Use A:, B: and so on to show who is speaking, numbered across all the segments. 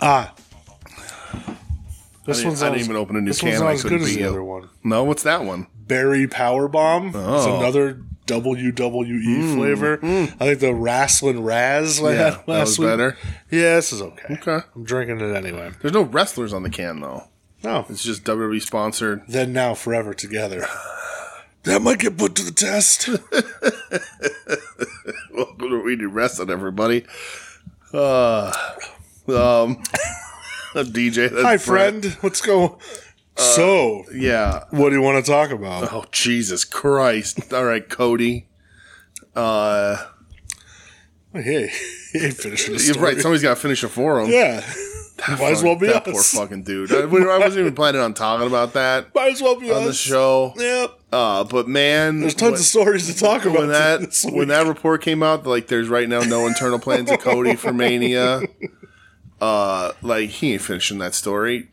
A: Ah. This
B: I didn't-
A: one's
B: I
A: not
B: didn't
A: as-
B: even open a new
A: this
B: can
A: one's
B: and
A: not
B: I
A: as
B: couldn't
A: good as
B: beat
A: the
B: you.
A: other one.
B: No, what's that one?
A: Berry Power Bomb. It's
B: Oh. Mm.
A: another WWE flavor. I think the Wrestling Raz I
B: Yeah,
A: had
B: that
A: last
B: was
A: week.
B: better.
A: Yeah, this is okay.
B: Okay.
A: I'm drinking it anyway.
B: There's no wrestlers on the can though.
A: No.
B: It's just WWE sponsored.
A: Then now forever together. That might get put to the test.
B: Welcome to We Do Wrestling, everybody. Uh, um, DJ. That's
A: Hi,
B: Brett. Uh,
A: friend. What's going? so,
B: Yeah.
A: what do you want to talk about?
B: Oh Jesus Christ! All right, Cody. Uh,
A: hey, he ain't finishing the
B: you're
A: story.
B: right. Somebody's got to finish it for him.
A: Yeah, might as well be
B: that
A: us.
B: poor fucking dude. I, we- I wasn't even planning on talking about that
A: Might as well be
B: on
A: us.
B: the show.
A: Yep.
B: Uh, but man,
A: There's tons of stories to talk about.
B: when that
A: this
B: when
A: week.
B: that report came out, like there's right now no internal plans of Cody for Mania. Uh, like he ain't finishing that story.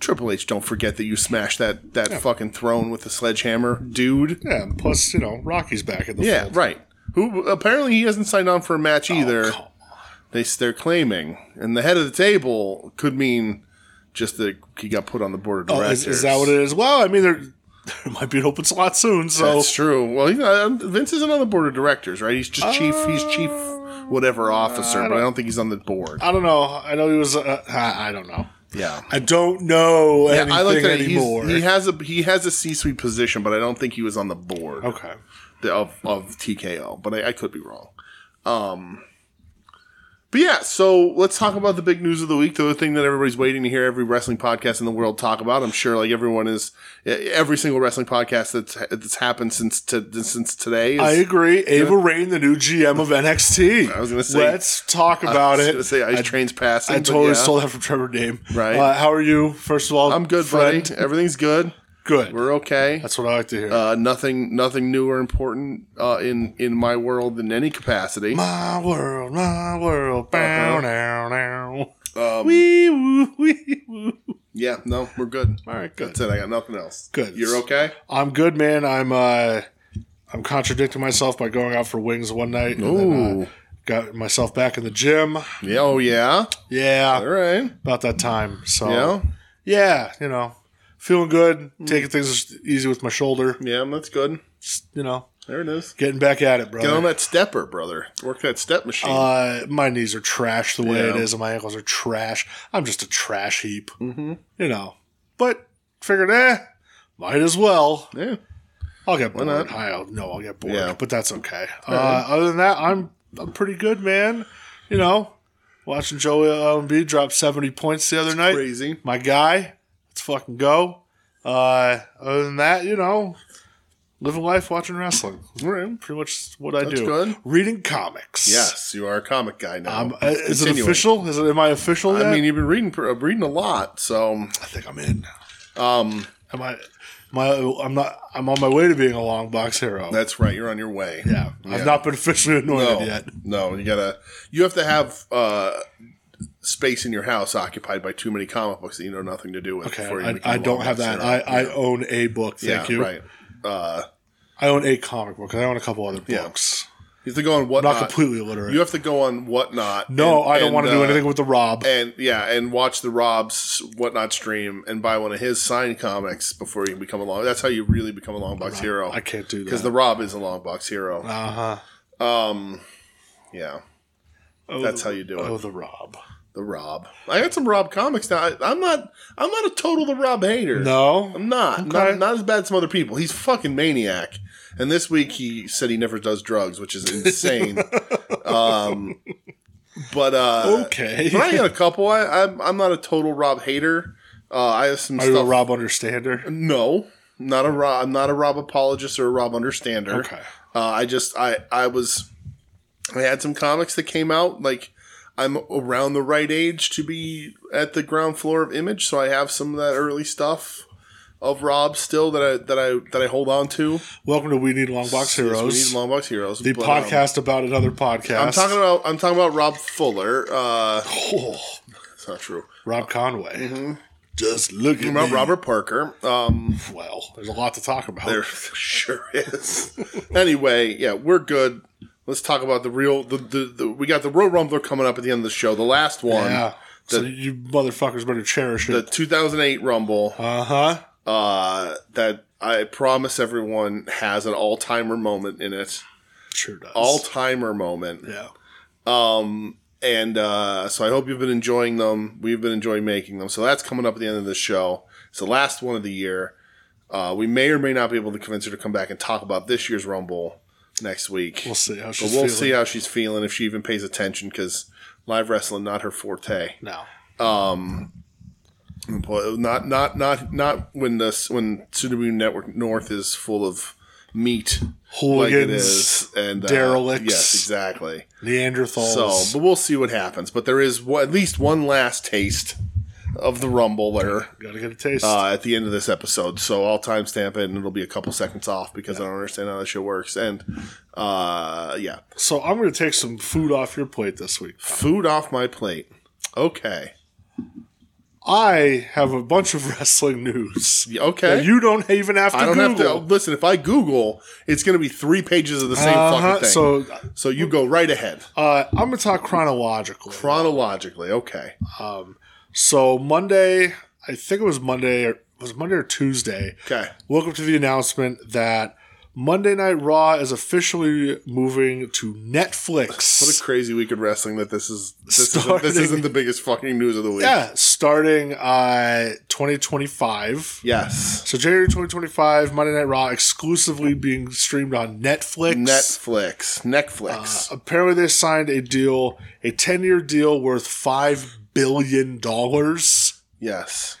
B: Triple H, don't forget that you smashed that that fucking throne with the sledgehammer, dude.
A: yeah. and Plus, you know, Rocky's back in the
B: Yeah,
A: fold.
B: right. Who apparently he hasn't signed on for a match either.
A: Oh, come
B: They they're claiming, and the head of the table could mean just that he got put on the board of
A: Oh,
B: directors.
A: is, is that what it is? Well, I mean, there, there might be an open slot soon. So
B: That's true. Well, you know, Vince isn't on the board of directors, right? He's just chief. He's chief, whatever officer, but I don't think he's on the board.
A: Uh, I don't know. I know he was. Uh, I I don't know.
B: yeah,
A: I don't know anything
B: I looked at it. He's-
A: anymore.
B: He has a he has a C suite position, but I don't think he was on the board
A: okay.
B: of of TKO. But I, I could be wrong. Um, but yeah, so let's talk about the big news of the week. The other thing that everybody's waiting to hear every wrestling podcast in the world talk about. I'm sure like everyone is e, every single wrestling podcast that's that's happened since to, since today. Is,
A: I agree. Ava Rain, the new GM of NXT. I
B: was gonna say-
A: let's talk about
B: I was
A: it.
B: gonna say ice trains passing.
A: I
B: but
A: totally
B: yeah.
A: stole that from Trevor Dame.
B: Right.
A: Uh, how are you? First of all,
B: I'm good,
A: friend?
B: buddy. Everything's good.
A: Good.
B: We're okay.
A: That's what I like to hear.
B: Uh, nothing, nothing new or important uh, in in my world in any capacity.
A: my world, my world. Bow, now, now.
B: uh-huh. Um,
A: Wee woo, wee woo.
B: yeah, no, we're good.
A: All right, good.
B: That's it. I got nothing else.
A: Good.
B: You're okay.
A: I'm good, man. I'm uh, I'm contradicting myself by going out for wings one night. And then, uh,
B: Ooh.
A: got myself back in the gym.
B: Yeah. Oh yeah. All
A: Yeah,
B: right.
A: about that time. So
B: Yeah. Mm.
A: yeah, you know, feeling good, taking things easy with my shoulder.
B: Yeah. That's good.
A: Just, you know,
B: There it is.
A: getting back at it,
B: Get on
A: brother.
B: that stepper, brother. Work that step machine.
A: Uh, my knees are trash the way it
B: Yeah.
A: is, and my ankles are trash. I'm just a trash heap, mm-hmm. you know. But figured, eh, might as well.
B: yeah.
A: I'll get bored.
B: not?
A: I don't know. I'll get bored,
B: Yeah.
A: but that's okay. Uh, other than that, I'm I'm pretty good, man. You know, watching Joey Embiid drop seventy points the other night.
B: Crazy.
A: My guy, let's fucking go. Uh, other than that, you know, living life, watching wrestling.
B: All right.
A: Pretty much what I
B: That's
A: do.
B: good.
A: Reading comics.
B: Yes, you are a comic guy now.
A: Um, uh, is it
B: Continuing.
A: official? Is it am I official? Yet?
B: I mean, you've been reading uh, reading a lot, so
A: I think I'm in.
B: um,
A: Am I? My I'm not. I'm on my way to being a long box hero.
B: that's right. You're on your way.
A: yeah, I've not been officially anointed
B: No,
A: yet.
B: no, you gotta. You have to have uh, space in your house occupied by too many comic books that you know nothing to do with.
A: Okay,
B: before you
A: I,
B: become
A: I
B: a
A: don't
B: long
A: have that. I,
B: boxer.
A: I own a book. Thank
B: yeah,
A: you.
B: Right. Uh,
A: I own a comic book. and I own a couple other
B: Yeah.
A: books.
B: you have to go on
A: Not
B: whatnot.
A: completely illiterate.
B: you have to go on whatnot.
A: no,
B: and-
A: I don't
B: and,
A: want to do
B: uh,
A: anything with the Rob.
B: And yeah, and watch the Rob's whatnot stream and buy one of his signed comics before you become a long. That's how you really become a long box hero.
A: I can't do
B: because
A: that.
B: the Rob Uh-huh. is a long box hero.
A: Uh huh.
B: Um, yeah,
A: Oh,
B: that's
A: the,
B: how you do it.
A: Oh, the Rob.
B: The Rob. I got some Rob comics now. I, I'm not. I'm not a total the Rob hater.
A: No.
B: I'm not.
A: Okay.
B: Not not as bad as some other people. He's a fucking maniac. And this week he said he never does drugs, which is insane. um, but uh,
A: Okay.
B: but I got a couple. I, I'm I'm not a total Rob hater. Uh, I have some
A: Are you a
B: stuff.
A: Rob understander?
B: no, not a Rob. I'm not a Rob apologist or a Rob understander.
A: Okay.
B: Uh, I just I I was I had some comics that came out like I'm around the right age to be at the ground floor of Image, so I have some of that early stuff of Rob still that I that I that I hold on to.
A: Welcome to We Need Long Box
B: Yes, we
A: Heroes,
B: need Long Box Heroes.
A: the
B: but, um,
A: podcast about another podcast.
B: I'm talking about I'm talking about Rob Fuller. Uh,
A: Oh,
B: it's not true.
A: Rob Conway. Just look at
B: I'm About
A: me.
B: Mm-hmm. Robert Parker. Um,
A: Well, there's a lot to talk about.
B: there sure is. anyway, yeah, we're good. Let's talk about the real the, the, the we got the Road Rumbler coming up at the end of the show. The last one.
A: Yeah. so you motherfuckers better cherish
B: The
A: it.
B: 2008 Rumble,
A: Uh
B: Uh-huh.
A: huh.
B: uh, that I promise everyone has an all timer moment in it.
A: Sure does.
B: All timer moment.
A: yeah.
B: And uh, so I hope you've been enjoying them. We've been enjoying making them. So that's coming up at the end of the show. It's the last one of the year. Uh, we may or may not be able to convince her to come back and talk about this year's Rumble next week.
A: We'll see how
B: but
A: she's
B: we'll
A: feeling.
B: see how she's feeling if she even pays attention because live wrestling not her forte.
A: now.
B: But not not not not when the when Tsunami Network North is full of meat like it
A: Hooligans,
B: is and uh,
A: derelicts.
B: Yes, exactly.
A: Neanderthals.
B: So, but we'll see what happens. But there is one, at least one last taste of the rumbler
A: Gotta get a taste.
B: uh, at the end of this episode. So I'll timestamp it, and it'll be a couple seconds off because I don't understand how this shit works. And uh, yeah,
A: so I'm gonna take some food off your plate this week.
B: food off my plate. Okay,
A: I have a bunch of wrestling news.
B: Yeah, okay.
A: That you don't even have to
B: I don't
A: Google.
B: have to listen. If I Google, it's going to be three pages of the same
A: Uh-huh,
B: fucking thing. So,
A: So
B: you go right ahead
A: uh, I'm gonna talk chronologically.
B: chronologically. Okay.
A: So Monday, I think it was Monday or was it Monday or Tuesday.
B: Okay.
A: Woke up to the announcement that Monday Night Raw is officially moving to Netflix.
B: What a crazy week of wrestling that this is. This, isn't, this
A: Starting-
B: isn't the biggest fucking news of the week.
A: yeah, starting uh 2025.
B: Yes.
A: So January 2025, Monday Night Raw exclusively being streamed on Netflix.
B: Netflix.
A: Uh,
B: Netflix.
A: Apparently, they signed a deal, a 10 year deal worth $5 billion,
B: yes.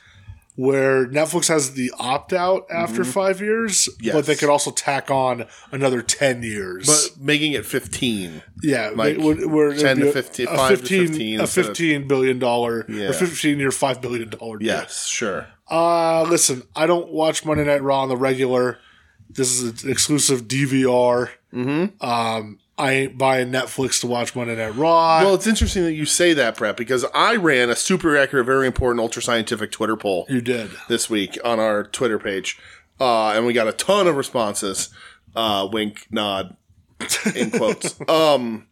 A: where Netflix has the opt out after five years,
B: Mm-hmm. Yes.
A: but they could also tack on another 10 years.
B: But making it 15.
A: yeah,
B: like,
A: they would- where it'd
B: 10 to
A: be a-
B: 15
A: a,
B: five to
A: 15,
B: 15
A: a
B: instead of-
A: $15 billion dollar,
B: Yeah.
A: a 15 year, $5 billion dollar deal.
B: Yes, sure.
A: Uh, listen, I don't watch Monday Night Raw on the regular. This is an exclusive DVR. Mm-hmm. Um, I ain't buying Netflix to watch Monday Night Raw.
B: Well, it's interesting that you say that, Brett, because I ran a super accurate, very important, ultra scientific Twitter poll
A: you did.
B: this week on our Twitter page, uh, and we got a ton of responses. Uh, wink, nod, in quotes. um,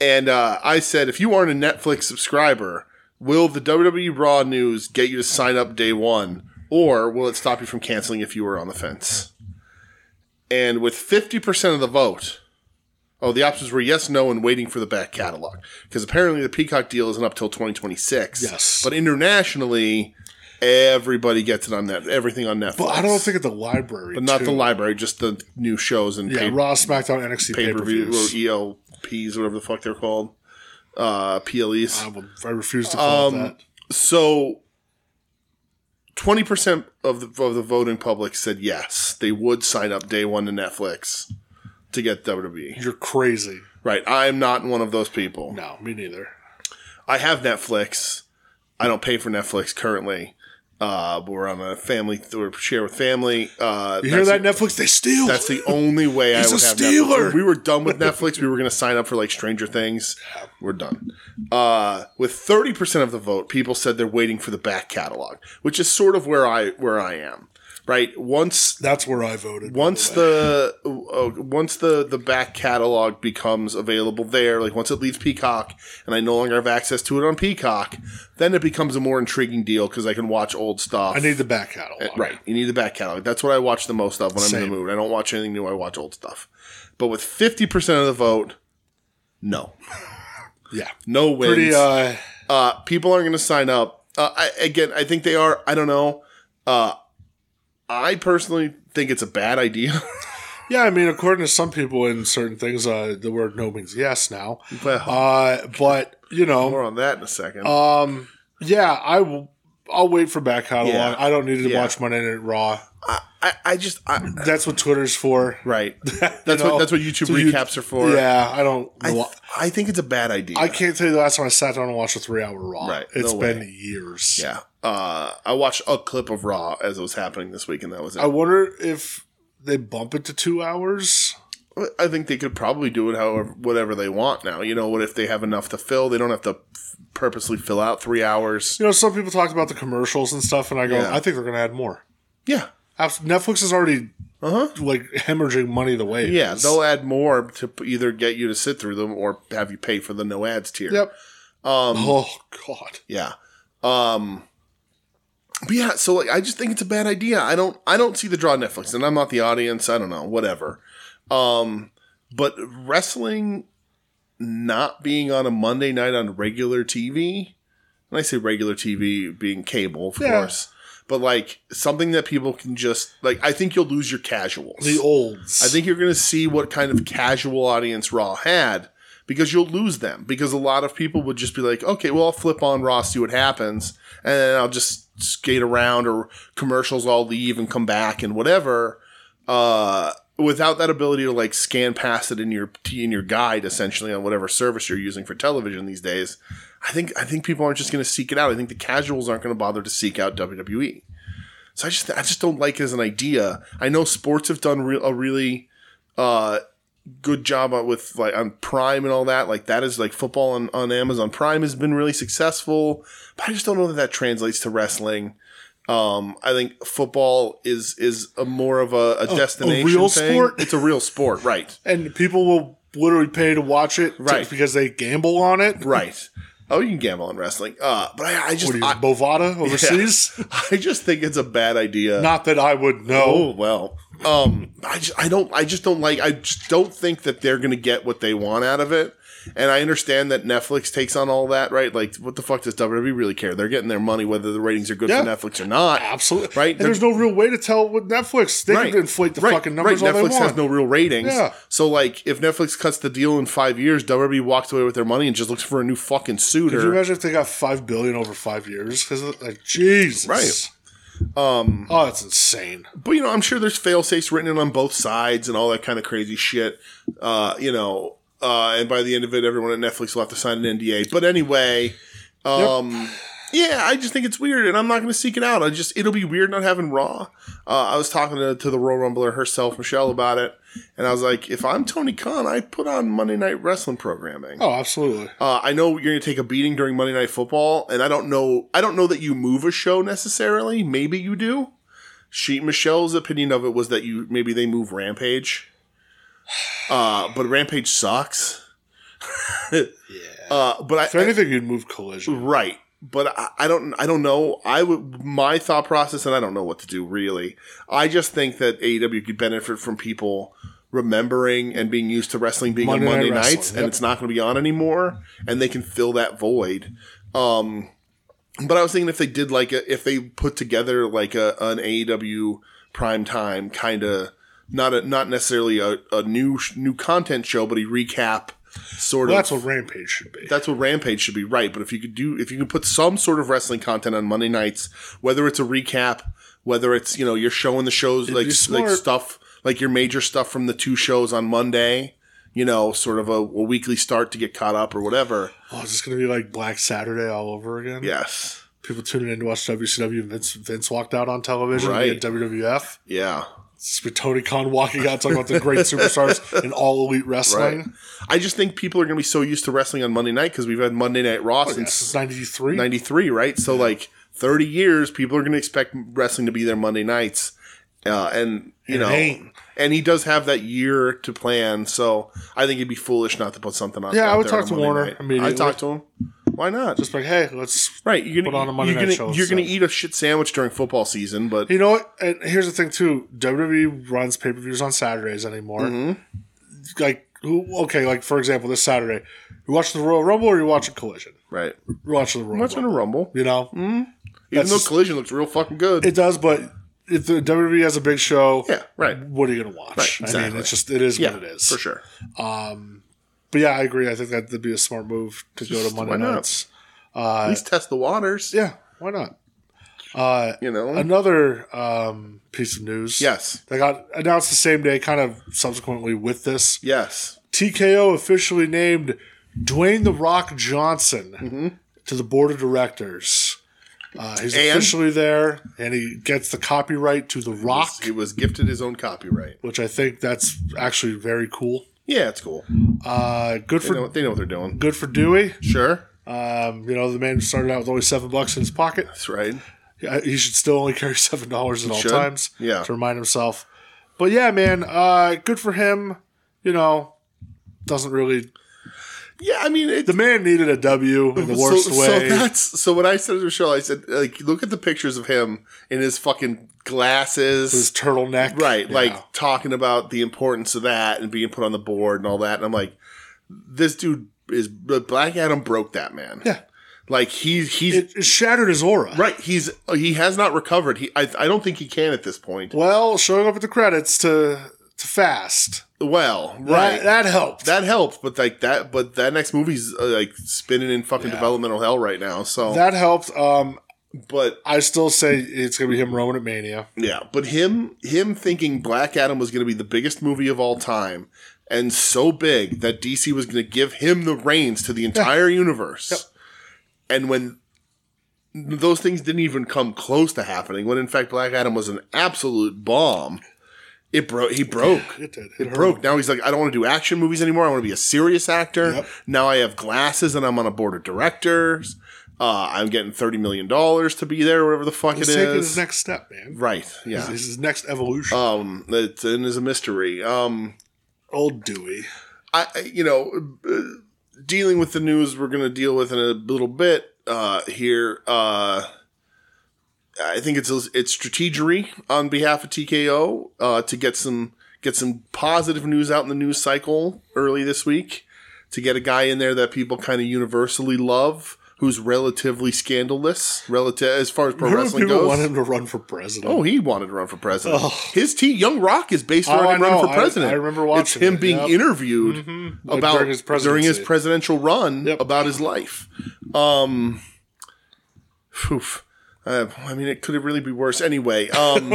B: and uh, I said, if you aren't a Netflix subscriber, will the WWE Raw news get you to sign up day one, or will it stop you from canceling if you were on the fence? And with fifty percent of the vote. Oh, the options were yes, no, and waiting for the back catalog. Because apparently the Peacock deal isn't up till 2026.
A: Yes.
B: But internationally, Everybody gets it on that. Everything on Netflix.
A: But I don't think at the library. But
B: not the library, just the new shows and
A: yeah,
B: pay,
A: Raw, SmackDown, NXT pay per
B: pay-per-view
A: views.
B: or ELPs, whatever the fuck they're called, uh, PLEs.
A: I, will- I refuse to call
B: Um,
A: it that.
B: so, twenty percent of the of the voting public said yes, they would sign up day one to Netflix to get WWE.
A: You're crazy.
B: Right, I'm not one of those people.
A: No, me neither.
B: I have Netflix. I don't pay for Netflix currently. Uh, but we're on a family, we share with family. Uh,
A: You hear that, Netflix? They steal.
B: That's the only way I would
A: He's
B: have
A: a
B: Netflix.
A: stealer.
B: If We were done with Netflix. We were going to sign up for like Stranger Things. We're done. Uh, with thirty percent of the vote, people said they're waiting for the back catalog, which is sort of where I where I am. Right once
A: That's where I voted. by
B: once
A: the way.
B: the uh, once the the back catalog becomes available there, like once it leaves Peacock, and I no longer have access to it on Peacock, then it becomes a more intriguing deal because I can watch old stuff.
A: I need the back catalog.
B: Right. You need the back catalog. That's what I watch the most of when I'm in
A: Same.
B: the mood. I don't watch anything new. I watch old stuff. But with 50% of the vote, no.
A: Yeah.
B: No wins.
A: Pretty. Uh,
B: Uh, people aren't going to sign up. Uh, I, again, I think they are. I don't know. Uh, I personally think it's a bad idea.
A: yeah, I mean, according to some people in certain things, uh, the word no means yes now.
B: well,
A: Uh, but you know,
B: more on that in a second.
A: um, yeah, I will. I'll wait for back catalog.
B: Yeah.
A: I don't need to
B: Yeah.
A: watch Monday Night Raw.
B: I, I, I just. I,
A: That's what Twitter's for.
B: right. That's,
A: know,
B: what, that's what YouTube
A: so you-
B: recaps are for.
A: Yeah, I don't.
B: I, th-
A: wa-
B: I think it's a bad idea.
A: I can't tell you the last time I sat down and watched a three-hour Raw.
B: Right,
A: It's
B: no
A: been years.
B: Yeah. Uh, I watched a clip of Raw as it was happening this week, and that was it.
A: I wonder if they bump it to two hours.
B: I think they could probably do it however whatever they want now. You know, what if they have enough to fill? They don't have to f- purposely fill out three hours.
A: You know, some people talked about the commercials and stuff, and I go,
B: Yeah.
A: I think they're going to add more.
B: Yeah,
A: Abs- Netflix is already
B: Uh-huh.
A: like hemorrhaging money the way. it
B: yeah,
A: is.
B: they'll add more to p- either get you to sit through them or have you pay for the no ads tier.
A: Yep.
B: Um,
A: Oh God.
B: yeah. Um but yeah, so like I just think it's a bad idea. I don't I don't see the draw on Netflix and I'm not the audience, I don't know, whatever. Um but wrestling not being on a Monday night on regular TV, and I say regular TV being cable, of
A: Yeah.
B: course. But like something that people can just like I think you'll lose your casuals.
A: The olds.
B: I think you're going to see what kind of casual audience Raw had because you'll lose them because a lot of people would just be like, okay, well, I'll flip on Raw, see what happens, and then I'll just skate around or commercials, I'll leave and come back and whatever. Uh, without that ability to like scan past it in your in your guide, essentially on whatever service you're using for television these days, I think I think people aren't just going to seek it out. I think the casuals aren't going to bother to seek out E. WWE. So I just I just don't like it as an idea. I know sports have done re- a really uh, good job on- with like on Prime and all that. Like that is like football on, on Amazon Prime has been really successful, but I just don't know that that translates to wrestling. Um, I think football is is a more of a, a destination.
A: real
B: thing.
A: sport?
B: It's a real sport, right?
A: and people will literally pay to watch it,
B: Right.
A: just because they gamble on it.
B: Right. Oh, you can gamble on wrestling. Uh, but I, I just
A: What are you,
B: I,
A: Bovada overseas?
B: I just think it's a bad idea.
A: Not that I would know.
B: Oh well. Um, I just I don't I just don't like I just don't think that they're gonna get what they want out of it. And I understand that Netflix takes on all that, right? Like, what the fuck does WWE really care? They're getting their money whether the ratings are good
A: Yeah.
B: for Netflix or not.
A: Absolutely.
B: Right,
A: And there's no real way to tell with Netflix. They can inflate the fucking numbers all
B: Netflix
A: they want.
B: has no real ratings.
A: Yeah.
B: So, like, if Netflix cuts the deal in five years, WWE walks away with their money and just looks for a new fucking suitor.
A: Could you imagine if they got five billion over five years? Because like Jesus,
B: Right.
A: Um, oh, that's insane.
B: but you know, I'm sure there's fail safes written in on both sides and all that kind of crazy shit. Uh, you know, uh, and by the end of it, everyone at Netflix will have to sign an NDA. But anyway, um, yeah, I just think it's weird, and I'm not going to seek it out. I just it'll be weird not having Raw. Uh, I was talking to, to the Royal Rumbler herself, Michelle, about it, and I was like, if I'm Tony Khan, I put on Monday Night Wrestling programming.
A: Oh, absolutely.
B: Uh, I know you're going to take a beating during Monday Night Football, and I don't know. I don't know that you move a show necessarily. Maybe you do. She Michelle's opinion of it was that you maybe they move Rampage, uh, but Rampage sucks.
A: Yeah.
B: Uh, but I,
A: If anything, you'd move collision.
B: Right. But I, I don't I don't know. I would my thought process and I don't know what to do really. I just think that AEW could benefit from people remembering and being used to wrestling being
A: Monday
B: on
A: Night
B: Monday
A: Wrestling,
B: nights
A: yep.
B: and it's not going to be on anymore and they can fill that void. Um but I was thinking if they did like a, if they put together like a an AEW prime time kind of not a, not necessarily a, a new sh- new content show but a recap sort
A: Well,
B: of
A: that's what Rampage should be.
B: that's what Rampage should be, right? But if you could do, if you can put some sort of wrestling content on Monday nights, whether it's a recap, whether it's you know you're showing the shows like like
A: smart.
B: stuff like your major stuff from the two shows on Monday, you know, sort of a, a weekly start to get caught up or whatever.
A: Oh, it's just gonna be like Black Saturday all over again.
B: Yes,
A: People tuning in to watch WCW. and Vince Vince walked out on television
B: Right.
A: at WWF.
B: yeah.
A: It's with Tony Khan walking out talking about the great superstars in all elite wrestling.
B: Right. I just think people are going to be so used to wrestling on Monday night because we've had Monday Night Raw
A: Oh,
B: since
A: Since '93.
B: 93, right? So like 30 years, people are going to expect wrestling to be their Monday nights. Uh, and
A: And
B: you
A: it
B: know,
A: ain't.
B: and he does have that year to plan. So I think he'd be foolish not to put something on.
A: Yeah, I
B: out
A: would
B: there
A: talk
B: on
A: to
B: Monday
A: Warner
B: night.
A: immediately.
B: I'd talk to him. Why not?
A: Just like, hey, let's
B: right. You're gonna
A: put on a Monday
B: you're
A: night
B: gonna,
A: show
B: You're gonna
A: instead.
B: eat a shit sandwich during football season, but
A: You know what? And here's the thing too: WWE runs pay per views on Saturdays anymore.
B: Mm-hmm.
A: Like, who? Okay, like for example, this Saturday, you watch the Royal Rumble or you watch a Collision.
B: right.
A: You're watching the Royal
B: What's gonna
A: Rumble.
B: rumble?
A: You know,
B: Even
A: That's
B: though
A: just-
B: collision looks real fucking good.
A: it does, but if the WWE has a big show,
B: yeah, right.
A: what are you going to watch? I
B: Right,
A: mean,
B: exactly.
A: it's just it is
B: Yeah,
A: what it is.
B: for sure.
A: But yeah, I agree. I think that'd be a smart move to go to Monday
B: why not?
A: nights.
B: At least test the waters.
A: Yeah, why not? Uh,
B: You know.
A: another um, piece of news.
B: yes.
A: That got announced the same day, kind of subsequently with this.
B: Yes.
A: TKO officially named Dwayne The Rock Johnson
B: Mm-hmm.
A: to the board of directors. Uh, he's
B: And?
A: officially there, and he gets the copyright to The Rock,
B: He was gifted his own copyright.
A: which I think that's actually very cool.
B: Yeah, it's cool.
A: Uh, good
B: They know,
A: for
B: they know what they're doing.
A: good for Dewey.
B: Sure.
A: Um, you know, the man who started out with only seven bucks in his pocket.
B: That's right.
A: Yeah, He should still only carry seven dollars at all
B: should.
A: times.
B: Yeah.
A: to remind himself. But yeah, man, uh, good for him. You know, doesn't really
B: Yeah, I mean, it,
A: The man needed a W in the worst
B: so,
A: way.
B: So that's so when I said to Michelle, I said, like, look at the pictures of him in his fucking glasses,
A: his turtleneck.
B: right?
A: Yeah.
B: Like talking about the importance of that and being put on the board and all that. And I'm like, this dude is Black Adam broke that man.
A: Yeah.
B: like he's he's
A: it, it shattered his aura.
B: right. He's he has not recovered. He I, I don't think he can at this point.
A: Well, showing up at the credits to to fast.
B: Well,
A: Right.
B: right.
A: That, that helped.
B: that helped, but like that, but that next movie's uh, like spinning in fucking developmental hell right now. So,
A: that helped. Um,
B: but
A: I still say it's gonna be him Roman at Mania.
B: Yeah, but him him thinking Black Adam was going to be the biggest movie of all time and so big that DC was going to give him the reins to the entire universe. And when those things didn't even come close to happening, when in fact Black Adam was an absolute bomb, it broke he broke.
A: It did. It, hurt.
B: Broke. Now he's like, I don't want to do action movies anymore. I want to be a serious actor.
A: Yep.
B: Now I have glasses and I'm on a board of directors. Uh, I'm getting thirty million dollars to be there, whatever the fuck
A: He's
B: it
A: taking
B: is.
A: his next step, man.
B: right? Yeah,
A: This is his next evolution.
B: um that and is a mystery um
A: Old Dewey.
B: i I- you know uh, dealing with the news we're going to deal with in a little bit uh here uh i think it's it's strategery on behalf of tko uh to get some get some positive news out in the news cycle early this week to get a guy in there that people kind of universally love who's relatively scandalous relative as far as pro
A: Remember
B: wrestling
A: people
B: goes
A: want him to run for president.
B: Oh, he wanted to run for president. His team, Young Rock, is based
A: Oh,
B: around him
A: I
B: running
A: know.
B: for
A: I-
B: president.
A: I remember
B: it's
A: watching
B: him
A: it,
B: being
A: yep. Mm-hmm.
B: interviewed about
A: during
B: during
A: his
B: his,
A: presidency.
B: presidential run
A: Yep.
B: about his life. Um, phew. Uh, I mean, it could really be worse anyway. Um,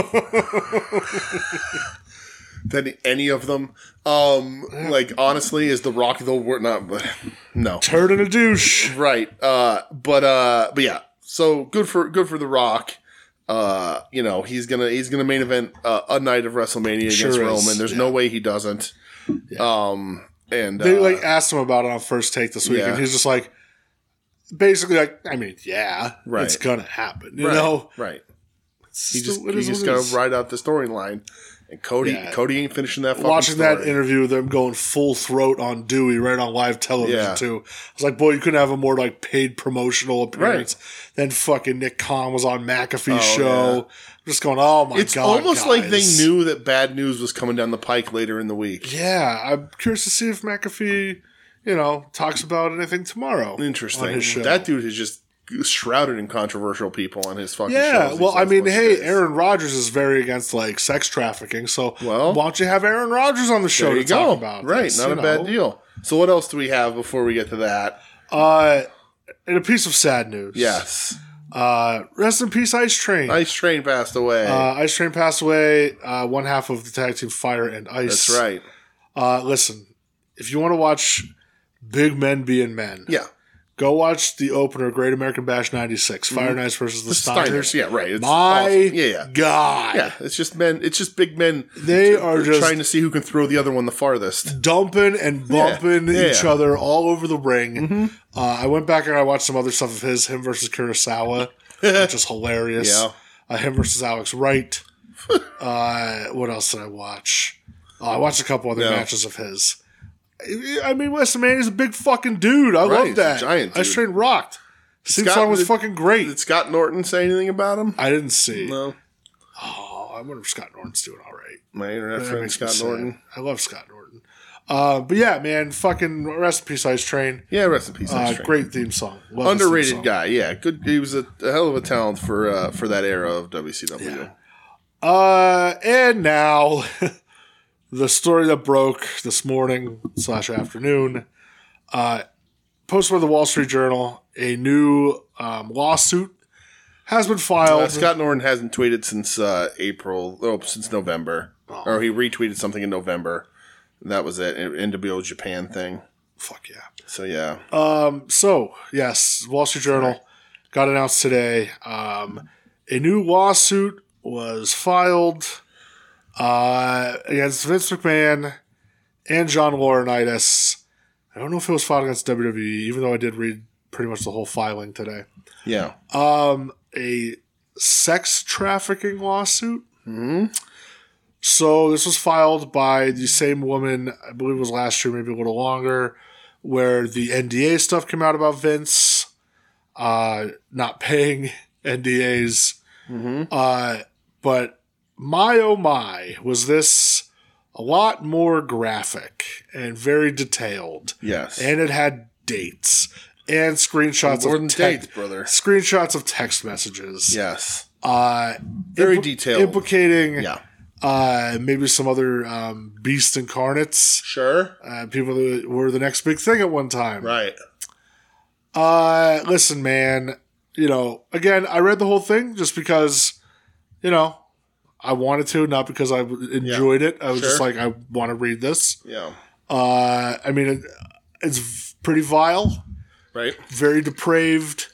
B: than any of them. Um, like honestly, is the Rock the wor- not? No,
A: Turd and a douche.
B: right uh but uh but yeah so good for good for the rock uh you know he's gonna he's gonna main event uh, a night of wrestlemania
A: Sure
B: against
A: is,
B: roman there's no
A: yeah.
B: way he doesn't um and
A: They
B: uh,
A: like asked him about it on first take this week,
B: Yeah.
A: and he's just like, basically like, I mean, yeah,
B: Right.
A: it's gonna happen. You
B: right,
A: know,
B: right
A: It's
B: he just
A: still- it
B: he
A: is
B: just
A: what it
B: gotta
A: is.
B: ride out the storyline and cody
A: Yeah.
B: cody ain't finishing that fucking
A: watching that
B: story.
A: interview with them going full throat on Dewey right on live television
B: Yeah.
A: too. I was like, boy, you couldn't have a more like paid promotional appearance than fucking Nick Khan was on McAfee's show.
B: Oh, yeah.
A: I'm just going, oh my
B: it's
A: god,
B: almost like they
A: guys.
B: knew that bad news was coming down the pike later in the week
A: Yeah, I'm curious to see if McAfee, you know, talks about anything tomorrow.
B: interesting
A: on his show.
B: that dude is just shrouded in controversial people on his fucking
A: Yeah,
B: shows
A: well,
B: these
A: I
B: last
A: mean,
B: bunch of
A: hey,
B: days.
A: Aaron Rodgers is very against like sex trafficking, so
B: Well-
A: why don't you have Aaron Rodgers on the show
B: There
A: to
B: you go.
A: talk about?
B: right,
A: this,
B: not
A: you
B: a bad
A: know?
B: deal. So what else do we have before we get to that?
A: Uh, and a piece of sad news.
B: Yes,
A: Uh, rest in peace, Ice Train.
B: Ice Train passed away.
A: Uh, Ice Train passed away. Uh, one half of the tag team Fire and Ice.
B: That's right.
A: Uh, listen, if you want to watch big men being men,
B: Yeah,
A: go watch the opener, Great American Bash '96, Fire and Ice versus the, Steiners.
B: Mm-hmm. Steiners. Yeah, right. It's
A: My
B: awesome. yeah, yeah,
A: God,
B: yeah. It's just men. It's just big men.
A: They are just-
B: trying to see who can throw the other one the farthest.
A: dumping and bumping
B: Yeah, Mm-hmm. yeah.
A: each other all over the ring. Uh, I went back and I watched some other stuff of his, him versus Kurosawa, which is hilarious.
B: Yeah.
A: Uh, him versus Alex Wright. uh, what else did I watch? Oh, I watched a couple other
B: Yeah.
A: matches of his. I- I mean, WrestleMania's a big fucking dude. I
B: Right,
A: love
B: he's a
A: that.
B: giant
A: I
B: dude.
A: straight rocked. Sing
B: got-
A: song was
B: it-
A: fucking great.
B: Did Scott Norton say anything about him?
A: I didn't see.
B: No,
A: Oh, I wonder if Scott Norton's doing all right.
B: my internet
A: That
B: friend
A: makes me
B: Scott
A: sad.
B: Norton.
A: I love Scott Norton. Uh, but yeah, man, fucking rest in peace, Ice Train.
B: Yeah, rest in peace. Ice
A: Uh,
B: Train.
A: great theme song. Love his theme
B: Underrated
A: song.
B: guy, yeah, good. He was a, a hell of a talent for uh, for that era of WCW.
A: Yeah. Uh, and now the story that broke this morning slash afternoon. Uh, posted by the Wall Street Journal, a new um, lawsuit has been
B: Uh,
A: filed.
B: Scott Norton hasn't tweeted since uh, April, oh, since November, or he retweeted something in November. That was it, an NWO Japan thing.
A: Fuck yeah.
B: So yeah,
A: Um, so yes, Wall Street Journal got announced today. Um, a new lawsuit was filed uh, against Vince McMahon and John Laurinaitis. I don't know if it was filed against WWE, even though I did read pretty much the whole filing today.
B: yeah,
A: Um, a sex trafficking lawsuit. Mm-hmm.
B: Hmm?
A: So this was filed by the same woman, I believe it was last year, maybe a little longer, where the NDA stuff came out about Vince uh, not paying NDAs.
B: Mm-hmm.
A: Uh, but my oh my, was this a lot more graphic and very detailed,
B: Yes.
A: and it had dates and screenshots
B: More than
A: of text,
B: dates, brother.
A: screenshots of text messages.
B: Yes.
A: Uh,
B: Very detailed.
A: implicating
B: Yeah.
A: uh, maybe some other um, beast incarnates,
B: Sure.
A: uh, people that were the next big thing at one time.
B: Right.
A: Uh, listen, man. You know, again, I read the whole thing just because, you know, I wanted to, not because I w- enjoyed it. I was just
B: Sure.
A: like, I want to read this.
B: Yeah.
A: Uh, I mean, it, it's v- pretty vile,
B: Right.
A: very depraved,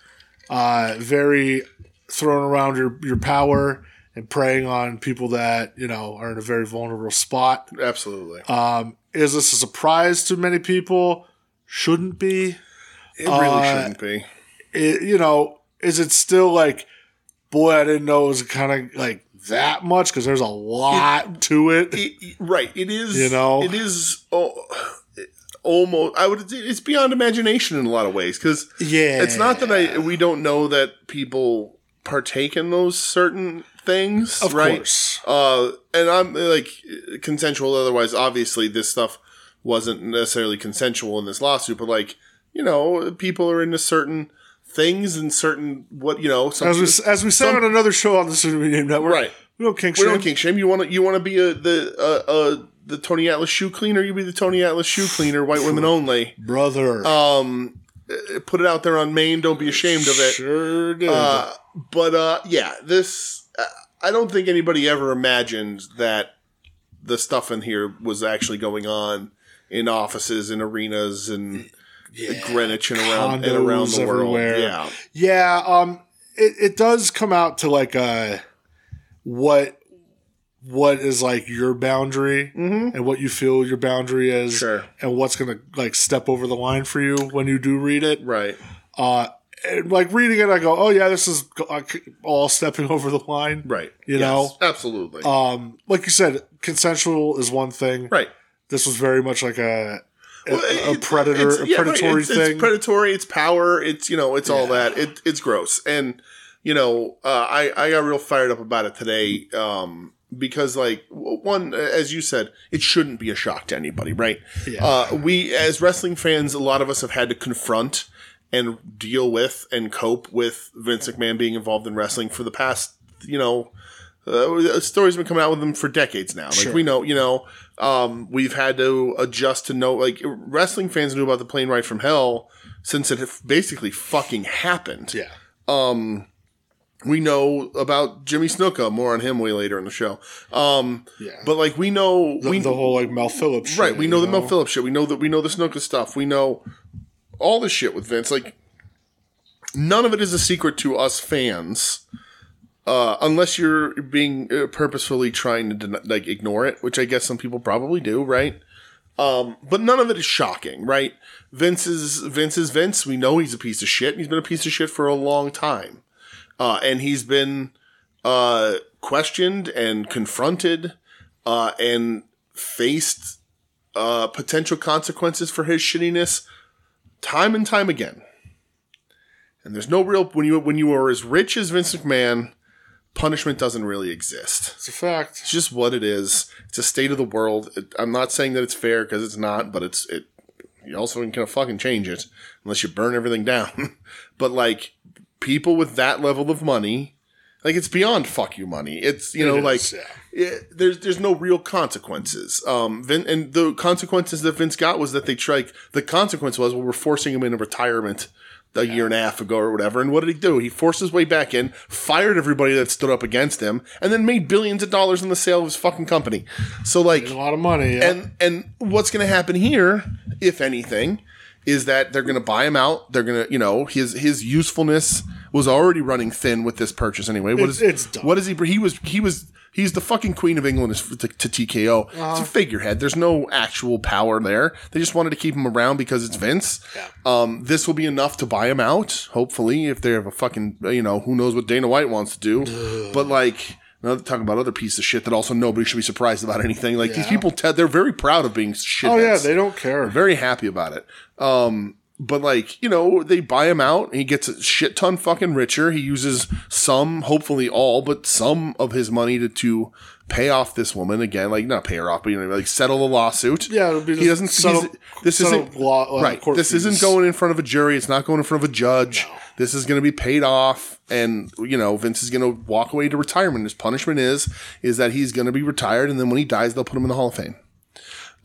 A: uh, very throwing around your, your power and preying on people that, you know, are in a very vulnerable spot.
B: Absolutely.
A: Um, is this a surprise to many people? Shouldn't be
B: it really
A: uh,
B: shouldn't be.
A: it, you know, is it still like, boy, I didn't know it was kind of like that much because there's a lot to it.
B: It- it- right. It is.
A: You know?
B: It is. Oh, almost. I would. It's beyond imagination in a lot of ways because
A: Yeah,
B: it's not that I. We don't know that people partake in those certain things.
A: of
B: right.
A: course,
B: Uh, and I'm like consensual. Otherwise, obviously, this stuff wasn't necessarily consensual in this lawsuit. But like, you know, people are into certain things and certain what you know. Some
A: as we
B: people-
A: as we said
B: some-
A: on another show on the Super Media Network,
B: right?
A: We don't kink
B: We
A: shame.
B: don't kink shame. You want to you want to be a the uh, uh the Tony Atlas shoe cleaner. You be the Tony Atlas shoe cleaner. White women only.
A: brother.
B: Um, uh, put it out there on Maine. Don't be ashamed of it.
A: Sure did.
B: Uh, but uh, yeah, this uh, I don't think anybody ever imagined that the stuff in here was actually going on in offices and arenas and
A: yeah.
B: Greenwich and around and
A: Condos
B: around the world.
A: everywhere.
B: Yeah,
A: Yeah, um, it, it does come out to like uh, what what is like your boundary
B: Mhm.
A: and what you feel your boundary is,
B: Sure.
A: and what's gonna like step over the line for you when you do read it.
B: right.
A: Uh, and like reading it, I go, oh yeah, this is uh, all stepping over the line.
B: Right.
A: You know?
B: Absolutely.
A: Um, like you said, consensual is one thing.
B: right.
A: This was very much like a a,
B: Well,
A: a
B: it-
A: predator,
B: it's-
A: a
B: yeah, right,
A: predatory
B: it's-
A: thing.
B: It's predatory. It's power. It's you know. It's all
A: Yeah.
B: that. It, it's gross. And you know, uh, I I got real fired up about it today um, because like w- one, as you said, it shouldn't be a shock to anybody, right?
A: Yeah.
B: Uh, we as wrestling fans, a lot of us have had to confront and deal with and cope with Vince McMahon being involved in wrestling for the past you know uh, stories been coming out with them for decades now. Like
A: Sure.
B: we know, you know, um, we've had to adjust to know. Like wrestling fans knew about the plane ride from hell since it had basically fucking happened.
A: yeah.
B: We know about Jimmy Snuka. More on him way later in the show. Um,
A: Yeah.
B: But like we know,
A: The,
B: we
A: the whole like Mel Phillips, shit,
B: right. We know
A: you
B: the Mel Phillips shit. We know that we know the Snuka stuff. We know all the shit with Vince. Like none of it is a secret to us fans, uh, unless you're being uh, purposefully trying to den- like ignore it, which I guess some people probably do, right? Um, but none of it is shocking, right? Vince is Vince is Vince. We know he's a piece of shit. and He's been a piece of shit for a long time, uh, and he's been uh, questioned and confronted uh, and faced uh, potential consequences for his shittiness time and time again. And there's no real when you when you are as rich as Vince McMahon, punishment doesn't really exist.
A: It's a fact.
B: It's just what it is. It's a state of the world. It, I'm not saying that it's fair because it's not, but it's it. You also can fucking change it unless you burn everything down. but like people with that level of money, like it's beyond fuck you money. It's you know
A: It
B: like
A: is, yeah.
B: it, there's there's no real consequences. Um, Vin, and the consequences that Vince got was that they tried. The consequence was well, we're forcing him into retirement a year and a half ago or whatever. And what did he do? He forced his way back in, fired everybody that stood up against him, and then made billions of dollars on the sale of his fucking company. So like,
A: a lot of money. Yeah.
B: and and what's going to happen here, if anything, is that they're going to buy him out. They're going to, you know, his his usefulness was already running thin with this purchase anyway. What
A: It's-
B: is
A: it's done.
B: what is he? He was he was he's the fucking queen of England is- to, to TKO.
A: Uh-huh.
B: It's a figurehead. There's no actual power there. They just wanted to keep him around because it's Vince.
A: Yeah.
B: Um, this will be enough to buy him out. Hopefully, if they have a fucking you know who knows what Dana White wants to do, but like. Now they're talking about other pieces of shit that also nobody should be surprised about anything. Like these
A: Yeah.
B: people, Ted, they're very proud of being shitheads.
A: Oh yeah, they don't care.
B: very happy about it. Um, but like you know, they buy him out. And he gets a shit ton fucking richer. He uses some, hopefully all, but some of his money to to pay off this woman again. Like not pay her off, but you know, like settle the lawsuit.
A: Yeah, it'll be
B: he
A: just
B: doesn't.
A: settle-
B: he's- this
A: settle
B: isn't
A: law- uh,
B: right.
A: court
B: This isn't
A: fees.
B: going in front of a jury. It's not going in front of a judge. This is going to be paid off, and you know Vince is going to walk away to retirement. His punishment is is that he's going to be retired, and then when he dies, they'll put him in the Hall of Fame.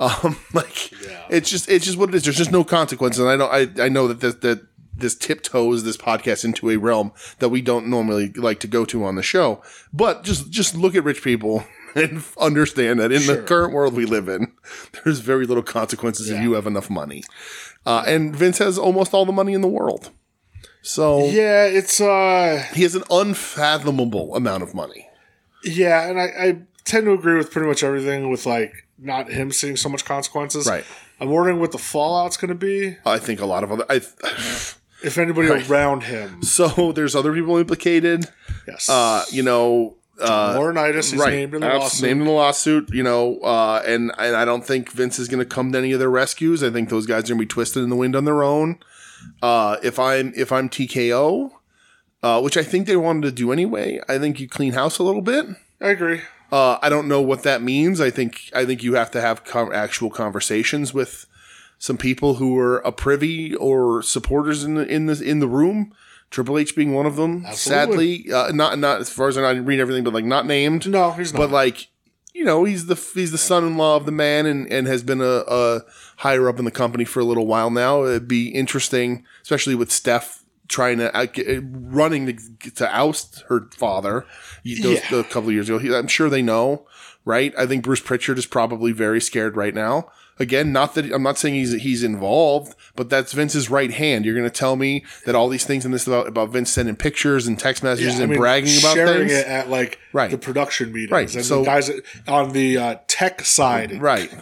B: Um, like it's just it's just what it is. There's just no consequences. And I don't I, I know that this, that this tiptoes this podcast into a realm that we don't normally like to go to on the show. But just just look at rich people and understand that in the current world we live in, there's very little consequences if you have enough money. Uh, and Vince has almost all the money in the world, so
A: Yeah, it's uh
B: he has an unfathomable amount of money.
A: yeah, and I, I tend to agree with pretty much everything with like not him seeing so much consequences.
B: Right.
A: I'm wondering what the fallout's gonna be
B: I think a lot of other. I,
A: if anybody around him.
B: so there's other people implicated.
A: Yes.
B: Uh, you know, uh,
A: Laurinaitis is named in the
B: Abs-
A: lawsuit.
B: named in the lawsuit, you know, uh, and and I don't think Vince is going to come to any of their rescues. I think those guys are going to be twisted in the wind on their own. Uh, if I'm if I'm TKO, uh, which I think they wanted to do anyway, I think you clean house a little bit.
A: I agree.
B: Uh, I don't know what that means. I think I think you have to have com- actual conversations with some people who are a privy or supporters in the in the in the room. Triple H being one of them.
A: Absolutely.
B: Sadly, uh, not not as far as I know, I didn't read everything, but like not named
A: No, he's not.
B: but like you know he's the he's the son-in-law of the man and and has been a, a higher up in the company for a little while now it'd be interesting especially with steph trying to out- get- running to, to oust her father those,
A: Yeah.
B: a couple of years ago He- i'm sure they know right i think bruce pritchard is probably very scared right now again not that i'm not saying he's he's involved but that's vince's right hand you're going to tell me that all these things and this about about vince sending pictures and text messages
A: Yeah, I
B: and
A: mean,
B: bragging about
A: sharing
B: things
A: it at like
B: Right.
A: the production meetings
B: Right,
A: and
B: so-
A: the guys on the uh, tech side.
B: right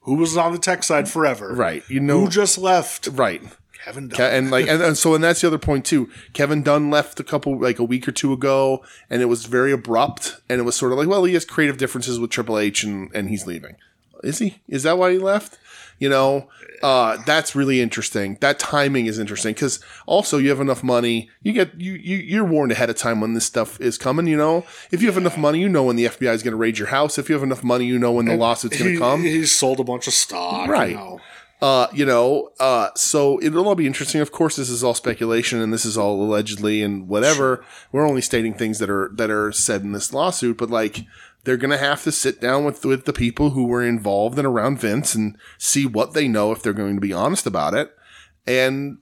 A: Who was on the tech side forever?
B: right you know
A: Who just left?
B: right
A: Kevin
B: Ke-
A: Dunn.
B: and like and, and so and that's the other point too kevin dunn left a couple like a week or two ago and it was very abrupt and it was sort of like well he has creative differences with triple h and and he's leaving is he is that why he left you know uh that's really interesting that timing is interesting because also you have enough money you get you, you you're warned ahead of time when this stuff is coming you know if you have enough money you know when the fbi is going to raid your house if you have enough money you know when the lawsuit's going
A: He-
B: to come
A: He sold a bunch of stock. you
B: Right.
A: know.
B: uh, you know, uh, so it'll all be interesting. Of course, this is all speculation, and this is all allegedly and whatever. We're only stating things that are that are said in this lawsuit, but like they're gonna have to sit down with with the people who were involved and around Vince and see what they know if they're going to be honest about it, and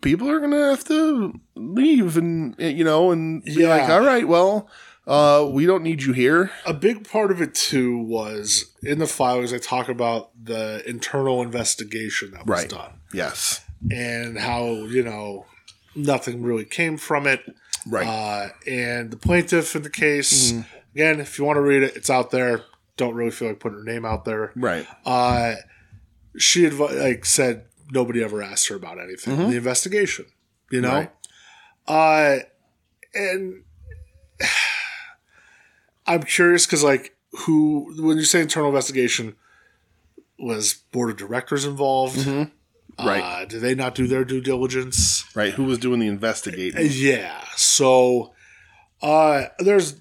B: people are gonna have to leave and eh, you know and be
A: Yeah.
B: like, all right, well, uh, we don't need you here,
A: A big part of it too was in the filings. I talk about the internal investigation that was
B: Right.
A: done
B: yes,
A: and how you know nothing really came from it.
B: right,
A: Uh, and the plaintiff in the case
B: Mm-hmm.
A: again, if you want to read it, it's out there. Don't really feel like putting her name out there.
B: right,
A: uh, she adv- like said nobody ever asked her about anything in the investigation, you know. Uh, and I'm curious because like who when you say internal investigation was board of directors involved?
B: right,
A: Uh, did they not do their due diligence?
B: right. Who was doing the investigating?
A: eh, Yeah. So uh, there's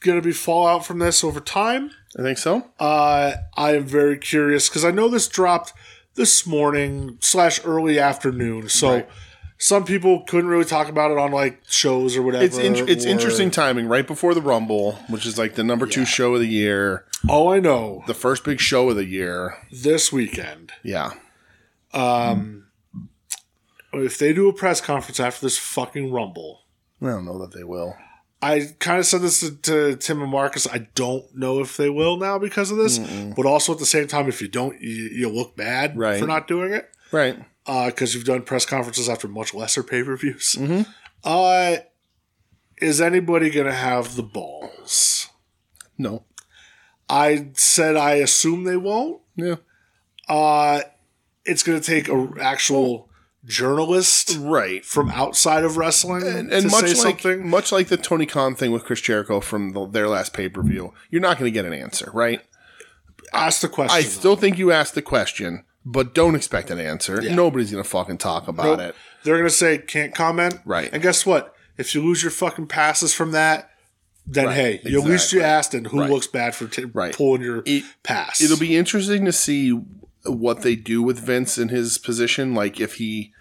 A: gonna be fallout from this over time.
B: I think so.
A: Uh, I am very curious because I know this dropped this morning slash early afternoon, so some people couldn't really talk about it on like shows or whatever.
B: It's in, it's
A: or-
B: interesting timing right before the Rumble, which is like the number two show of the year,
A: All I know
B: the first big show of the year.
A: this weekend,
B: Yeah,
A: if they do a press conference after this fucking rumble,
B: I don't know that they will.
A: I kind of said this to, to Tim and Marcus. I don't know if they will now because of this, but also at the same time, if you don't, you, you look bad
B: Right.
A: for not doing it.
B: Right.
A: because you've uh, done press conferences after much lesser pay per views.
B: Mm-hmm.
A: Uh, is anybody going to have the balls?
B: No.
A: I said I assume they won't.
B: Yeah.
A: Uh, it's going to take a actual journalist
B: right.
A: from outside of wrestling
B: And, and
A: to
B: much
A: say
B: like
A: something.
B: much like the Tony Khan thing with Chris Jericho from the, their last pay per view, you're not going to get an answer, right?
A: Ask the question.
B: I still think you asked the question, but don't expect an answer. Nobody's going to fucking talk about it.
A: They're gonna say can't comment.
B: Right.
A: And guess what? If you lose your fucking passes from that, then hey, you
B: exactly.
A: lose your ass. And who
B: Right.
A: looks bad for t-
B: Right.
A: pulling your
B: It-
A: pass?
B: It'll be interesting to see what they do with Vince in his position. Like if he,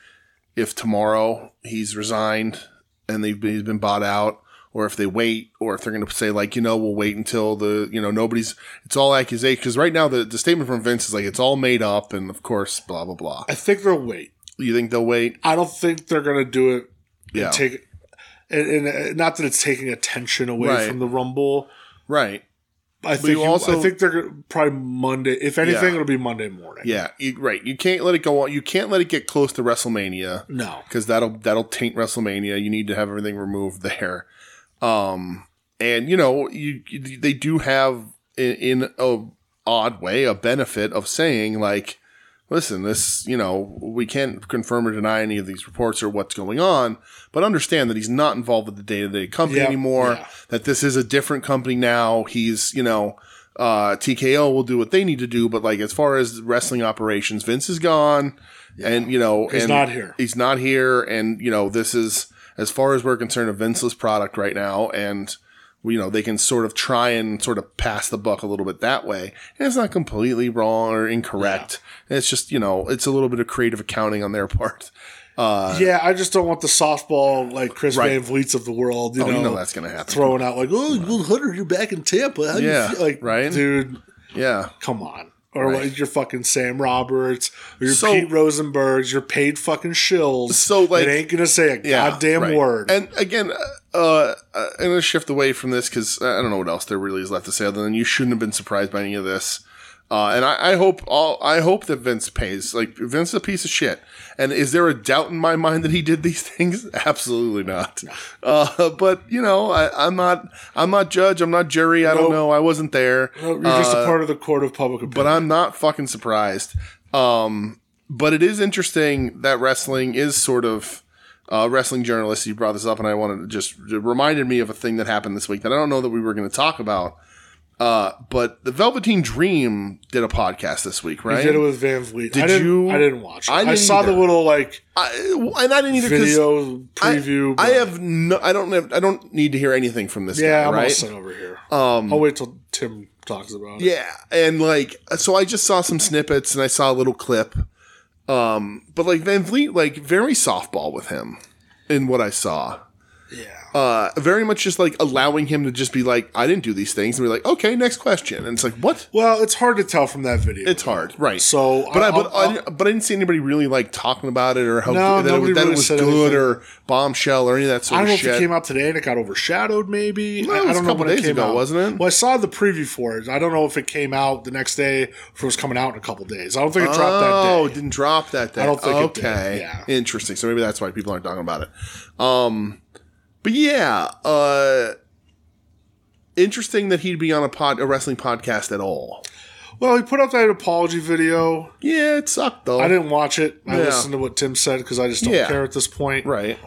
B: if tomorrow he's resigned and they've been, he's been bought out, or if they wait, or if they're going to say like you know we'll wait until the you know nobody's it's all accusation because right now the the statement from Vince is like it's all made up and of course blah blah blah.
A: I think they'll wait.
B: You think they'll wait?
A: I don't think they're gonna do it.
B: Yeah,
A: And take and, and uh, not that it's taking attention away
B: Right.
A: from the rumble.
B: right.
A: I think
B: you
A: you-
B: also-
A: I think they're gonna- probably Monday. If anything,
B: Yeah.
A: it'll be Monday morning.
B: Yeah, you, right. You can't let it go on. You can't let it get close to WrestleMania.
A: No.
B: because that'll that'll taint WrestleMania. You need to have everything removed there. Um, and you know, you, you- they do have in, in a odd way a benefit of saying like, listen, this you know we can't confirm or deny any of these reports or what's going on, but understand that he's not involved with the day to day company
A: Yeah,
B: anymore.
A: yeah.
B: That this is a different company now. He's you know. Uh, TKO will do what they need to do, but like as far as wrestling operations, Vince is gone, and you know
A: He's
B: and
A: not here.
B: He's not here, and you know this is as far as we're concerned a Vinceless product right now, and you know they can sort of try and sort of pass the buck a little bit that way, and it's not completely wrong or incorrect. It's just you know it's a little bit of creative accounting on their part. Uh,
A: Yeah, I just don't want the softball like Chris
B: Right.
A: Van Vliet's of the world. You,
B: oh,
A: know,
B: you know that's gonna happen.
A: throwing out like, "Oh, Will Hunter, you're back in Tampa." How do
B: Yeah,
A: you feel? like,
B: right?
A: dude,
B: yeah,
A: come on. Or
B: Right.
A: like you're fucking Sam Roberts, or you're
B: So-
A: Pete Rosenberg, you're paid fucking shills.
B: So, like-
A: it ain't gonna say a
B: yeah,
A: goddamn
B: right.
A: word.
B: And again, uh, uh, I'm gonna shift away from this because I don't know what else there really is left to say other than you shouldn't have been surprised by any of this. Uh, and I, I hope all I hope that Vince pays. Like Vince is a piece of shit. And is there a doubt in my mind that he did these things? Absolutely not. Uh, but you know, I, I'm not I'm not judge. I'm not jury. I don't
A: Nope.
B: know. I wasn't there.
A: No, Oh, you're just a part of the court of public opinion.
B: Uh, But I'm not fucking surprised. Um, but it is interesting that wrestling is sort of uh, wrestling journalists. You brought this up, and I wanted to just it reminded me of a thing that happened this week that I don't know that we were going to talk about. Uh, but the Velveteen Dream did a podcast this week, right?
A: I did it with Van Vliet.
B: Did
A: I didn't,
B: you-
A: I didn't watch it.
B: I
A: I,
B: didn't
A: saw
B: either.
A: the little like
B: I, and I didn't either because
A: video preview.
B: I
A: but-
B: have no, I don't have, I don't need to hear anything from this
A: yeah, I'm
B: guy,
A: all
B: right?
A: set over here. Um, I'll wait till Tim talks about it.
B: Yeah, and like so I just saw some snippets and I saw a little clip. Um, but like Van Vliet, like very softball with him in what I saw.
A: Yeah,
B: Uh, very much just like allowing him to just be like, I didn't do these things, and be like, okay, next question. And it's like, what?
A: Well, it's hard to tell from that video.
B: It's hard, right?
A: So,
B: but I,
A: I'll-
B: but I, but I didn't see anybody really like talking about it or how
A: No,
B: that,
A: nobody
B: it, that
A: really
B: it was
A: said
B: good or bombshell or any of that sort
A: I don't know
B: of
A: if it
B: shit.
A: came out today and it got overshadowed. Maybe
B: it
A: I,
B: was
A: I don't
B: a
A: know
B: couple
A: when it
B: days
A: came
B: ago,
A: out,
B: wasn't it?
A: Well, I saw the preview for it. I don't know if it came out the next day, or if it was coming out in a couple days. I don't think it dropped
B: Oh,
A: that
B: it
A: day.
B: didn't drop that day.
A: I don't think it did,
B: okay.
A: yeah.
B: Interesting. So maybe that's why people aren't talking about it. Um, but yeah, uh, interesting that he'd be on a pod, a wrestling podcast at all.
A: Well, he put up that apology video.
B: Yeah, it sucked though.
A: I didn't watch it. I
B: Yeah.
A: listened to what Tim said because I just don't
B: Yeah.
A: care at this point.
B: right.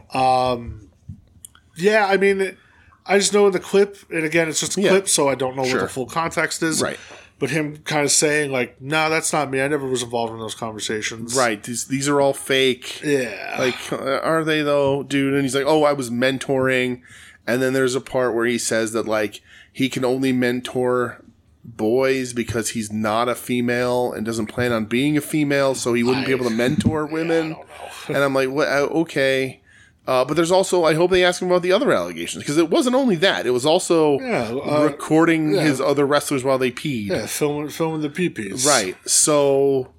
A: Yeah, I mean, it- I just know in the clip, and again, it's just a
B: Yeah.
A: clip, so I don't know
B: Sure.
A: what the full context is.
B: Right.
A: But him kind of saying like, "No, that's not me. I never was involved in those conversations."
B: Right. These these are all fake.
A: Yeah.
B: Like, uh, are they though, dude? And he's like, oh, I was mentoring. And then there's a part where he says that like he can only mentor boys because he's not a female and doesn't plan on being a female, so he wouldn't be
A: I-
B: able to mentor
A: I
B: women.
A: don't know.
B: and I'm like, what? uh, Okay. Uh, but there's also, I hope they ask him about the other allegations because it wasn't only that; it was also
A: Yeah, uh,
B: recording
A: yeah.
B: his other wrestlers while they peed.
A: Yeah, filming filming the peepees.
B: Right. So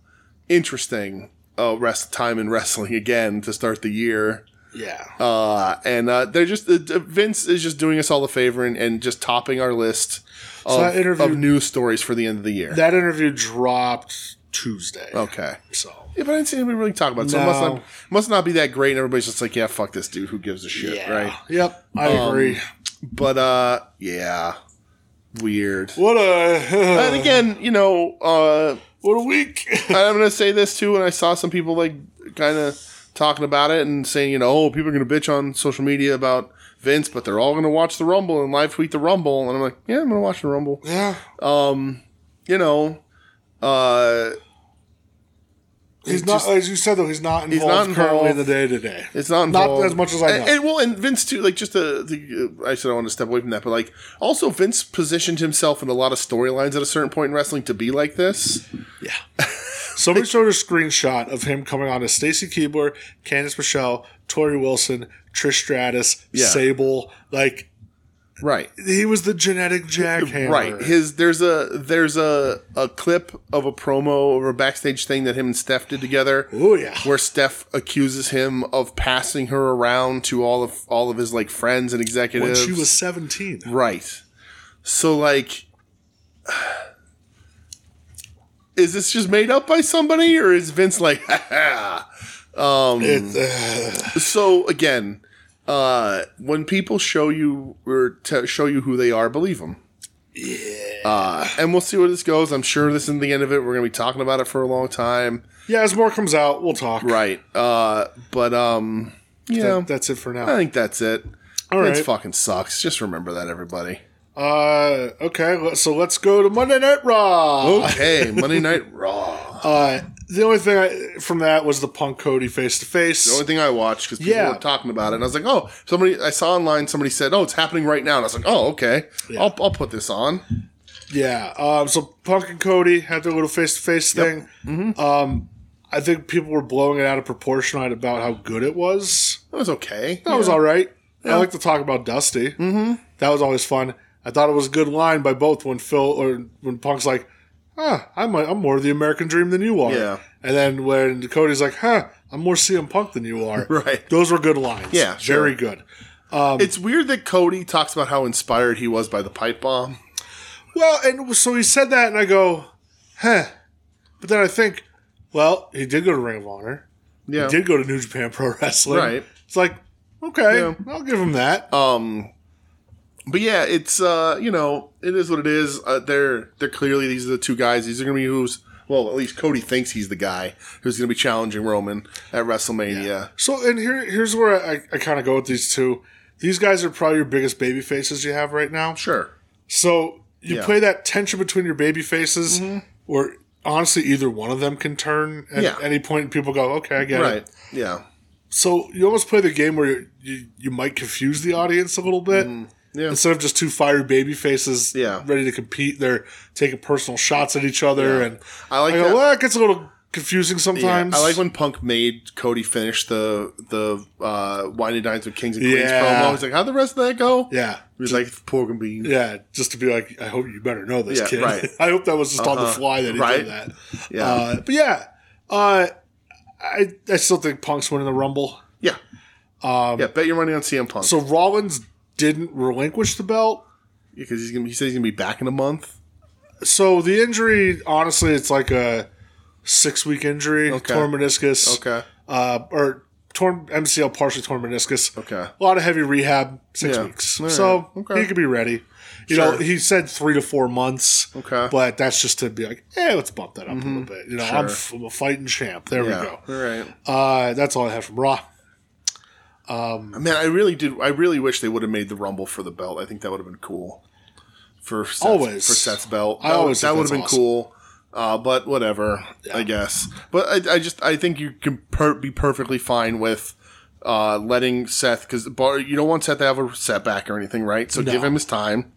B: interesting. Uh, rest time in wrestling again to start the year.
A: Yeah.
B: Uh, and uh, they're just uh, Vince is just doing us all a favor and, and just topping our list of,
A: that interview-
B: of news stories for the end of the year.
A: that interview dropped Tuesday.
B: okay.
A: So
B: Yeah, but I didn't see anybody really talk about it, so it must
A: No.
B: not, must not be that great. And everybody's just like, yeah, fuck this dude. Who gives a shit, right?
A: Yep. I
B: Um,
A: agree.
B: But uh, yeah, weird.
A: What a
B: And again, you know, uh,
A: what a week.
B: I'm gonna say this too, and I saw some people like kind of talking about it and saying, you know, oh, people are going to bitch on social media about Vince, but they're all going to watch the Rumble and live tweet the Rumble. And I'm like, yeah, I'm going to watch the Rumble.
A: Yeah.
B: You know, uh,
A: He's
B: it
A: not,
B: just-
A: as you said though, he's not involved,
B: not
A: currently in
B: involved.
A: the day to day.
B: It's not
A: Not
B: involved.
A: as much as I
B: And,
A: know.
B: and well, and Vince too. Like just the, the I said I want to step away from that, but like also Vince positioned himself in a lot of storylines at a certain point in wrestling to be like this.
A: Yeah. Somebody showed a screenshot of him coming on as Stacy Keebler, Candice Michelle, Tori Wilson, Trish Stratus,
B: Yeah.
A: Sable. Like
B: Right.
A: he was the genetic jackhammer.
B: Right. His there's a there's a a clip of a promo of a backstage thing that him and Steph did together.
A: Oh yeah.
B: Where Steph accuses him of passing her around to all of all of his like friends and
A: When
B: executives.
A: she was seventeen.
B: Right. So like is this just made up by somebody or is Vince like "Ha ha." um
A: It, uh,
B: so again uh when people show you or t- show you who they are believe them yeah uh and we'll see where this goes i'm sure this isn't the end of it we're gonna be talking about it for a long time
A: yeah, as more comes out, we'll talk.
B: right uh but um yeah
A: That- that's it for now.
B: i think that's it
A: All
B: Vince
A: right.
B: fucking sucks just remember that everybody
A: Uh, okay, let- so let's go to Monday Night Raw.
B: Okay, Monday Night Raw.
A: Uh, the only thing I, from that was the Punk Cody face to
B: the
A: face.
B: only thing I watched because people
A: Yeah.
B: were talking about it, and I was like, "Oh, somebody!" I saw online somebody said, "Oh, it's happening right now," and I was like, "Oh, okay, I'll, I'll put this on."
A: Yeah. Um, so Punk and Cody had their little face to face thing.
B: Mm-hmm.
A: Um, I think people were blowing it out of proportion right about how good it was.
B: That was okay.
A: That was all right. I like to talk about Dusty. Mm-hmm. That was always fun. I thought it was a good line by both when Phil or when Punk's like, "Huh, I'm a, I'm more the American Dream than you are."
B: Yeah.
A: And then when Cody's like, "Huh, I'm more CM Punk than you are."
B: Right.
A: Those were good lines.
B: Yeah, sure.
A: Very good.
B: It's weird that Cody talks about how inspired he was by the pipe bomb.
A: Well, and so he said that, and I go, "Huh," but then I think, well, he did go to Ring of Honor.
B: Yeah.
A: He did go to New Japan Pro Wrestling.
B: Right.
A: It's like, okay,
B: Yeah.
A: I'll give him that.
B: Um, but yeah, it's uh, you know, it is what it is. Uh, they're they're clearly these are the two guys. These are gonna be who's well, at least Cody thinks he's the guy who's gonna be challenging Roman at WrestleMania.
A: So, and here, here's where I, I kind of go with these two. These guys are probably your biggest baby faces you have right now.
B: Sure.
A: So you
B: Yeah. Mm-hmm.
A: play that tension between your baby faces, or honestly, either one of them can turn at
B: Yeah.
A: any point, and people go, "Okay, I get
B: Right.
A: it."
B: Yeah.
A: So you almost play the game where you you, you might confuse the audience a little bit.
B: Mm, Yeah.
A: Instead of just two fiery baby faces
B: Yeah.
A: ready to compete, they're taking personal shots at each other, and
B: I like
A: I go,
B: that.
A: well, it gets a little confusing
B: Yeah,
A: sometimes.
B: I like when Punk made Cody finish the the uh, wine and dines with Kings and Queens
A: Yeah.
B: promo. He's like, "How'd the rest of that go?"
A: yeah,
B: he was like, "Pork and beans."
A: Yeah, just to be like, I hope you better know this
B: Yeah,
A: kid.
B: right. Uh-huh.
A: I hope that was just on the fly that he
B: Right.
A: did that.
B: Yeah.
A: Uh, but yeah, uh, I I still think Punk's winning the Rumble.
B: yeah, yeah. Bet your money on CM Punk
A: Um, So Rollins didn't relinquish the belt.
B: because he's gonna. He said he's gonna be back in a month.
A: So the injury, honestly, it's like a six week injury,
B: Okay.
A: torn meniscus,
B: Okay,
A: uh, or torn MCL, partially torn meniscus.
B: okay.
A: A lot of heavy rehab, six
B: Yeah.
A: weeks.
B: All right.
A: So
B: Okay.
A: he could be ready. You know,
B: Sure.
A: he said three to four months.
B: Okay. Mm-hmm.
A: But that's just to be like, eh, let's bump that up a little bit. You know, I'm, f- I'm a fighting champ. There we
B: Yeah,
A: go.
B: all right.
A: Uh, that's all I have from Raw.
B: Man, I really did. I really wish they would have made the Rumble for the belt. I think that would have been cool. For Seth's,
A: Always.
B: for Seth's belt,
A: I
B: That-
A: always
B: that
A: think
B: would have
A: that's awesome.
B: been cool. Uh, but whatever, I guess. But I, I just I think you can per- be perfectly fine with uh, letting Seth because bar you don't want Seth to have a setback or anything, right? So give him his time.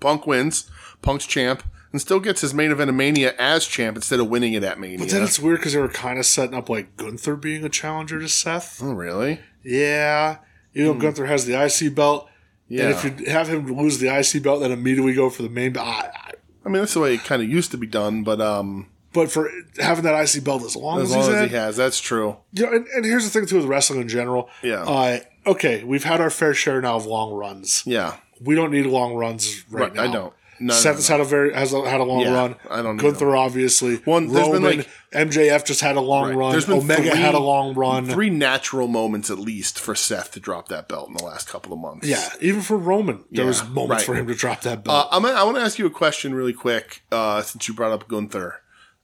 B: Punk wins. Punk's champ. And still gets his main event of Mania as champ instead of winning it at Mania.
A: Then it's weird because they were kind of setting up like Gunther being a challenger to Seth.
B: oh, really?
A: Yeah. You know, Gunther has the IC belt.
B: Hmm. Yeah.
A: And if you have him lose the IC belt, then immediately go for the main belt. I, I,
B: I mean, that's the way it kind of used to be done, but um,
A: but for having that IC belt as long as,
B: as long
A: he's
B: as
A: in,
B: he has, that's true.
A: you know, and, and here's the thing too with wrestling in general.
B: Yeah.
A: Uh, okay, we've had our fair share now of long runs.
B: Yeah.
A: We don't need long runs right,
B: Right,
A: now.
B: I don't. No, no,
A: Seth's had a very has a, had a long
B: Yeah,
A: run.
B: I don't need
A: Gunther obviously.
B: One- there's been,
A: Roman,
B: like-
A: MJF just had a long
B: Right.
A: run.
B: There's been
A: Omega
B: three-
A: had a long run.
B: Three natural moments at least for Seth to drop that belt in the last couple of months.
A: yeah, even for Roman, there was moments
B: right.
A: for him to drop that
B: Uh,
A: belt.
B: I'm, I want to ask you a question really quick uh, since you brought up Gunther.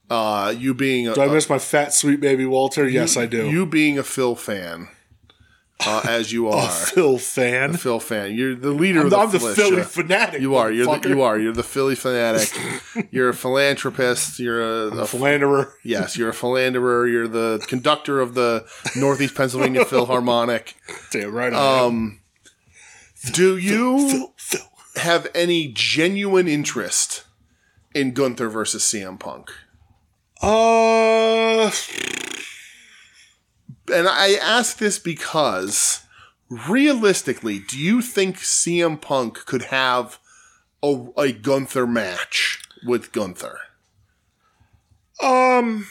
B: Uh, you being a,
A: Do I miss my fat, sweet baby Walter? Yes, I do.
B: you being a Phil fan, uh, as you
A: a
B: are,
A: Oh, Phil fan.
B: Phil fan. You're the leader
A: I'm
B: of
A: the,
B: the,
A: I'm the
B: militia.
A: Philly fanatic.
B: You are. You're
A: motherfucker.
B: the, you are. You're the Philly fanatic. you're a philanthropist. You're a, a
A: Philanderer.
B: yes. You're a philanderer. You're the conductor of the Northeast Pennsylvania Philharmonic.
A: Damn right. I am.
B: Um, Do you
A: Phil, Phil.
B: have any genuine interest in Gunther versus CM Punk?
A: Uh,
B: And I ask this because realistically, do you think CM Punk could have a, a Gunther match with Gunther?
A: um,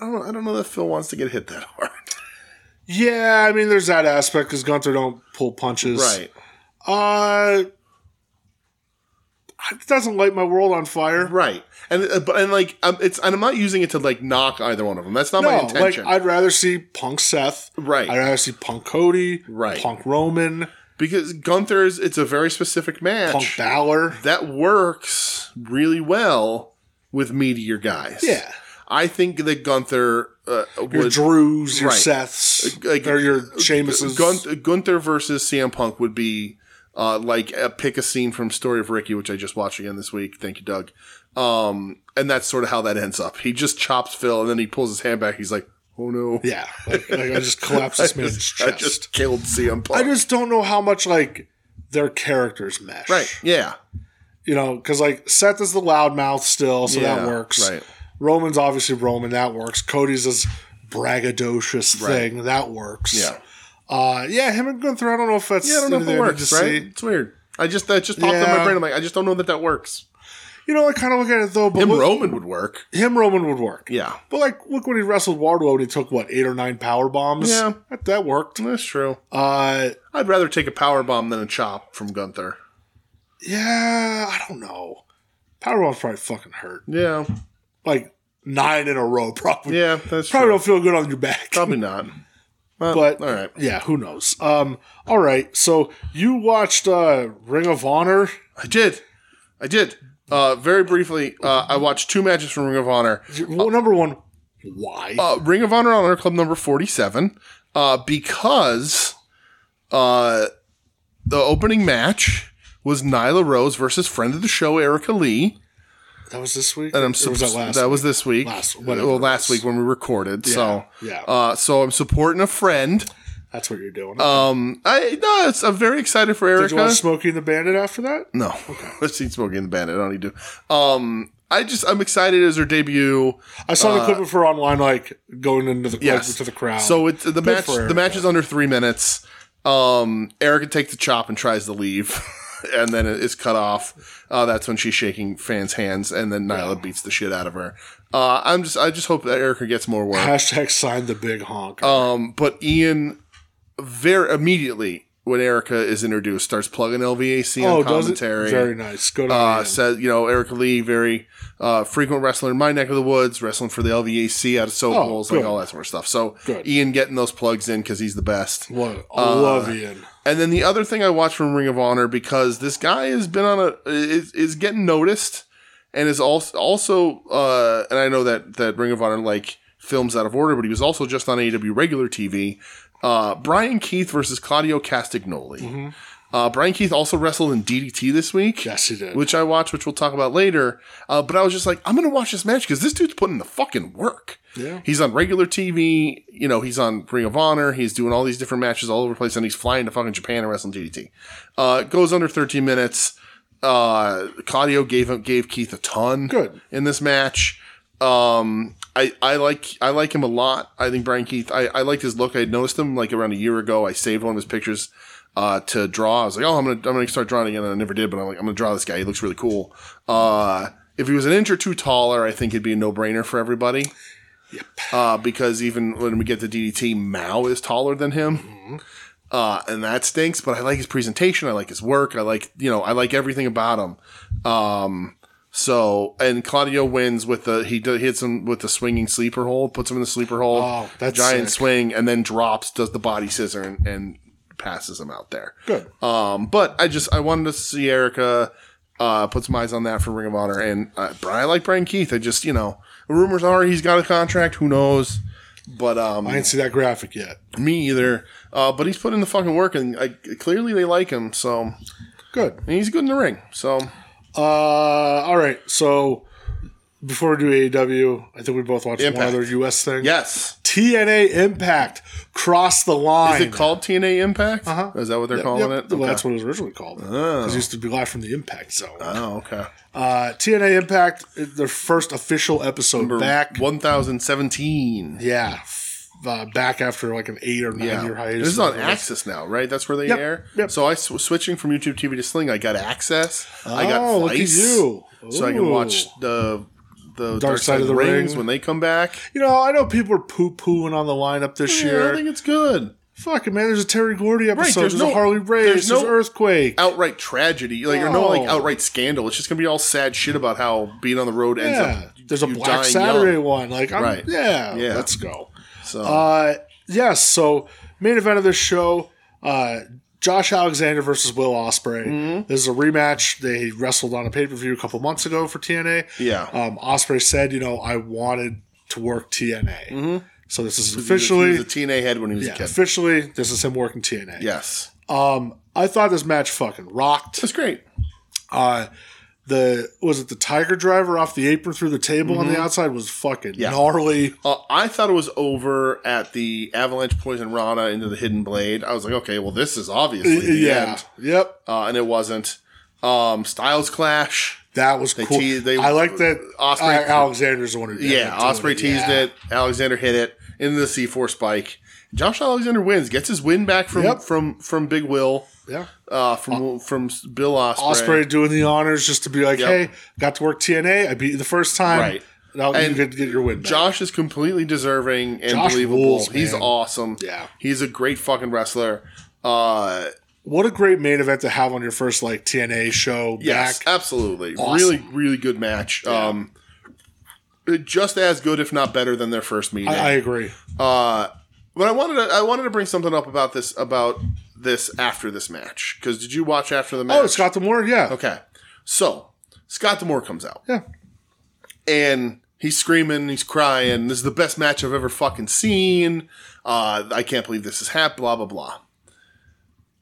B: I don't, I don't know that Phil wants to get hit that hard.
A: yeah. I mean, there's that aspect because Gunther don't pull punches.
B: Right.
A: Uh, it doesn't light my world on fire.
B: Right. And uh, but and like um, it's and I'm not using it to like knock either one of them. That's not my
A: No, like
B: intention.
A: I'd rather see Punk Seth.
B: Right.
A: I'd rather see Punk Cody.
B: Right.
A: Punk Roman.
B: because Gunther's it's a very specific match.
A: Punk Balor.
B: that works really well with meteor guys.
A: Yeah.
B: I think that Gunther uh,
A: Your
B: would
A: Drews. Your
B: right.
A: Seths.
B: Like, uh,
A: or your Sheamuses.
B: Gun- Gunther versus CM Punk would be uh, like a pick a scene from Story of Ricky, which I just watched again this week. Thank you, Doug. Um, and that's sort of how that ends up. He just chops Phil, and then he pulls his hand back. He's like, "Oh no,
A: yeah. Like, like, I just collapsed this man's
B: I
A: chest.
B: just killed CM Punk."
A: I just don't know how much like their characters mesh.
B: right, yeah,
A: You know, because like Seth is the loudmouth still, so
B: Yeah,
A: that works.
B: Right,
A: Roman's obviously Roman, that works. Cody's this braggadocious
B: Right.
A: thing, that works.
B: yeah,
A: Uh, yeah, him and Gunther, I don't know if that's
B: yeah. I don't know if
A: anything
B: it
A: I need
B: works.
A: to
B: Right,
A: see.
B: it's weird. I just that just popped in my
A: Yeah.
B: brain. I'm like, I just don't know that that works.
A: You know, I kind of look at it though, but
B: Him
A: look-
B: Roman would work.
A: him Roman would work.
B: Yeah,
A: But like, look when he wrestled Wardlow and he took what eight or nine power bombs.
B: Yeah.
A: that, that worked.
B: that's true.
A: Uh,
B: I'd rather take a power bomb than a chop from Gunther.
A: yeah, I don't know. Power bombs probably fucking hurt.
B: Yeah,
A: Like nine in a row, probably.
B: yeah, that's
A: probably
B: true.
A: don't feel good on your back.
B: Probably not. Well,
A: But-
B: all right,
A: Yeah, who knows? Um, all right. So you watched uh, Ring of Honor.
B: I did, I did. Uh, very briefly, uh, I watched two matches from Ring of Honor.
A: Well, number one, why?
B: Uh, Ring of Honor Honor Club number forty-seven, uh, because uh, the opening match was Nyla Rose versus friend of the show Erica Lee,
A: that was this week.
B: and I'm
A: or was that last?
B: that was this week. Uh,
A: Last- whatever
B: well,
A: it
B: last week when we recorded. So
A: yeah.
B: Uh, so I'm supporting a friend.
A: That's what you're doing.
B: Um, I no, it's, I'm very excited for Erica.
A: Did you watch Smokey and the Bandit after that?
B: No, I've seen Smokey and the Bandit. I don't need to. Um, I just I'm excited as her debut.
A: I saw the clip of her online, like going into the
B: Uh, Yes,
A: to the crowd.
B: So it's the match.
A: Oh, for
B: The
A: Erica.
B: match is under three minutes. Um, Erica takes the chop and tries to leave, and then it is cut off. Uh, that's when she's shaking fans' hands, and then Nyla beats the shit out of her. Uh, I'm just I just hope that Erica gets more work.
A: hashtag sign the big honk.
B: Um, but Ian, very immediately when Erica is introduced, starts plugging LVAC on
A: oh, does it?
B: commentary.
A: Very nice. Good
B: uh,
A: on you.
B: said, you know, Erica Lee, very uh, frequent wrestler in my neck of the woods, wrestling for the LVAC out of Soap Bowls, like
A: Oh, good.
B: all that sort of stuff. So
A: Good.
B: Ian getting those plugs in because he's the best.
A: What? I
B: uh,
A: love Ian.
B: And then the other thing I watched from Ring of Honor because this guy has been on a is, is getting noticed and is also also uh, and I know that that Ring of Honor like films out of order, but he was also just on AEW regular TV. Uh, Brian Keith versus Claudio Castagnoli. Uh, Brian Keith also wrestled in DDT this week
A: Yes, he did.
B: which I watched, which we'll talk about later. Uh, but I was just like, I'm gonna watch this match because this dude's putting the fucking work.
A: Yeah.
B: he's on regular TV. You know, he's on Ring of Honor. He's doing all these different matches all over the place, and he's flying to fucking Japan and wrestling DDT. Uh, it goes under 13 minutes. Uh, Claudio gave him gave Keith a ton.
A: Good.
B: in this match. Um, I, I like I like him a lot. I think Brian Keith. I, I liked his look. I had noticed him like around a year ago. I saved one of his pictures uh, to draw. I was like, oh, I'm gonna I'm gonna start drawing again. And I never did, but I'm like, I'm gonna draw this guy. He looks really cool. Uh, if he was an inch or two taller, I think it'd be a no brainer for everybody. Yep. Uh, because even when we get to DDT, Mao is taller than him. Uh, and that stinks, but I like his presentation. I like his work. I like, you know, I like everything about him. Um, so and Claudio wins with the he d- hits him with the swinging sleeper hold, puts him in the sleeper hold,
A: Oh, that's
B: giant
A: sick.
B: swing, and then drops, does the body scissor, and, and passes him out there.
A: Good.
B: Um, but I just I wanted to see Erica Uh, put some eyes on that for Ring of Honor. And uh, I like Brian Keith. I just, you know, rumors are he's got a contract. Who knows? But um,
A: I didn't see that graphic yet.
B: me either. Uh, but he's put in the fucking work, and I, clearly they like him. So
A: Good.
B: and he's good in the ring. So
A: Uh, all right. So before we do AEW, I think we both watched
B: Impact.
A: one other US thing.
B: yes,
A: TNA Impact cross the
B: is
A: line.
B: it called TNA Impact? Uh-huh. Is that what they're calling
A: Yep,
B: it?
A: well, That's what it was originally called. It used to be live from the Impact Zone.
B: oh, okay.
A: Uh, TNA Impact, their first official episode back.
B: one thousand seventeen.
A: Yeah, f- uh, back after like an eight or nine
B: Yeah,
A: year hiatus.
B: this is on Access now, right? That's where they
A: Yep,
B: air.
A: yep.
B: So I sw- switching from YouTube TV to Sling. I got Access. I
A: Oh,
B: got
A: look at
B: Vice,
A: you.
B: so I can
A: Ooh.
B: watch the the Dark,
A: Side of the
B: Rings
A: Ring.
B: when they come back.
A: You know, I know people are poo pooing on the lineup this
B: Yeah, I
A: year.
B: think it's good.
A: Fucking man, there's a Terry Gordy episode.
B: there's
A: there's
B: no-
A: a Harley Race.
B: there's
A: There's,
B: no-
A: an earthquake.
B: outright tragedy, like or no like
A: No. Mm.
B: outright scandal. It's just gonna be all sad shit about how being on the road ends
A: Yeah,
B: up.
A: there's a
B: you
A: Black
B: dying
A: Saturday
B: young.
A: one. Like, I'm,
B: Right.
A: yeah,
B: Yeah.
A: let's go.
B: So
A: Uh, yes. So main event of this show: uh, Josh Alexander versus Will Osprey.
B: Mm-hmm.
A: This is a rematch. They wrestled on a pay per view a couple months ago for TNA.
B: yeah,
A: Um, Osprey said, "You know, I wanted to work TNA, so this is
B: Mm-hmm. he
A: officially."
B: was a TNA head when he was
A: yeah,
B: a kid.
A: officially, this is him working TNA.
B: Yes,
A: Um, I thought this match fucking rocked.
B: that's great.
A: Uh, the was it the Tiger Driver off the apron through the table on
B: Mm-hmm.
A: the outside was fucking gnarly.
B: Uh, I thought it was over at the Avalanche Poison Rana into the Hidden Blade. I was like, okay, well, this is obviously the
A: Yeah,
B: end,
A: yep,
B: uh, and it wasn't. Um, Styles clash.
A: that was cool.
B: teased- they-
A: I like that.
B: Osprey-
A: uh, Alexander's the one who did
B: Yeah,
A: it, doing
B: Osprey teased
A: Yeah.
B: it. Alexander hit it into the C four spike. Josh Alexander wins, gets his win back from
A: Yep.
B: from from Big Will.
A: Yeah,
B: uh, from from Bill Osprey.
A: Osprey doing the honors just to be like,
B: Yep.
A: hey, got to work TNA. I beat you the first time.
B: Right.
A: Now
B: And
A: you get get your win. back.
B: Josh is completely deserving and
A: Josh
B: believable.
A: rules,
B: He's
A: man.
B: awesome.
A: Yeah.
B: he's a great fucking wrestler. Uh,
A: What a great main event to have on your first like TNA show
B: yes,
A: back.
B: absolutely.
A: Awesome.
B: Really, really good match. Um, just as good, if not better, than their first meeting.
A: I, I agree.
B: Uh, but I wanted to I wanted to bring something up about this about this after this match because did you watch after the match?
A: Oh, Scott Demore, yeah.
B: Okay, so Scott Demore comes out.
A: Yeah.
B: and he's screaming, he's crying. This is the best match I've ever fucking seen. Uh, I can't believe this is happening. Blah blah blah.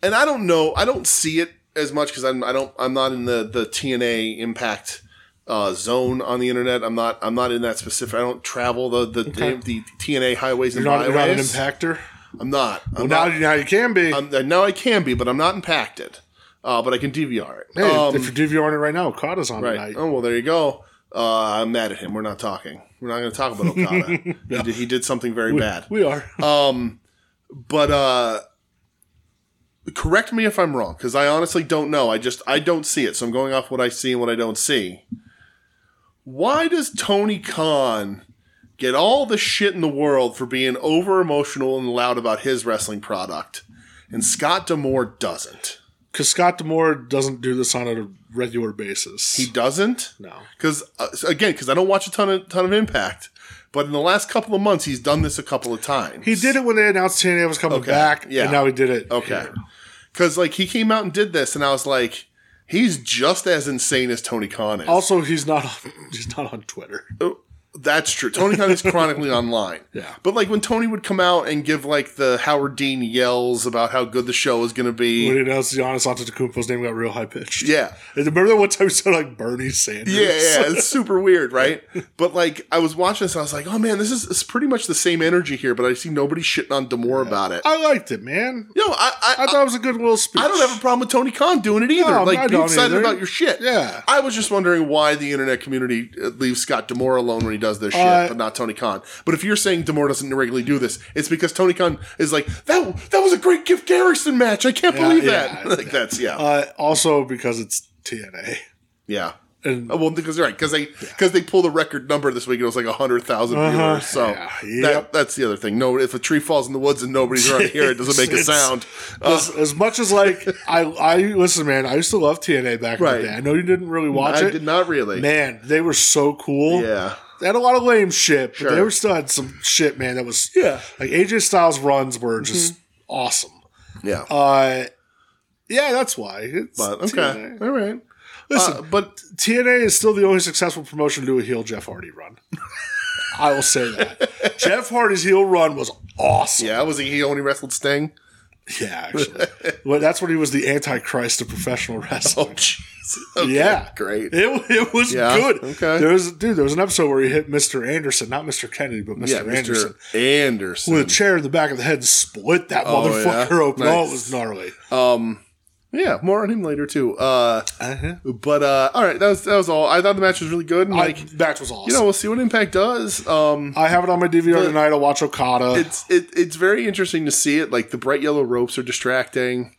B: And I don't know. I don't see it as much because I'm I don't I'm not in the the TNA Impact uh, zone on the internet. I'm not I'm not in that specific. I don't travel the the, the, TNA highways and
A: You're not, you're not an
B: byways.
A: impactor.
B: I'm not.
A: Well,
B: I'm not.
A: now, you- now you can be.
B: I'm, uh, now I can be, but I'm not impacted. Uh, but I can DVR it.
A: hey,
B: Um,
A: if you're DVRing it right now, Okada's on
B: Right.
A: tonight.
B: Oh well, there you go. Uh, I'm mad at him. We're not talking. We're not going to talk about Okada. he, did, he did something very bad. Uh,
A: We are.
B: But uh, correct me if I'm wrong, because I honestly don't know. I just I don't see it, so I'm going off what I see and what I don't see. Why does Tony Khan get all the shit in the world for being over emotional and loud about his wrestling product, and Scott Demore doesn't?
A: Because Scott Demore doesn't do this on a regular basis.
B: He doesn't.
A: no.
B: because uh, again, because I don't watch a ton of ton of Impact, but in the last couple of months, he's done this a couple of times.
A: He did it when they announced TNA was coming back,
B: yeah.
A: and now he did it.
B: okay,
A: here.
B: because like he came out and did this, and I was like, he's just as insane as Tony Khan is.
A: Also, he's not on, he's not on Twitter.
B: That's true. Tony Khan is chronically online.
A: Yeah.
B: but like when Tony would come out and give like the Howard Dean yells about how good the show is going to be.
A: When he announced Giannis Antetokounmpo's name got real high pitched.
B: yeah,
A: And remember that one time he sounded like Bernie Sanders?
B: Yeah, yeah, it's super weird, right? But like, I was watching this, and I was like, "Oh man, this is it's pretty much the same energy here." But I see nobody shitting on Demore about it.
A: I liked it, man.
B: No, I, I,
A: I thought it was a good little speech.
B: I don't have a problem with Tony Khan doing it either.
A: No,
B: like,
A: I
B: be
A: don't
B: excited
A: either.
B: about your shit.
A: Yeah.
B: I was just wondering why the internet community uh, leaves Scott Demore alone when he does this shit,
A: Uh,
B: but not Tony Khan. But if you're saying Demore doesn't regularly do this, it's because Tony Khan is like that. That was a great Gift Garrison match. I can't believe
A: yeah,
B: that. like that's yeah,
A: Uh, also, because it's TNA.
B: yeah.
A: And
B: Oh, well, because right, because they because they pulled a record number this week. It was like hundred thousand
A: Uh-huh.
B: viewers. So
A: Yeah.
B: that,
A: Yep.
B: that's the other thing. No, if a tree falls in the woods and nobody's around here, it doesn't make a
A: It's-
B: sound. uh.
A: as, as much as like I, I listen, man, I used to love TNA back
B: Right.
A: in the day. I know you didn't really watch
B: I
A: it.
B: did not really.
A: Man, they were so cool.
B: Yeah.
A: They had a lot of lame shit, but they
B: Sure.
A: were still had some shit, man, that was
B: Yeah. Mm-hmm.
A: like AJ Styles runs were just awesome.
B: Yeah.
A: Uh yeah, that's why. It's
B: But okay,
A: TNA.
B: all right.
A: Listen,
B: Uh, but
A: TNA is still the only successful promotion to do a heel Jeff Hardy run. I will say that. Jeff Hardy's heel run was awesome.
B: yeah, was he, he only wrestled Sting?
A: Yeah, actually. well, that's when he was the antichrist of professional wrestling.
B: Oh, jeez. Okay,
A: yeah.
B: Great.
A: It, it was
B: Yeah,
A: good.
B: okay.
A: There was dude, there was an episode where he hit Mr. Anderson, not Mr. Kennedy, but Mr.
B: yeah,
A: Anderson.
B: Mr. Anderson.
A: With a chair in the back of the head and split that motherfucker
B: yeah?
A: open. Oh, it
B: Nice.
A: was gnarly.
B: Um, yeah, more on him later too. Uh,
A: Uh-huh.
B: but uh, all right, that was that was all. I thought the match was really good. And, like
A: Like that was awesome.
B: you know, we'll see what Impact does. Um,
A: I have it on my DVR tonight. I'll watch Okada.
B: it's it, it's very interesting to see it. Like the bright yellow ropes are distracting,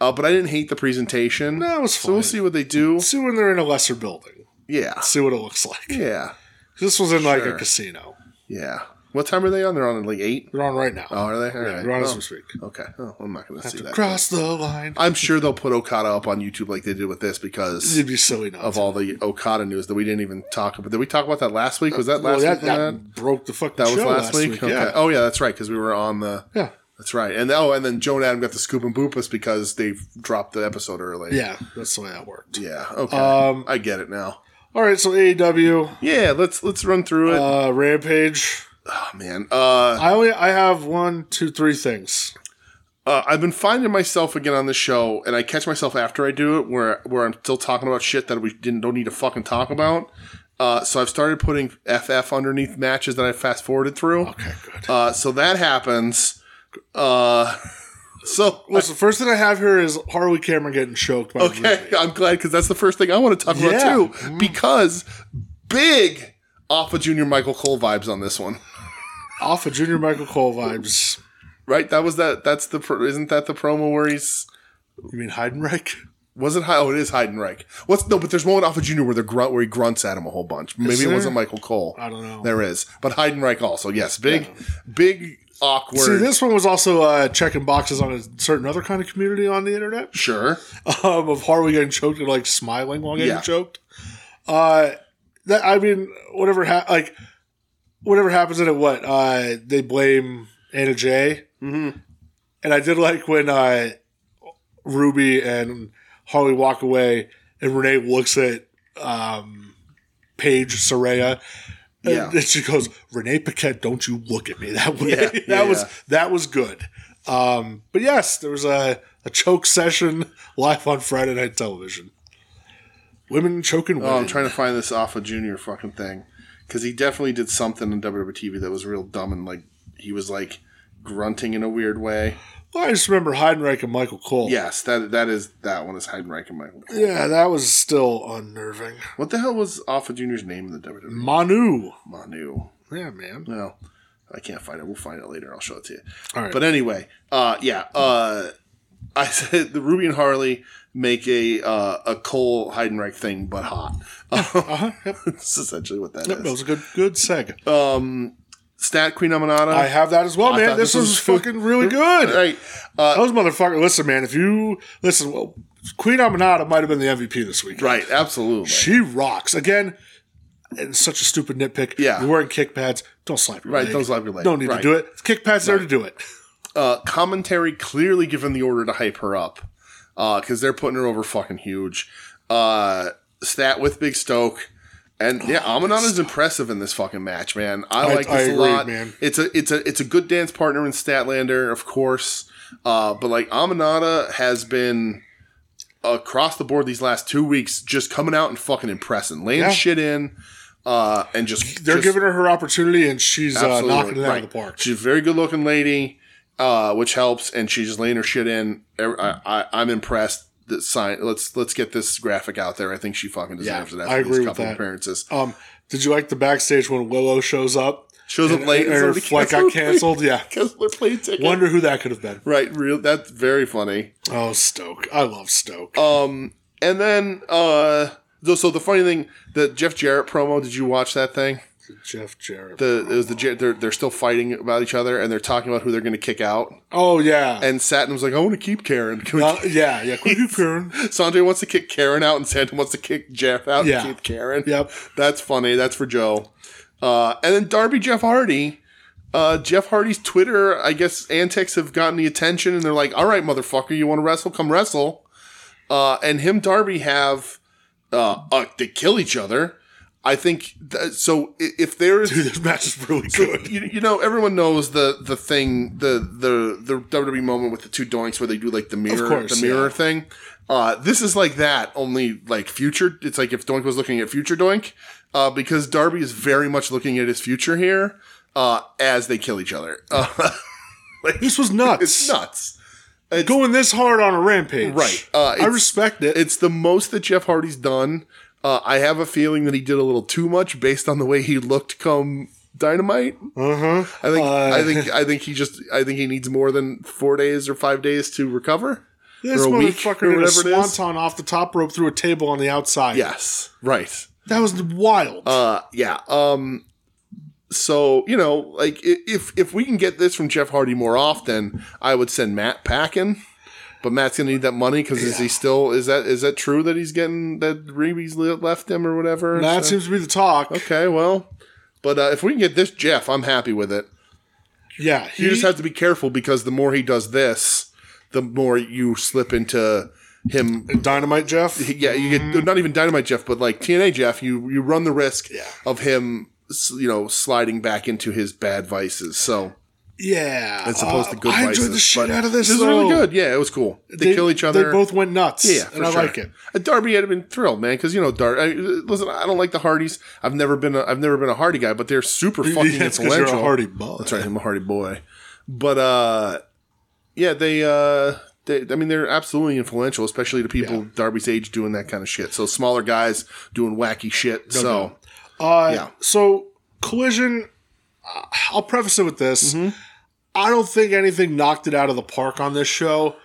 B: uh, but I didn't hate the presentation.
A: No, it was
B: so we'll
A: fine.
B: see what they do.
A: see when they're in a lesser building.
B: Yeah,
A: See what it looks like.
B: yeah,
A: This was in like a
B: Sure.
A: casino.
B: yeah. What time are they on? They're on at like eight.
A: They're on right now.
B: Oh, are they? All right.
A: They're on as
B: Oh,
A: we speak.
B: okay. Oh, I'm not gonna see that.
A: Cross the line.
B: I'm sure they'll put Okada up on YouTube like they did with this because
A: It'd be silly not.
B: of
A: to.
B: all the Okada news that we didn't even talk about. Did we talk about that last week? Was that
A: Uh, Well,
B: last
A: that,
B: week? we had?
A: that broke the fucking
B: That was
A: show
B: last, week. Okay.
A: Yeah.
B: Oh yeah, that's right. Because we were on the.
A: yeah.
B: That's right. And oh, and then Joan Adam got the scoop and boopus because they dropped the episode early.
A: Yeah. That's the way that worked.
B: Yeah. Okay.
A: Um,
B: I get it now.
A: All right. So AEW,
B: Yeah. Let's let's run through it.
A: uh, Rampage.
B: oh man. Uh,
A: I only I have one, two, three things.
B: uh, I've been finding myself again on this show, and I catch myself after I do it, where where I'm still talking about shit that we didn't don't need to fucking talk about. Uh, so I've started putting FF underneath matches that I fast forwarded through.
A: Okay. Oh, Good.
B: Uh, so that happens. Uh, so
A: Well, so the first thing I have here is Harley Cameron getting choked by
B: Okay, I'm glad because that's the first thing I want to talk about
A: Yeah. Mm-hmm.
B: too. Because big Alpha Junior Michael Cole vibes on this one,
A: off of Junior Michael Cole vibes.
B: right? That was that. That's the pro- isn't that the promo where he's
A: You mean Heidenreich?
B: was it? Hei- Oh, it is Heidenreich. What's no? But there's one with Alpha Junior where the grunt where he grunts at him a whole bunch. Maybe it
A: there?
B: wasn't Michael Cole.
A: I don't know.
B: There is, but Heidenreich also yes, big, big awkward.
A: See, this one was also uh, checking boxes on a certain other kind of community on the internet
B: sure,
A: um, of Harley getting choked and like smiling while getting
B: Yeah.
A: choked. Uh, that I mean, whatever ha- like whatever happens in it, what uh, they blame Anna Jay,
B: Mm-hmm.
A: and I did like when uh, Ruby and Harley walk away, and Renee looks at um, Paige Soraya. And
B: Yeah.
A: then she goes, Renee Paquette, don't you look at me that way.
B: Yeah,
A: that
B: yeah,
A: was
B: yeah.
A: that was good. Um, but yes, there was a, a choke session live on Friday night television. Women choking women.
B: Oh, I'm trying to find this Alpha Junior fucking thing because he definitely did something on WWE TV that was real dumb and like he was like grunting in a weird way.
A: well, I just remember Heidenreich and Michael Cole.
B: Yes, that that is that one is Heidenreich and Michael. Cole.
A: Yeah, that was still unnerving.
B: What the hell was Alpha Junior's name in the WWE?
A: Manu.
B: Manu.
A: Yeah, man.
B: Well, I can't find it. We'll find it later. I'll show it to you.
A: All right.
B: But anyway, uh, yeah, uh, I said the Ruby and Harley make a uh, a Cole Heidenreich thing, but hot.
A: uh-huh. Yep.
B: That's essentially what that is.
A: Yep, that was a good good seg.
B: Stat Queen Amanada.
A: I have that as well,
B: Uh, I
A: man.
B: thought
A: This,
B: this
A: was,
B: was-
A: fucking really good.
B: right. Uh,
A: Those motherfuckers. Listen, man. If you listen, well, Queen Aminata might have been the MVP this week.
B: Right, absolutely.
A: She rocks again. And such a stupid nitpick.
B: Yeah.
A: you're wearing kick pads. Don't slap your
B: Right,
A: leg.
B: don't slap your leg.
A: Don't need to
B: Right.
A: do it. Kick pads there to do it.
B: Uh, commentary clearly given the order to hype her up because they're putting her over fucking huge. Uh, stat with Big Stoke. And yeah, Amanada's impressive in this fucking match, man. I,
A: Oh, I-
B: like
A: I
B: this a
A: agree,
B: lot.
A: man.
B: It's a it's a it's a good dance partner in Statlander, of course. Uh, but like Amanada has been across the board these last two weeks, just coming out and fucking impressing, laying
A: Yeah.
B: shit in, uh, and just
A: They're
B: just-
A: giving her her opportunity, and she's uh,
B: Absolutely,
A: knocking it out
B: right.
A: of the park.
B: She's a very good looking lady, uh, which helps, and she's just laying her shit in. Every- I, I, I'm impressed. That sign. Let's let's get this graphic out there. I think she fucking deserves
A: Yeah,
B: it.
A: I
B: After
A: agree
B: these
A: with
B: couple
A: that.
B: appearances.
A: Um, did you like the backstage when Willow shows up?
B: Shows up
A: And-
B: late.
A: and
B: and
A: her
B: somebody
A: flight got
B: cancels her plane-
A: canceled. Yeah,
B: cancels her plane ticket.
A: wonder who that could have been.
B: Right. Real. That's very funny.
A: Oh, Stoke. I love Stoke.
B: Um. And then uh. So, so the funny thing, the Jeff Jarrett promo. Did you watch that thing?
A: Jeff Jarrett.
B: The it was the Jar- they're they're still fighting about each other and they're talking about who they're going to kick out.
A: oh yeah.
B: And Satin's like, I want to keep Karen. Can we
A: Uh, yeah, yeah. Could you Karen?
B: Sanjay wants to kick Karen out, and Santa wants to kick Jeff out
A: Yeah.
B: and keep Karen.
A: Yep.
B: That's funny. That's for Joe. Uh, and then Darby Jeff Hardy. Uh, Jeff Hardy's Twitter, I guess, antics have gotten the attention, and they're like, all right, motherfucker, you want to wrestle? Come wrestle. Uh, and him, Darby, have uh, uh, to kill each other. I think that, so. i- If there is
A: Dude, this match is really good.
B: you, you know, everyone knows the the thing, the the the WWE moment with the two doinks where they do like the mirror,
A: course,
B: the mirror
A: yeah.
B: thing. Uh, this is like that, only like future. It's like if Doink was looking at future Doink, uh, because Darby is very much looking at his future here uh, as they kill each other. Uh,
A: This was nuts.
B: it's nuts.
A: Going this hard on a rampage.
B: Right. Uh,
A: I
B: it's-
A: respect it.
B: It's the most that Jeff Hardy's done. Uh, I have a feeling that he did a little too much based on the way he looked come Dynamite.
A: Uh huh.
B: I think
A: Uh,
B: I think I think he just I think he needs more than four days or five days to recover.
A: This
B: or a week,
A: motherfucker
B: or
A: did a
B: whatever it is.
A: swanton off the top rope through a table on the outside.
B: Yes, right.
A: That was wild.
B: Uh, yeah. Um, so you know, like i- if if we can get this from Jeff Hardy more often, I would send Matt packing. But Matt's gonna need that money because is he still is that is that true that he's getting that Reeves le- left him or whatever?
A: that
B: So-
A: seems to be the talk.
B: okay. Well, but uh, if we can get this Jeff, I'm happy with it.
A: Yeah. He,
B: you just have to be careful because the more he does this, the more you slip into him.
A: Dynamite Jeff.
B: Yeah, you
A: Mm.
B: get not even dynamite Jeff, but like TNA Jeff. You you run the risk
A: Yeah.
B: of him, s- you know, sliding back into his bad vices. So
A: yeah.
B: as opposed to
A: Uh,
B: good
A: I
B: vices,
A: enjoyed the shit
B: but
A: out of this.
B: This is
A: though.
B: really good. Yeah, it was cool. They, kill each other.
A: They both went nuts.
B: Yeah,
A: and
B: for
A: I
B: sure.
A: like it.
B: Uh, Darby had been thrilled, man, because you know, Darby. I, listen, I don't like the Hardys. I've never been. A, I've never been a Hardy guy, but they're super fucking
A: That's 'cause
B: influential.
A: you're a Hardy ball.
B: That's right, I'm a Hardy boy. But uh yeah, they uh they, I mean they're absolutely influential, especially to people Darby's age doing that kind of shit. So smaller guys doing wacky shit. so
A: Uh,
B: Yeah.
A: So collision. uh, I'll preface it with this:
B: Mm-hmm.
A: I don't think anything knocked it out of the park on this show,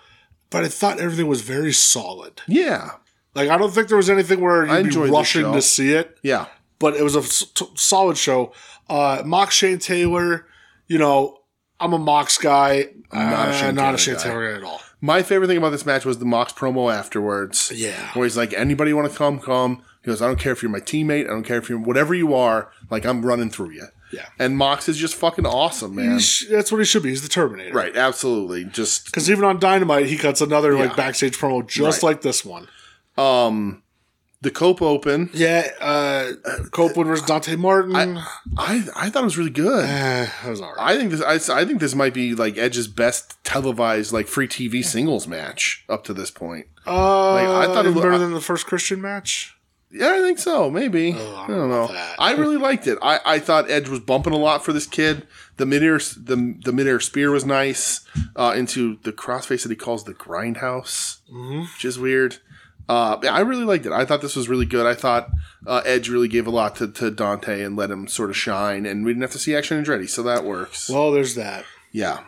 A: but I thought everything was very solid.
B: yeah.
A: Like I don't think there was anything where you'd be
B: enjoyed this
A: rushing
B: show.
A: to see it,
B: Yeah.
A: but it was a s- t- solid show. Uh, Mox Shane Taylor, you know, I'm a Mox guy,
B: not
A: uh,
B: a Shane
A: not a
B: Taylor
A: Shane
B: guy.
A: Taylor guy at all.
B: My favorite thing about this match was the Mox promo afterwards.
A: Yeah.
B: Where he's like, anybody want to come, come. He goes, I don't care if you're my teammate. I don't care if you're whatever you are. Like, I'm running through you.
A: Yeah.
B: And Mox is just fucking awesome, man.
A: He sh- That's what he should be. He's the Terminator,
B: Right. Absolutely. Just
A: Because even on Dynamite, he cuts another like
B: Yeah.
A: backstage promo just
B: Right.
A: like this one.
B: the Cope Open.
A: Yeah, uh, Copeland versus Dante Martin.
B: I, I thought it was really good.
A: Eh, that was all right.
B: I think this. I, I think this might be like Edge's best televised like free TV singles match up to this point.
A: Uh,
B: I thought it
A: even
B: loo-
A: better
B: I-
A: than the first Christian match.
B: Yeah, I think so. Maybe
A: Oh, I
B: I
A: don't
B: don't
A: know
B: know.
A: about that.
B: I really liked it. I, I thought Edge was bumping a lot for this kid. The midair s- the the midair spear was nice uh, into the crossface that he calls the grindhouse,
A: Mm-hmm.
B: which is weird. Uh, yeah, I really liked it. I thought this was really good. I thought uh, Edge really gave a lot to, to Dante and let him sort of shine, and we didn't have to see action and ready, so that works.
A: Well, there's that.
B: yeah.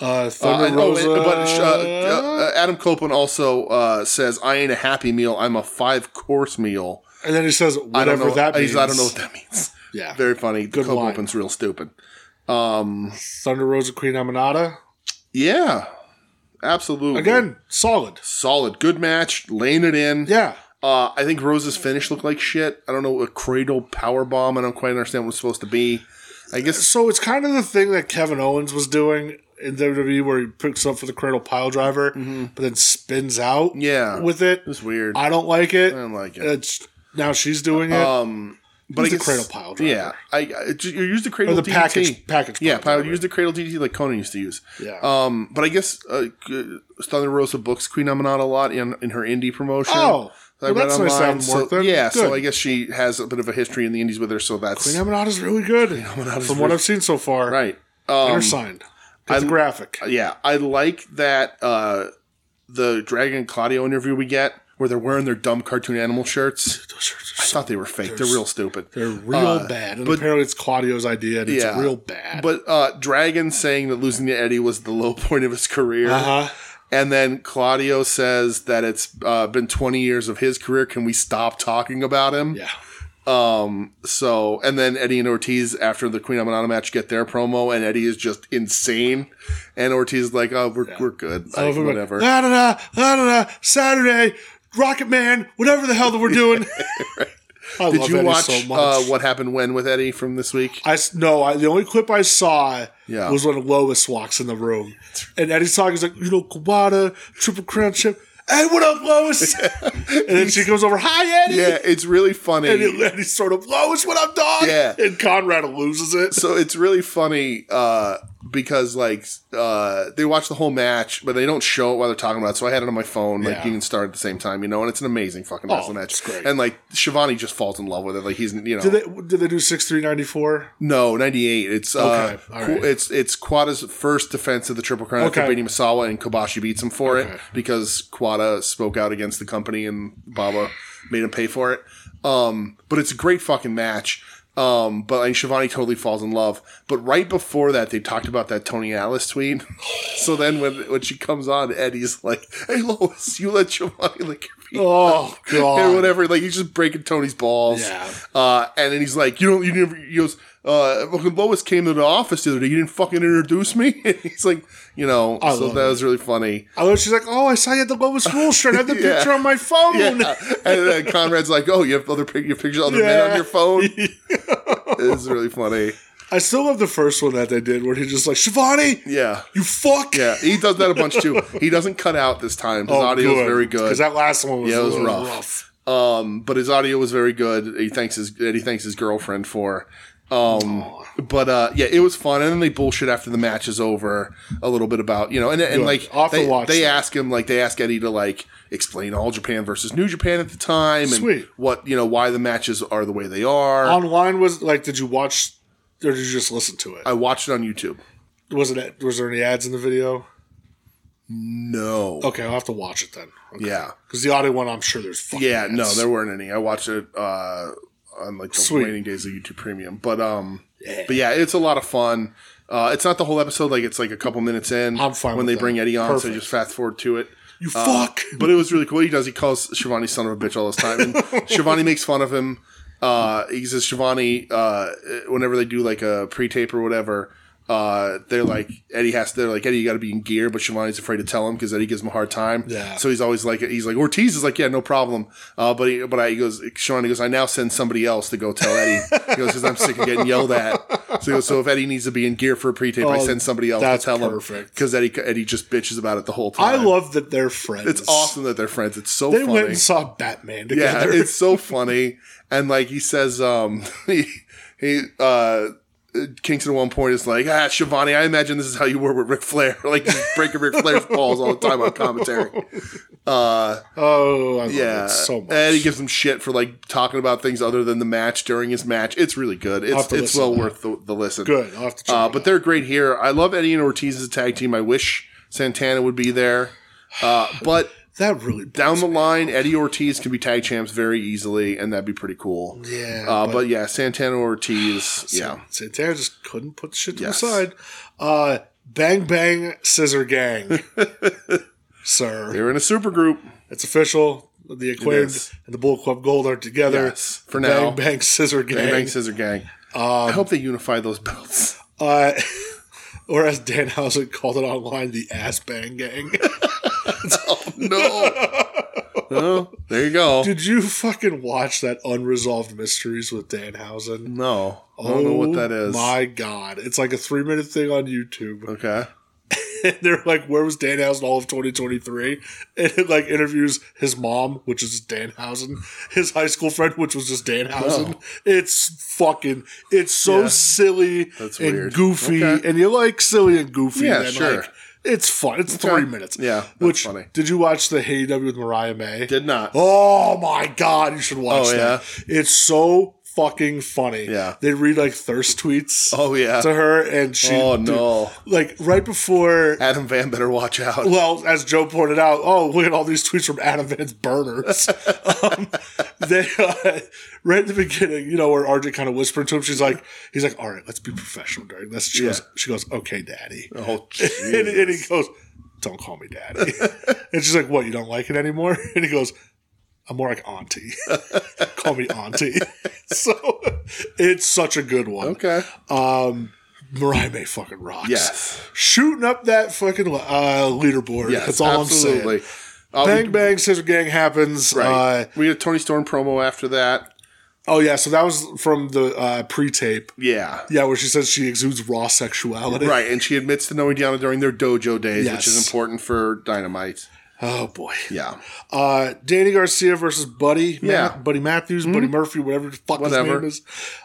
A: Uh,
B: Uh,
A: Thunder
B: and- oh,
A: Rosa.
B: and- but uh, uh, Adam Copeland also uh, says, "I ain't a happy meal. I'm a five course meal."
A: and then he says
B: I don't
A: whatever
B: know.
A: that
B: I-
A: means.
B: I don't know what that means.
A: Yeah.
B: very funny.
A: Good
B: Good
A: line.
B: Copeland's real stupid.
A: Thunder Rosa, Queen Amanada.
B: Yeah, absolutely.
A: Again, solid.
B: solid, good match, laying it in.
A: Yeah.
B: Uh, I think Rose's finish looked like shit. I don't know a cradle power bomb. I don't quite understand what it's supposed to be. I guess
A: So it's kind of the thing that Kevin Owens was doing in WWE, where he picks up for the cradle pile driver, but then spins out.
B: Mm-hmm. Yeah.
A: With it,
B: it's weird.
A: I don't like it.
B: I don't like it.
A: It's now she's doing it.
B: Um, but
A: Use
B: I
A: the
B: guess-
A: cradle pile driver.
B: Yeah, I, I you use the cradle
A: or the
B: DDT.
A: package package.
B: Yeah,
A: pile
B: Pyle
A: driver.
B: used the cradle DDT like Conan used to use.
A: Yeah.
B: Um, but I guess uh, uh, Thunder Rosa books Queen Aminata a lot in, in her indie promotion.
A: Oh,
B: So
A: well, that's nice to have them
B: so-
A: work then.
B: yeah, so
A: Good.
B: I guess she has a bit of a history in the indies with her, so that's
A: Queen Aminata's really good.
B: Aminata's
A: From what
B: really-
A: I've seen so far.
B: right.
A: They're
B: Um,
A: signed. Got the graphic.
B: yeah, I like that uh, the Dragon and Claudio interview we get where they're wearing their dumb cartoon animal shirts.
A: Those shirts are
B: I
A: so-
B: thought they were fake. They're real stupid.
A: They're real
B: Uh,
A: bad. And
B: but-
A: apparently it's Claudio's idea and it's
B: Yeah.
A: real bad.
B: But uh, Dragon saying that losing to Eddie was the low point of his career.
A: uh-huh.
B: And then Claudio says that it's uh, been 20 years of his career. Can we stop talking about him?
A: Yeah.
B: So, and then Eddie and Ortiz after the Queen Amanada match get their promo, and Eddie is just insane. And Ortiz is like, oh, we're, we're good. Like,
A: Over-
B: whatever.
A: Da, da, da, da, da, da, Saturday, Rocket Man, whatever the hell that we're doing. I
B: Did
A: love
B: you
A: Eddie
B: watch
A: so much.
B: uh, What Happened When with Eddie from this week?
A: I s- no, I, the only clip I saw
B: Yeah.
A: was when Lois walks in the room, and Eddie's talking. He's like, you know, Kawada, Triple Crown champ. Hey, what up, Lois? and then she comes over, hi, Eddie.
B: Yeah, it's really funny.
A: And, it, and he's sort of, Lois, what up, dog?
B: Yeah.
A: And Conrad loses it.
B: so it's really funny uh, because like uh, they watch the whole match, but they don't show it while they're talking about it. So I had it on my phone. Like
A: Yeah. Oh,
B: you can start at the same time, you know, and it's an amazing fucking wrestling match.
A: it's great.
B: And like Shivani just falls in love with it. Like he's you know
A: Did they, did they do 6394?
B: no ninety eight. It's uh,
A: Okay, all right.
B: qu- it's it's Quada's first defense of the Triple Crown after
A: Okay.
B: beating Masawa and Kobashi beats him for
A: Okay.
B: it because Quada spoke out against the company and Baba made him pay for it. Um, but it's a great fucking match. Um, but like Shivani totally falls in love. But right before that, they talked about that Tony Atlas tweet. so then when when she comes on, Eddie's like, "Hey Lois, you let Shivani lick your feet."
A: Oh, God.
B: or whatever. Like he's just breaking Tony's balls.
A: Yeah.
B: Uh, and then he's like, you don't, you never, he goes, uh, fucking Lois came to the office the other day. You didn't fucking introduce me. he's like, you know,
A: I
B: so
A: love
B: that
A: it.
B: was really funny.
A: I was, she's like, oh, I saw you at the Lois Rule shirt. I have the
B: Yeah.
A: picture on my phone.
B: Yeah. Uh, and then Conrad's like, oh, you have other pic- you pictures of other men on
A: Yeah.
B: your phone. it's really funny.
A: I still love the first one that they did where he's just like, Shivani,
B: Yeah.
A: you fuck.
B: Yeah. He does that a bunch too. He doesn't cut out this time.
A: Oh,
B: His audio is very good.
A: Because that last one was,
B: Yeah, it was
A: a little
B: rough.
A: rough.
B: Um, but his audio was very good. He thanks his that he thanks his girlfriend for. Um, but uh, yeah, it was fun. And then they bullshit after the match is over a little bit about you know, and and
A: Good.
B: like
A: I'll have to
B: they,
A: watch
B: they
A: that.
B: ask him like they ask Eddie to like explain all Japan versus New Japan at the time and
A: Sweet.
B: what you know why the matches are the way they are.
A: Online was like, did you watch or did you just listen to it?
B: I watched it on YouTube.
A: was it was there any ads in the video?
B: No,
A: Okay, I'll have to watch it then. Okay.
B: yeah,
A: Because the audio one, I'm sure there's fucking
B: yeah, no,
A: ads.
B: there weren't any. I watched it uh, on like the
A: Sweet.
B: waning days of YouTube Premium, but um,
A: Yeah.
B: But yeah, it's a lot of fun. Uh, it's not the whole episode; like it's like a couple minutes in.
A: I'm fine with
B: when they
A: that.
B: bring Eddie on, so
A: Perfect.
B: just fast forward to it.
A: You
B: Uh,
A: fuck.
B: but it was really cool. He does. He calls Shivani son of a bitch all this time, and Shivani makes fun of him. Uh, he says Shivani uh, whenever they do like a pre-tape or whatever. Uh, they're like Eddie has. They're like Eddie, you got to be in gear, but Shivani's afraid to tell him because Eddie gives him a hard time.
A: Yeah.
B: So he's always like, he's like Ortiz is like, yeah, no problem. Uh, but he, but I, he goes, Shivani goes, I now send somebody else to go tell Eddie. He goes, because I'm sick of getting yelled at. So he goes, so if Eddie needs to be in gear for a pre-tape, I
A: Oh,
B: send somebody else
A: that's
B: to tell him
A: perfect.
B: because Eddie Eddie just bitches about it the whole time.
A: I love that they're friends.
B: It's awesome that they're friends. It's so
A: They
B: funny.
A: went and saw Batman
B: yeah,
A: together.
B: it's so funny. And like he says, um, he, he uh, Kingston at one point is like, ah, Shivani, I imagine this is how you were with Ric Flair, like just breaking Ric Flair's balls all the time on commentary. Uh,
A: oh, I love
B: yeah,
A: it so much.
B: and he gives him shit for like talking about things other than the match during his match. It's really good. It's
A: have to
B: it's
A: listen
B: well
A: to that.
B: worth the, the listen.
A: Good. I'll have to check
B: Uh,
A: it
B: but
A: out.
B: they're great here. I love Eddie and Ortiz as a tag team. I wish Santana would be there. Uh, but
A: that really
B: down the line, Eddie Ortiz can be tag champs very easily, and that'd be pretty cool.
A: Yeah,
B: uh, but,
A: but-
B: yeah, Santana Ortiz, yeah,
A: Santana just couldn't put shit to
B: Yes.
A: the side. Uh, bang bang scissor gang, sir.
B: they're in a super group.
A: It's official. The acclaimed
B: is.
A: and the Bullet Club Gold are together.
B: Yes, for
A: bang,
B: now.
A: bang scissor gang.
B: Bang Bang Scissor Gang.
A: Um,
B: I hope they unify those belts.
A: Uh, or as Dan Housen called it online, the ass bang gang. Oh,
B: No, no, there you go.
A: Did you fucking watch that Unresolved Mysteries with Dan Housen? Oh
B: no, I don't know what that is.
A: My God. It's like a three minute thing on YouTube.
B: Okay,
A: And they're like, where was Danhausen all of 2023? And it like interviews his mom, which is Danhausen, his high school friend, which was just Danhausen. It's fucking, it's so
B: Oh. Yeah.
A: silly
B: That's
A: and
B: weird.
A: goofy.
B: Okay.
A: And you like silly and goofy.
B: Yeah,
A: and
B: sure.
A: Like, it's fun. It's three minutes.
B: Yeah, that's
A: Which,
B: funny.
A: did you watch the Hey W with Mariah May?
B: did not.
A: Oh my god, you should watch
B: Oh,
A: that. It's so fucking funny.
B: Yeah.
A: They read like thirst tweets
B: Oh, yeah.
A: to her and she
B: Oh,
A: dude,
B: no.
A: like right before
B: Adam Van better watch out.
A: well, as Joe pointed out, oh, look at all these tweets from Adam Van's burners. um, they, uh, right at the beginning, you know, where RJ kind of whispered to him, she's like, he's like, all right, let's be professional during this. She, goes,
B: Yeah.
A: she goes, okay, daddy.
B: Oh,
A: And,
B: jeez.
A: and he goes, Don't call me daddy. and she's like, What, you don't like it anymore? And he goes, I'm more like auntie. call me auntie. so it's such a good one.
B: okay.
A: Um, Mariah May fucking rocks.
B: Yes.
A: Shooting up that fucking uh, leaderboard.
B: Yes.
A: That's all
B: absolutely.
A: I'm saying.
B: Uh,
A: Bang Bang Scissor Gang happens.
B: Right.
A: Uh,
B: we had a Tony Storm promo after that.
A: oh, yeah. So that was from the uh, pre tape.
B: Yeah.
A: Yeah, where she says she exudes raw sexuality.
B: Right, and she admits to knowing Diana during their dojo days, which
A: Yes.
B: is important for Dynamite.
A: Oh boy.
B: Yeah.
A: Uh, Danny Garcia versus Buddy,
B: Yeah. Mm-hmm.
A: Matt- Buddy Matthews, Buddy Murphy, whatever the fuck
B: Whatever.
A: his name is.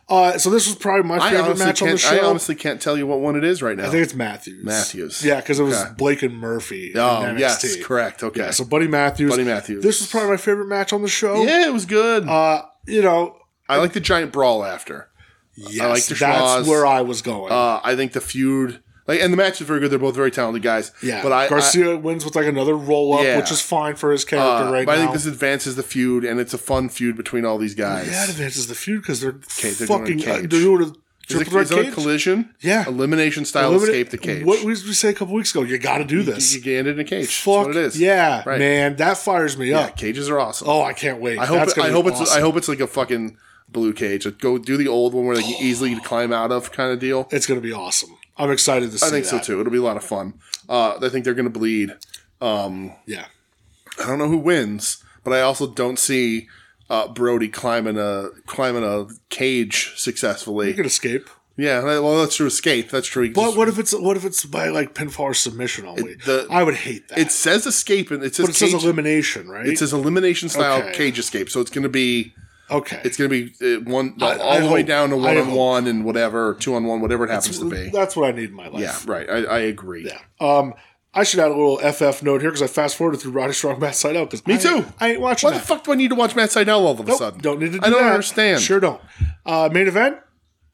A: Uh, so this was probably my
B: I
A: favorite
B: honestly,
A: match on the
B: can't,
A: show.
B: I
A: I,
B: honestly can't tell you what one it is right now.
A: think it's Matthews.
B: Matthews.
A: yeah, because it was
B: Okay.
A: Blake and Murphy. in
B: oh,
A: NXT.
B: yes, correct. Okay.
A: Yeah, so Buddy Matthews.
B: Buddy Matthews.
A: This was probably my favorite match on the show.
B: yeah, it was good.
A: Uh, you know,
B: I like the giant brawl after.
A: yes,
B: like the schwas.
A: that's where I was going.
B: Uh, I think the feud, like, and the match is very good. They're both very talented guys.
A: yeah,
B: but I I,
A: Garcia wins with like another roll up,
B: Yeah.
A: which is fine for his character
B: uh,
A: right
B: but I
A: now.
B: think this advances the feud, and it's a fun feud between all these guys.
A: yeah, it advances the feud because they're,
B: they're doing
A: fucking.
B: cage.
A: uh, they're doing a
B: Is it,
A: triple
B: is it
A: threat
B: a
A: cage.
B: collision?
A: Yeah.
B: Elimination style
A: Eliminate-
B: escape the cage.
A: What we we say a couple weeks ago, you got to do this.
B: You, you get in a cage. That's
A: Fuck
B: what it is.
A: yeah,
B: Right.
A: man, that fires me
B: Yeah,
A: up.
B: cages are awesome.
A: Oh, I can't wait.
B: I hope
A: That's
B: I
A: gonna be
B: hope it's
A: awesome.
B: I hope it's like a fucking blue cage. Like, go do the old one where they can easily
A: Oh.
B: climb out of kind of deal.
A: it's gonna be awesome. I'm excited to see.
B: I think so
A: that.
B: too. It'll be a lot of fun. Uh, I think they're going to bleed. Um,
A: Yeah,
B: I don't know who wins, but I also don't see uh, Brody climbing a climbing a cage
A: you
B: successfully.
A: can escape.
B: Yeah, that- well, that's true. Escape. That's true. He
A: But
B: just-
A: what if it's what if it's by like pinfall or submission only?
B: the-
A: I would hate that.
B: it says escape and it says
A: but it
B: cage.
A: says elimination, right?
B: it says elimination style
A: Okay.
B: cage escape. So it's going to be
A: okay.
B: it's going to be uh, one all
A: I
B: the way
A: hope-
B: down to
A: I
B: one
A: hope.
B: on one and whatever two on one whatever it happens to be.
A: That's what I need in my life.
B: Yeah, right. I, I agree.
A: Um, I should add a little FF note here because I fast forwarded through Roddy Strong, Matt Seidel. Because me I,
B: too.
A: I ain't watching
B: Why
A: that.
B: the fuck do I need to watch Matt Seidel all of a
A: Nope,
B: sudden?
A: Don't need to. Do
B: I don't
A: that.
B: understand.
A: Sure don't. Uh, main event.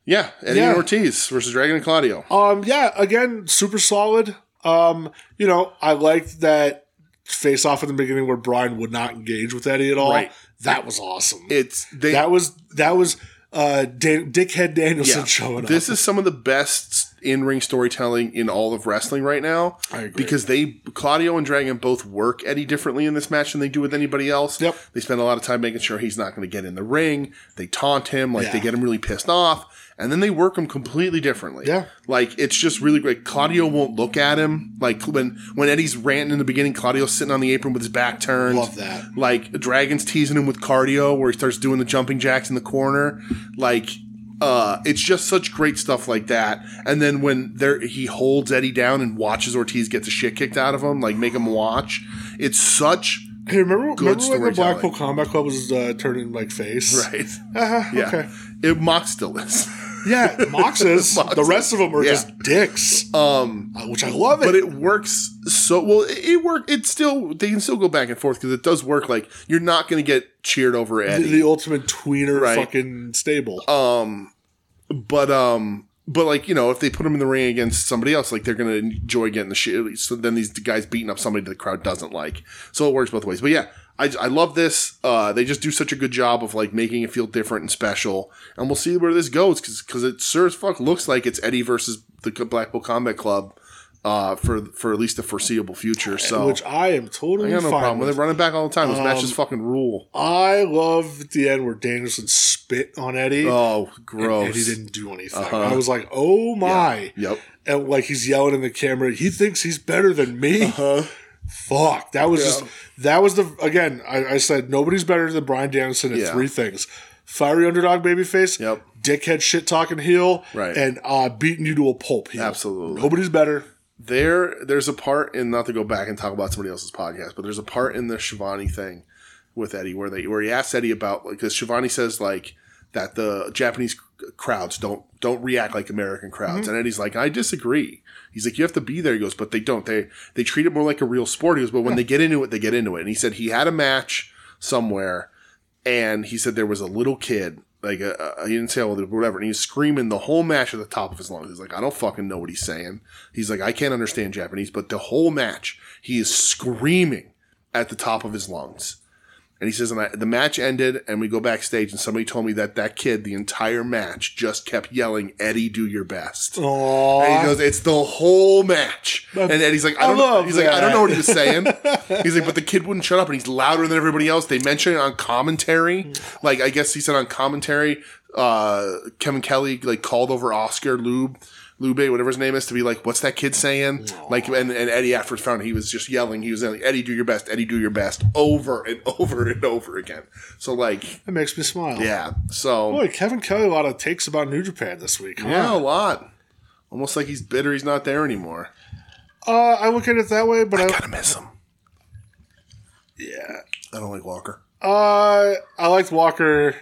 B: Yeah, Eddie
A: Yeah.
B: Ortiz versus Dragon and Claudio.
A: Um, yeah. Again, super solid. Um, you know, I liked that face off in the beginning where Brian would not engage with Eddie at all.
B: Right.
A: That was awesome.
B: It's they.
A: that was that was uh, Dan- Dickhead Danielson
B: yeah.
A: showing
B: this
A: up.
B: is some of the best in-ring storytelling in all of wrestling right now.
A: I agree.
B: because they Claudio and Dragon both work Eddie differently in this match than they do with anybody else.
A: Yep.
B: They spend a lot of time making sure he's not going to get in the ring. They taunt him, like they
A: Yeah.
B: get him really pissed off, and then they work him completely differently.
A: Yeah.
B: Like it's just really great. Claudio won't look at him. Like when when Eddie's ranting in the beginning, Claudio's sitting on the apron with his back turned.
A: Love that.
B: Like Dragon's teasing him with cardio where he starts doing the jumping jacks in the corner. Like uh it's just such great stuff like that. And then when there he holds Eddie down and watches Ortiz get the shit kicked out of him, like make him watch. It's such
A: Hey, remember,
B: good
A: remember when the
B: storytelling.
A: Blackpool Combat Club was uh, turning like face?
B: right.
A: Uh-huh,
B: Yeah.
A: Okay.
B: It Mox still is.
A: Yeah, Moxes.
B: Moxes.
A: The rest of them are
B: Yeah.
A: just dicks,
B: Um
A: uh, which I love it.
B: but it works so well. It, it work. It still they can still go back and forth because it does work. Like you're not going to get cheered over
A: the,
B: Eddie,
A: the ultimate tweener
B: Right.
A: fucking stable.
B: but um, but like you know, if they put him in the ring against somebody else, like they're going to enjoy getting the shit. So then these guys beating up somebody the crowd doesn't like. So it works both ways. But yeah, I, I love this. Uh, they just do such a good job of like making it feel different and special. And we'll see where this goes because it sure as fuck looks like it's Eddie versus the Blackpool Combat Club. Uh, for for at least the foreseeable future, so
A: uh, which I am
B: I
A: totally
B: got no
A: fine
B: problem with
A: with. Um,
B: it. Running back all the time. Those matches fucking rule.
A: I love at the end where Danielson spit on Eddie.
B: Oh,
A: and he
B: gross.
A: didn't do anything. I was like, "Oh my!"
B: Yep.
A: And like he's yelling in the camera, he thinks he's better than me.
B: Uh-huh.
A: Fuck, that was just that was the again. I, I said nobody's better than Brian Danielson at
B: Yeah.
A: three things: fiery underdog babyface,
B: Yep.
A: dickhead shit talking heel,
B: Right.
A: and uh, beating you to a pulp. Heel.
B: Absolutely.
A: nobody's better.
B: There, there's a part in not to go back and talk about somebody else's podcast, but there's a part in the Shivani thing with Eddie where they where he asks Eddie about because Shivani says like that the Japanese c- crowds don't don't react like American crowds, and Eddie's like I disagree. He's like you have to be there. He goes, but they don't. They they treat it more like a real sport. He goes, but when they get into it, they get into it. And he said he had a match somewhere and he said there was a little kid, like a, a, he didn't say how old, or whatever, and he was screaming the whole match at the top of his lungs. He's like, I don't fucking know what he's saying. He's like, I can't understand Japanese, but the whole match, he is screaming at the top of his lungs. And he says, and I, the match ended, and we go backstage, and somebody told me that that kid, the entire match, just kept yelling, Eddie, do your best.
A: Oh,
B: And he
A: Aww.
B: goes, "It's the whole match." And Eddie's like, "I don't know."
A: love
B: He's like, "I don't
A: that.
B: know what he was saying." he's like, "But the kid wouldn't shut up, and he's louder than everybody else." They mention it on commentary. Like, I guess he said on commentary, uh, Kevin Kelly like called over Oscar Lube. Lube, whatever his name is, to be like, what's that kid saying? Like, and, and Eddie after found he was just yelling. He was yelling, Eddie, do your best. Eddie, do your best, over and over and over again. So like,
A: That makes me smile.
B: yeah. So
A: Boy, Kevin Kelly a lot of takes about New Japan this week. Huh?
B: yeah, a lot. Almost like he's bitter. He's not there anymore.
A: Uh, I look at it that way, but I,
B: Gotta miss him.
A: Yeah.
B: I don't like Walker.
A: Uh, I liked Walker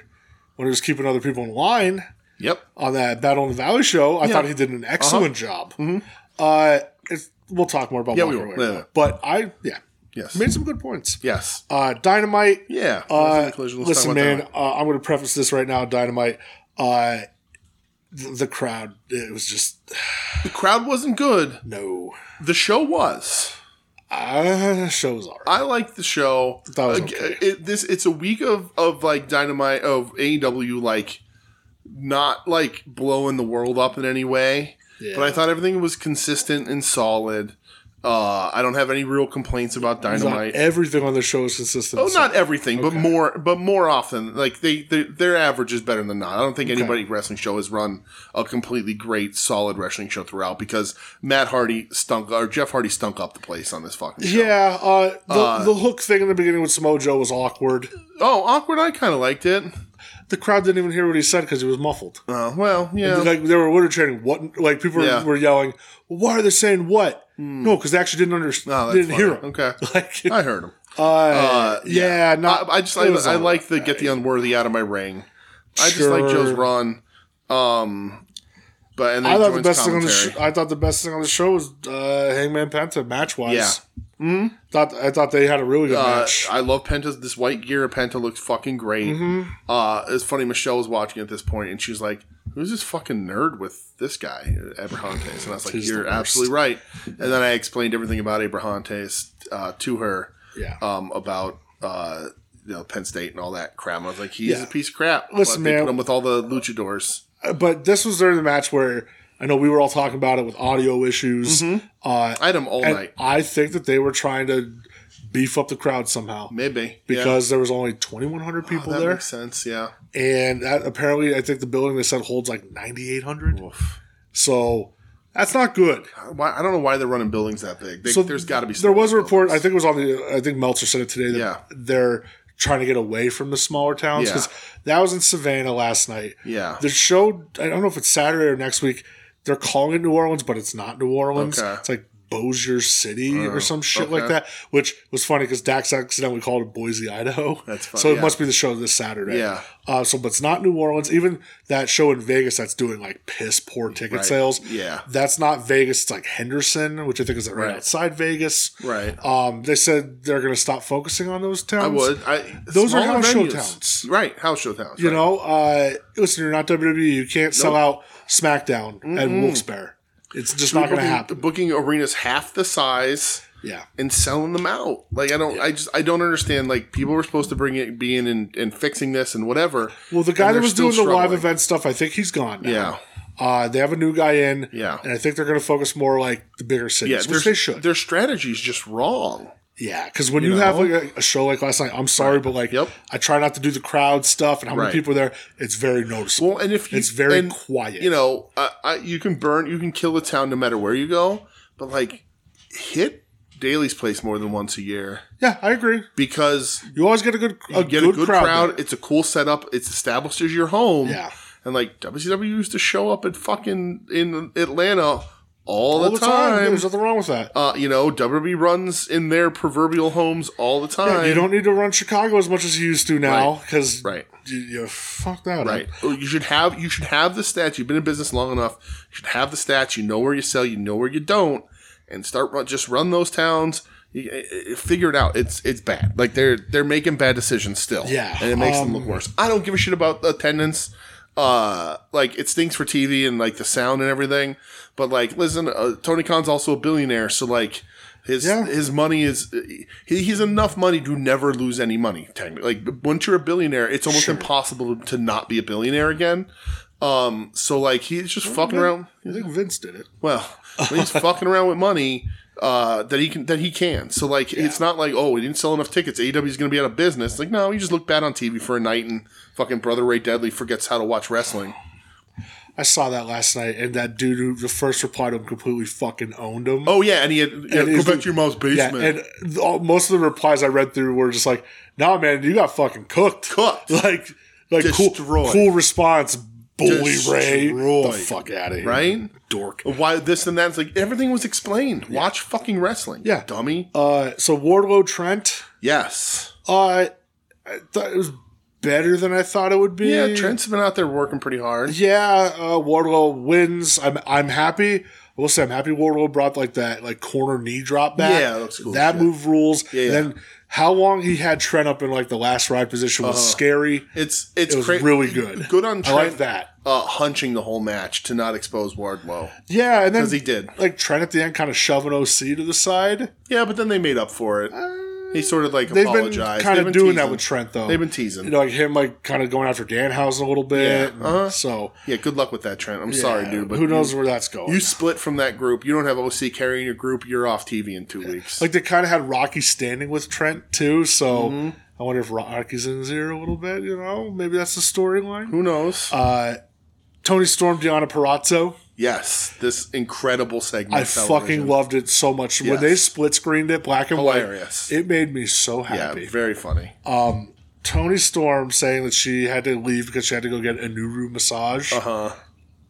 A: when he was keeping other people in line
B: Yep.
A: on that Battle in the Valley show. I
B: Yeah. Uh-huh.
A: thought he did an excellent job. Uh, it's, we'll talk more about
B: Yeah, we
A: Walker
B: will.
A: later.
B: Yeah.
A: But I, yeah,
B: Yes.
A: made some good points.
B: Yes.
A: Uh, Dynamite.
B: Yeah.
A: Uh,
B: Collision, collision, let's
A: listen,
B: talk about
A: man,
B: that.
A: uh, I'm going to preface this right now, Dynamite. Uh, th- the crowd, it was just
B: The crowd wasn't good.
A: no.
B: The show was.
A: Uh, show was alright.
B: I liked the show.
A: That was
B: Ag-
A: okay.
B: it, this it's a week of of like dynamite of AEW like not like blowing the world up in any way.
A: Yeah.
B: But I thought everything was consistent and solid. Uh, I don't have any real complaints about
A: Not
B: dynamite.
A: everything on the show is consistent.
B: Oh,
A: so-
B: not everything, but more, but more often, like they, they, their average is better than not. I don't think anybody wrestling show has run a completely great, solid wrestling show throughout because Matt Hardy stunk or Jeff Hardy stunk up the place on this fucking show.
A: Yeah, uh, the, the hook thing in the beginning with Samojo was awkward.
B: Oh, awkward. I kind of liked it.
A: The crowd didn't even hear what he said because he was muffled.
B: Uh, well, yeah.
A: Like they were winter training. What? Like people were-
B: Yeah.
A: were yelling. Why are they saying what? No, because they actually didn't understand.
B: Oh, that's
A: didn't hear
B: funny.
A: him.
B: Okay,
A: Like, uh,
B: I heard him.
A: yeah, not.
B: I, I just
A: it
B: I,
A: was
B: I
A: all
B: like the get the unworthy out of my ring. I just
A: Sure.
B: like Joe's run. Um, but and then
A: I
B: he
A: thought the
B: joins
A: best
B: commentary.
A: thing on the sh- I thought the best thing on the show was uh, Hangman Penta match wise.
B: Yeah. Mm-hmm.
A: Thought I thought they had a really good
B: Uh,
A: match.
B: I love Penta's. This white gear of Penta looks fucking great.
A: Mm-hmm.
B: Uh, it's funny. Michelle was watching at this point, and she's like, "Who's this fucking nerd with this guy, Abrahantes?" And I was like,
A: He's the
B: "You're
A: worst."
B: absolutely right." And then I explained everything about Abrahantes uh, to her.
A: Yeah.
B: Um, about uh, you know Penn State and all that crap. And I was like, "He's
A: Yeah.
B: a piece of crap."
A: Listen,
B: but they
A: man.
B: put him with all the luchadors.
A: but this was during the match where I know we were all talking about it with audio issues. Uh,
B: I had him Mm-hmm. all
A: and
B: night.
A: I think that they were trying to beef up the crowd somehow
B: Maybe yeah. Oh,
A: because there was only 2,100 people
B: that
A: there,
B: makes sense. Yeah.
A: and that, apparently I think the building they said holds like 9,800. So that's not good.
B: Why, I don't know why they're running buildings that big. They,
A: So
B: there's got to be.
A: There was a
B: smaller
A: report. I
B: buildings.
A: think it was on the. I think Meltzer said it today that
B: Yeah.
A: they're trying to get away from the smaller towns
B: Yeah.
A: because that was in Savannah last night.
B: Yeah.
A: The show. I don't know if it's Saturday or next week. They're calling it New Orleans, but it's not New Orleans.
B: Okay. Oh,
A: It's like Bossier City or some shit like
B: okay.
A: that, which was funny because Dax accidentally called it Boise, Idaho.
B: That's fun,
A: So it
B: yeah.
A: must be the show this Saturday.
B: Yeah.
A: Uh, so, but it's not New Orleans. Even that show in Vegas that's doing like piss poor ticket
B: Right.
A: sales.
B: Yeah.
A: That's not Vegas. It's like Henderson, which I think is right,
B: Right.
A: outside Vegas.
B: Right.
A: Um, they said they're going to stop focusing on those towns.
B: I would. I,
A: Those are
B: smaller
A: house show
B: venues.
A: towns.
B: right? House show towns.
A: You
B: right.
A: know, uh, listen, you're not WWE. You can't sell out SmackDown at Wilkes-Barre. It's just not going to
B: Booking-
A: happen.
B: Booking arenas half the size
A: Yeah.
B: and selling them out. Like I don't. I just. I don't understand. Like people were supposed to bring it, be in, and, and fixing this and whatever.
A: Well, the guy
B: And
A: that
B: they're
A: was
B: still
A: doing the live
B: struggling.
A: event stuff, I think he's gone now.
B: Yeah.
A: Uh, they have a new guy in.
B: Yeah.
A: And I think they're going to focus more like the bigger
B: Yeah,
A: cities,
B: their,
A: which they should.
B: Their strategy is just wrong.
A: Yeah, because when you, have like a, a show like last night, I'm sorry, but like
B: Yep.
A: I try not to do the crowd stuff and how many
B: Right.
A: people are there. It's very noticeable.
B: Well, and if you,
A: It's very
B: and,
A: quiet.
B: you know, I, I, you can burn, you can kill a town no matter where you go. But like, hit Daly's place more than once a year
A: yeah, I agree.
B: because
A: You always get a good a,
B: you get
A: good
B: a good crowd.
A: crowd.
B: It's a cool setup. It's established as your home.
A: Yeah.
B: And like WCW used to show up at fucking in Atlanta all, the,
A: all the time.
B: time.
A: There's nothing wrong with that.
B: Uh, you know, WWE runs in their proverbial homes all the time.
A: you don't need to run Chicago as much as you used to now because
B: Right.
A: you, you fuck that
B: Right.
A: up.
B: You should have you should have the stats. You've been in business long enough. You should have the stats. You know where you sell. You know where you don't, and start run, just run those towns. You- you- you Figure it out. It's it's bad. Like they're they're making bad decisions still.
A: Yeah. um,
B: and it makes them look worse. I don't give a shit about attendance. Uh, like it stinks for TV and like the sound and everything. But like, listen, uh, Tony Khan's also a billionaire, so like. His,
A: Yeah.
B: his money is he, he's enough money to never lose any money. Technically, like once you're a billionaire, it's almost impossible to not be a billionaire again. Um, so like he's just fucking around.
A: I think Vince did it.
B: Well, he's fucking around with money uh, that he can that he can. So like it's not like oh we didn't sell enough tickets. AEW is going to be out of business. Like no, you just look bad on TV for a night and fucking brother Ray Deadly forgets how to watch wrestling.
A: I saw that last night, and that dude who the first reply to him completely fucking owned him.
B: Oh yeah, and he had yeah, go
A: he's
B: back
A: the-
B: to your mom's
A: yeah,
B: basement.
A: and th- all, most of the replies I read through were just like, "Nah, man, you got fucking cooked."
B: Cooked.
A: Like, like cool,
B: Destroyed.
A: cool response, bully Ray. Get
B: Destroyed.
A: The fuck out of here,
B: right?
A: dork.
B: Why this and that? It's like everything was explained. Watch fucking wrestling.
A: Yeah.
B: dummy.
A: Uh, so Wardlow Trent
B: Yes.
A: Uh, I thought it was better than I thought it would be.
B: Yeah, Trent's been out there working pretty hard.
A: Yeah, uh, Wardlow wins. I'm I'm happy. I will say I'm happy Wardlow brought like that like corner knee drop back.
B: Yeah, that looks cool as
A: That
B: shit.
A: move rules.
B: Yeah, yeah.
A: Then how long he had Trent up in like the last ride position was scary.
B: It's it's
A: It was
B: Uh-huh. cra-
A: really good.
B: Good on
A: I like
B: Trent
A: that.
B: uh, hunching the whole match to not expose Wardlow
A: Yeah, and then
B: because he did.
A: like Trent at the end kind of shoving OC to the side.
B: Yeah, but then they made up for it. He sort of like
A: Uh, They've been
B: apologized.
A: kind
B: They've
A: of
B: been
A: doing
B: teasing.
A: that with Trent though.
B: They've been teasing.
A: you know, like him like kind of going after Danhausen a little bit.
B: Yeah, uh-huh.
A: So
B: yeah, good luck with that, Trent. I'm sorry,
A: yeah,
B: dude, but
A: who knows where that's going?
B: You, you split from that group. You don't have OC carrying your group. You're off TV in two weeks.
A: Like they kind of had Rocky standing with Trent too, so
B: Mm-hmm.
A: I wonder if Rocky's in his ear a little bit. You know, maybe that's the storyline.
B: who knows?
A: Uh, Tony Storm, Deanna Parazzo.
B: yes, this incredible segment.
A: I
B: of television.
A: fucking loved it so much when
B: Yes.
A: they split screened it black and
B: Hilarious.
A: white. It made me so
B: Yeah,
A: happy.
B: very funny.
A: Uh, Tony Storm saying that she had to leave because she had to go get a Nuru massage.
B: Uh huh.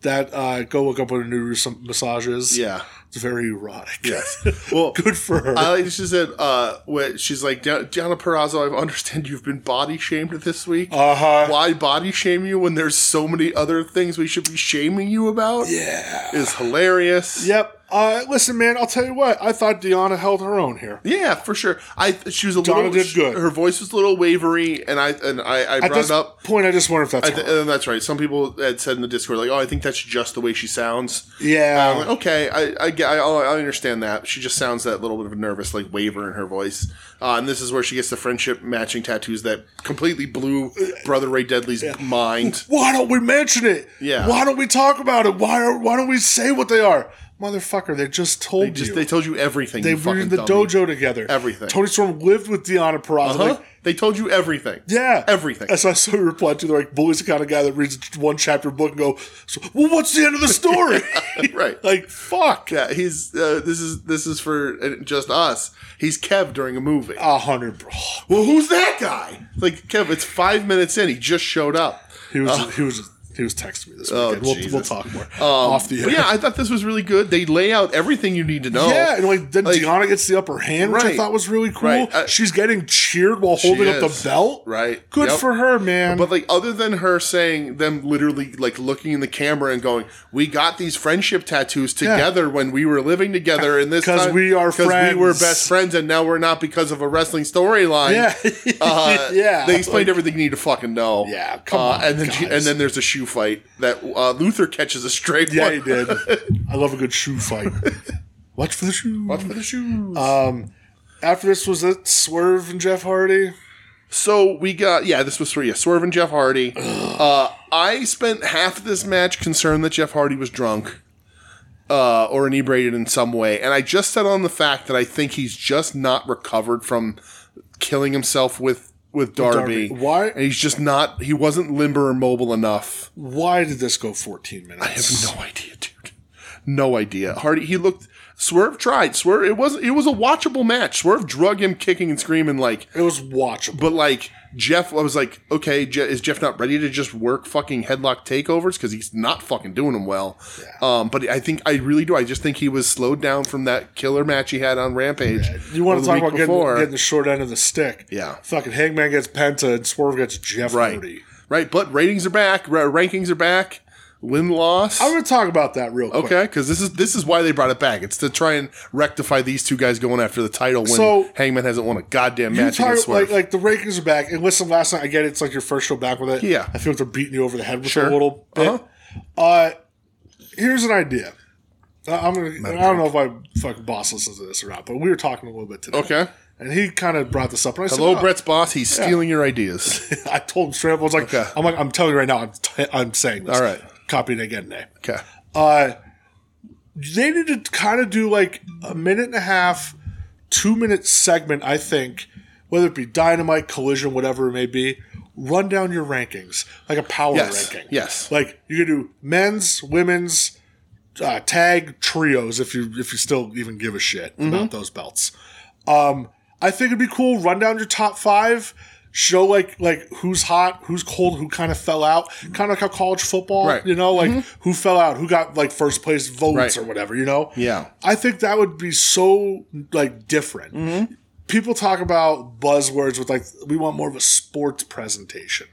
A: That uh, go look up what a Nuru some massages.
B: Yeah.
A: it's very erotic.
B: Yes. Well,
A: good for her.
B: I like she said, uh, what she's like, "Di- Diana Perazzo, I understand you've been body shamed this week.
A: Uh huh.
B: Why body shame you when there's so many other things we should be shaming you about?
A: Yeah.
B: Is hilarious.
A: Yep. Uh, listen, man, I'll tell you what. I thought Deanna held her own here.
B: Yeah, for sure. I she was a
A: Donna
B: little
A: did good.
B: Her voice was a little wavery, and I and I, I
A: At
B: brought
A: this
B: it up.
A: point, I just wonder if that's
B: I th- and that's right. Some people had said in the Discord, like, "Oh, I think that's just the way she sounds." I'm like,
A: yeah.
B: okay, I I, get- I oh, I understand that. She just sounds that little bit of a nervous, like waver in her voice. Uh, and this is where she gets the friendship matching tattoos that completely blew Brother Ray Deadly's mind.
A: Why don't we mention it?
B: Yeah.
A: Why don't we talk about it? Why are, Why don't we say what they are, motherfucker? They just told
B: They Just
A: you.
B: they told you everything.
A: They
B: you
A: were
B: fucking
A: in the
B: dummy.
A: dojo together.
B: Everything.
A: Tony Storm lived with Deanna Peraza.
B: Huh?
A: Like,
B: they told you everything.
A: yeah,
B: Everything.
A: That's why I saw you reply to. They're like, "Bully's the kind of guy that reads one chapter book and go, so, well, what's the end of the story?"
B: Right.
A: Like, fuck.
B: Yeah, he's uh, this is this is for uh, just us. He's Kev during a movie.
A: A hundred.
B: well, who's that guy? It's Like Kev, it's five minutes in. He just showed up.
A: He was. he was. He was texting me this weekend. we'll,
B: Oh. Jesus. Um,
A: we'll talk more off the air.
B: But yeah, I thought this was really good. They lay out everything you need to know.
A: Yeah, and like then
B: Like-
A: Deanna gets the upper hand, which I
B: Right.
A: thought was really cool.
B: Right, uh,
A: She's getting cheered while holding up
B: is.
A: the belt.
B: Right,
A: Good
B: yep.
A: for her, man.
B: But like, other than her saying them literally like looking in the camera and going, "We got these friendship tattoos together when we were living together in this
A: 'Cause
B: time-
A: we are
B: 'cause
A: friends."
B: We were best friends, and now we're not because of a wrestling storyline."
A: yeah,
B: Uh,
A: yeah.
B: They explained everything you need to fucking know.
A: Yeah, come
B: Uh,
A: on,
B: And then
A: guys.
B: and then there's a shoe fight that uh, Luther catches a straight
A: yeah,
B: one.
A: he did. I love a good shoe fight. Watch for the shoe.
B: Watch for the shoes.
A: After this was it, Swerve and Jeff Hardy.
B: So we got yeah, this was for you, Swerve and Jeff Hardy. Uh, I spent half of this match concerned that Jeff Hardy was drunk uh, or inebriated in some way, and I just set on the fact that I think he's just not recovered from killing himself with with Darby.
A: Darby. Why-
B: And he's just not. He wasn't limber or mobile enough.
A: Why did this go 14 minutes?
B: I have no idea, dude. No idea. Hardy. He looked. Swerve tried. Swerve. It was. It was a watchable match. Swerve drug him kicking and screaming like
A: It was watchable.
B: but like Jeff, I was like, okay, Je- is Jeff not ready to just work fucking headlock takeovers because he's not fucking doing them well? Um, but I think I really do. I just think he was slowed down from that killer match he had on Rampage.
A: You want
B: the
A: to talk
B: week
A: about getting,
B: before.
A: getting the short end of the stick?
B: Yeah.
A: Fucking Hangman gets Penta and Swerve gets Jeff
B: right,
A: Hardy.
B: right? But ratings are back, ra- rankings are back, win loss.
A: I'm going to talk about that real quick.
B: Okay, because this is this is why they brought it back. It's to try and rectify these two guys going after the title when
A: So-
B: Hangman hasn't won a goddamn
A: You
B: match
A: talk-
B: against
A: like
B: Swerve.
A: like the rankings are back. And listen, last night I get it's like your first show back with it.
B: Yeah.
A: I feel like they're beating you over the head with
B: Sure. Uh-huh.
A: it a little bit. uh here's an idea. I- I'm gonna. I don't know if my fucking boss listens to this or not, but we were talking a little bit today.
B: okay,
A: And he kind of brought this up, and I
B: hello,
A: said, "Oh."
B: Brett's boss. He's stealing your ideas.
A: I told him straight up. I was like,
B: Okay.
A: "I'm like, I'm telling you right now. I'm, t- I'm saying this.
B: All right.
A: copying again, Nay.
B: okay,
A: Uh, they need to kind of do like a minute and a half, two minute segment, I think, whether it be dynamite, collision, whatever it may be. Run down your rankings like a power
B: Yes,
A: ranking.
B: yes.
A: like you could do men's, women's, uh, tag trios if you if you still even give a shit
B: Mm-hmm.
A: about those belts. Um, I think it'd be cool. Run down your top five. Show like like who's hot, who's cold, who kind of fell out, kind of like how college football,
B: Right. Mm-hmm.
A: you know, like who fell out, who got like first place votes
B: Right.
A: or whatever, you know.
B: Yeah. Mm-hmm.
A: I think that would be so like different. people talk about buzzwords with like we want more of a sports presentation.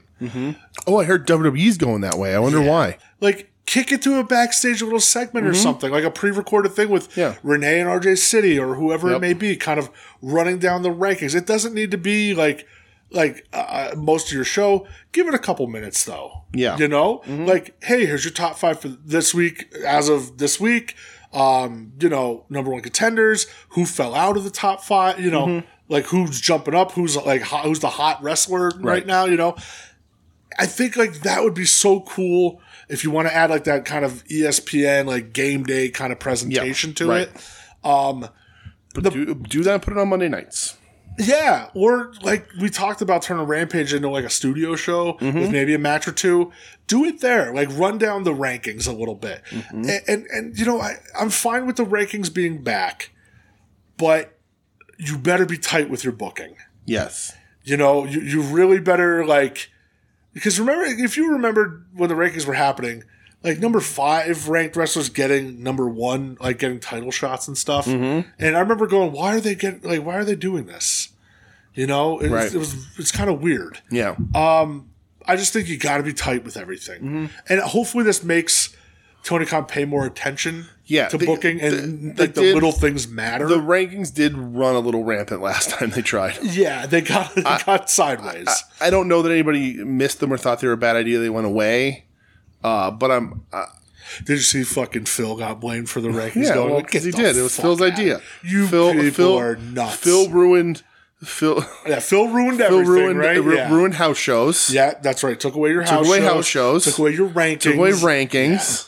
B: Oh, I heard WWE's going that way. I wonder why.
A: Like kick it to a backstage little segment or something, like a pre-recorded thing with
B: Mm-hmm. Yeah.
A: Renee and RJ City or whoever it
B: Yep.
A: may be, kind of running down the rankings. It doesn't need to be like like uh, most of your show. Give it a couple minutes though.
B: Yeah. Mm-hmm.
A: you know, like hey, here's your top five for this week as of this week. Um, you know, number one contenders who fell out of the top five. You know.
B: Mm-hmm.
A: Like who's jumping up? Who's like hot, who's the hot wrestler right
B: Right.
A: now? You know, I think like that would be so cool if you want to add like that kind of E ESPN like game day kind of presentation to
B: right.
A: it. Um
B: But do, do that and put it on Monday nights.
A: yeah, or like we talked about turning Rampage into like a studio show with maybe a match or two. Do it there, like run down the rankings a little bit, and, and and you know I I'm fine with the rankings being back, but you better be tight with your booking.
B: Yes.
A: You know, you, you really better like because remember if you remember when the rankings were happening, like number five ranked wrestlers getting number one, like getting title shots and stuff.
B: Mm-hmm.
A: And I remember going, why are they getting like why are they doing this? You know, it,
B: Right.
A: it was it's kind of weird.
B: Yeah.
A: I just think you got to be tight with everything,
B: Mm-hmm.
A: and hopefully this makes Tony Khan pay more attention.
B: Yeah,
A: to
B: they-
A: booking and
B: they-
A: like the
B: they did-
A: little things matter.
B: the rankings did run a little rampant last time they tried.
A: yeah, they got they got sideways.
B: I don't know that anybody missed them or thought they were a bad idea. They went away. Uh, but I'm uh,
A: Did you see fucking Phil got blamed for the rankings?
B: yeah,
A: going,
B: well,
A: "Get
B: 'cause he
A: the
B: did. It was
A: fuck
B: Phil's
A: out."
B: idea.
A: You
B: Phil,
A: people
B: Phil
A: are nuts.
B: Phil ruined Phil.
A: Yeah, Phil ruined
B: Phil
A: everything,
B: ruined
A: right?
B: ru-
A: yeah.
B: ruined house shows.
A: Yeah, that's right. Took away your house
B: away
A: shows,
B: house shows.
A: Took away your rankings.
B: took away rankings.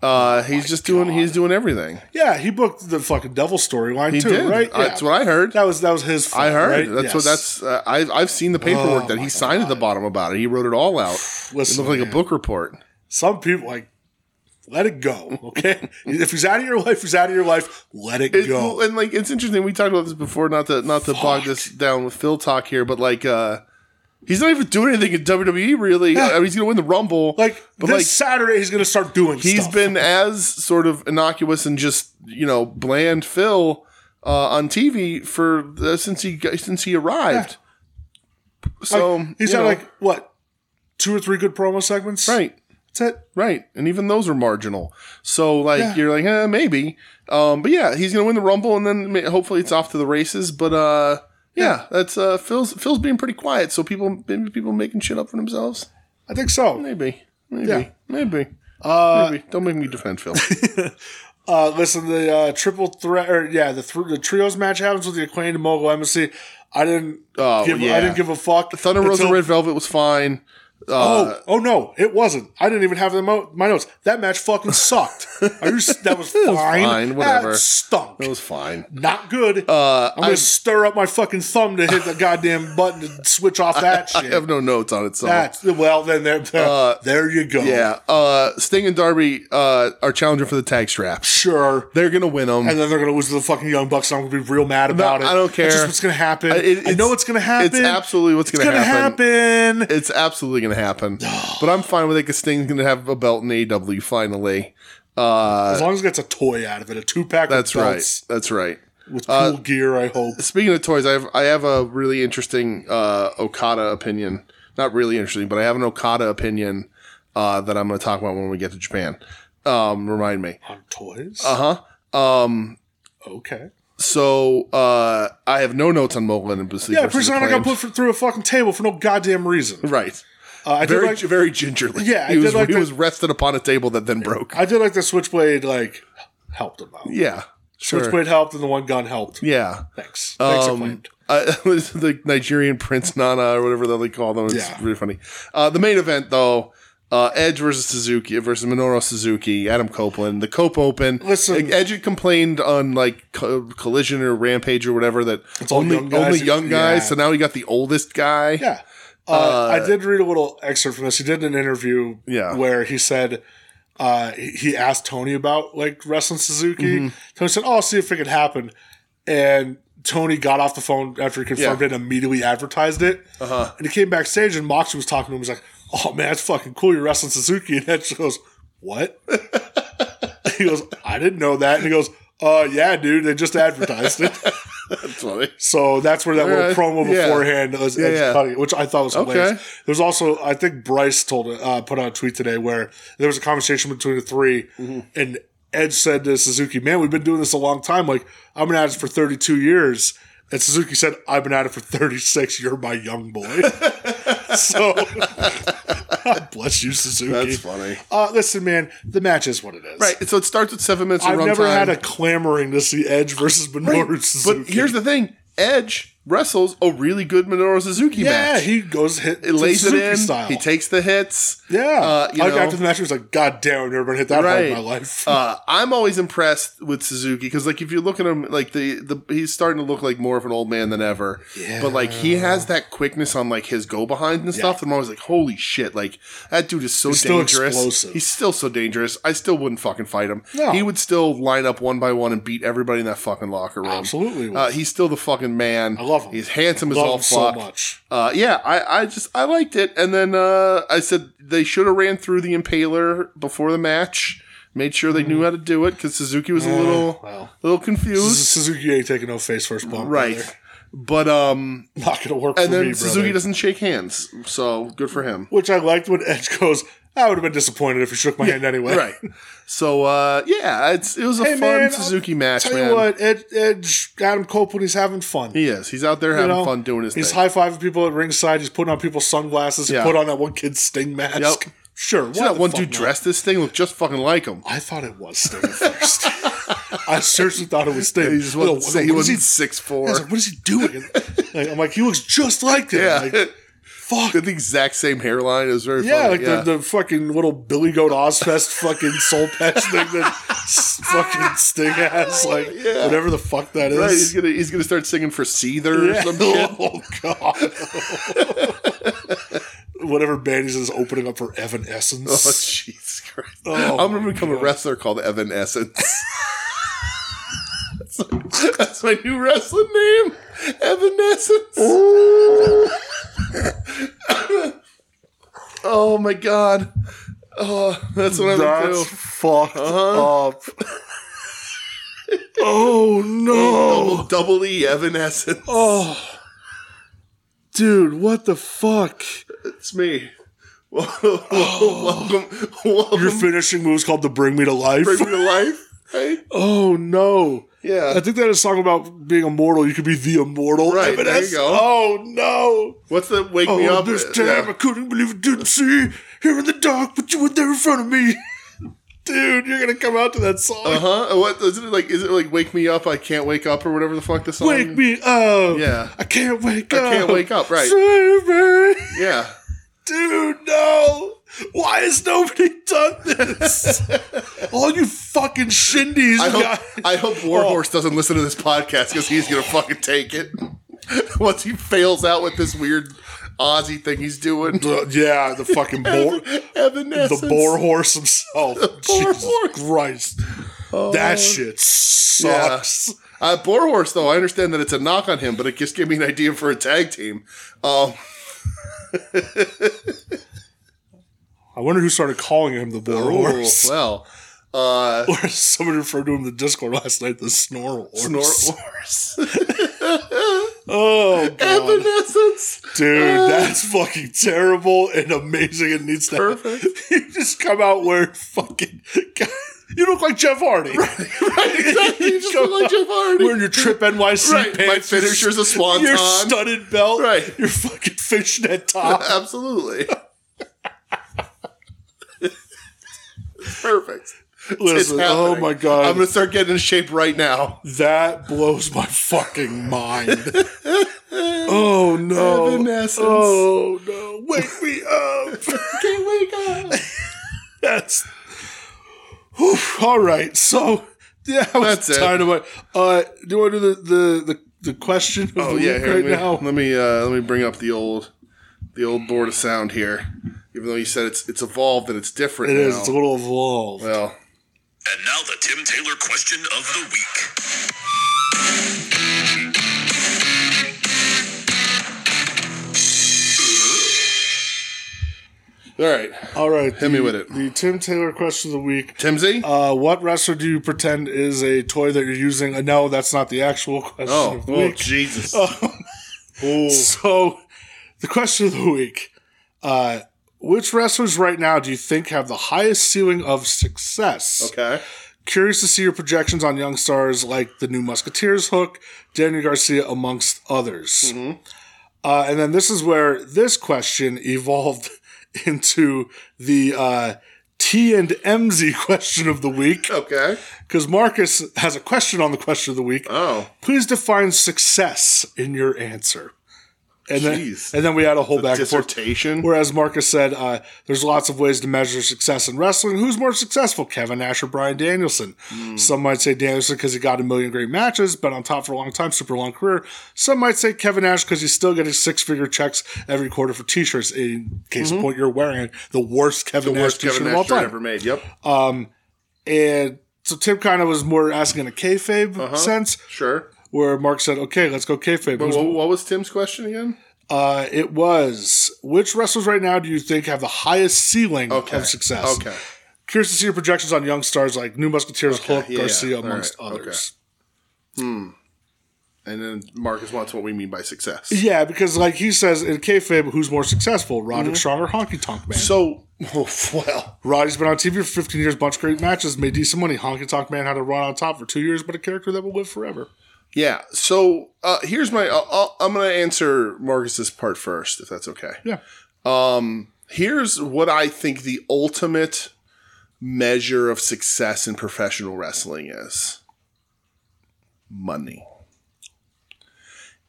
B: Uh, he's just doing he's doing everything.
A: Yeah, he booked the fucking devil storyline
B: He
A: too,
B: did.
A: right?
B: Uh,
A: Yeah.
B: That's what I heard.
A: that was that was his fault,
B: I heard.
A: right?
B: That's what
A: Yes.
B: that's. Uh, I've I've seen the paperwork
A: Oh
B: that
A: my
B: he signed at the bottom about it. He wrote it all out. it
A: Listen,
B: looked like
A: man.
B: a book report.
A: some people like let it go, okay? if he's out of your life, he's out of your life. Let it
B: It-
A: go.
B: And like it's interesting. We talked about this before. Not to not to bog this down with Phil talk here, but like uh, he's not even doing anything in WWE. Really, I mean, he's gonna win the Rumble.
A: like
B: but
A: this
B: like
A: Saturday he's gonna start doing
B: he's
A: stuff.
B: been as sort of innocuous and just you know bland Phil uh, on TV for uh, since he got- since he arrived. So
A: like, he's
B: you
A: had
B: know,
A: like what? Two or three good promo segments?
B: right.
A: That's it.
B: Right. And even those are marginal. So, like,
A: Yeah.
B: you're like, eh, maybe. Um, but yeah, he's going to win the Rumble and then ma- hopefully it's off to the races. But, uh, yeah, that's, uh, Phil's, Phil's being pretty quiet. So people, maybe people making shit up for themselves.
A: I think so.
B: Maybe. Maybe.
A: Yeah.
B: Maybe. maybe. Don't make me defend Phil.
A: Uh, listen, the uh, triple threat, or yeah, the thr the trios match happens with the acclaimed mogul embassy. I didn't,
B: Oh,
A: give, I
B: yeah.
A: didn't give a fuck.
B: Thunder Rosa
A: until-
B: Red Velvet was fine.
A: Oh,
B: Uh,
A: oh no, it wasn't. I didn't even have the mo- my notes. That match fucking sucked. Are you? s- That was fine.
B: fine, whatever.
A: That stunk.
B: It was fine.
A: Not good.
B: Uh,
A: I'm gonna stir up my fucking thumb to hit the goddamn button to switch off that
B: I
A: shit.
B: have no notes on it. So,
A: That's well, then there, there you go.
B: yeah. Uh, Sting and Darby, uh, are challenging for the tag straps.
A: sure.
B: They're going to win them.
A: and then they're going to lose to the fucking Young Bucks, and I'm going to be real mad about it.
B: I don't care.
A: That's just what's going to happen.
B: I- it-
A: I know
B: it's-
A: what's going to happen.
B: it's absolutely what's
A: It's
B: gonna
A: gonna
B: happen.
A: happen.
B: It's absolutely going to happen. but I'm fine with it because Sting's going to have a belt in AEW finally. Uh,
A: As long as it gets a toy out of it, a two pack.
B: that's right. Uh, That's right.
A: With cool gear, I hope.
B: Speaking of toys, I have I have a really interesting uh, Okada opinion. Not really interesting, but I have an Okada opinion uh, that I'm going to talk about when we get to Japan. Um, remind me.
A: On toys.
B: Uh huh. Um,
A: okay.
B: so uh, I have no notes on Mogul and Embassy.
A: Yeah,
B: versus
A: Priscilla got
B: Acclaimed.
A: put through a fucking table for no goddamn reason.
B: right.
A: Uh, I did
B: Very
A: like.
B: very gingerly.
A: Yeah, I
B: he
A: did
B: was
A: like
B: he
A: that-
B: was rested upon a table that then broke.
A: I did like the switchblade. Like helped them out.
B: Yeah, sure.
A: Switchblade helped, and the one gun helped.
B: yeah.
A: Thanks. Thanks,
B: Um,
A: acclaimed.
B: uh, the Nigerian Prince Nana or whatever the hell they call them. It's
A: Yeah.
B: really funny. Uh, the main event though, uh, Edge versus Suzuki versus Minoru Suzuki, Adam Copeland, the Cope Open.
A: Listen.
B: Like, Edge had complained on like co- Collision or Rampage or whatever that
A: all
B: only
A: young guys.
B: only young guys.
A: Yeah.
B: So now he got the oldest guy.
A: Yeah. Uh, I did read a little excerpt from this. He did an interview
B: Yeah.
A: where he said uh, he he asked Tony about like wrestling Suzuki.
B: Mm-hmm.
A: Tony said, "Oh, I'll see if it could happen." And Tony got off the phone after he confirmed
B: Yeah.
A: it and immediately advertised it. Uh-huh. And he came backstage and Moxley was talking to him. He's like, "Oh man, that's fucking cool. You're wrestling Suzuki." And Edge goes, "What?" he goes, "I didn't know that." And he goes, "Uh, yeah, dude. They just advertised it."
B: That's funny.
A: So that's where that little
B: Alright,
A: promo
B: yeah.
A: beforehand was
B: Yeah,
A: Edge
B: yeah.
A: cutting, it, which I thought was
B: Okay.
A: hilarious. There's also, I think Bryce told it, uh, put out a tweet today where there was a conversation between the 3
B: Mm-hmm.
A: and Edge said to Suzuki, "Man, we've been doing this a long time. Like I've been at it for 32 years." And Suzuki said, "I've been at it for 36. You're my young boy." so, God bless you, Suzuki.
B: That's funny.
A: Uh, listen, man, the match is what it is.
B: Right. So it starts with seven minutes of
A: I've
B: runtime.
A: never had a clamoring to see Edge versus Minoru Suzuki.
B: But here's the thing: Edge wrestles a really good Minoru Suzuki
A: yeah,
B: match.
A: he goes hit
B: He lays it
A: Suzuki
B: in.
A: style.
B: He takes the hits.
A: yeah,
B: Uh, you
A: like
B: know.
A: after the match, he was like, "God damn, I've never been hit that hard in
B: Right.
A: my life."
B: Uh, I'm always impressed with Suzuki because, like, if you look at him, like the, the he's starting to look like more of an old man than ever.
A: Yeah.
B: But like, he has that quickness on like his go behind and stuff. And I'm always like, holy shit! Like that dude is so
A: still
B: dangerous.
A: explosive.
B: He's still so dangerous. I still wouldn't fucking fight him.
A: No.
B: He would still line up one by one and beat everybody in that fucking locker room.
A: Absolutely would.
B: Uh, he's still the fucking man. I
A: love him.
B: He's handsome as
A: Love
B: all
A: him so
B: fuck.
A: much.
B: Uh, yeah, I, I just I liked it, and then uh, I said they should have ran through the impaler before the match, made sure they knew how to do it because Suzuki was a little
A: Mm. Eh, well.
B: little confused,
A: Suzuki ain't taking no face first bump.
B: right?
A: brother.
B: But um,
A: Not gonna work
B: and
A: for
B: then
A: me,
B: Suzuki
A: brother.
B: doesn't shake hands, so good for him,
A: Which I liked when Edge goes, "I would have been disappointed if he shook my hand anyway."
B: right? So uh, yeah, it's it was a
A: Hey,
B: fun
A: man,
B: Suzuki match,
A: Tell
B: man.
A: you what, Ed, Edge, Adam Copeland, he's having fun.
B: He is. He's out there having
A: you know?
B: fun doing his
A: He's
B: thing.
A: high fiving people at ringside. He's putting on people's sunglasses. He
B: Yeah.
A: put on that one kid's sting mask.
B: Yep.
A: Sure, why
B: See that
A: the
B: one
A: fuck
B: dude
A: not?
B: dressed this thing looked just fucking like him.
A: I thought it was Sting at first. I seriously thought it was Sting.
B: He just
A: You know,
B: wasn't,
A: what-
B: he
A: what is
B: wasn't six four.
A: I was like, what is he doing? Like, I'm like, he looks just like him.
B: Yeah.
A: Like, fuck.
B: They had the exact same hairline. It was very
A: Yeah,
B: funny.
A: like The, the fucking little Billy Goat Ozfest fucking soul patch thing that s- fucking Sting has. Like,
B: Yeah.
A: whatever the fuck that
B: Right,
A: is.
B: he's gonna he's gonna start singing for Seether or
A: Yeah.
B: some shit.
A: Oh, God. whatever band he's in is opening up for
B: Oh
A: Evanescence.
B: Jesus Christ!
A: Oh,
B: I'm gonna become a wrestler called Evan Essence. That's my new wrestling name, Evan Essence. oh my god! Oh, that's what I'm gonna do.
A: That's fucked up. Uh-huh. oh no.
B: Double, double E Evan Essence.
A: Oh. Dude, what the fuck?
B: It's me.
A: Oh.
B: welcome, welcome.
A: Your finishing move is called the Bring Me to Life.
B: bring me to life. Right?
A: oh no.
B: Yeah.
A: I think that is a song about being immortal. You could be the immortal.
B: Right, there you
A: Evanes-
B: go.
A: Oh no.
B: What's the wake me
A: Oh,
B: up?
A: this time
B: Yeah.
A: I couldn't believe I didn't see here in the dark, but you were there in front of me. Dude, you're gonna come out to that song.
B: Uh huh. What is it like? Is it like wake me up? I can't wake up or whatever the fuck the song.
A: Wake me up.
B: Yeah.
A: I can't wake up.
B: can't wake up, right.
A: Save me.
B: Yeah.
A: Dude, no! Why has nobody done this? All you fucking shindies,
B: I
A: guys.
B: hope I hope
A: Oh.
B: Warhorse doesn't listen to this podcast because he's gonna fucking take it once he fails out with this weird Aussie thing he's doing.
A: Uh, yeah, the fucking boar,
B: Evanescence.
A: the boar horse himself.
B: boar
A: Jesus
B: horse.
A: Christ, that shit sucks.
B: Uh, boar horse though. I understand that it's a knock on him, but it just gave me an idea for a tag team. Um,
A: I wonder who started calling him the boar horse.
B: well. Uh,
A: Or somebody referred to him in the Discord last night, the snore horse.
B: Snortlords.
A: Oh god,
B: Evanescence.
A: dude,
B: Uh.
A: that's fucking terrible and amazing. It needs to
B: Perfect.
A: you just come out wearing fucking. You look like Jeff Hardy.
B: Right, exactly. You just look like Jeff Hardy.
A: Wearing your trip NYC
B: Right, my
A: pants, your
B: finisher's a swanton.
A: your studded belt,
B: Right.
A: Your fucking fishnet top.
B: Absolutely. It's Perfect. It's
A: Listen, oh
B: happening.
A: my god,
B: I'm gonna start getting in shape right now.
A: that blows my fucking mind. oh no,
B: Evanescence.
A: oh no, wake me up.
B: Can't wake up.
A: That's Whew, all right. So yeah, I was
B: That's it.
A: dynamite. Uh, do you want to do the the the, the question? Of
B: Oh
A: the
B: yeah,
A: week
B: here,
A: right
B: let me,
A: now.
B: Let me uh, let me bring up the old the old board of sound here. Even though you said it's it's evolved and it's different.
A: It
B: now.
A: is. It's a little evolved.
B: well.
C: And now the Tim Taylor question of the week.
B: All right.
A: All right.
B: Hit me
A: the-
B: with it.
A: The Tim Taylor question of the week.
B: Timsy?
A: Uh, what wrestler do you pretend is a toy that you're using? Uh, no, that's not the actual question
B: oh,
A: of the
B: oh,
A: week.
B: Jesus.
A: Oh. So, the question of the week: uh, Which wrestlers right now do you think have the highest ceiling of success?
B: Okay.
A: Curious to see your projections on young stars like the new Musketeers hook, Danny Garcia, amongst others. Uh, and then this is where this question evolved into the uh, T and MZ question of the week
B: Okay.
A: because Marcus has a question on the question of the week.
B: Oh.
A: Please define success in your answer. And then,
B: Jeez.
A: and then we had a whole back and forth.
B: Dissertation.
A: Whereas Marcus said, uh, there's lots of ways to measure success in wrestling. Who's more successful, Kevin Nash or Brian Danielson?
B: Hmm.
A: Some might say Danielson because he got a million great matches, been on top for a long time, super long career. Some might say Kevin Nash because he's still getting six figure checks every quarter for t shirts. In case in point, you're wearing the worst Kevin Nash
B: Mm-hmm. Worst
A: t shirt
B: Kevin
A: of all
B: Nash shirt
A: time.
B: ever made. Yep.
A: And so Tim kind of was more asking in a kayfabe
B: Uh-huh.
A: sense,
B: Sure.
A: where Mark said, okay, let's go kayfabe. Who's-
B: What, what was Tim's question again?
A: Uh, it was which wrestlers right now do you think have the highest ceiling
B: Okay.
A: of success?
B: Okay.
A: Curious to see your projections on young stars like New Musketeers, Hulk,
B: yeah,
A: Garcia,
B: yeah. All
A: amongst
B: right,
A: others.
B: And then Marcus wants what we mean by success.
A: Yeah, because like he says in kayfabe, who's more successful, Roddick
B: Mm-hmm.
A: Strong or Honky Tonk Man?
B: So, well,
A: Roddy's been on TV for 15 years, bunch of great matches, made decent money. Honky Tonk Man had a run on top for two years, but a character that will live forever.
B: yeah. So uh, here's my. I'll, I'll, I'm going to answer Marcus's part first, if that's okay. Um,
A: Yeah,
B: Here's what I think the ultimate measure of success in professional wrestling is money.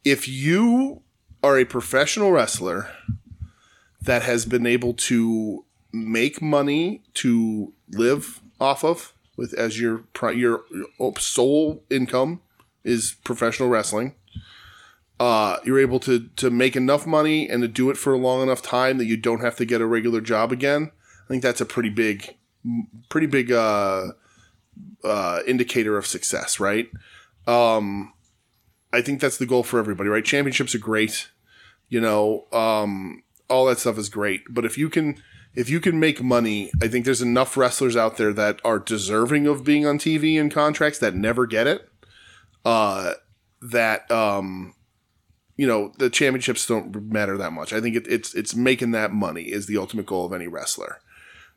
B: If you are a professional wrestler that has been able to make money to live off of with as your pri- your sole income is professional wrestling uh, you're able to to make enough money and to do it for a long enough time that you don't have to get a regular job again. I think that's a pretty big, m- pretty big uh, uh, indicator of success, right? Um, I think that's the goal for everybody, right? Championships are great, you know, um, all that stuff is great, but if you can. If you can make money, I think there's enough wrestlers out there that are deserving of being on TV and contracts that never get it. Uh, that um, you know the championships don't matter that much. I think it, it's it's making that money is the ultimate goal of any wrestler.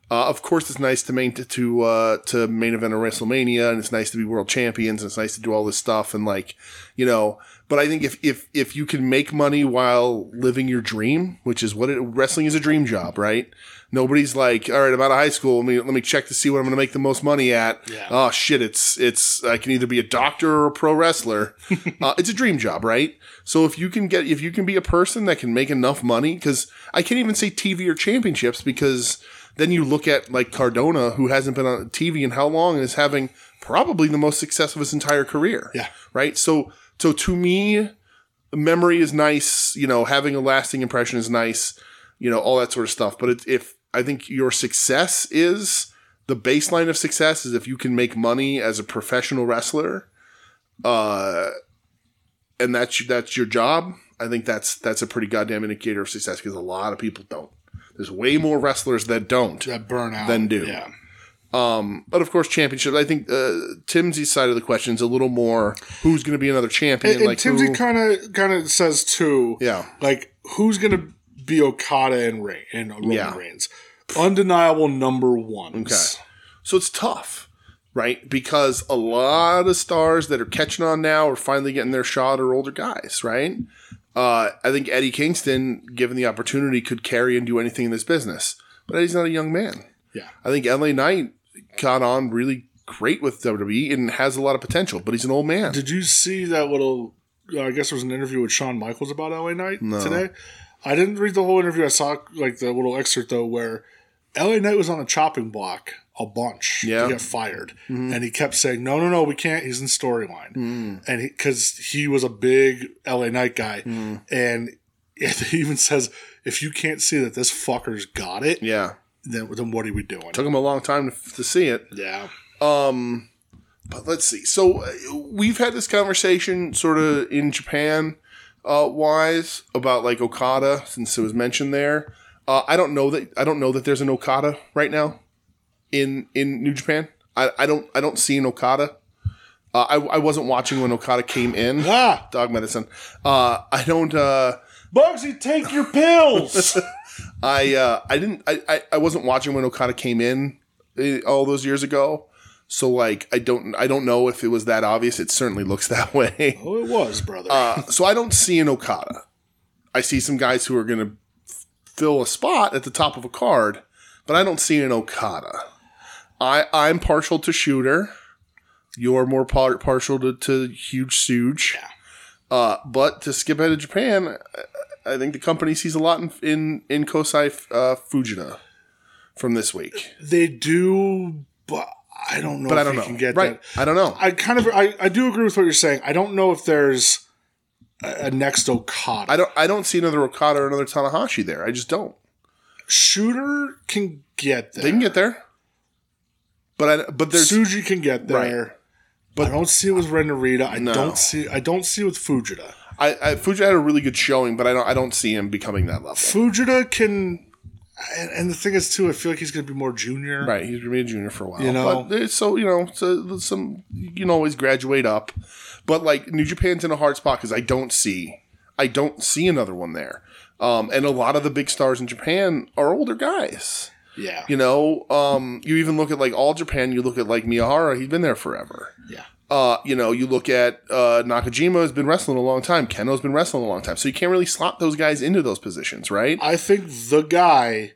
B: Uh, of course, it's nice to main to uh, to main event a WrestleMania, and it's nice to be world champions, and it's nice to do all this stuff, and like you know. But I think if if if you can make money while living your dream, which is what it, wrestling is a dream job, right? Nobody's like, all right, I'm out of high school. Let me let me check to see what I'm going to make the most money at. Oh shit, it's it's I can either be a doctor or a pro wrestler. uh, it's a dream job, right? So if you can get if you can be a person that can make enough money, because I can't even say TV or championships because then you look at like Cardona, who hasn't been on TV in how long and is having probably the most success of his entire career.
A: Yeah.
B: Right. So so to me, memory is nice. You know, having a lasting impression is nice. You know, all that sort of stuff. But it, if I think your success is the baseline of success is if you can make money as a professional wrestler, uh, and that's that's your job. I think that's that's a pretty goddamn indicator of success because a lot of people don't. There's way more wrestlers that don't.
A: that burnout.
B: Then do.
A: Yeah.
B: But of course, championships. I think uh, Timsy's side of the question is a little more who's going to be another champion.
A: And, and
B: like who-
A: Timsy kind of kind of says too.
B: Yeah.
A: like who's gonna be Okada and Ray and Roman
B: Yeah.
A: Reigns? Undeniable number one.
B: Okay. So it's tough, right? Because a lot of stars that are catching on now are finally getting their shot are older guys, right? Uh, I think Eddie Kingston, given the opportunity, could carry and do anything in this business. But Eddie's not a young man.
A: Yeah.
B: I think LA Knight caught on really great with WWE and has a lot of potential, but he's an old man.
A: Did you see that little? I guess there was an interview with Shawn Michaels about LA Knight today. I didn't read the whole interview. I saw like the little excerpt though, where LA Knight was on a chopping block a bunch
B: Yeah. Mm-hmm.
A: to get fired, and he kept saying, "No, no, no, we can't." He's in storyline,
B: Mm.
A: and because he, was a big LA Knight guy,
B: Mm.
A: and he even says, "If you can't see that this fucker's got it,
B: yeah.
A: then, then what are we doing?"
B: Took him a long time to, to see it.
A: Yeah.
B: Um, but let's see. So uh, we've had this conversation sort of in Japan uh, wise about like Okada since it was mentioned there. Uh, I don't know that I don't know that there's an Okada right now in in New Japan. I, I don't I don't see an Okada. Uh, I, I wasn't watching when Okada came in.
A: Ah,
B: Dog medicine. Uh, I don't. Uh,
A: Bugsy, take your pills.
B: I uh, I didn't I, I, I wasn't watching when Okada came in eh, all those years ago. So like I don't I don't know if it was that obvious. It certainly looks that way.
A: oh, it was, brother.
B: Uh, so I don't see an Okada. I see some guys who are going to fill a spot at the top of a card, but I don't see an Okada. I I'm partial to Shooter. You're more par- partial to, to Huge Suge. Uh, but to skip ahead of Japan, I, I think the company sees a lot in in, in Kosai uh, Fujina from this week.
A: they do, but I don't know
B: But
A: if
B: I don't
A: you
B: know.
A: can get
B: right?
A: that.
B: I don't know.
A: I kind of I, I do agree with what you're saying. I don't know if there's a, a next Okada.
B: I don't. I don't see another Okada or another Tanahashi there. I just don't.
A: Shooter can get there.
B: They can get there, but I. But there's
A: Suji can get there. But I don't see it with Renarita. I
B: No.
A: don't see I don't see it with Fujita.
B: I, I Fujita had a really good showing, but I don't I don't see him becoming that level.
A: Fujita can and, and the thing is too, I feel like he's gonna be more junior.
B: Right, he's gonna be a junior for a while.
A: You know?
B: but it's so you know, so some you can always graduate up, but like New Japan's in a hard spot because I don't see I don't see another one there, um, and a lot of the big stars in Japan are older guys.
A: Yeah.
B: You know, um, you even look at like all Japan. You look at like Miyahara; he's been there forever.
A: Yeah.
B: Uh, you know, you look at uh, Nakajima has been wrestling a long time. Keno's been wrestling a long time, so you can't really slot those guys into those positions, right?
A: I think the guy,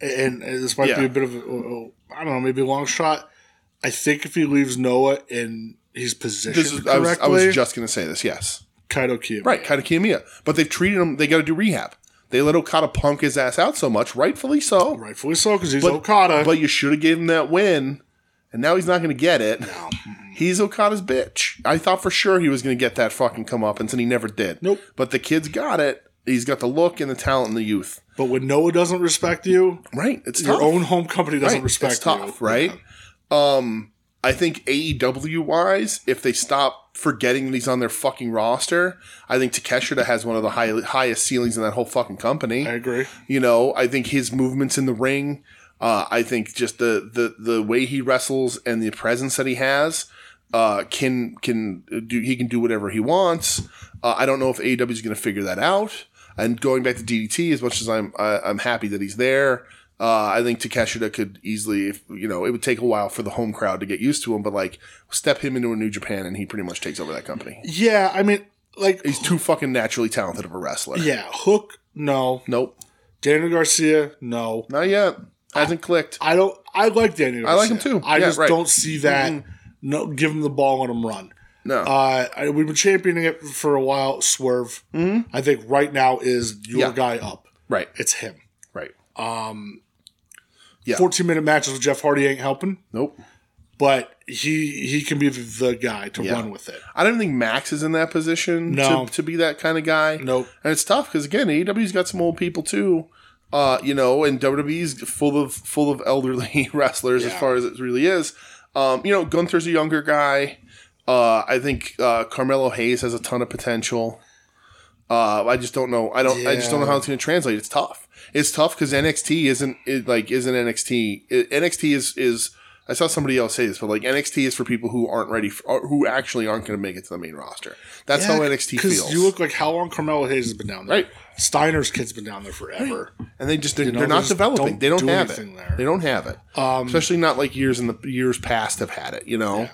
A: and and this might be
B: Yeah.
A: a bit of, a, I don't know, maybe a long shot. I think if he leaves Noah and he's positioned
B: This is, I,
A: correctly,
B: was, I was just going to say this, yes.
A: Kaido Kiyomiya.
B: Right, Kaida Kiyomiya. But they've treated him, they got to do rehab. They let Okada punk his ass out so much, rightfully so.
A: Rightfully so, because he's
B: But,
A: Okada.
B: But you should have gave him that win, and now he's not going to get it.
A: No.
B: He's Okada's bitch. I thought for sure he was going to get that fucking comeuppance, and he never did.
A: Nope.
B: But the kid's got it. He's got the look and the talent and the youth.
A: But when Noah doesn't respect you,
B: Right. It's
A: your
B: tough.
A: own home company doesn't
B: Right,
A: respect
B: it's tough,
A: you.
B: right? Um, I think AEW wise, if they stop forgetting that he's on their fucking roster, I think Takeshita has one of the high, highest ceilings in that whole fucking company.
A: I agree.
B: You know, I think his movements in the ring, uh, I think just the, the the way he wrestles and the presence that he has, uh, can can do he can do whatever he wants. Uh, I don't know if AEW is going to figure that out. And going back to DDT, as much as I'm I, I'm happy that he's there, uh, I think Takeshita could easily, if you know, it would take a while for the home crowd to get used to him, but like step him into a New Japan and he pretty much takes over that company.
A: Yeah, I mean, like,
B: He's too fucking naturally talented of a wrestler.
A: yeah, Hook, no.
B: Nope.
A: Daniel Garcia, no.
B: Not yet. Hasn't clicked.
A: I don't. I like Daniel. Garcia.
B: I like him too.
A: I
B: Yeah,
A: just
B: right. Mm-hmm.
A: don't see that. No, give him the ball, let him run.
B: No.
A: Uh, I, we've been championing it for a while. Swerve, I think right now is your
B: Mm-hmm.
A: guy
B: Yeah.
A: up.
B: right.
A: It's him.
B: Right. Yeah.
A: Fourteen minute matches with Jeff Hardy ain't helping,
B: Nope.
A: but he he can be the guy to
B: Yeah.
A: run with it.
B: I don't think Max is in that position
A: No.
B: to, to be that kind of guy.
A: Nope.
B: And it's tough because again, AEW's got some old people too. Uh, you know, and WWE's full of full of elderly wrestlers as
A: Yeah.
B: far as it really is. Um, you know, Gunther's a younger guy. Uh, I think uh, Carmelo Hayes has a ton of potential. Uh, I just don't know. I don't. I just don't know how it's going to translate. It's tough. It's tough because NXT isn't it, like isn't NXT. it- NXT is is. I saw somebody else say this, but like NXT is for people who aren't ready, for, or who actually aren't going to make it to the main roster. That's how NXT feels.
A: you look like how long Carmelo Hayes has been down there.
B: Right.
A: Steiner's kid's been down there forever.
B: and they just they're,
A: know,
B: they're
A: they
B: not
A: just
B: developing.
A: don't
B: they don't
A: do
B: have
A: anything
B: it.
A: there. Um,
B: They don't have it. Especially not like years in the years past have had it. You know,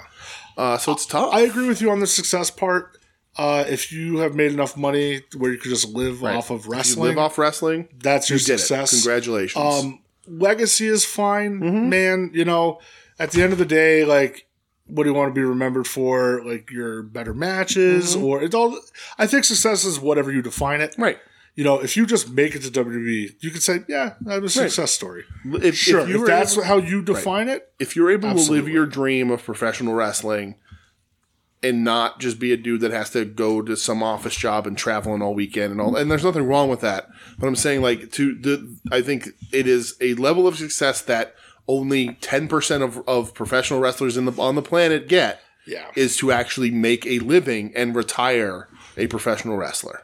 B: uh, so it's tough.
A: I agree with you on the success part. Uh, if you have made enough money where you could just live off of
B: you
A: wrestling,
B: live off wrestling.
A: that's your
B: You did
A: success.
B: it. Congratulations.
A: Um, legacy is fine,
B: Mm-hmm.
A: man. You know, at the end of the day, like, what do you want to be remembered for? Like your better matches,
B: Mm-hmm.
A: or it's all. I think success is whatever you define it.
B: right.
A: You know, if you just make it to WWE, you could say, yeah, I'm a success story.
B: If,
A: Sure, if,
B: you were
A: that's
B: able-
A: how you define it,
B: if you're able to
A: Absolutely.
B: live your dream of professional wrestling and not just be a dude that has to go to some office job and traveling all weekend and all and there's nothing wrong with that but i'm saying like to the i think it is a level of success that only 10% of, of professional wrestlers in the on the planet get
A: yeah,
B: is to actually make a living and retire a professional wrestler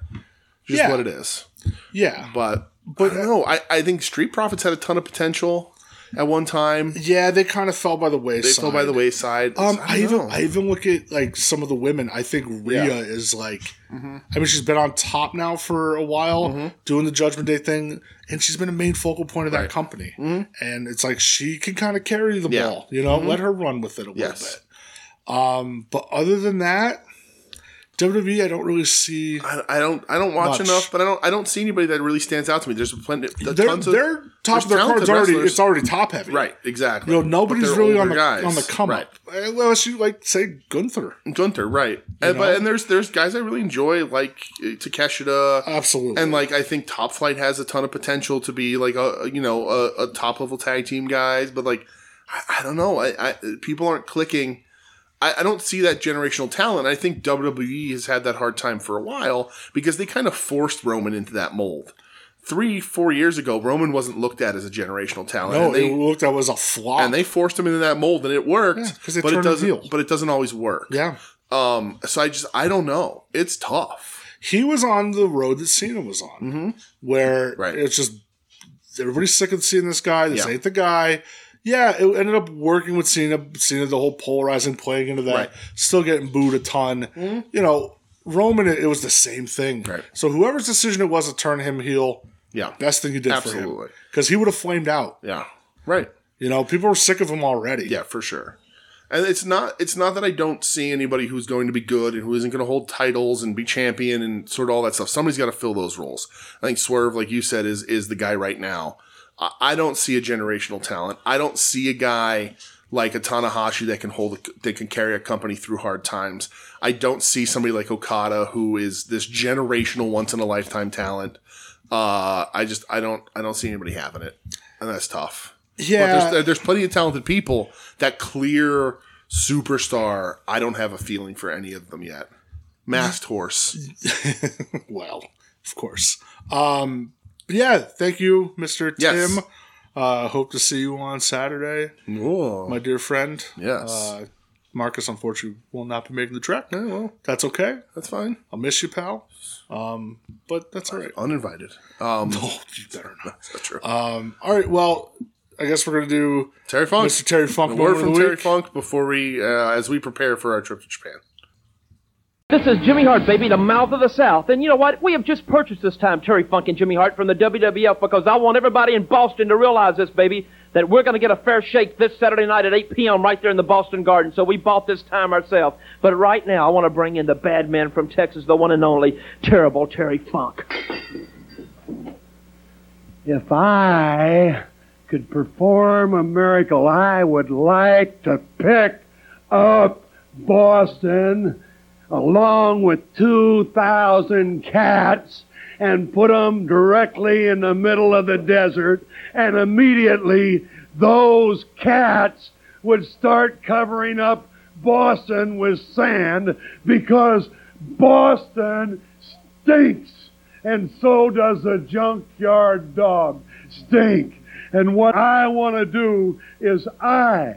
B: just
A: Yeah.
B: what it is
A: yeah.
B: but But no, I, I think Street Profits had a ton of potential at one time.
A: Yeah, they kind of fell by the
B: They
A: wayside.
B: fell by the wayside.
A: Um,
B: don't
A: I, even
B: know.
A: I even look at like some of the women. I think Rhea
B: Yeah. Mm-hmm.
A: is like, I mean, she's been on top now for a while, doing the Judgment Day thing, and she's been a main focal point of that company. And it's like she can kind of carry the
B: Mm-hmm. Yeah. Mm-hmm.
A: ball, you know, let her run with it a
B: Yes.
A: little bit. But other than that, WWE, I don't really see.
B: I, I don't I don't watch
A: Much.
B: enough, but I don't I don't see anybody that really stands out to me. There's plenty there's
A: Their,
B: tons of
A: their top of
B: there's
A: their cards
B: talented
A: already
B: wrestlers.
A: it's already top heavy,
B: right exactly.
A: You know,
B: But
A: nobody's
B: they're
A: really on
B: older
A: the
B: guys.
A: on the come
B: right.
A: up unless you like say Gunther.
B: Gunther right, and, but
A: know?
B: and there's there's guys I really enjoy like uh, Takeshita.
A: Absolutely,
B: and like I think Top Flight has a ton of potential to be like a you know a, a top level tag team guys, but like I, I don't know, I, I people aren't clicking. I, I don't see that generational talent. I think WWE has had that hard time for a while because they kind of forced Roman into that mold. Three four years ago, Roman wasn't looked at as a generational talent.
A: no,
B: and they,
A: it looked that was a flop.
B: and they forced him into that mold, and it worked.
A: 'cause they
B: but it
A: turned him
B: doesn't.
A: heel.
B: But it doesn't always work.
A: yeah.
B: Um. So I just I don't know. It's tough.
A: he was on the road that Cena was on, where
B: Right.
A: it's just everybody's sick of seeing this guy. This
B: Yeah.
A: ain't the guy. Yeah, it ended up working with Cena. Cena, the whole polarizing, playing into that,
B: Right.
A: still getting booed a ton. You know, Roman, it, it was the same thing.
B: Right.
A: So whoever's decision it was to turn him heel,
B: Yeah.
A: best thing you did for
B: Absolutely.
A: him, because he would have flamed out.
B: Yeah. Right.
A: You know, people were sick of him already.
B: Yeah, for sure. And it's not it's not that I don't see anybody who's going to be good and who isn't going to hold titles and be champion and sort of all that stuff. Somebody's got to fill those roles. I think Swerve, like you said, is is the guy right now. I, I don't see a generational talent. I don't see a guy like a Tanahashi that can hold a, that can carry a company through hard times. I don't see somebody like Okada who is this generational once in a lifetime talent. Uh, I just I don't I don't see anybody having it, and that's tough. But
A: yeah.
B: there's, there's plenty of talented people that clear superstar. I don't have a feeling for any of them yet. Masked horse.
A: well, of course. Um, but yeah, thank you, Mr.
B: Yes.
A: Tim. Uh, hope to see you on Saturday, my dear friend.
B: Yes.
A: Uh, Marcus, unfortunately, will not be making the trek.
B: Yeah, well,
A: That's okay.
B: that's fine.
A: I'll miss you, pal. Um, but that's all right.
B: Uninvited. Um,
A: Oh, you better not. Uh,
B: that's true.
A: All right. Well, I guess we're gonna do
B: Terry Funk.
A: Mr. Terry Funk
B: A
A: moment
B: word
A: of
B: from
A: the
B: Terry
A: week.
B: Funk before we, uh, as we prepare for our trip to Japan.
D: This is Jimmy Hart, baby, the mouth of the South. And you know what? We have just purchased this time Terry Funk and Jimmy Hart from the WWF because I want everybody in Boston to realize this, baby, that we're going to get a fair shake this Saturday night at 8 p.m. right there in the Boston Garden. So we bought this time ourselves. But right now, I want to bring in the bad man from Texas, the one and only terrible Terry Funk.
E: If I could perform a miracle, I would like to pick up Boston along with 2,000 cats and put them directly in the middle of the desert, and immediately those cats would start covering up Boston with sand because Boston stinks and so does the junkyard dog stink. And what I want to do is I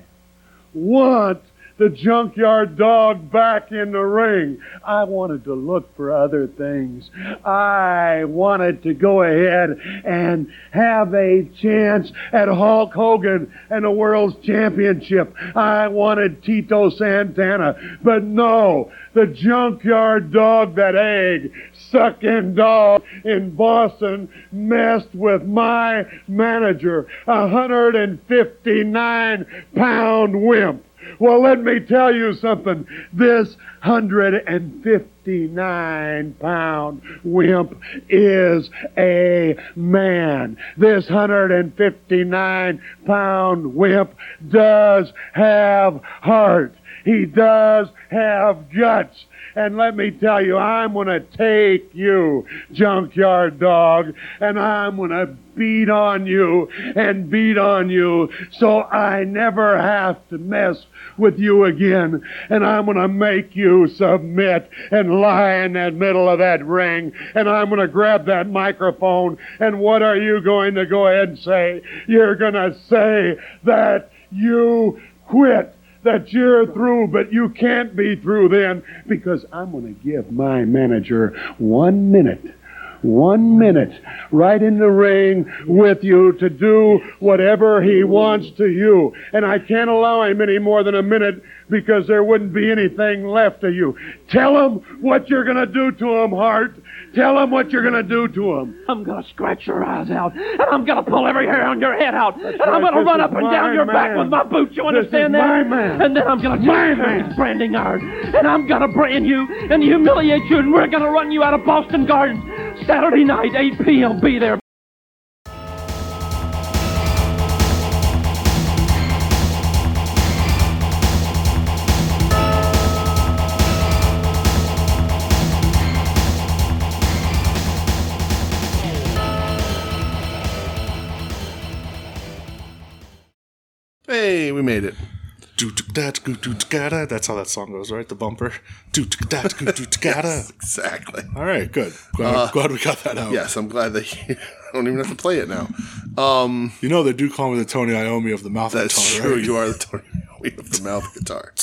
E: want the junkyard dog back in the ring. I wanted to look for other things. I wanted to go ahead and have a chance at Hulk Hogan and the World's Championship. I wanted Tito Santana. But no, the junkyard dog, that egg sucking dog in Boston, messed with my manager, a 159 pound wimp. Well, let me tell you something. This 159 pound wimp is a man. This 159 pound wimp does have heart. He does have guts. And let me tell you, I'm going to take you, junkyard dog, and I'm going to beat on you and beat on you so I never have to mess with you again. And I'm going to make you submit and lie in that middle of that ring. And I'm going to grab that microphone. And what are you going to go ahead and say? You're going to say that you quit that you're through, but you can't be through then because I'm going to give my manager one minute, one minute right in the ring with you to do whatever he wants to you. And I can't allow him any more than a minute because there wouldn't be anything left of you. Tell him what you're going to do to him, Hart. Tell him what you're going to do to him.
D: I'm gonna scratch your eyes out, and I'm gonna pull every hair on your head out, and I'm
E: right,
D: gonna
E: this
D: run
E: is
D: up and
E: my
D: down your back
E: man.
D: with my boots. You
E: This is
D: understand
E: my
D: that?
E: man.
D: And then I'm gonna
E: My
D: take your
E: man.
D: branding iron, and I'm gonna brand you and humiliate you, and we're gonna run you out of Boston Gardens Saturday night, 8 p.m. Be there.
B: Hey, we made it.
A: Do-do-da-da-goo-do-da-da. That's how that song goes, right? The bumper. Do-do-da-da-goo-do-da-da.
B: Exactly.
A: All right, good. Glad, glad we got that out.
B: Yes, I'm glad that you I don't even have to play it now. Um,
A: You know they do call me the Tony Iommi of the mouth
B: that's
A: guitar,
B: true.
A: right?
B: You are the Tony Iommi of the mouth guitar.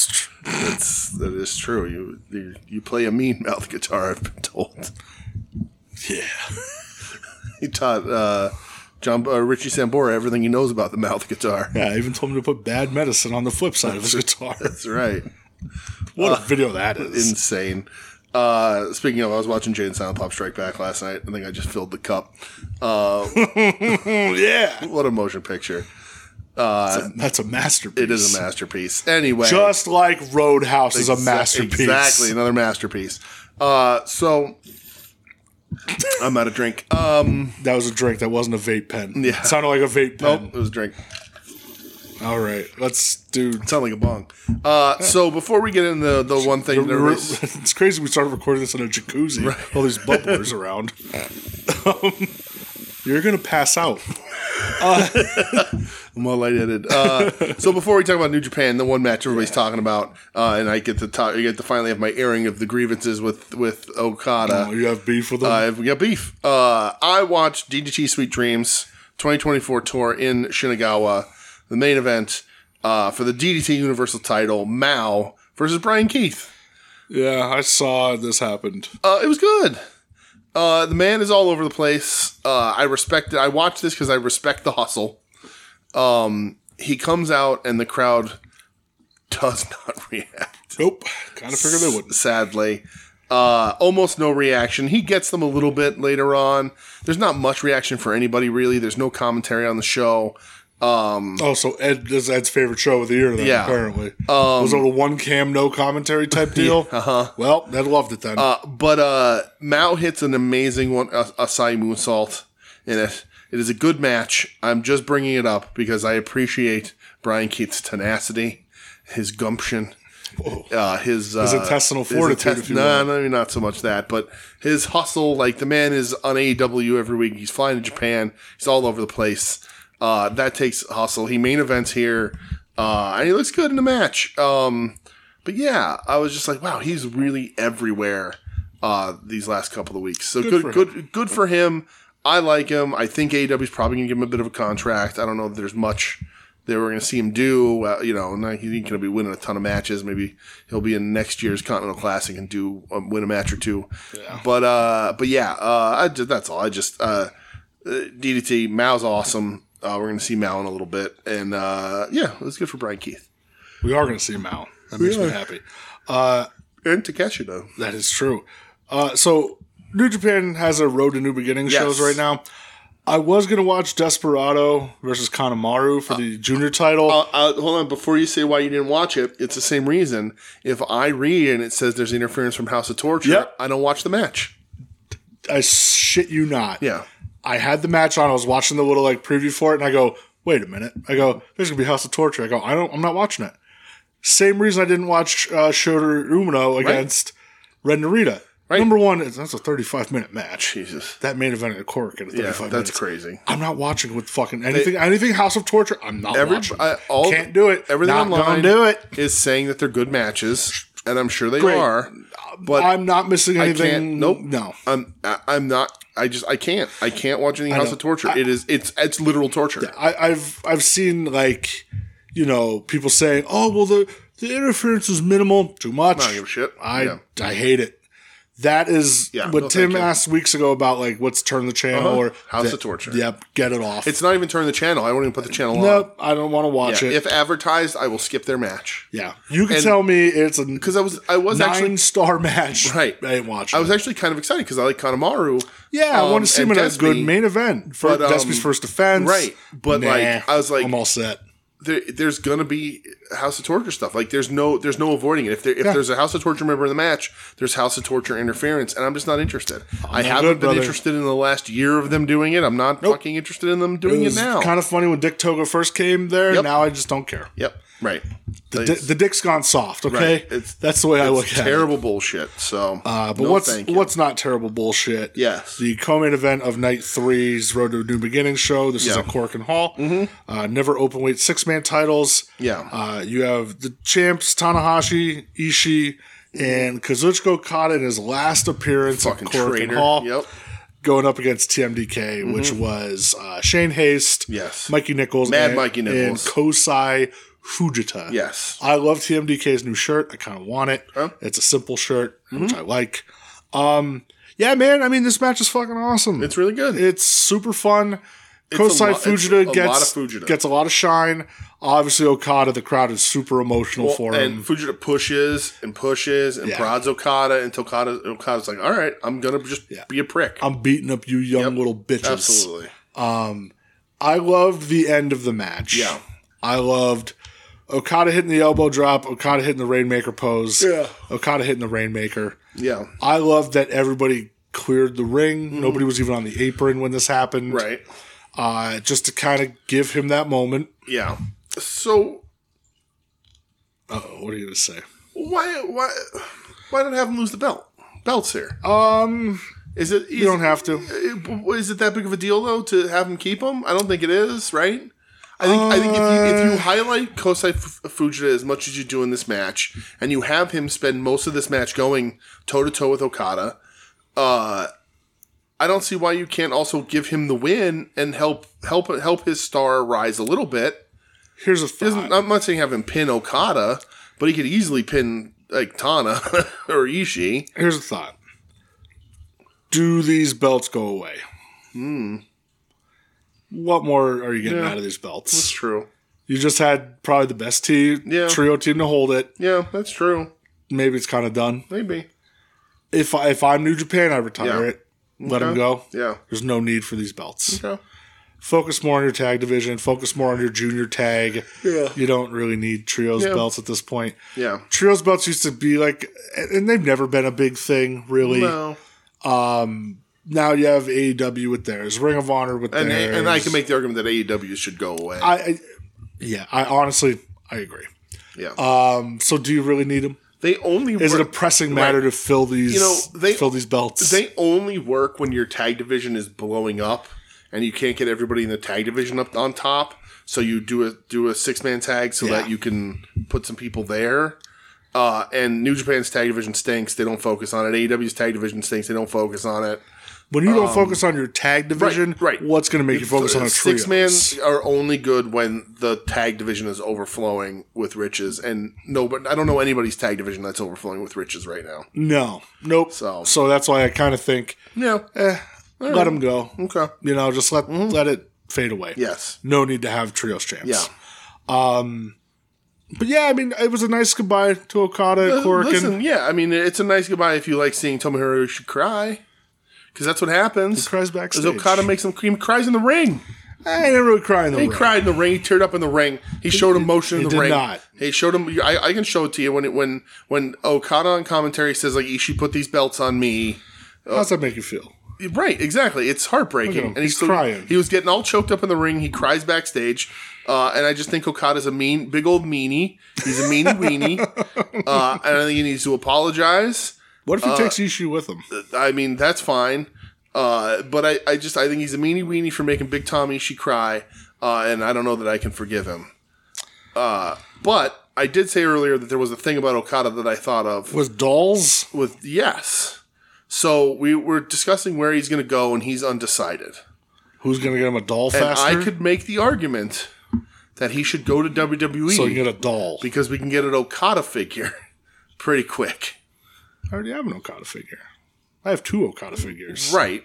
B: That's that is true. You, you you play a mean mouth guitar. I've been told.
A: Yeah.
B: He taught uh, John uh, Richie Sambora everything he knows about the mouth guitar.
A: Yeah, I even told him to put bad medicine on the flip side of his guitar.
B: That's right.
A: What
B: Uh,
A: a video that is.
B: Insane. Uh, speaking of, I was watching Jay and Silent Pop Strike Back last night. I think I just filled the cup. Uh,
A: Mm, yeah.
B: what a motion picture!
A: That's a masterpiece.
B: Uh, It is a masterpiece. Anyway,
A: Just like Roadhouse is a
B: Exa-
A: masterpiece.
B: Exactly, another masterpiece. Uh, so I'm out of drink. Um,
A: That was a drink. That wasn't a vape pen.
B: Yeah.
A: It sounded like a vape
B: nope,
A: pen.
B: it was a drink.
A: All right. Let's do.
B: Sound like a bong. Uh, so before we get into the one thing, that everybody's-
A: It's crazy we started recording this in a jacuzzi. All these bubblers around. Um, you're going to pass out.
B: I'm all lightheaded. Uh, so before we talk about New Japan, the one match everybody's talking about, uh, and I get to talk, I get to finally have my airing of the grievances with with Okada.
A: Oh, you have beef with them?
B: I've got beef. Uh, I watched DDT Sweet Dreams 2024 tour in Shinagawa, the main event uh, for the DDT Universal title, Mao versus Brian Keith.
A: yeah, I saw this happened.
B: Uh, it was good. Uh, the man is all over the place. Uh, I respect it. I watched this because I respect the hustle. Um, he comes out and the crowd does not react.
A: Nope. Kind of figured they wouldn't.
B: Sadly, uh, almost no reaction. He gets them a little bit later on. There's not much reaction for anybody really. There's no commentary on the show.
A: Oh, so Ed this is Ed's favorite show of the year, then,
B: Yeah.
A: apparently. Um, was it a one cam, no commentary type deal? uh-huh. Well, Ed loved it then.
B: Uh, but uh, Mao hits an amazing one, a Asai moonsault in it. It is a good match. I'm just bringing it up because I appreciate Brian Keith's tenacity, his gumption, uh, his, uh,
A: intestinal fortitude, if you
B: no,
A: will.
B: no, not so much that, but his hustle. Like the man is on AEW every week. He's flying to Japan. He's all over the place. Uh, that takes hustle. He main events here, uh, and he looks good in the match. Um, but yeah, I was just like, wow, he's really everywhere uh, these last couple of weeks. So good,
A: for
B: good, good, for him. I like him. I think AEW's probably going to give him a bit of a contract. I don't know if there's much that we're going to see him do. Uh, you know, not, he's going to be winning a ton of matches. Maybe he'll be in next year's Continental Classic and do um, win a match or two. But uh, but yeah, uh, I ju- that's all. I just uh, uh, DDT Mao's awesome. Uh, we're going to see Mao in a little bit, and uh, yeah, it was good for Brian Keith
A: we are going to see him out. That makes me happy. Uh,
B: and Takeshi though.
A: That is true. Uh, so New Japan has a Road to New Beginning
B: Yes.
A: shows right now. I was gonna watch Desperado versus Kanemaru for the junior title.
B: Uh, uh, hold on, before you say why you didn't watch it, it's the same reason. If I read and it says there's interference from House of Torture,
A: Yep.
B: I don't watch the match.
A: I shit you not.
B: Yeah,
A: I had the match on. I was watching the little like preview for it, and I go, "Wait a minute!" I go, "There's gonna be House of Torture." I go, "I don't. I'm not watching it." Same reason I didn't watch uh, Shota Umino against Red Narita. Number one, it's- that's a 35 minute match.
B: Jesus.
A: that main event at Cork in 35
B: yeah,
A: minutes.
B: that's crazy.
A: I'm not watching with fucking anything. anything House of Torture. I'm not
B: Every
A: watching.
B: I, all
A: Can't do it.
B: Everything
A: Not gonna
B: online
A: do it.
B: is saying that they're good matches, and I'm sure they
A: Great.
B: are. But
A: I'm not missing
B: I
A: anything.
B: can't. Nope.
A: No.
B: I'm. I, I'm not. I just. I can't. I can't watch any House
A: know.
B: of Torture. it is. It's. It's literal torture.
A: I, I've I've seen like you know people saying, oh well the the interference is minimal, too much.
B: I don't give a shit.
A: I
B: Yeah.
A: I hate it. That is
B: Yeah,
A: what
B: no, thank
A: Tim
B: you.
A: asked weeks ago about like what's turn the channel
B: Uh-huh.
A: or
B: House
A: the-
B: of Torture.
A: Yep, get it off.
B: It's not even turn the channel. I won't even put the channel on.
A: nope. I don't want to watch
B: Yeah,
A: it.
B: if advertised, I will skip their match.
A: yeah, you can
B: and-
A: tell me it's a
B: Because I was I was
A: nine
B: actually
A: star match.
B: Right.
A: I ain't watching.
B: I was actually kind of excited because I like Kanemaru.
A: yeah, I
B: um,
A: want to see him
B: and
A: in a
B: Despy.
A: good main event for
B: But, um,
A: Despy's first defense.
B: right, but, like, I was like-
A: I'm all set.
B: there, there's gonna be House of Torture stuff. Like there's no there's no avoiding it. If there if there's a House of Torture member in the match, there's House of Torture interference, and I'm just not interested. I
A: no
B: haven't
A: good,
B: been
A: brother.
B: interested in the last year of them doing it. I'm not fucking interested in them
A: It
B: doing it,
A: was
B: now.
A: kind of funny when Dick Togo first came there.
B: Yep.
A: Now I just don't care.
B: yep, right.
A: The,
B: It's-
A: the dick's gone soft. Okay,
B: Right. It's-
A: that's the way I look
B: it's
A: at it.
B: terrible bullshit. So,
A: Uh, but
B: no
A: what's
B: thank you.
A: what's not terrible bullshit?
B: Yes.
A: the co-main event of Night Three's Road to a New Beginning show. This is
B: Yeah. Mm-hmm.
A: at Cork and Hall. Uh, never open weight six man titles.
B: Yeah.
A: uh, you have the champs Tanahashi, Ishii, and Kazuchika Okada in his last appearance at
B: fucking
A: Cork and
B: traitor?
A: Hall,
B: Yep.
A: going up against TMDK, which was uh, Shane Haste,
B: Mm-hmm. Yes.
A: Mikey Nichols,
B: Mad
A: and,
B: Mikey Nichols.
A: and Kosai Fujita.
B: Yes.
A: I love TMDK's new shirt. I kind of want it.
B: Huh? Mm-hmm.
A: It's a simple shirt, which I like. Um, yeah, man. I mean, this match is fucking awesome.
B: It's really good.
A: it's super fun.
B: a
A: Kosai
B: lo- it's a
A: Fujita
B: lot
A: gets
B: of Fujita.
A: gets a lot of shine. Obviously, Okada. The crowd is super emotional
B: Well,
A: for
B: and
A: him.
B: Fujita pushes and pushes and
A: Yeah.
B: prods Okada and Okada, Okada's like, all right, I'm gonna just
A: Yeah.
B: be a prick.
A: I'm beating up you, young little bitches.
B: Absolutely.
A: I loved the end of the match.
B: Yeah.
A: I loved Okada hitting the elbow drop. Okada hitting the rainmaker pose.
B: Yeah.
A: Okada hitting the rainmaker.
B: Yeah.
A: I love that everybody cleared the ring. Nobody was even on the apron when this happened.
B: Mm-hmm. Right.
A: Uh, just to kind of give him that moment.
B: Yeah. So
A: Uh oh, what are you going to say?
B: why why why not have him lose the belt? Belts here.
A: Um,
B: Is it
A: you don't have to.
B: Uh, Is it that big of a deal though to have him keep him? I don't think it is, right? I think I think if you, if you highlight Kosai F- Fujita as much as you do in this match, and you have him spend most of this match going toe to toe with Okada, uh, I don't see why you can't also give him the win and help help help his star rise a little bit.
A: Here's a
B: He doesn't-
A: thought.
B: I'm not saying have him pin Okada, but he could easily pin like Tana or Ishii.
A: Here's a thought. Do these belts go away? Hmm. What more are you getting out of these
B: That's
A: belts?
B: true.
A: You just had probably the best team,
B: Yeah.
A: trio team to hold it.
B: Yeah, that's true.
A: Maybe it's kind of done.
B: Maybe.
A: If I, if I'm New Japan, I retire
B: Yeah.
A: it. Let
B: Okay.
A: him go.
B: Yeah.
A: There's no need for these belts.
B: Okay.
A: focus more on your tag division, focus more on your junior tag.
B: Yeah.
A: You don't really need trios
B: Yeah.
A: belts at this point.
B: Yeah.
A: Trios belts used to be like, and they've never been a big thing, really.
B: No.
A: Now you have AEW with theirs, Ring of Honor with
B: And,
A: theirs.
B: and I can make the argument that AEW should go away.
A: I, I, yeah, I honestly, I agree.
B: yeah.
A: Um, so do you really need them?
B: they only
A: Is it a
B: work,
A: pressing matter to fill these?
B: You know, they-
A: fill these belts.
B: they only work when your tag division is blowing up and you can't get everybody in the tag division up on top. So you do a do a six man tag so
A: Yeah.
B: that you can put some people there. Uh, and New Japan's tag division stinks. They don't focus on it. AEW's tag division stinks. They don't focus on it.
A: when you don't focus on your tag division,
B: um, right.
A: What's going to make you focus on a trio?
B: Six man are only good when the tag division is overflowing with riches, and no, but I don't know anybody's tag division that's overflowing with riches right now.
A: No, nope.
B: So-
A: so that's why I kind of think
B: Yeah.
A: eh, let them go.
B: Okay.
A: You know, just let let it fade away.
B: Yes.
A: No need to have trios champs.
B: Yeah.
A: But yeah, I mean, it was a nice goodbye to Okada, Cork,
B: Uh, Listen,
A: and
B: yeah, I mean, it's a nice goodbye if you like seeing Tomohiro Ishii cry, because that's what happens.
A: cries
B: Is
A: backstage.
B: Okada makes him he cries in the ring.
A: I didn't really cry in the
B: He
A: ring.
B: cried in the ring. He teared up in the ring. He showed emotion
A: he
B: in the
A: did
B: ring.
A: not.
B: He showed him. I, I can show it to you when it when when Okada on commentary says like Ishii put these belts on me.
A: How's that make you feel?
B: Right, exactly. It's heartbreaking,
A: Look at him.
B: and
A: He's
B: still-
A: crying.
B: He was getting all choked up in the ring. He cries backstage, uh, and I just think Okada's a mean, big old meanie. He's a meanie weenie, uh, and I think he needs to apologize.
A: What
B: Uh,
A: if he takes Ishii with him?
B: I mean, that's fine. Uh, but I, I just I think he's a meanie weenie for making Big Tom Ishii cry, uh, and I don't know that I can forgive him. Uh, but I did say earlier that there was a thing about Okada that I thought of
A: With dolls?
B: with yes. So we were discussing where he's going to go, and he's undecided.
A: Who's going to get him a doll
B: And
A: faster?
B: I could make the argument that he should go to E WWE
A: so you can get a doll.
B: because we can get an Okada figure pretty quick.
A: I already have an Okada figure. I have two Okada figures.
B: Right.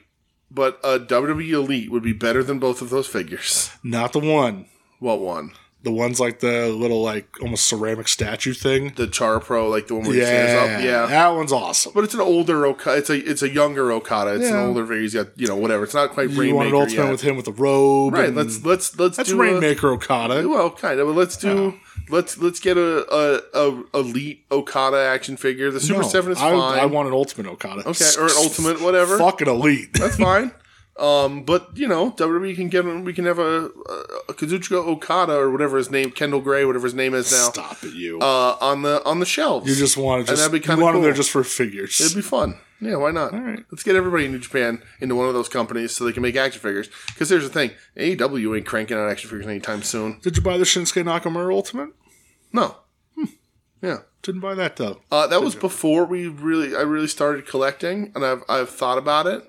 B: But a WWE Elite would be better than both of those figures.
A: Not the one.
B: What one?
A: The one's like the little like almost ceramic statue thing.
B: The Char Pro, like the one where he stands
A: Yeah,
B: up? Yeah.
A: that one's awesome.
B: But it's an older Okada. It's a it's a younger Okada. It's
A: Yeah.
B: an older figure. He's got you know whatever. It's not quite
A: you want an
B: Rainmaker
A: ultimate
B: yet.
A: with him with a robe?
B: right.
A: and-
B: Let's let's let's
A: that's
B: do a-
A: Rainmaker Okada.
B: well, kind of. But let's do let's let's get a, a, a elite Okada action figure. The Super
A: No,
B: Seven is
A: I,
B: fine.
A: I want an ultimate Okada.
B: okay, or an ultimate whatever.
A: Fucking elite.
B: That's fine. Um, but you know, WWE can get him. We can have a, a, a Kazuchika Okada or whatever his name, Kendall Gray, whatever his name is now,
A: Stop it, you.
B: uh, on the on the shelves.
A: you just want to just
B: that'd be
A: you
B: kinda
A: want them there
B: cool.
A: just for figures.
B: It'd be fun. Yeah, why not? All
A: right.
B: Let's get everybody in New Japan into one of those companies so they can make action figures. Because here's the thing AEW ain't cranking out action figures anytime soon.
A: Did you buy the Shinsuke Nakamura Ultimate?
B: No. Hmm. Yeah.
A: Didn't buy that though.
B: Uh, that was before we really, I really started collecting, and I've, I've thought about it.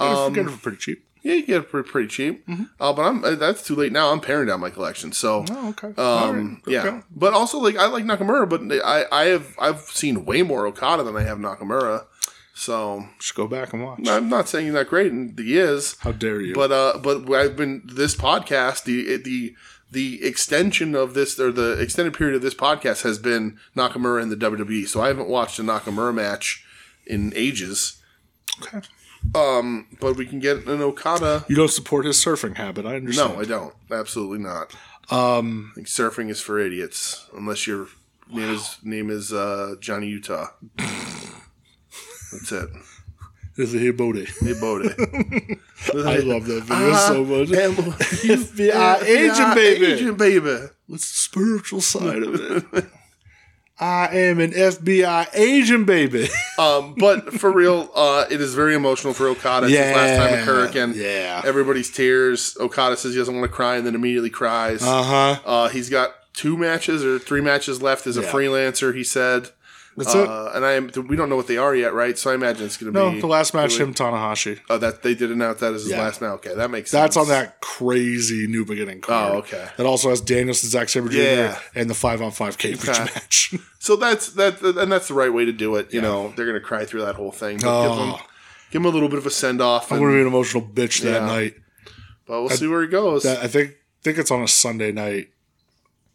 A: Um, got it for pretty cheap.
B: Yeah, you get it pretty, pretty cheap.
A: Mm-hmm.
B: Uh, but I'm uh, that's too late now. I'm paring down my collection. So,
A: Oh, okay. All right.
B: um, yeah.
A: Okay.
B: But also, like, I like Nakamura, but I, I have, I've seen way more Okada than I have Nakamura. So
A: Just go back and watch.
B: I'm not saying he's not great, and he is.
A: How dare you?
B: But uh, but I've been this podcast the the the extension of this or the extended period of this podcast has been Nakamura and the WWE. So I haven't watched a Nakamura match in ages.
A: Okay.
B: But we can get an Okada.
A: You don't support his surfing habit. I understand.
B: No, I don't. Absolutely not. Um, surfing is for idiots, unless your name is name is uh, Johnny Utah. That's it.
A: This is Hibode.
B: Hey, Bode.
A: I love that video so much.
B: FBI
A: agent, baby.
B: Uh, Agent baby.
A: What's the spiritual side of it? I am an FBI agent, baby.
B: Um, but for real, uh, it is very emotional for Okada. It's his last time at Hurricane.
A: Yeah.
B: Everybody's tears. Okada says he doesn't want to cry and then immediately cries. Uh,
A: Uh huh.
B: he's got two matches or three matches left as a
A: Yeah.
B: freelancer, he said.
A: That's it.
B: Uh, and I am, we don't know what they are yet, right? So I imagine it's going to
A: No,
B: be
A: the last match, him Tanahashi.
B: Oh, that they did announce that as his
A: Yeah.
B: last now. Okay, that makes
A: That's
B: sense.
A: on that crazy new beginning card.
B: Oh, okay.
A: That also has Danielson, Zack Sabre Jr.
B: Yeah.
A: and the five on five cage
B: Okay.
A: match.
B: So that's that, and that's the right way to do it. You know, they're going to cry through that whole thing. But give,
A: Oh.
B: him, give him a little bit of a send off,
A: I'm
B: and
A: gonna be an emotional bitch that
B: Yeah.
A: night.
B: but we'll see where he goes.
A: That- I think think it's on a Sunday night,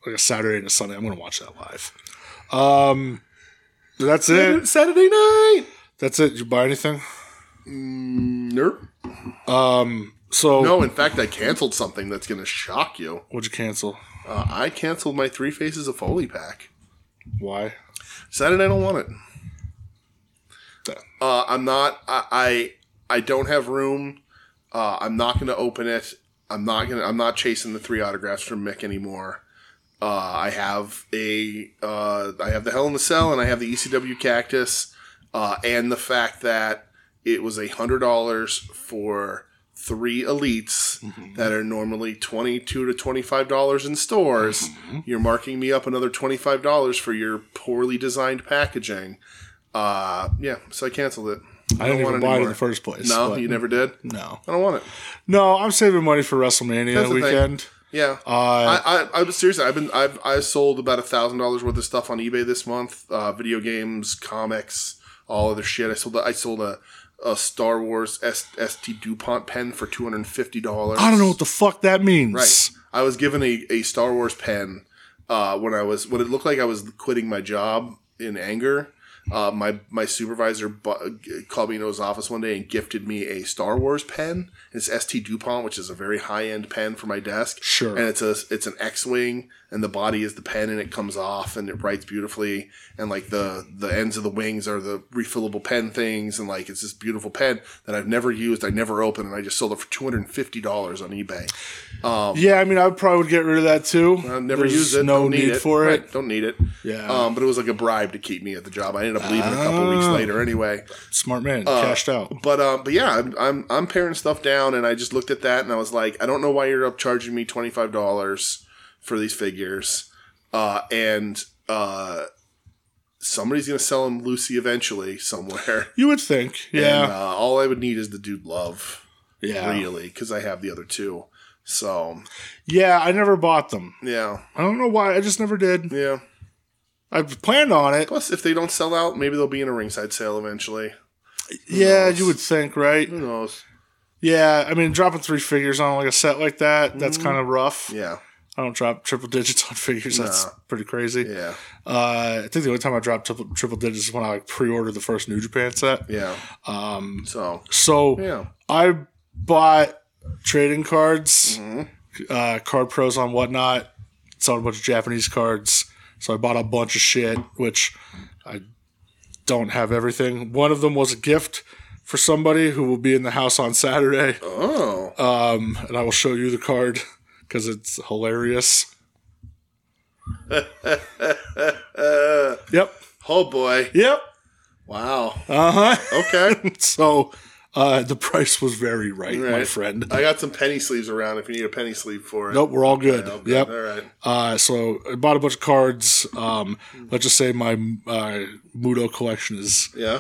A: like a Saturday and a Sunday. I'm gonna watch that live. Um, that's it.
B: Saturday night.
A: That's it. Did you buy anything?
B: Nope.
A: So
B: No, in fact, I canceled something that's going to shock you.
A: what'd you cancel?
B: Uh, I canceled my Three Faces of Foley pack.
A: Why?
B: Decided I don't want it.
A: That-
B: Uh, I'm not. I, I I don't have room. Uh, I'm not going to open it. I'm not going. to I'm not chasing the three autographs from Mick anymore. Uh, I have a. Uh, I have the Hell in the Cell, and I have the ECW Cactus, uh, and the fact that it was a hundred dollars for three elites
A: Mm-hmm.
B: that are normally twenty two to twenty five dollars in stores.
A: Mm-hmm.
B: You're marking me up another twenty five dollars for your poorly designed packaging. Uh, yeah, so I canceled it.
A: I didn't even buy it in
B: anymore.
A: the first place.
B: No,
A: but-
B: you never did.
A: No,
B: I don't want it.
A: no. I'm saving money for WrestleMania
B: That's the thing.
A: weekend.
B: Yeah,
A: Uh,
B: I, I, I was seriously. I've been. I've I sold about a thousand dollars worth of stuff on eBay this month. Uh, video games, comics, all other shit. I sold. I sold a, a Star Wars S, ST Dupont pen for two hundred and fifty dollars.
A: I don't know what the fuck that means.
B: Right. I was given a, a Star Wars pen uh, when I was when it looked like I was quitting my job in anger. Uh, my my supervisor bu- called me into his office one day and gifted me a Star Wars pen. It's ST Dupont, which is a very high end pen for my desk.
A: Sure.
B: And it's a it's an X wing, and the body is the pen, and it comes off, and it writes beautifully, and like the the ends of the wings are the refillable pen things, and like it's this beautiful pen that I've never used, I never opened, and I just sold it for two hundred and fifty dollars on eBay.
A: Yeah, I mean, I probably would get rid of that too.
B: I Oh. never
A: There's
B: use it.
A: No
B: Don't
A: need for
B: Right,
A: it.
B: Don't need it.
A: Yeah.
B: Um, but it was like a bribe to keep me at the job. I ended up leaving a couple
A: Oh.
B: weeks later anyway.
A: Smart man,
B: Uh,
A: cashed out.
B: But um, but yeah, I'm, I'm I'm paring stuff down, and I just looked at that and I was like, I don't know why you're up charging me twenty five dollars for these figures, uh, and uh, somebody's gonna sell them Lucy eventually somewhere.
A: You would think, yeah,
B: And, uh, all I would need is the dude love,
A: yeah,
B: really, because I have the other two. So
A: yeah. I never bought them.
B: yeah,
A: I don't know why. I just never did.
B: yeah.
A: I planned on it.
B: Plus, if they don't sell out, maybe they'll be in a ringside sale eventually.
A: yeah, you would think, right?
B: Who knows?
A: Yeah, I mean, dropping three figures on like a set like that, that's kind of rough.
B: Mm-hmm. Yeah.
A: I don't drop triple digits on figures. That's
B: No.
A: pretty crazy.
B: Yeah.
A: Uh, I think the only time I dropped triple, triple digits is when I like pre-ordered the first New Japan set.
B: Yeah. Um. So
A: So
B: yeah.
A: I bought trading cards,
B: Mm-hmm.
A: uh, card pros on whatnot. Sold a bunch of Japanese cards, so I bought a bunch of shit, which I don't have everything. One of them was a gift for somebody who will be in the house on Saturday,
B: Oh.
A: and I will show you the card because it's hilarious. yep,
B: oh boy.
A: yep,
B: Wow.
A: uh huh.
B: Okay.
A: so uh, the price was very right, my
B: Right.
A: friend.
B: I got some penny sleeves around. If you need a penny sleeve for it.
A: Nope, we're all good.
B: Oh,
A: Yep.
B: All right.
A: Uh, so I bought a bunch of cards. Um, let's just say my uh, Mudo collection is
B: Yeah.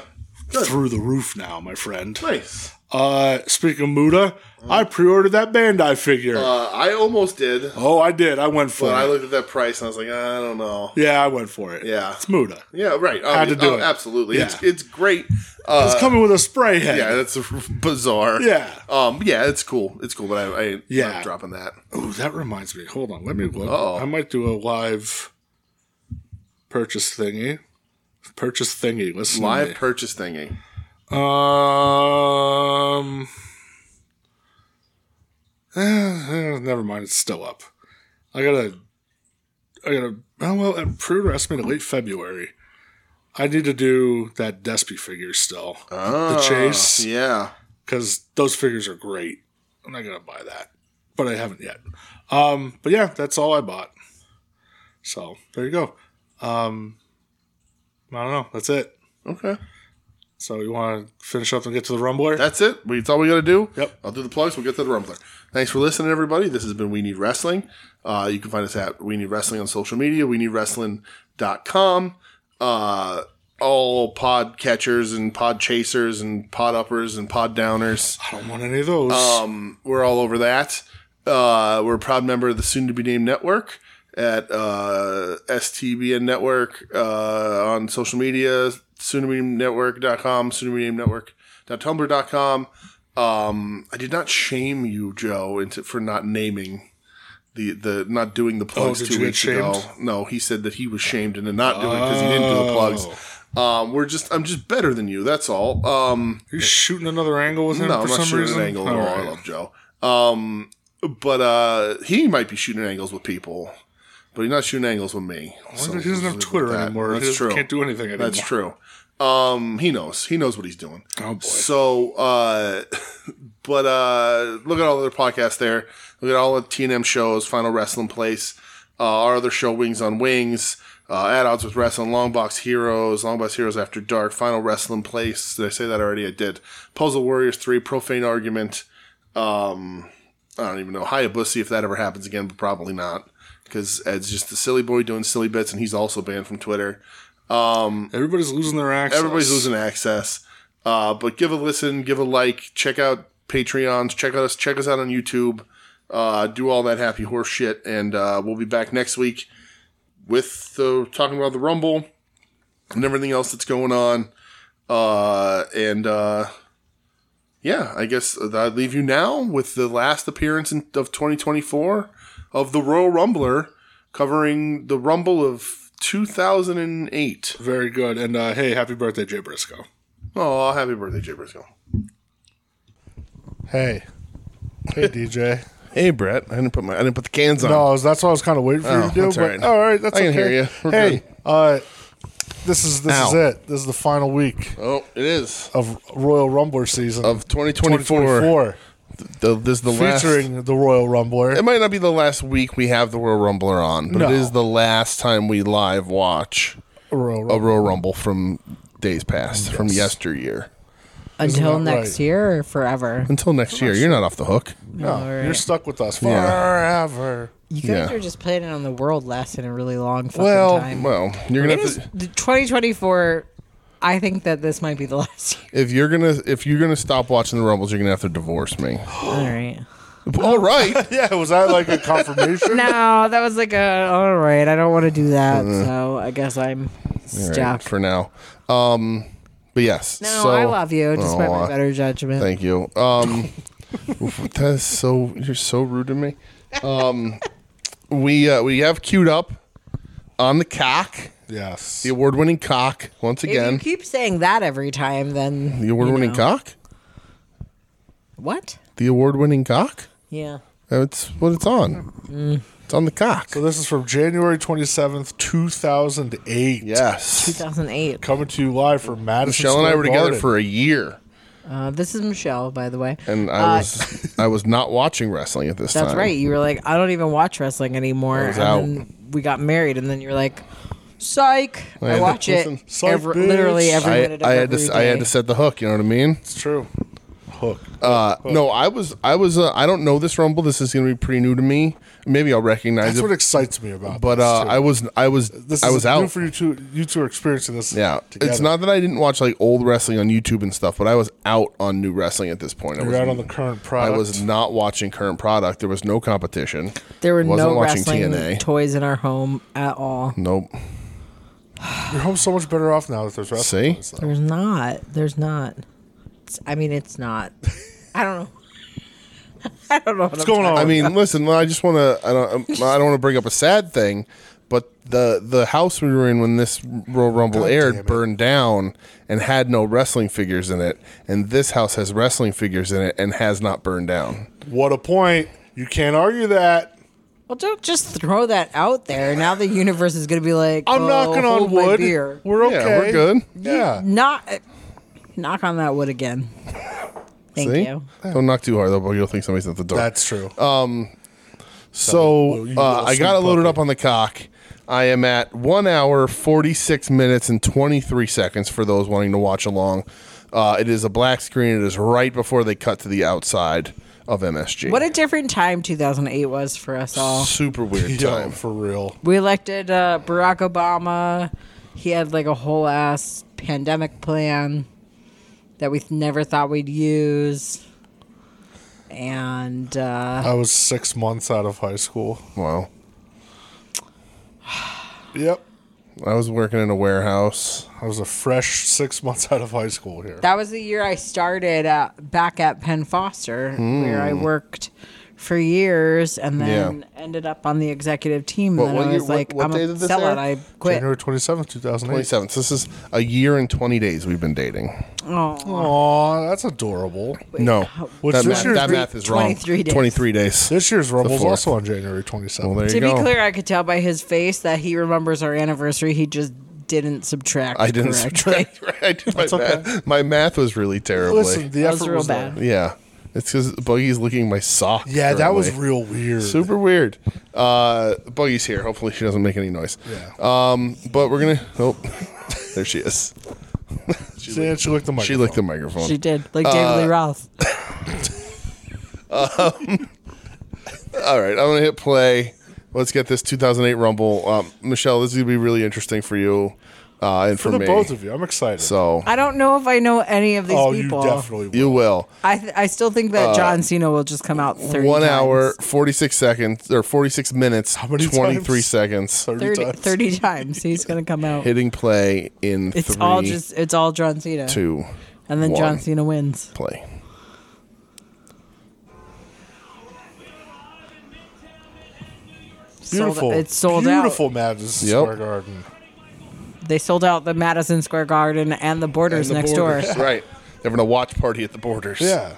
B: Good.
A: through the roof now, my friend.
B: Nice.
A: Uh, speaking of Muda, I pre-ordered that Bandai figure.
B: Uh, I almost did,
A: oh, I did. I went for
B: but
A: it.
B: I looked at that price and I was like, I don't know.
A: yeah, I went for it.
B: Yeah.
A: it's Muda.
B: Yeah, right. I
A: Had to do
B: oh,
A: it.
B: Absolutely. It's
A: Yeah.
B: it's great. Uh,
A: It's coming with a spray head.
B: yeah, that's bizarre.
A: Yeah.
B: Um. Yeah, it's cool. It's cool, but I, I
A: Yeah.
B: yeah. am dropping that.
A: Ooh, that reminds me. Hold on, let me look.
B: Uh-oh.
A: I might do a live purchase thingy. Purchase thingy. Listen, to
B: Live
A: me.
B: purchase thingy.
A: Um. eh, eh, never mind. It's still up. I gotta. I gotta. Oh well, and Pruder asked me to late February. I need to do that Despy figure still. the chase
B: Ah, Yeah.
A: because those figures are great. I'm not gonna buy that, but I haven't yet. Um, but yeah, that's all I bought. So there you go. Um, I don't know. That's it.
B: Okay.
A: So you want to finish up and get to the Rumbler?
B: That's it. We- That's all we got to do.
A: Yep.
B: I'll do the plugs. We'll get to the Rumbler. Thanks for listening, everybody. This has been We Need Wrestling. Uh, you can find us at We Need Wrestling on social media, we need wrestling.com. Uh, all pod catchers and pod chasers and pod uppers and pod downers.
A: I don't want any of those.
B: Um, we're all over that. Uh, we're a proud member of the soon to be named network at uh, STBN Network uh, on social media, soon to be named network.com, soon to be named network.tumblr.com. Um, I did not shame you, Joe, into, for not naming. The, the not doing the plugs
A: Oh, did
B: two
A: you get
B: weeks ago.
A: shamed?
B: No, he said that he was shamed into not doing because he didn't do the
A: Oh.
B: plugs. Um, we're just I'm just better than you. That's all. Um,
A: You're shooting another angle with him
B: no,
A: for
B: I'm not
A: some
B: shooting
A: reason.
B: an angle at all.
A: All
B: I
A: right.
B: love Joe. Um, but uh, he might be shooting angles with people, but he's not shooting angles with me.
A: I
B: So
A: wonder if he doesn't have
B: with
A: Twitter
B: that.
A: anymore. That's he
B: That's
A: doesn't-
B: true.
A: Can't do anything anymore.
B: That's true. Um, he knows. He knows what he's doing.
A: Oh boy.
B: So, uh, but uh, look at all the other podcasts there. Look at all the TNM shows, Final Wrestling Place, uh, our other show, Wings on Wings, uh, At Odds with Wrestling, Long Box Heroes, Long Box Heroes After Dark, Final Wrestling Place. Did I say that already? I did. Puzzle Warriors 3, Profane Argument. Um, I don't even know. Hayabusa, if that ever happens again, but probably not. Because Ed's just a silly boy doing silly bits, and he's also banned from Twitter.
A: Everybody's losing their access.
B: Everybody's losing access. Uh, but give a listen, give a like, check out Patreons, check out us, check us out on YouTube. Uh, do all that happy horse shit, and uh, we'll be back next week with the, talking about the Rumble and everything else that's going on. Uh, and uh, yeah, I guess I leave you now with the last appearance in, of 2024 of the Royal Rumbler, covering the Rumble of 2008.
A: Very good. And uh, hey, happy birthday, Jay Briscoe.
B: Oh, happy birthday, Jay Briscoe.
A: Hey. Hey, DJ.
B: Hey, Brett. I didn't put my I didn't put the cans on.
A: No, that's Oh, what I was kind of waiting for you
B: Oh,
A: to do.
B: that's all
A: but
B: right.
A: all right, that's
B: I can
A: okay.
B: hear you. We're
A: hey,
B: good.
A: uh, this is this is
B: Ow.
A: it. This is the final week
B: Oh, it is
A: of Royal Rumbler season
B: of 2024.
A: 2024,
B: The- this is the last.
A: featuring the Royal Rumbler.
B: It might not be the last week we have the Royal Rumbler on, but
A: No.
B: it is the last time we live watch
A: Royal
B: a
A: Rumbler.
B: Royal Rumble from days past, from yesteryear
F: Until
A: that
F: next
A: right?
F: year or forever?
B: until next year. You're not off the hook.
A: No,
F: All right.
A: You're stuck with us
B: Yeah.
A: forever.
F: You guys
B: Yeah.
F: are just playing it on the world lasting a really long fucking
A: Well,
F: time.
B: Well, you're
F: It
B: gonna
F: is
B: have to,
F: the 2024. I think that this might be the last year.
B: if you're gonna if you're gonna stop watching the Rumbles, you're gonna have to divorce me.
F: All right.
B: All right.
A: Yeah, was that like a confirmation?
F: No, that was like a all right. I don't want to do that, so I guess I'm
B: All right,
F: stuck.
B: for now. Um, But yes.
F: No,
B: so-
F: I love you, despite
B: Aw,
F: my better judgment.
B: Thank you. Um, that is so you're so rude to me. Um, we uh, we have queued up on the cock,
A: Yes.
B: the award-winning cock once
F: if you
B: again.
F: keep saying that every time, then
B: The award-winning
F: know.
B: cock.
F: what?
B: The award-winning cock.
F: Yeah.
B: That's what it's on. It's on the cock.
A: So this is from January 27th, 2008.
B: yes.
F: 2008.
A: Coming to you live from Madison.
B: Michelle and I
A: Square
B: were together
A: Garden.
B: for a year,
F: Uh, this is Michelle, by the way.
B: and I was I was not watching wrestling at this
F: Uh, That's
B: time.
F: right. You were like, I don't even watch wrestling anymore.
B: was
F: and
B: out.
F: then we got married, and then you're like, psych. I
B: Yeah.
F: watch
B: Listen,
F: it
A: psych,
F: every,
A: bitch.
F: literally every
B: I,
F: minute of
B: I had to
F: every
B: s- I had
F: day.
B: to set the hook. You know what I mean?
A: It's true. Hook.
B: Uh, no, I was I was uh, I don't know this rumble. This is going to be pretty new to me. Maybe I'll recognize
A: That's
B: it.
A: what excites me about.
B: but
A: this,
B: uh,
A: too.
B: I was I was
A: This
B: I
A: is
B: was
A: new
B: out.
A: for you two. You two are experiencing this.
B: yeah,
A: together.
B: it's not that I didn't watch like old wrestling on YouTube and stuff, but I was out on new wrestling at this point. I
A: You're
B: was
A: out on the current
B: I
A: product.
B: was not watching current product. There was no competition.
F: There were
B: wasn't
F: no
B: watching
F: wrestling
B: TNA.
F: toys in our home at all.
B: Nope.
A: Your home's so much better off now that there's
B: See?
A: wrestling. See?
F: There's not. There's not. It's, I mean, it's not. I don't know. I don't know. What
A: What's going on?
B: I mean, listen. I just want to. I don't. I don't want to bring up a sad thing, but the the house we were in when this Royal Rumble
A: God damn
B: aired
A: it.
B: burned down and had no wrestling figures in it, and this house has wrestling figures in it and has not burned down.
A: what a point! You can't argue that.
F: Well, don't just throw that out there. Now the universe is going to be like,
A: I'm
F: oh,
A: knocking on
F: hold my
A: wood.
F: beer.
A: We're okay.
B: Yeah, we're good.
A: Yeah.
F: Not uh, knock on that wood again. Thank
B: See?
F: you.
B: Don't knock too hard though, but you'll think somebody's at the door.
A: That's true.
B: so
A: Well, you
B: uh,
A: little
B: I got it
A: sweet
B: loaded
A: puppy.
B: up on the cock. I am at one hour forty six minutes and twenty three seconds for those wanting to watch along. Uh, it is a black screen. It is right before they cut to the outside of MSG.
F: What a different time 2008 was for us all.
B: super weird
A: Yo,
B: time.
A: for real.
F: We elected uh, Barack Obama. He had like a whole ass pandemic plan that we never thought we'd use. And uh,
A: I was six months out of high school.
B: Wow.
A: Yep.
B: I was working in a warehouse.
A: I was a fresh six months out of high school here.
F: that was the year I started uh, back at Penn Foster, where
B: Hmm.
F: I worked for years and then ended up on the executive team.
B: What-
F: and
B: what
F: then I
B: year-
F: was like,
B: what- what
F: I'm
B: day
F: a
B: did this
F: sellout.
B: air?
F: I quit.
A: January 27th, 2008.
B: 27th. So this is a year and 20 days we've been dating.
F: Aw.
A: Aw, that's adorable.
B: no.
A: Which
B: that,
A: this
B: math,
A: year's
B: that
A: re-
B: math is wrong.
F: 23 days.
B: 23 days.
A: This year's Rumble's
B: fourth.
A: also on January 27th.
B: Well, there
F: To
B: you
F: be
B: go.
F: clear, I could tell by his face that he remembers our anniversary. He just didn't subtract.
B: I didn't
F: correctly.
B: subtract. I did my, math. my math was really terribly.
A: Listen, the
F: That
A: effort
F: was
A: was,
F: real
A: there.
F: bad.
B: yeah. It's because Buggy's licking my sock.
A: Yeah, that was
B: currently.
A: real weird.
B: super weird. Uh, Buggy's here. Hopefully, she doesn't make any noise.
A: Yeah.
B: Um, but we're gonna. Oh, there she is.
A: She, licked, she licked the microphone.
B: She licked the microphone.
F: She did, like David
B: Uh,
F: Lee Roth.
B: All right, I'm gonna hit play. Let's get this 2008 Rumble. Um, Michelle, this is gonna be really interesting for you uh, and for,
A: for the
B: me.
A: both of you. I'm excited.
B: So
F: I don't know if I know any of these
A: oh,
F: people.
A: you definitely will.
B: you will.
F: I th- I still think that John Cena will just come out thirty.
B: One
F: times.
B: hour, 46 seconds, or 46 minutes,
A: many
B: 23
A: times?
B: seconds.
A: 30
F: 30,
A: times.
F: 30 times. He's gonna come out.
B: Hitting play in
F: It's
B: three,
F: all just it's all John Cena,
B: two,
F: and then John
B: one.
F: Cena wins.
B: play.
F: Sold-
A: Beautiful.
F: it's sold
A: Beautiful Madison
B: Yep.
A: Square Garden.
F: out. They sold out the Madison Square Garden and the Borders
B: And the
F: next
B: Borders,
F: door.
B: right. They're having a watch party at the Borders.
A: Yeah.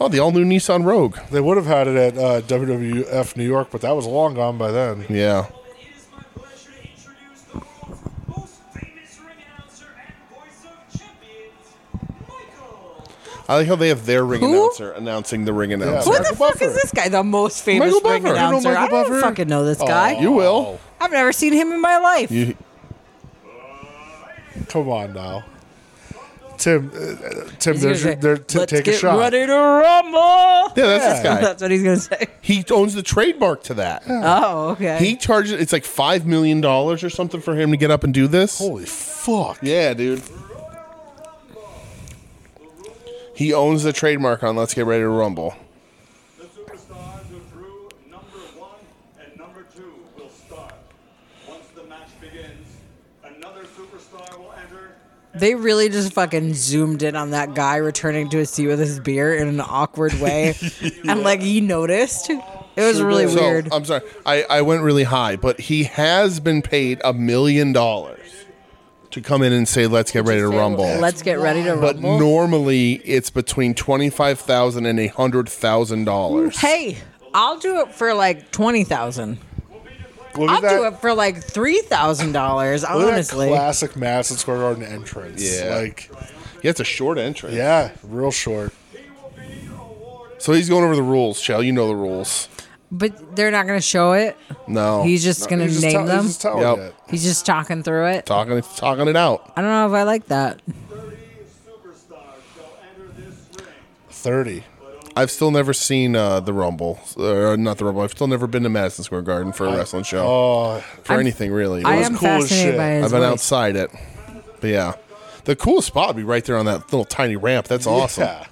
B: Oh, the all new Nissan Rogue.
A: They would have had it at uh, WWF New York, but that was long gone by then.
B: Yeah.
G: It is my pleasure to introduce the world's most famous ring announcer and voice of champions, Michael.
B: I like how they have their ring
F: Who?
B: announcer announcing the ring announcer.
F: Who the
A: Michael
F: fuck
A: Buffer.
F: is this guy? The most famous
B: Uh, Michael
F: ring
B: Buffer. You know
F: announcer. I
B: Michael
F: don't
B: Buffer?
F: fucking know this guy.
B: Oh. You
A: Oh.
B: will.
F: I've never seen him in my life.
B: You,
A: Come on now. Tim, uh, uh, Tim,
F: He's gonna
A: there's your,
F: say,
A: there, Tim
F: Let's
A: take
F: get
A: a shot.
F: ready to rumble.
B: yeah, that's this guy.
F: That's what he's gonna say.
B: He owns the trademark to that.
F: Oh, okay.
B: He charges it's like five million dollars or something for him to get up and do this.
A: Holy fuck.
B: Yeah, dude. He owns the trademark on "Let's Get Ready to Rumble."
G: The superstars of Drew number one and number two will start. Once the match begins, another superstar will enter.
F: They really just fucking zoomed in on that guy returning to his seat with his beer in an awkward way, and like he noticed. It was really
B: So,
F: weird.
B: I'm sorry. I, I went really high, but he has been paid a million dollars to come in and say, let's get ready to uh, rumble.
F: Let's get ready to
B: but
F: rumble.
B: normally it's between $25,000 and $100,000.
F: hey, I'll do it for like twenty thousand.
A: Look
F: I'll
A: at
F: do
A: that.
F: it for like three thousand dollars.
A: Look at that
F: Honestly,
A: classic Madison Square Garden entrance.
B: Yeah.
A: Like,
B: Yeah, it's a short entrance.
A: yeah, real short.
B: So he's going over the rules, Shell. You know the rules.
F: but they're not gonna show it.
B: No.
F: He's just gonna
A: Oh, He's just
F: name
A: tell- he's
F: them.
A: just telling
B: Yep.
A: it.
F: He's just talking through it.
B: talking talking it out.
F: I don't know if I like that.
G: 30 superstars shall enter this ring.
A: 30.
B: I've still never seen uh, the Rumble, or uh, not the Rumble. I've still never been to Madison Square Garden for a wrestling show
A: Oh,
B: for anything really.
F: I
B: It was-
F: am
A: cool as
F: fascinated
A: shit.
F: by his
B: I've been
F: voice.
B: outside it, but yeah, the coolest spot would be right there on that little tiny ramp. That's awesome.
A: yeah.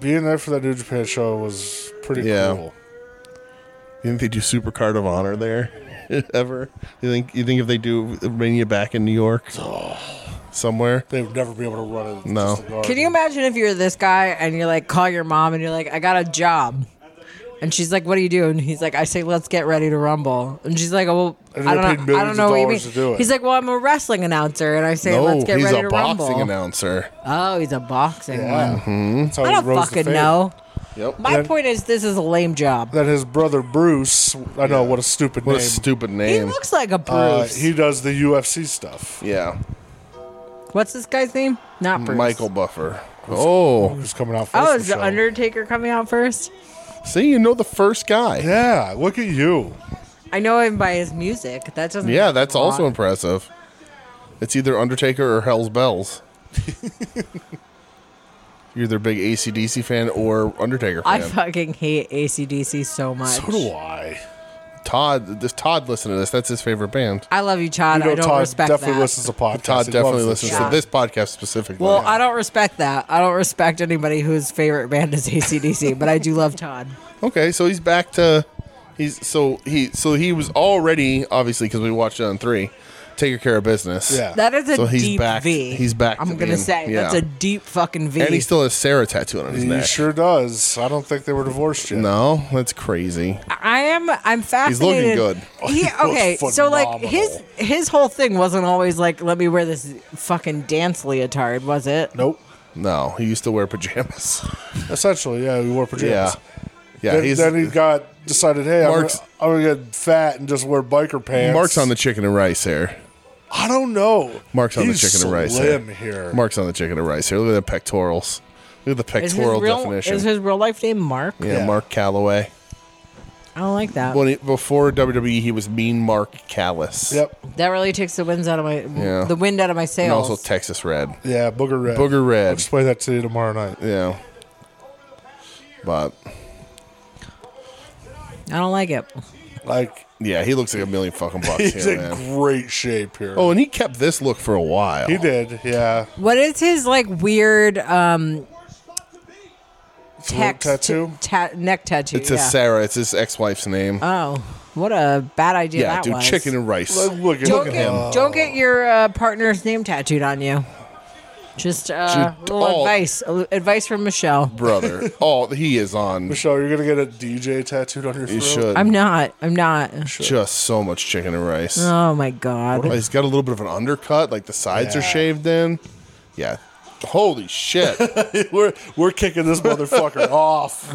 A: Being there for that New Japan show was pretty
B: Yeah.
A: cool.
B: You think they do Super Card of Honor there ever? You think you think if they do Mania back in New York somewhere?
A: They would never be able to run it.
B: No.
A: just the garden.
F: Can you imagine if you're this guy and you're like, call your mom and you're like, I got a job. And she's like, "What do you do?" And he's like, "I say, let's get ready to rumble." And she's like, "Well,
A: And
F: I
A: they're paid
F: don't know. I
A: millions
F: don't
A: of
F: know what you mean."
A: dollars to do it.
F: He's like, "Well, I'm a wrestling announcer," and I say,
B: No,
F: "Let's get
B: he's
F: ready to
B: a boxing
F: rumble."
B: announcer.
F: Oh, he's a boxing
A: Yeah.
F: one.
A: That's how
F: I
A: he
F: don't
A: rose to
F: fucking
A: fame.
F: know.
B: Yep.
F: My
A: Then-
F: point is, this is a lame job.
A: That his brother Bruce, I know what a stupid
B: What a
A: name.
B: stupid
F: He
B: name.
F: looks like a
A: uh,
F: Bruce.
A: he does the UFC stuff.
B: yeah,
F: What's this guy's name? Not Bruce.
B: Michael Buffer. Oh,
A: Who's coming out first?
F: Oh, is the
A: Michelle.
F: Undertaker coming out first?
B: see, you know the first guy.
A: Yeah, look at you.
F: I know him by his music. That doesn't.
B: Yeah, that's
F: a lot.
B: also impressive. It's either Undertaker or Hell's Bells. You're their big ACDC fan or Undertaker
F: I
B: fan.
F: fucking hate ACDC so much.
A: So do I.
B: Todd, does Todd listen to this? That's his favorite band.
F: I love you, Todd.
A: You know,
F: I don't
A: Todd
F: respect
A: definitely
F: that.
A: listens to podcasts.
B: Todd
A: He
B: definitely
A: loves
B: listens
A: this
B: to
A: shit.
B: this podcast specifically.
F: well, I don't respect that. I don't respect anybody whose favorite band is ACDC, but I do love Todd.
B: okay, so he's back to he's so he so he was already obviously because we watched it on three, taking care of business.
A: Yeah.
F: That is a
B: So he's
F: deep
B: back-
F: V.
B: he's back
F: I'm
B: to
F: gonna
B: being-
F: say
B: yeah.
F: that's a deep fucking V.
B: and he still has Sarah tattooed on his
A: He
B: neck.
A: sure does. I don't think they were divorced yet.
B: No, that's crazy.
F: I am. I'm fascinated.
B: good.
F: He okay.
A: looks
F: So like
A: phenomenal.
F: his his whole thing wasn't always like let me wear this fucking dance leotard, was it?
A: Nope.
B: No, he used to wear pajamas.
A: Essentially, yeah, we wore pajamas.
B: Yeah, yeah.
A: Then,
B: he's,
A: then he got decided, hey, I'm gonna,
B: Mark's-
A: I'm gonna get fat and just wear biker pants.
B: Mark's on the chicken and rice here.
A: I don't know.
B: Mark's on
A: He's
B: the chicken and rice. eh?
A: Slim
B: here.
A: here.
B: Mark's on the chicken and rice here. Look at the pectorals. Look at the
F: Is his
B: pectoral
F: real-
B: definition.
F: Is his real life name Mark?
B: yeah,
A: Yeah.
B: Mark Calloway.
F: I don't like that.
B: When he, before WWE, he was Mean Mark Callis.
A: Yep.
F: That really takes the winds out of my
B: Yeah.
F: the wind out of my sails.
B: And also Texas Red.
A: Yeah, Booger Red.
B: Booger
A: I'll
B: Red.
A: explain that to you tomorrow night.
B: Yeah. But
F: I don't like it.
A: Like
B: yeah, he looks like a million fucking bucks
A: he's
B: here,
A: in
B: man.
A: great shape here.
B: Oh, and he kept this look for a while.
A: he did. Yeah.
F: What is his like weird um text
A: tattoo?
F: ta- neck tattoo?
B: It's a
F: yeah.
B: Sarah. It's his ex-wife's name.
F: oh, what a bad idea
B: yeah,
F: that
B: dude,
F: was.
B: chicken and rice.
A: Like, look at,
F: don't
A: look at
F: get,
A: him.
F: Don't get your uh, partner's name tattooed on you. Just uh,
B: Dude,
F: little
B: all-
F: advice. A little advice from Michelle.
B: brother. oh, he is on.
A: Michelle, you're gonna get a DJ tattooed on your
B: He
A: throat.
B: should.
F: I'm not. I'm not.
B: just so much chicken and rice.
F: Oh my god.
B: Oh, he's got a little bit of an undercut, like the sides are
A: Yeah.
B: shaved in. Yeah. Holy shit.
A: we're we're kicking this motherfucker off.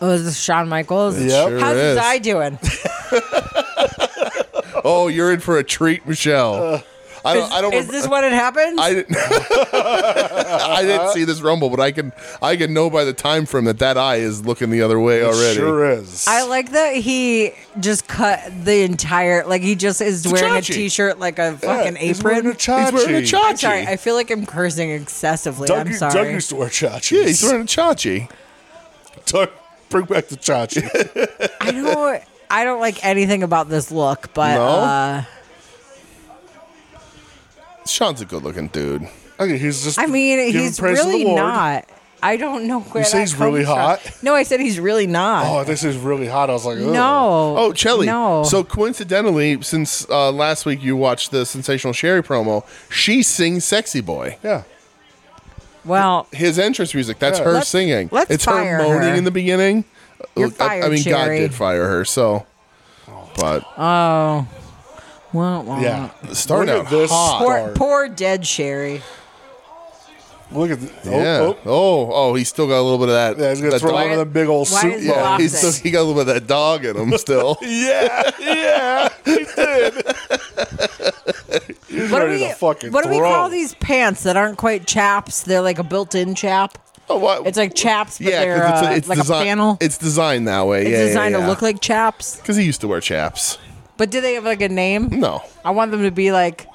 F: Oh, is this Shawn Michaels?
A: Yep.
B: sure
F: How's
B: is.
F: his eye doing?
B: oh, you're in for a treat, Michelle.
A: Uh,
B: I don't I don't
F: Is
B: rem-
F: this when it happens?
B: I didn't I didn't see this rumble, but I can I can know by the time frame that that eye is looking the other way already.
A: Sure is.
F: I like that he just cut the entire like he just is wearing a
B: chachi.
F: t-shirt like a fucking
A: He's wearing
F: apron.
A: a chachi.
B: He's wearing a chachi.
F: I'm sorry, I feel like I'm cursing excessively.
A: Doug,
F: I'm
A: Doug
F: sorry.
A: used to wear chachis.
B: Yeah, he's wearing a chachi.
A: Doug, bring back the chachi.
F: I know I don't like anything about this look, but
B: No?
F: uh,
B: Sean's a good looking dude.
A: Okay, he's just.
F: I mean
A: giving
F: he's
A: praise to the
F: really
A: Lord.
F: not. I don't know where
A: You say
F: that
A: he's really
F: comes from.
A: hot?
F: No, I said he's really not.
A: Oh, this is really hot. I was like, Ugh.
F: no.
B: Oh, Chelly.
F: No.
B: So coincidentally, since uh, last week you watched the Sensational Sherry promo, she sings "Sexy Boy."
A: Yeah.
F: well,
B: His entrance music. That's
A: Yeah.
B: her
F: Let's-
B: singing.
F: let's
B: it's
F: fire
B: her moaning
F: her.
B: in the beginning.
F: You're
B: Look, I- I,
F: fired,
B: mean,
F: Sherry.
B: God did fire her. So, but
F: oh. Well, well,
A: Yeah.
B: Start
A: Look
B: out
A: at this.
B: hot.
F: Poor,
A: Start.
F: poor dead Sherry.
A: Look at th- oh,
B: yeah.
A: oh.
B: Oh, oh, he's still got a little bit of that.
A: Yeah, he's gonna
B: that
A: throw
B: dog-
A: one of them big old
F: Why
A: suit.
F: is it
A: Yeah.
F: locked?
B: He's still, he got a little bit of that dog in him still.
A: yeah, yeah, he did. He's
F: What do
A: ready
F: we,
A: to fucking
F: what do we
A: throw.
F: call these pants that aren't quite chaps? They're like a built-in chap.
B: oh, what?
F: It's like chaps, but
B: yeah,
F: they're
B: 'cause
F: uh,
B: it's, it's
F: like
B: designed.
F: a panel.
B: It's designed that way.
F: It's
B: yeah,
F: designed to look like chaps.
B: Because he used to wear chaps.
F: But do they have like a name?
B: No.
F: I want them to be like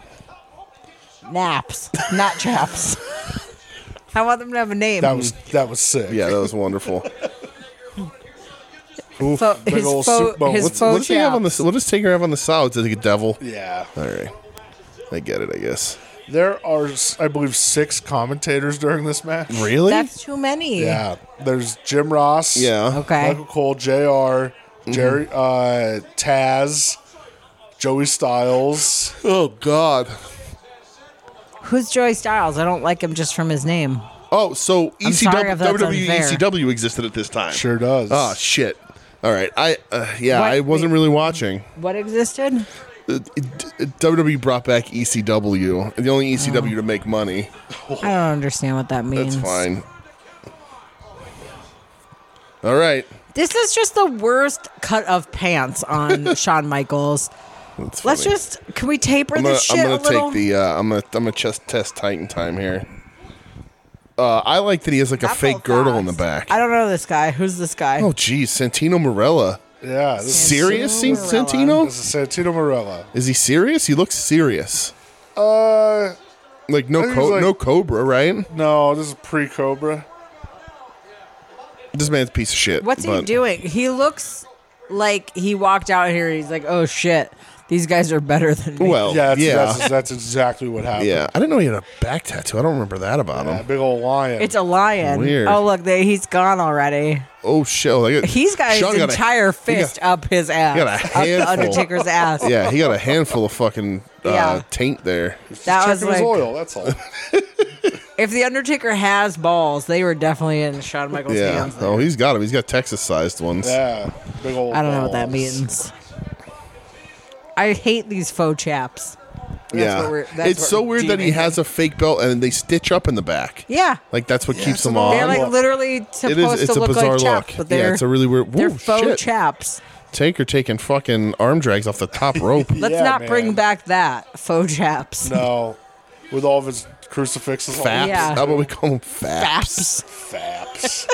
F: naps, not chaps. I want them to have a name.
A: That was that was sick.
B: Yeah, that was wonderful.
A: Oof,
F: Fo-
A: big
F: his
A: old
F: fo-
A: soup bowl.
F: his
A: What's-
F: fo-
B: what does he have on the?
F: chaps.
B: What does Taker have on the side? Is he a devil?
A: yeah,
B: All right, I get it. I guess.
A: there are s- I believe six commentators during this match.
F: Mm-hmm.
B: Really?
F: That's too many.
A: Yeah, there's Jim Ross.
B: yeah. Mm-hmm.
F: Okay.
A: Michael Cole, Jr., Jerry, uh, Taz, Joey Styles.
B: Oh God.
F: Who's Joey Styles? I don't like him just from his name.
B: Oh, so
F: sorry
B: ECW,
F: if that's
B: WWE
F: unfair.
B: ECW E existed at this time.
A: Sure does.
B: Oh shit. All right. I uh, yeah.
F: What?
B: I wasn't really watching.
F: What existed?
B: Uh, d- d- WWE brought back ECW, the only ECW
F: Oh.
B: to make money.
F: I don't understand what that means.
B: That's fine. All right.
F: This is just the worst cut of pants on Shawn Michaels.
B: That's
F: Let's
B: funny.
F: just can we taper
B: I'm gonna,
F: this
B: I'm
F: shit
B: gonna
F: a little?
B: take the. Uh, I'm gonna. I'm gonna chest test Titan time here. Uh, I like that he has like a
F: Apple
B: fake girdle in the
F: Fox.
B: back.
F: I don't know this guy. Who's this guy?
B: Oh, geez, Santino Morella.
A: yeah. This is,
B: Serious,
F: Santino
B: San-
F: Marella.
A: this
B: Santino?
A: is Santino Morella.
B: Is he serious? He looks serious.
A: Uh,
B: Like
A: I
B: no,
A: think
B: co-
A: he's like-
B: no Cobra, right?
A: no, this is pre Cobra.
B: This man's a piece of shit.
F: What's he
B: but-
F: doing? He looks like he walked out here and he's like, "Oh shit, these guys are better than me."
A: Yeah,
B: Well, yeah,
A: that's,
B: yeah,
A: That's, that's exactly what happened.
B: I didn't know he had a back tattoo. I don't remember that about
A: Yeah,
B: him.
A: big old lion.
F: it's a lion.
B: Weird.
F: Oh look, they, he's gone already.
B: Oh shit! oh, they got-
F: He's got
B: Sean
F: his
B: a-
F: entire
B: he got-
F: fist up his ass,
B: he got a
F: up the
B: handful.
F: Undertaker's ass.
B: yeah, he got a handful of fucking uh,
F: Yeah.
B: taint there.
F: That
A: Checking
F: was
A: his
F: like,
A: oil. That's all.
F: if the Undertaker has balls, they were definitely in Shawn Michaels'
B: Yeah.
F: hands. there.
B: Oh, he's got him. He's got Texas-sized ones.
A: yeah, big old.
F: I don't know what that
A: balls.
F: means. I hate these faux chaps. That's
B: yeah.
F: what we're- that's
B: it's
F: what
B: so
F: we're
B: weird that he
F: deeming
B: has a fake belt and they stitch up in the back.
F: Yeah.
B: Like that's what keeps them
A: an odd
B: on.
F: They're like
A: look.
F: literally
B: it
F: supposed
B: is. It's
F: to
B: a
F: look
B: bizarre
F: like chaps,
B: look.
F: but they're
B: yeah, it's a really weird.
F: they're
B: Whoa,
F: faux
B: shit.
F: chaps.
B: Taker taking fucking arm drags off the top rope.
F: Let's
A: Yeah,
F: not bring
A: man.
F: back that faux chaps.
A: No, with all of his crucifixes. on
B: Faps.
A: it.
F: Yeah.
B: How about we call them faps?
F: Faps.
A: Faps.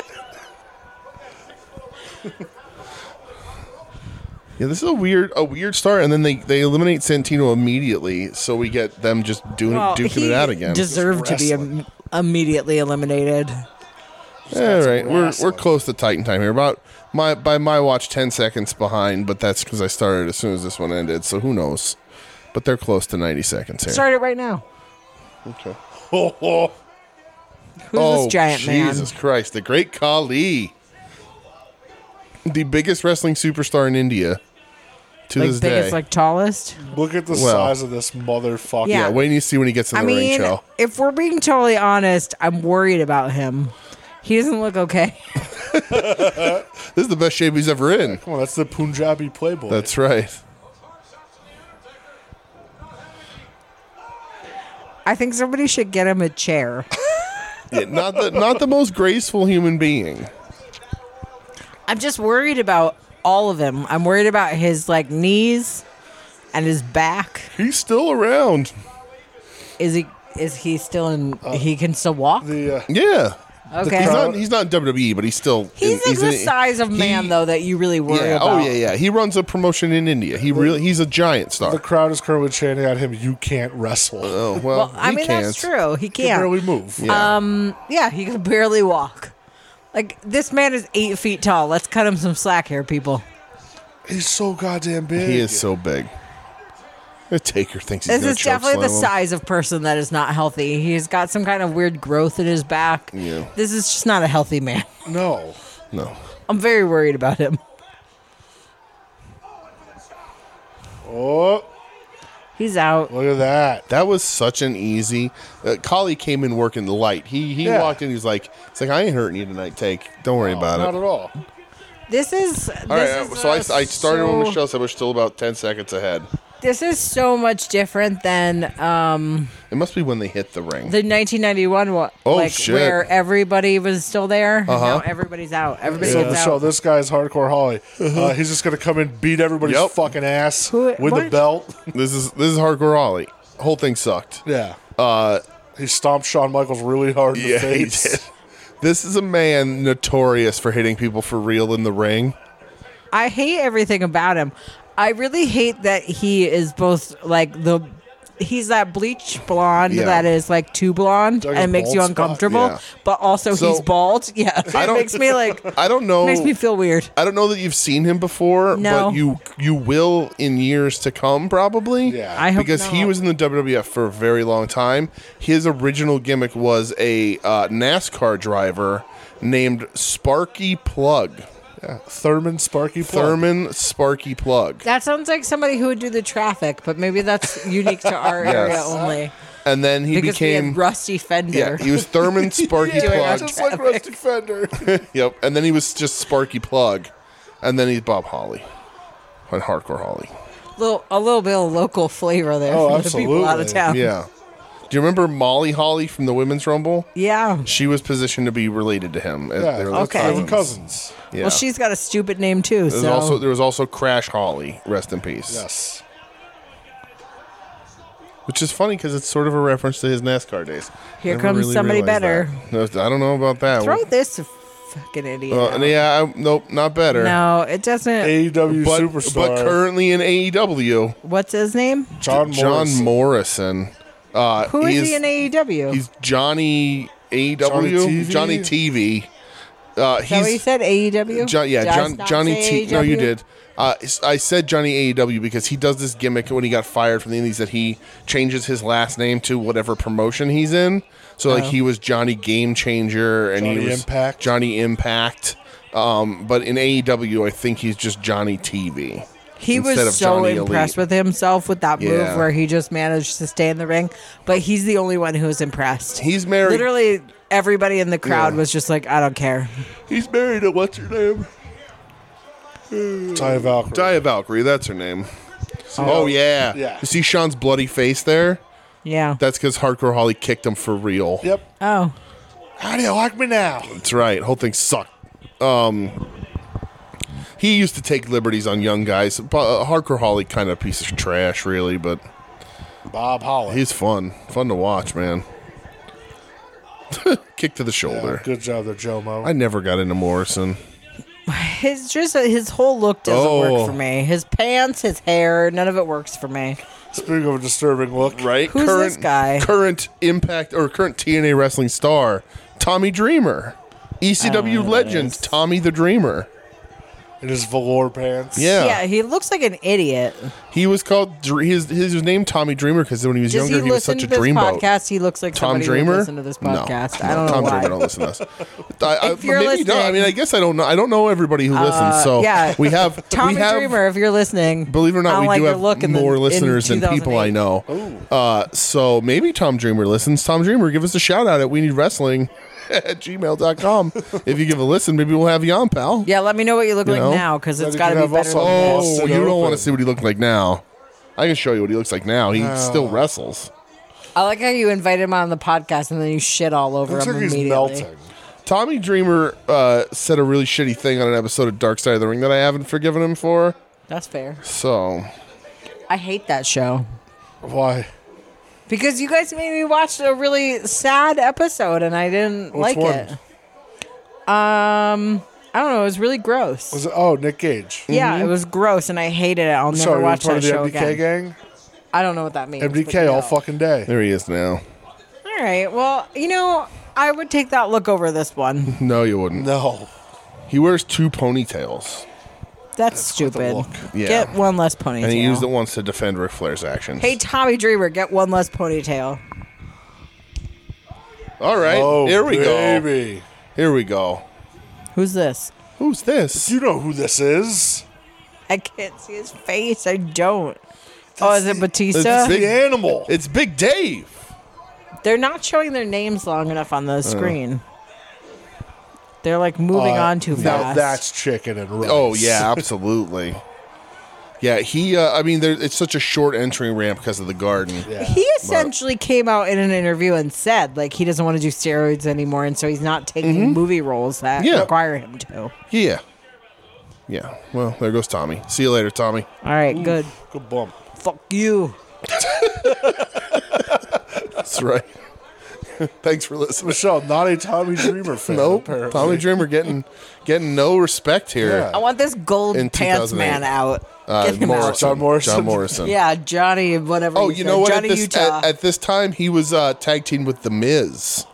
B: Yeah, this is a weird, a weird start, and then they they eliminate Santino immediately, so we get them just doing
F: Well,
B: duking
F: he
B: it out again.
F: Deserved to be im- immediately eliminated.
B: All right, we're we're
A: wrestling.
B: close to Titan time here. About my by my watch, ten seconds behind, but that's because I started as soon as this one ended. So who knows? But they're close to ninety seconds here.
F: Start it right now.
B: Okay.
A: Oh, oh.
F: Who's this giant
B: Oh, Jesus Christ, the great Kali. The biggest wrestling superstar in India to
F: man?
B: this
F: Like biggest,
B: day.
F: like tallest.
A: Look at the
B: Well.
A: size of this motherfucker.
F: Yeah.
B: yeah, wait till you see when he gets in the
F: I
B: ring,
F: mean,
B: Chell.
F: if we're being totally honest, I'm worried about him. He doesn't look okay.
B: This is the best shape he's ever in.
A: Come on, that's the Punjabi Playboy.
B: That's right.
F: I think somebody should get him a chair.
B: Yeah, not the not the most graceful human being.
F: I'm just worried about all of him. I'm worried about his like knees and his back.
B: He's still around.
F: Is he? Is he still in? he can still walk.
A: the uh,
B: Yeah.
F: Okay.
B: He's not he's not in WWE, but he's still
F: He's, like
B: in-
F: the size of
B: he-
F: man though that you really worry
B: Yeah.
F: about.
B: Oh yeah, yeah. He runs a promotion in India. He really he's a giant
A: the
B: star.
A: crowd is currently chanting at him. You can't wrestle.
B: Oh well,
F: Well, I
B: he
F: mean
B: can't.
F: that's Um, true. He
A: You can
F: can't.
A: barely move.
B: Yeah.
F: yeah, he can barely walk. Like this man is eight feet tall. Let's cut him some slack here, people.
A: He's so goddamn big.
B: he is so big. The Uh, Taker thinks he's
F: This
B: gonna
F: is definitely the
B: chokeslam him.
F: size of person that is not healthy. He's got some kind of weird growth in his back.
B: Yeah.
F: This is just not a healthy man.
H: No.
B: No.
F: I'm very worried about him.
H: Oh,
F: He's out.
H: look at that.
B: That was such an easy. Uh, Collie came in working light. He he
H: Yeah. Oh,
B: walked in. He's like, it's like I ain't hurting you tonight. Take. Don't worry about
H: Not
B: it.
H: at all.
F: This is.
B: All right.
F: this
B: uh,
F: is,
B: So I,
F: uh,
B: I started
F: so-
B: when Michelle said we're still about ten seconds ahead.
F: This is so much different than um,
B: It must be when they hit the ring.
F: the 1991 one,
B: Oh,
F: like
B: shit.
F: where everybody was still there.
B: Uh-huh.
F: Now everybody's out. Everybody
H: So
F: gets
H: the show,
F: out.
H: this guy's hardcore Holly.
B: Uh-huh.
H: Uh, he's just gonna come in, beat everybody's
B: Yep.
H: fucking ass
F: Who-
H: with a
F: what?
H: belt.
B: this is this is hardcore Ollie. Whole thing sucked.
H: Yeah,
B: Uh,
H: he stomped Shawn Michaels really hard in the
B: yeah, he
H: face.
B: did. This is a man notorious for hitting people for real in the ring.
F: I hate everything about him. I really hate that he is both like the. He's that bleach blonde
B: Yeah.
F: that is like too blonde
H: Like a
F: and makes
H: bald
F: you
H: spot.
F: uncomfortable,
B: Yeah.
F: but also
B: So-
F: he's bald. Yeah, it
B: I don't-
F: makes me like
B: I don't know.
F: makes me feel weird.
B: I don't know that you've seen him before,
F: No.
B: but you you will in years to come probably.
H: Yeah.
F: I hope
B: because he
F: not.
B: was in the WWF for a very long time. His original gimmick was a uh, NASCAR driver named Sparky Plug.
H: Thurman Sparky Plug.
B: Thurman Sparky Plug.
F: That sounds like somebody who would do the traffic, but maybe that's unique to our area only.
B: And then he
F: Because we
B: became
F: had Rusty Fender.
B: Yeah, he was Thurman Sparky
F: Doing our
B: Plug.
H: just like Rusty Fender.
B: Yep. And then he was just Sparky Plug. And then he's Bob Holly. And hardcore Holly.
F: little, a little bit of local flavor there
H: Oh,
F: for the people out of
H: absolutely.
F: town.
B: Yeah. Do you remember Molly Holly from the Women's Rumble?
F: Yeah.
B: She was positioned to be related to him. as
H: yeah,
B: they were
H: okay.
F: Okay.
H: Cousins.
B: cousins. Yeah.
F: Well, she's got a stupid name too.
B: There was
F: so
B: also there was also Crash Holly, rest in peace.
H: Yes.
B: Which is funny because it's sort of a reference to his NASCAR days.
F: Here comes somebody
B: realized
F: better.
B: that. I don't know about that.
F: throw this fucking idiot.
B: Uh,
F: out.
B: yeah, I, nope, not better.
F: No, it doesn't.
H: AEW
B: But,
H: E superstar
B: but currently in E AEW,
F: What's his name?
H: John
B: John
H: Morrison.
B: Morrison. Uh,
F: Who is
B: he's-
F: he in AEW?
B: He's Johnny AEW,
H: Johnny
B: Johnny TV. Uh,
F: Is that what you
B: he's
F: said? AEW.
B: John, yeah,
F: Did I
B: John,
F: not E
B: Johnny
F: say
B: T. No, you
F: AEW?
B: did. Uh, s- I said Johnny AEW because he does this gimmick when he got fired from the Indies that he changes his last name to whatever promotion he's in. So
F: Oh.
B: like he was Johnny Game Changer and
H: Johnny
B: he was
H: Impact.
B: Johnny Impact. Um, but in AEW, I think he's just Johnny TV.
F: He
B: instead of
F: was so
B: Johnny Elite.
F: impressed with himself with that
B: Yeah.
F: move where he just managed to stay in the ring, but he's the only one who was impressed.
B: He's married.
F: Literally, everybody in the crowd was just like, "I don't care."
B: He's married to what's her name?
H: Ty Valkyrie.
B: Dia Valkyrie. That's her name. oh yeah.
H: yeah.
B: You see Sean's bloody face there?
F: Yeah.
B: That's because Hardcore Holly kicked him for real.
H: Yep.
F: oh,
H: How do you like me now?
B: That's right. Whole thing sucked. Um, he used to take liberties on young guys. Bu- uh, Hardcore Holly kind of piece of trash, really, but
H: Bob Holly.
B: he's fun, fun to watch, man. Kick to the
H: Yeah,
B: shoulder.
H: good job there, Jomo.
B: I never got into Morrison.
F: his just uh, his whole look doesn't
B: Oh.
F: work for me. His pants, his hair, none of it works for me.
H: Speaking of a disturbing look,
B: Right?
F: Who's
B: current,
F: this guy?
B: Current Impact or current TNA wrestling star Tommy Dreamer,
F: Oh,
B: ECW legend Tommy the Dreamer.
H: in his velour pants.
B: Yeah.
F: yeah, he looks like an idiot.
B: He was called Dr- his his name Tommy Dreamer because when he was
F: Does
B: younger
F: he
B: he, was
F: listen
B: such
F: to
B: a
F: this
B: dreamboat.
F: podcast? He looks like
B: Tom
F: somebody
B: Dreamer.
F: Who would listen to this
B: No.
F: podcast.
B: No,
F: I don't know
B: Tom
F: why.
B: Dreamer don't listen to us. I, I,
F: If you're
B: maybe he don't. I
F: listening- Uh,
B: mean, I guess I don't know. I don't know everybody who listens. So
F: yeah.
B: we have
F: Tommy
B: we have,
F: Dreamer, if you're listening,
B: Believe it or
F: I
B: not,
F: don't
B: we
F: like
B: do
F: your
B: have
F: look in the-
B: more
F: in
B: listeners than people I
F: 2008.
B: know. Uh, so maybe Tom Dreamer listens. Tom Dreamer, give us a shout out at we need wrestling at gmail.com. if you give a listen, maybe we'll have you on, pal.
F: Yeah, let me know what you look like
B: know?
F: now because
H: Then
F: it's
H: you
F: got
H: can
F: to be
H: have
F: better.
H: us on
F: than this.
B: Oh,
H: Lost and
B: you don't
H: Open.
B: want to see what he looks like now. I can show you what he looks like now. He still wrestles.
F: I like how you invited him on the podcast and then you shit all over
H: Looks
F: him
H: like he's
F: immediately.
H: melting.
B: Tommy Dreamer uh, said a really shitty thing on an episode of Dark Side of the Ring that I haven't forgiven him for.
F: That's fair.
B: So
F: I hate that show
H: Why?
F: because you guys made me watch a really sad episode and I didn't like
H: Which one?
F: it. Um, I don't know. It was really gross.
H: Was it? Oh, Nick Cage.
F: yeah, it was gross and I hated it. I'll never
H: Sorry,
F: watch
H: you're part
F: that
H: of the
F: show
H: MDK
F: again.
H: gang.
F: I don't know what that means. but
H: MDK all
F: no.
H: fucking day.
B: there he is now.
F: All right. Well, you know, I would take that look over this one.
B: No, you wouldn't.
H: No.
B: He wears two ponytails.
F: That's stupid.
B: Yeah.
F: Get one less ponytail.
B: And he used it once to defend Ric Flair's actions.
F: hey, Tommy Dreamer, get one less ponytail.
B: All right.
E: Oh,
B: here we go.
E: baby.
B: Here we go.
F: Who's this?
B: Who's this?
E: You know who this is.
F: I can't see his face. I don't. oh, is it Batista?
B: That's the-
E: The animal.
B: It's Big Dave.
F: They're not showing their names long enough on
B: Uh.
F: the screen. They're like
B: Uh,
F: moving on too fast.
E: Now that's chicken and rice.
B: Oh yeah, absolutely. Yeah, he. Uh, I mean, there, it's such a short entry ramp because of the garden.
F: he essentially came out in an interview and said like he doesn't want to do steroids anymore, and so he's not taking movie roles that
B: Mm-hmm. Yeah.
F: require him to. All
B: Yeah. Yeah. Well, there goes Tommy. See you later, Tommy.
F: right, good.
E: Good bump.
F: Fuck you.
B: That's right. Thanks for listening.
E: Michelle, not a Tommy Dreamer fan.
B: Nope.
E: apparently.
B: Tommy Dreamer getting getting no respect here.
F: I want this gold
B: In
F: pants man
B: 2008.
F: out.
B: Uh,
F: Get him out.
E: John Morrison.
B: John Morrison.
F: Yeah, Johnny, whatever.
B: Oh,
F: he
B: you
F: said.
B: know what? At
F: Johnny
B: this,
F: Utah.
B: at, at this time, he was uh, tag team with The Miz.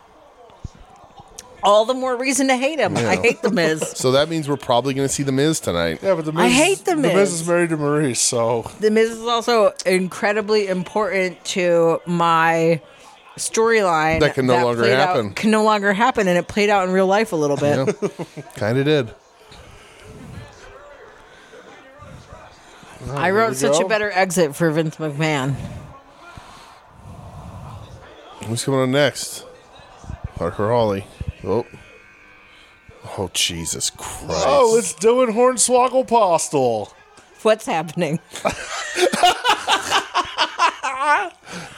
F: All the more reason to hate him. I hate the Miz.
B: So that means we're probably going to see The Miz tonight.
E: Yeah, but the Miz,
F: I hate The
E: The
F: Miz.
E: Miz is married to Maurice, so
F: the Miz is also incredibly important to my storyline
B: That can no longer
F: played out-
B: happen.
F: can no longer happen, and it played out in real life a little bit.
B: Kind of did.
F: I wrote such a
E: go.
F: better exit for Vince McMahon.
B: Who's coming on next? Parker Holly. Oh. Oh, Jesus Christ.
E: Oh, it's Dylan Hornswoggle Postle.
F: What's happening?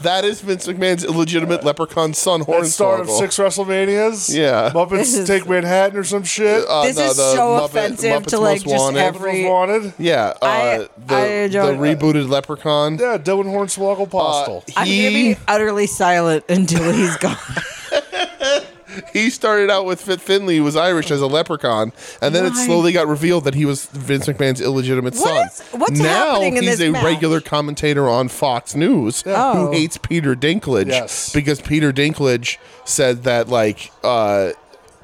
B: that is Vince McMahon's illegitimate leprechaun son,
E: That star of
B: Hornswoggle.
E: six WrestleManias.
B: Yeah.
E: Muppets
F: This is-
E: Take Manhattan or some shit.
B: Uh,
F: This
B: no,
F: is
B: the
F: so
B: Muppet-
F: offensive
B: Muppets
F: to like
B: Most
F: just
B: Wanted.
E: Most
F: every.
E: wanted.
B: Yeah, uh,
F: I-
B: the,
F: I don't-
B: the rebooted leprechaun.
E: Yeah, Dylan Hornswoggle
B: Uh,
E: Postle.
F: I'm gonna
B: he,
F: be utterly silent until he's gone.
B: he started out with Fit Finley, who was Irish as a leprechaun, and then it
F: Why?
B: slowly got revealed that he was Vince McMahon's illegitimate
F: What
B: son.
F: is- what's
B: now
F: happening in
B: he's
F: this
B: a
F: match?
B: regular commentator on Fox News
F: Oh.
B: who hates Peter Dinklage
E: Yes.
B: because Peter Dinklage said that like uh,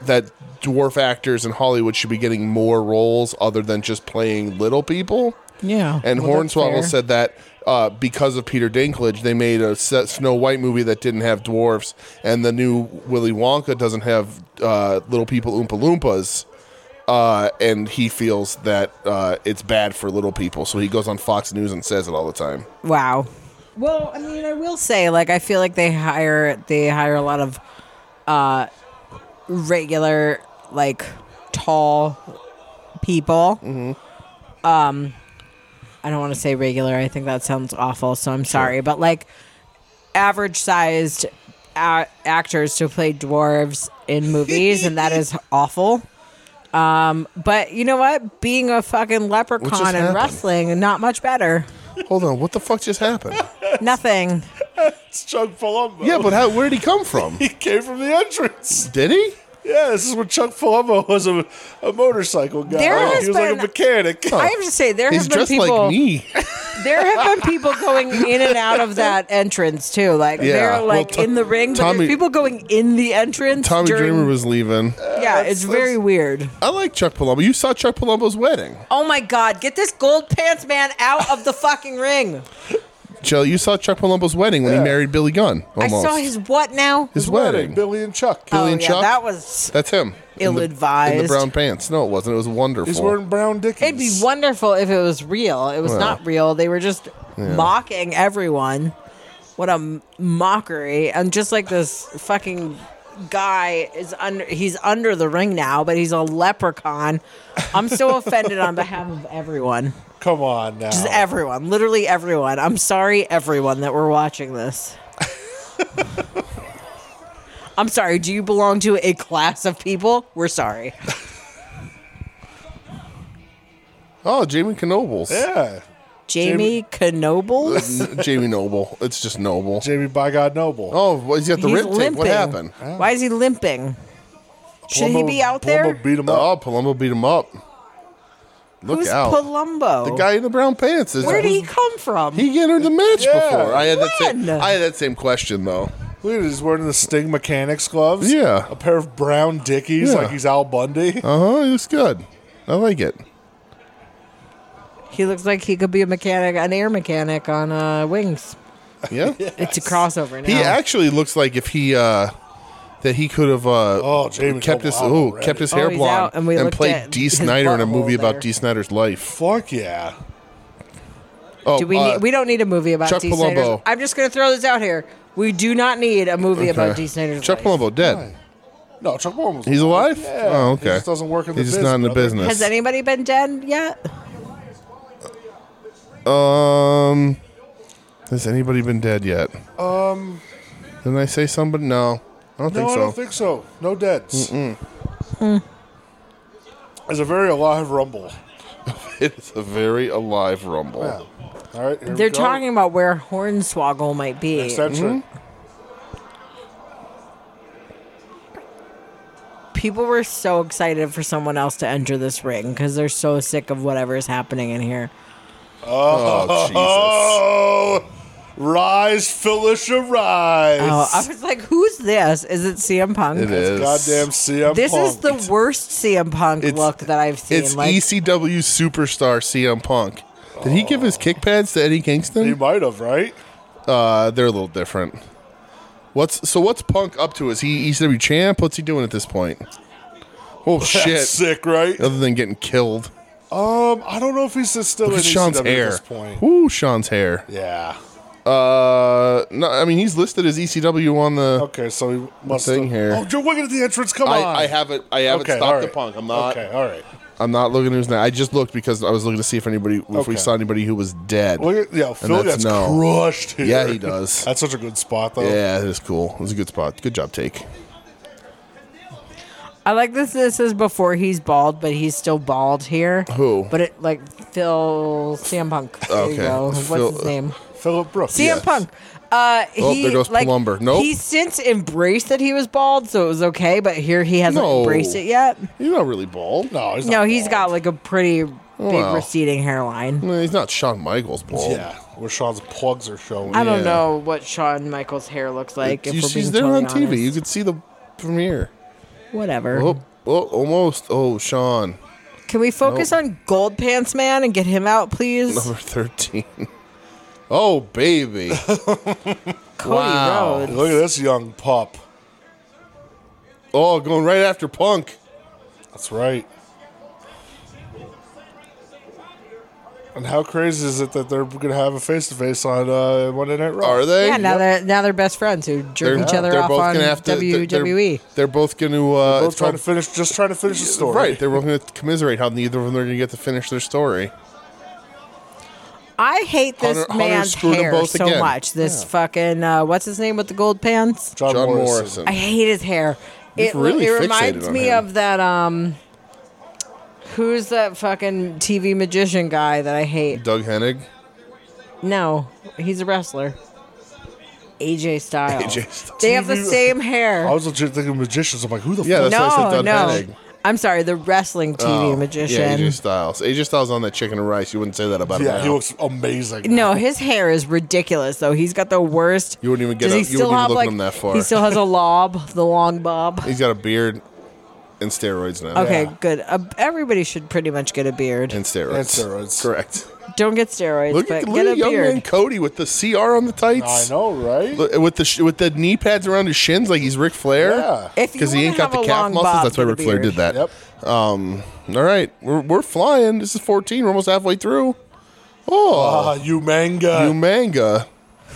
B: that dwarf actors in Hollywood should be getting more roles other than just playing little people.
F: yeah,
B: And
F: well, that's
B: Hornswoggle
F: fair.
B: said that uh, because of Peter Dinklage, they made a Se- Snow White movie that didn't have dwarfs, and the new Willy Wonka doesn't have uh, little people Oompa Loompas. Uh, and he feels that uh, it's bad for little people, so he goes on Fox News and says it all the time.
F: Wow. Well, I mean, I will say, like, I feel like they hire they hire a lot of uh, regular, like, tall people. Um, I don't want to say regular. I think that sounds awful, so I'm sorry, but like, average sized a- actors to play dwarves in movies, and that is awful. Um, but you know what? Being a fucking leprechaun and
B: happened?
F: wrestling, not much better.
B: Hold on, what the fuck just happened?
F: Nothing.
E: It's Chuck Palumbo.
B: yeah, but how, where did he come from?
E: he came from the entrance.
B: Did he?
E: Yeah, this is when Chuck Palumbo was a, a motorcycle guy.
F: There has
E: he was like a
F: been-
E: mechanic.
F: I have to say there
B: He's
F: have been
B: dressed
F: people.
B: like me.
F: There have been people going in and out of that entrance too. Like
B: Yeah.
F: they're like
B: Well, Tom-
F: in the ring, but
B: Tommy-
F: there's people going in the entrance.
B: Tommy
F: during,
B: Dreamer was leaving.
F: Yeah, it's very weird.
B: I like Chuck Palumbo. You saw Chuck Palumbo's wedding.
F: Oh my god, get this gold pants man out of the fucking ring.
B: Jill, you saw Chuck Palumbo's wedding when he married Billy Gunn. Almost.
F: I saw his what now?
B: his wedding.
E: Billy and Chuck.
B: Billy
F: oh yeah,
B: and Chuck.
F: that was.
B: That's him. In the-
F: Ill-advised.
B: In the brown pants. No, it wasn't. It was wonderful.
E: He's wearing brown dickies.
F: It'd be wonderful if it was real. It was not real. They were just mocking everyone. What a m- mockery! And just like this fucking guy is under, he's under the ring now, but he's a leprechaun. I'm so offended on behalf of everyone,
E: Come on now.
F: just everyone, literally everyone. I'm sorry, everyone that we're watching this. I'm sorry. Do you belong to a class of people? We're sorry.
B: oh, Jamie Knobles.
E: yeah.
F: Jamie Knobles.
B: Jamie Noble. It's just Noble.
E: Jamie by God Noble.
B: Oh, well, he's got the
F: He's
B: rib tape. What
F: limping.
B: happened?
F: Why is he limping? Should he
E: Palumbo-
F: be out
E: Palumbo
F: there?
E: beat him up.
B: Oh, Palumbo beat him up. Look
F: Who's
B: out.
F: Palumbo?
B: the guy in the brown pants. Is
F: Where did he come from?
B: He entered the match
E: Yeah.
B: before. I had, that same,
F: When?
B: I had that same question, though.
E: Look at it, he's wearing the Sting mechanics gloves.
B: Yeah. Uh-huh.
E: A pair of brown dickies
B: Yeah.
E: like he's Al Bundy.
B: Uh huh. He looks good. I like it.
F: He looks like he could be a mechanic, an air mechanic on uh, Wings.
B: Yeah.
F: It's a crossover now.
B: He actually looks like if he uh that he could have uh
H: Oh, James
B: kept his
H: O'Brien
B: ooh,
H: already.
B: kept his
F: Oh,
B: hair
F: he's
B: blonde
F: out, and we looked
B: played
F: at
B: D.
F: his
B: Snyder in a
F: butthole
B: movie
F: there.
B: about D. Snyder's life.
H: Fuck yeah.
B: Oh,
F: do we
B: uh,
F: need, we don't need a movie about
B: Chuck
F: D. Snyder's-
B: Palumbo.
F: I'm just going to throw this out here. We do not need a movie about
B: okay.
F: D. Snyder's
B: Chuck
F: life.
B: Palumbo dead.
H: No, Chuck Palmer was
B: He's alive?
H: Yeah.
B: Oh, okay.
H: He just doesn't work in the
B: He's just
H: biz,
B: not in the
H: brother.
B: business.
F: Has anybody been dead yet?
B: Um, has anybody been dead yet? Um, didn't I say somebody? No, I don't
H: No,
B: think
H: I
B: so.
H: don't think so. No deads.
F: Mm.
H: It's a very alive rumble.
B: it's a very alive rumble.
H: Yeah. All right. here we
F: They're
H: go.
F: talking about where Hornswoggle might be.
H: Next entry.
F: People were so excited for someone else to enter this ring because they're so sick of whatever is happening in here.
B: Oh Jesus!
H: Oh, rise, Felicia, rise.
F: Oh, I was like, who's this? Is it CM Punk?
B: It is.
H: Goddamn CM
F: This
H: Punk.
F: is the worst CM Punk
B: It's-
F: look that I've seen.
B: It's
F: like,
B: ECW superstar CM Punk. Did he give his kick pads to Eddie
H: He
B: Kingston?
H: might have, right?
B: Uh, they're a little different. What's so? What's Punk up to? Is he ECW champ? What's he doing at this point? Oh
H: That's
B: shit!
H: sick, right?
B: Other than getting killed,
H: Um, I don't know if he's still
B: look
H: in
B: at Sean's
H: ECW E at
B: hair.
H: this point.
B: Ooh, Sean's hair.
H: Yeah.
B: Uh, no, I mean he's listed as ECW on the.
H: Okay, so he must
B: thing
H: have-
B: here.
H: Oh, you're looking at the entrance. Come on.
B: I, I haven't. I haven't
H: Okay,
B: stopped
H: all
B: the
H: right.
B: punk. I'm not.
H: Okay, all right.
B: I'm not looking who's now. I just looked because I was looking to see if anybody, if
H: Okay.
B: we saw anybody who was dead.
H: Look at yeah, Phil
B: that's
H: gets
B: no.
H: crushed here.
B: Yeah, he does.
H: That's such a good spot though.
B: yeah, it is cool. It was a good spot. Good job, take.
F: I like this. This is before he's bald, but he's still bald here.
B: Who?
F: But it like Phil CM Punk. There you
B: Okay.
F: go. What's
B: Phil- uh,
F: his name?
H: Philip Brooks.
F: CM Punk. Uh,
B: Oh,
F: he,
B: there goes
F: like,
B: Plumber. Nope.
F: He's since embraced that he was bald, so it was okay. But here he hasn't
B: No.
F: embraced it yet.
B: You're not really bald.
H: No, he's
F: No,
H: not
F: he's got
H: bald.
F: like a pretty big
B: Wow.
F: receding hairline.
B: No, he's not Shawn Michaels bald.
H: Yeah, where Sean's plugs are showing.
F: I don't
B: Yeah.
F: know what Shawn Michaels' hair looks like. if
B: You-
F: we're
B: she's
F: being
B: there on
F: totally
B: TV. You
F: honest.
B: could see the premiere.
F: Whatever.
B: Oh, oh, almost. Oh, Sean,
F: Can we focus on Gold Pants Man and get him out, please?
B: number thirteen. Oh baby,
F: Cody
B: Wow.
F: Rhodes.
H: Look at this young pup.
B: oh, going right after Punk.
H: That's right. And how crazy is it that they're gonna have a face to face on uh, Monday Night Raw?
B: Are they?
F: Yeah, now they're now they're best friends who jerk each other off on E. WWE.
B: They're, they're, they're both going to. Uh,
H: Both
B: it's
H: trying to
B: called-
H: finish, just trying to finish the story.
B: Right, they're both going to commiserate how neither of them are going to get to finish their story.
F: I hate this
B: Hunter- Hunter
F: man's
B: screwed them
F: hair
B: both
F: so
B: again.
F: much. This fucking uh, what's his name with the gold pants?
H: John,
B: John
H: Morrison.
B: Morrison.
F: I hate his hair. It,
B: really
F: it
B: fixated
F: reminds
B: on
F: me
B: him.
F: of that um who's that fucking TV magician guy that I hate?
B: Doug Hennig,
F: No, he's a wrestler. AJ Styles.
B: AJ Styles.
F: They have the
H: TV
F: same hair.
B: Oh,
H: I was legit thinking magicians. I'm like, who the
B: Yeah,
H: fuck?
B: that's- why I said
F: no,
B: Doug
F: no.
B: Hennig.
F: I'm sorry, the wrestling TV
B: Oh,
F: magician.
B: Yeah, AJ Styles. AJ Styles on that chicken and rice. You wouldn't say that about him.
H: Yeah, he
B: now.
H: looks amazing.
F: No, his hair is ridiculous though. He's got the worst.
B: You wouldn't even get
F: Does
B: a-
F: he
B: you
F: still
B: wouldn't even
F: have
B: look at
F: like
B: him that far.
F: he still has a lob, the long bob.
B: He's got a beard and steroids now.
F: Okay,
H: Yeah.
F: good. Uh, everybody should pretty much get a beard.
B: And steroids.
H: And steroids.
B: Correct.
F: Don't get steroids,
B: Look
F: but
B: at, look
F: get
B: at
F: a
B: young man
F: beard.
B: Cody with the CR on the
H: I
B: tights.
H: know, right?
B: Look- With the sh- with the knee pads around his shins like he's Ric Flair.
H: Yeah.
F: If you
B: Because he
F: wanna
B: ain't got
F: have
B: the
F: a
B: calf
F: long
B: muscles.
F: bob,
B: That's why
F: get a
B: Ric Flair
F: beard.
B: did that.
H: Yep.
B: Um, all right, we're, we're flying. This is 14. We're almost halfway through. Oh,
H: Ah, you manga.
B: Umanga.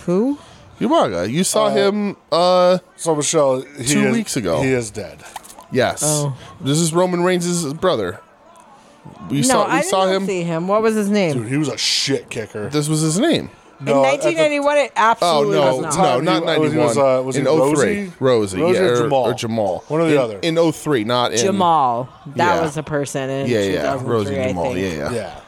F: Who?
B: Umaga. You saw him, uh,
H: so Michelle, he
B: Two
H: is-
B: weeks ago.
H: he is dead.
B: yes.
F: Oh.
B: This is Roman Reigns' brother. We
F: no,
B: saw, we
F: I didn't
B: saw him.
F: see him. What was his name?
H: Dude, he was a shit kicker.
B: This was his name.
F: In
H: at the
F: 1991, it absolutely
B: oh, no,
F: was not.
B: no, not
H: He
B: 91.
H: was- he was, uh, was
B: in
H: he
B: 03.
H: Rosie?
B: Rosie,
H: Rosie
B: yeah,
H: or
B: or,
H: Jamal?
B: or Jamal.
H: One or the
B: in,
H: other.
B: In 03, not in.
F: Jamal. That
B: Yeah.
F: was a person in
B: Yeah,
F: 2003,
B: yeah. Rosie
F: I
B: Jamal.
F: think.
B: Yeah, yeah,
H: Yeah.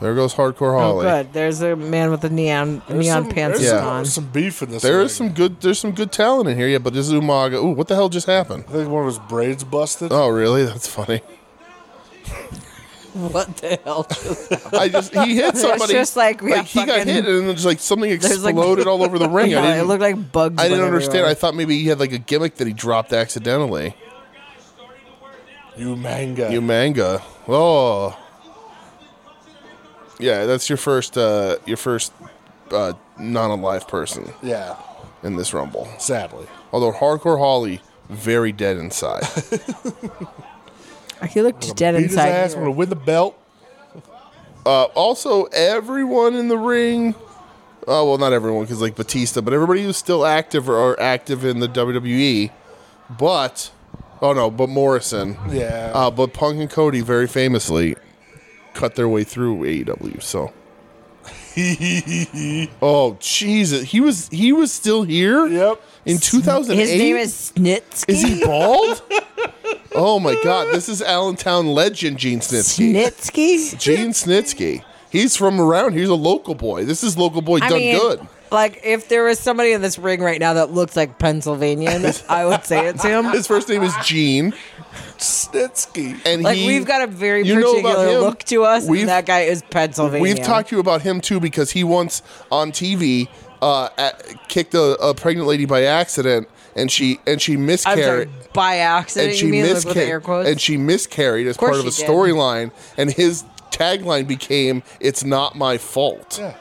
B: There goes Hardcore
F: Oh,
B: Holly.
F: good. There's a man with a neon
H: There's
F: neon
H: some-
F: pants
H: there's
B: Yeah.
H: some-
F: on.
H: Some beef in this.
B: There is
H: thing.
B: some good. There's some good talent in here, yeah. But this is Umaga. Ooh, what the hell just happened?
H: I think one of his braids busted.
B: Oh, really? That's funny.
F: What the hell?
B: I just he hit somebody.
F: just like, yeah,
B: he got
F: fucking-
B: hit, and then just like something
F: There's like-
B: exploded all over the ring. I
F: Yeah, it
B: didn't,
F: looked like bugs.
B: I didn't
F: went
B: understand.
F: everywhere.
B: I thought maybe he had like a gimmick that he dropped accidentally.
H: You manga.
B: You manga. Oh, Yeah, that's your first uh, your first uh, non-alive person
H: Yeah,
B: in this rumble.
H: sadly.
B: Although Hardcore Holly very dead inside.
F: He looked dead
B: Beat his ass. I'm
F: inside.
B: gonna win the belt. Uh, also, everyone in the ring. Oh well, not everyone because like Batista, but everybody who's still active or, or active in the WWE. But oh no, but Morrison.
H: Yeah.
B: Uh, but Punk and Cody very famously cut their way through AEW. So. oh Jesus, he was he was still here.
H: Yep.
B: In two thousand eight.
F: His name is Snitsky.
B: Is he bald? oh my god, this is Allentown legend Gene Snitsky.
F: Snitsky?
B: Gene Snitsky. He's from around. here. He's a local boy. This is local boy done good.
F: like if there was somebody in this ring right now that looks like Pennsylvanian, I would say it to him.
B: His first name is Gene,
H: Snitsky.
B: and
F: Like
B: he-
F: we've got a very
B: you know about
F: particular
B: him.
F: look to us,
B: We've-
F: and that guy is Pennsylvania.
B: We've talked to you about him too because he once on TV uh, at, kicked a, a pregnant lady by accident, and she and she
F: I'm sorry,
B: miscarried.
F: by accident.
B: and she
F: you mean like, with
B: miscarried.
F: air quotes?
B: and she miscarried as
F: course
B: part of a
F: she did.
B: storyline, and his tagline became "It's not my fault."
F: oh,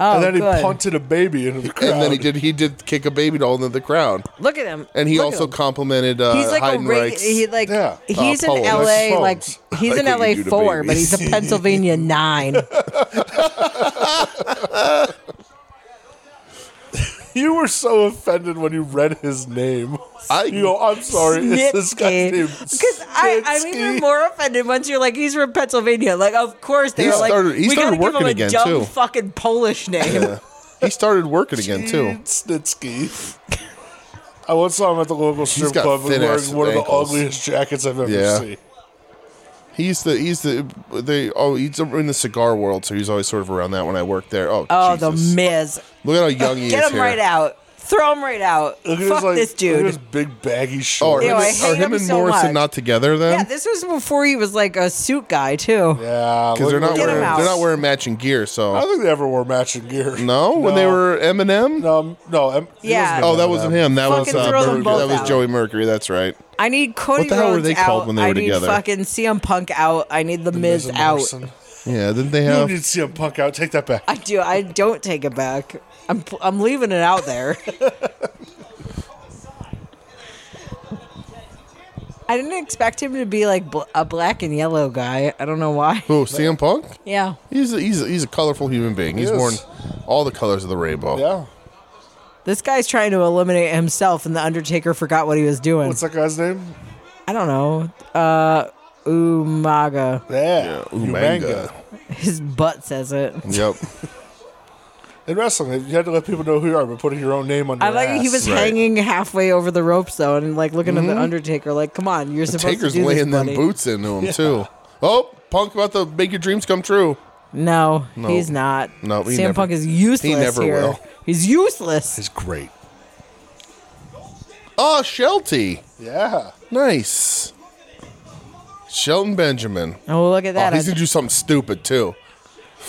H: and then he
F: good.
H: punted a baby into the crowd.
B: And then he did he did kick a baby doll into the crowd,
F: Look at him.
B: and he
F: Look at
B: also
F: him.
B: complimented uh,
F: he's like a reg-
B: Heidenreich's.
F: he like
H: Yeah.
F: he's
B: Uh,
F: an
B: Paul, that's
F: LA like
B: phones.
F: he's
B: Like
F: an
B: what you
F: LA
B: do to
F: four, but he's
B: babies.
F: a Pennsylvania nine.
H: You were so offended when you read his name.
B: I-
H: you go, I'm sorry, it's this guy's name.
F: Because I, I'm even
H: Snitsky."
F: more offended once you're like, he's from Pennsylvania. Like, of course they
B: He
F: were like,
B: started- he
F: we
B: started
F: gotta give him
B: working
F: a
B: again,
F: dumb
B: too.
F: fucking Polish name.
B: he started working again too.
H: Gene Snitsky. I once saw him at the local strip
B: got
H: club
B: thin
H: wearing
B: ass
H: one of the
B: ankles.
H: ugliest jackets I've ever
B: Yeah.
H: seen.
B: He used to he's the they oh he's in the cigar world, so he's always sort of around that when I worked there. Oh,
F: Oh,
B: Jesus.
F: the Miz.
B: look at how young he
F: Get
B: is
F: him
B: here.
F: right out. Throw him right out.
H: Look at
F: Fuck
H: his, like,
F: this
H: Look at his
F: dude.
H: big baggy
B: Oh, are
H: shorts.
F: Ew,
B: him,
F: I
B: and-
F: hate
B: are him
F: him
B: and
F: so
B: Morrison
F: much.
B: not together then?
F: Yeah, this was before he was like a suit guy, too.
H: yeah,
B: because they're
H: look
B: not
H: at
F: Get him
B: wearing
H: him.
F: out.
B: they're not wearing matching gear. So
H: I don't think they ever wore matching gear.
B: no, when they were Eminem.
H: Um, no, em- he
F: Yeah.
H: wasn't
B: Oh, that
H: Eminem.
B: wasn't him. That was
F: Fucking
B: uh,
F: throw them
B: Mercury.
F: both
B: that was
F: out.
B: Joey Mercury. That's right.
F: I need Cody
B: What the hell were
F: Rhodes
B: they
F: out.
B: called when they were
F: I need
B: together?
F: fucking CM Punk out. I need the, Miz,
H: Miz and
F: out.
H: Morrison.
B: Yeah, didn't they
H: You
B: have?
H: need to see him punk out. Take that back.
F: I do. I don't take it back. I'm I'm leaving it out there. I didn't expect him to be like bl- a black and yellow guy. I don't know why.
B: Who CM Punk?
F: Yeah.
B: He's a, he's a, he's a colorful human being. He's
H: is.
B: worn all the colors of the rainbow.
H: Yeah.
F: This guy's trying to eliminate himself and the Undertaker forgot what he was doing.
H: What's that guy's name?
F: I don't know. Uh Umaga.
H: Yeah.
B: Umanga.
F: His butt says it.
B: Yep.
H: In wrestling, you had to let people know who you are by putting your own name on your
F: I like
H: ass.
F: he was
B: Right.
F: hanging halfway over the ropes though and like looking at the Undertaker like, "Come on, you're supposed
B: Taker's
F: to do
B: laying
F: this."
B: them
F: buddy."
B: boots into him too. Oh, Punk about to make your dreams come true.
F: No, he's not.
B: No, he
F: CM
B: never-
F: Punk is useless.
B: he never
F: here.
B: will.
F: He's useless.
H: He's great.
B: Oh, Shelty.
H: Yeah.
B: Nice. Shelton Benjamin.
F: Oh, look at
B: Oh,
F: that!
B: he's gonna do something stupid too.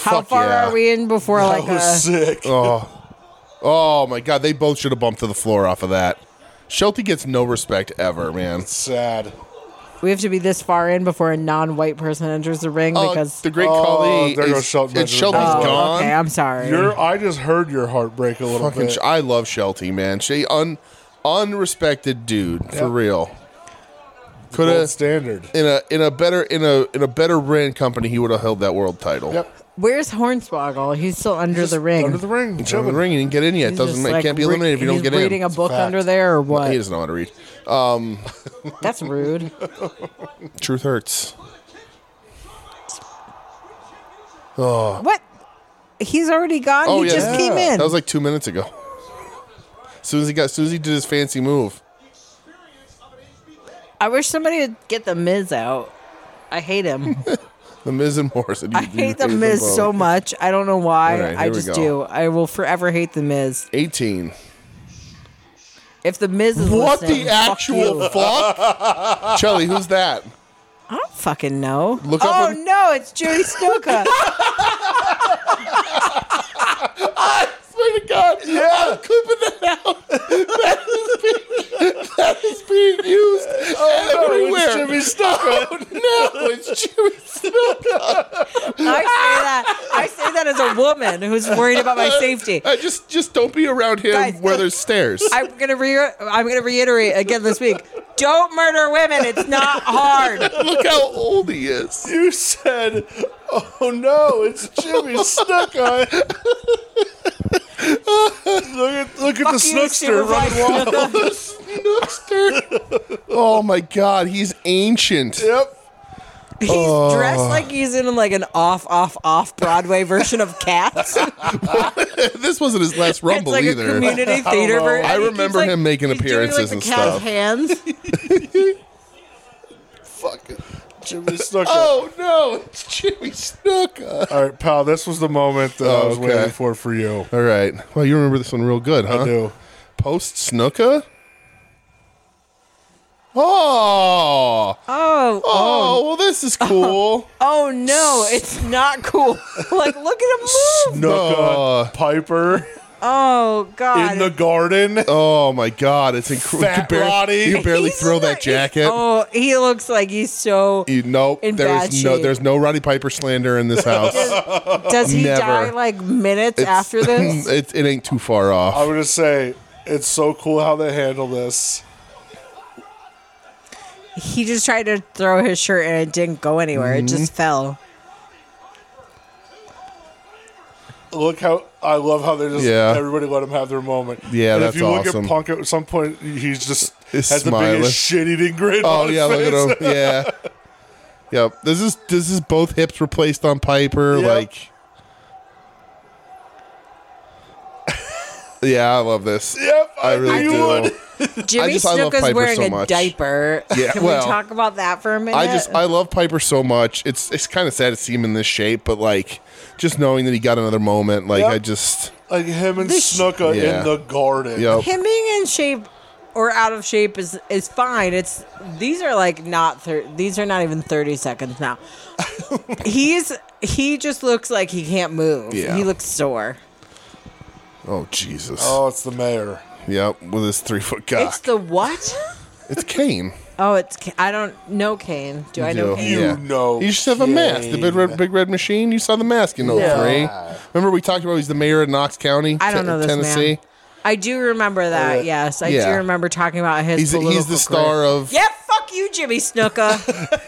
F: How
B: fuck
F: far
B: yeah.
F: are we in before like uh,
H: that was
F: a,
H: sick.
B: Oh, oh my God! They both should have bumped to the floor off of that. Shelty gets no respect ever, man.
H: Sad.
F: we have to be this far in before a non-white person enters the ring
B: Oh,
F: because
B: the great
H: Oh,
B: Khali
H: there
B: is-
H: goes Shelton
B: and
H: Benjamin.
B: Shelty's
F: oh,
B: gone.
F: okay, I'm sorry.
H: Your I just heard your heart break a little
B: Fucking,
H: bit.
B: sh- I love Shelty, man. She un unrespected dude for real. Could
H: Gold
B: have
H: standard.
B: in a in a better in a in a better brand company, he would have held that world title.
H: Yep.
F: Where's Hornswoggle? He's still under the ring.
H: Under the ring.
B: He's on the ring, he didn't get in yet.
F: He's
B: doesn't
F: just,
B: make,
F: like,
B: can't be
F: re-
B: eliminated if you don't
F: he's
B: get
F: reading
B: in.
F: a book
H: fact.
F: under there or what?
B: he doesn't know how to read.
F: That's rude.
B: Truth hurts.
F: what? He's already gone.
B: Oh
F: he
B: yeah,
F: just came in.
B: That was like two minutes ago. As soon as he got, as soon as he did his fancy move,
F: I wish somebody would get the Miz out. I hate him.
B: the Miz and Morrison.
F: I hate the Miz so much. I don't know why.
B: All right,
F: I
B: here we
F: just
B: go.
F: do. I will forever hate the Miz.
B: Eighteen.
F: If the Miz is
B: What
F: listening,
B: the
F: fuck
B: actual
F: you.
B: fuck? Chelly, who's that?
F: I don't fucking know.
B: Look
F: oh
B: up on-
F: no, it's Judy Snuka.
B: swear to Oh God. Yeah. I'm clipping that out. That is being, that is being used Oh, everywhere. Oh,
H: Jimmy
B: Snuka. no, it's Jimmy Snuka.
F: I say that. I say woman who's worried about my safety.
B: Uh, just just don't be around him
F: Guys,
B: where
F: look,
B: there's stairs.
F: I'm gonna re- I'm gonna reiterate again this week. Don't murder women. It's not hard.
B: Look how old he is.
H: You said, "Oh no, it's Jimmy Snook Eye." look at look at the
F: Fuck you,
H: Snookster running
F: Supervisor.
H: wild.
B: Oh my god, he's ancient.
H: Yep.
F: He's
B: Oh.
F: dressed like he's in like an off, off, off Broadway version of Cats.
B: this wasn't his last
F: it's
B: rumble
F: like
B: either.
F: a community theater version.
B: I remember him making appearances
F: doing,
B: and
F: like, the cat's
B: stuff.
F: Hands.
H: Jimmy Snook Eye.
B: Oh no, it's Jimmy Snuka.
H: All right, pal. This was the moment that I was
B: Oh. Okay. Uh-huh.
H: waiting for for you.
B: All right. Well, you remember this one real good, huh?
H: I do.
B: Post Snuka. Oh, oh,
F: Oh,
B: well, this is cool.
F: oh no, it's not cool. like, look at him move.
H: Snuka Piper
F: Oh god.
H: in the garden.
B: Oh my God, it's incredible.
H: Fat Roddy.
B: You can barely
F: He's
B: throw
F: in the-
B: that jacket.
F: Oh, he looks like he's so.
B: You, nope,
F: In bad
B: there's no,
F: shape.
B: there's no Roddy Piper slander in this house.
F: Does he
B: Uh, Never.
F: die like minutes
B: It's-
F: after this?
B: it, it ain't too far off.
H: I'm gonna say it's so cool how they handle this.
F: he just tried to throw his shirt and it didn't go anywhere. It
B: Mm-hmm.
F: just fell.
H: Look how I love how they just
B: Yeah.
H: everybody let him have their moment.
B: Yeah,
H: and
B: that's
H: if you look
B: awesome.
H: at Punk at some point, he's just
B: He's
H: has the
B: smiling.
H: biggest shit eating grin.
B: Oh
H: on his
B: yeah, look
H: face.
B: at him. Yeah, yep. This is this is both hips replaced on Piper.
H: Yep.
B: Like, yeah, I love this.
H: Yep,
B: I really
H: knew
B: do.
H: you would.
F: Jimmy
B: just- I love
F: Snuka's
B: Piper
F: wearing
B: so
F: a
B: much.
F: diaper.
B: Yeah,
F: Can
B: well,
F: we talk about that for a minute?
B: I just I love Piper so much. It's it's kind of sad to see him in this shape, but like just knowing that he got another moment, like
H: Yep.
B: I just
H: Like him and
F: This-
H: Snuka
B: Yeah.
H: in the garden.
B: yep.
F: him being in shape or out of shape is is fine. It's these are like not thir- these are not even thirty seconds now. He's he just looks like he can't move.
B: Yeah.
F: He looks sore.
B: Oh Jesus.
H: Oh, it's the mayor.
B: Yep, with his three foot cock.
F: It's the what?
B: It's Kane.
F: Oh, it's Ca- I don't know Kane. Do I know
B: do.
F: Kane?
H: You know
B: You should have a mask. The big red,
H: Kane.
B: big red machine. You saw the mask in 03.
H: Yeah.
B: Remember we talked about he's the mayor of Knox County,
F: I don't
B: Te-
F: know this
B: Tennessee. Uh,
F: man. I do remember that.
H: Alright.
F: Yes, I
B: Yeah.
F: do remember talking about his.
B: He's he's
F: political
B: the star
F: career.
B: of.
F: Yeah, fuck you, Jimmy Snuka.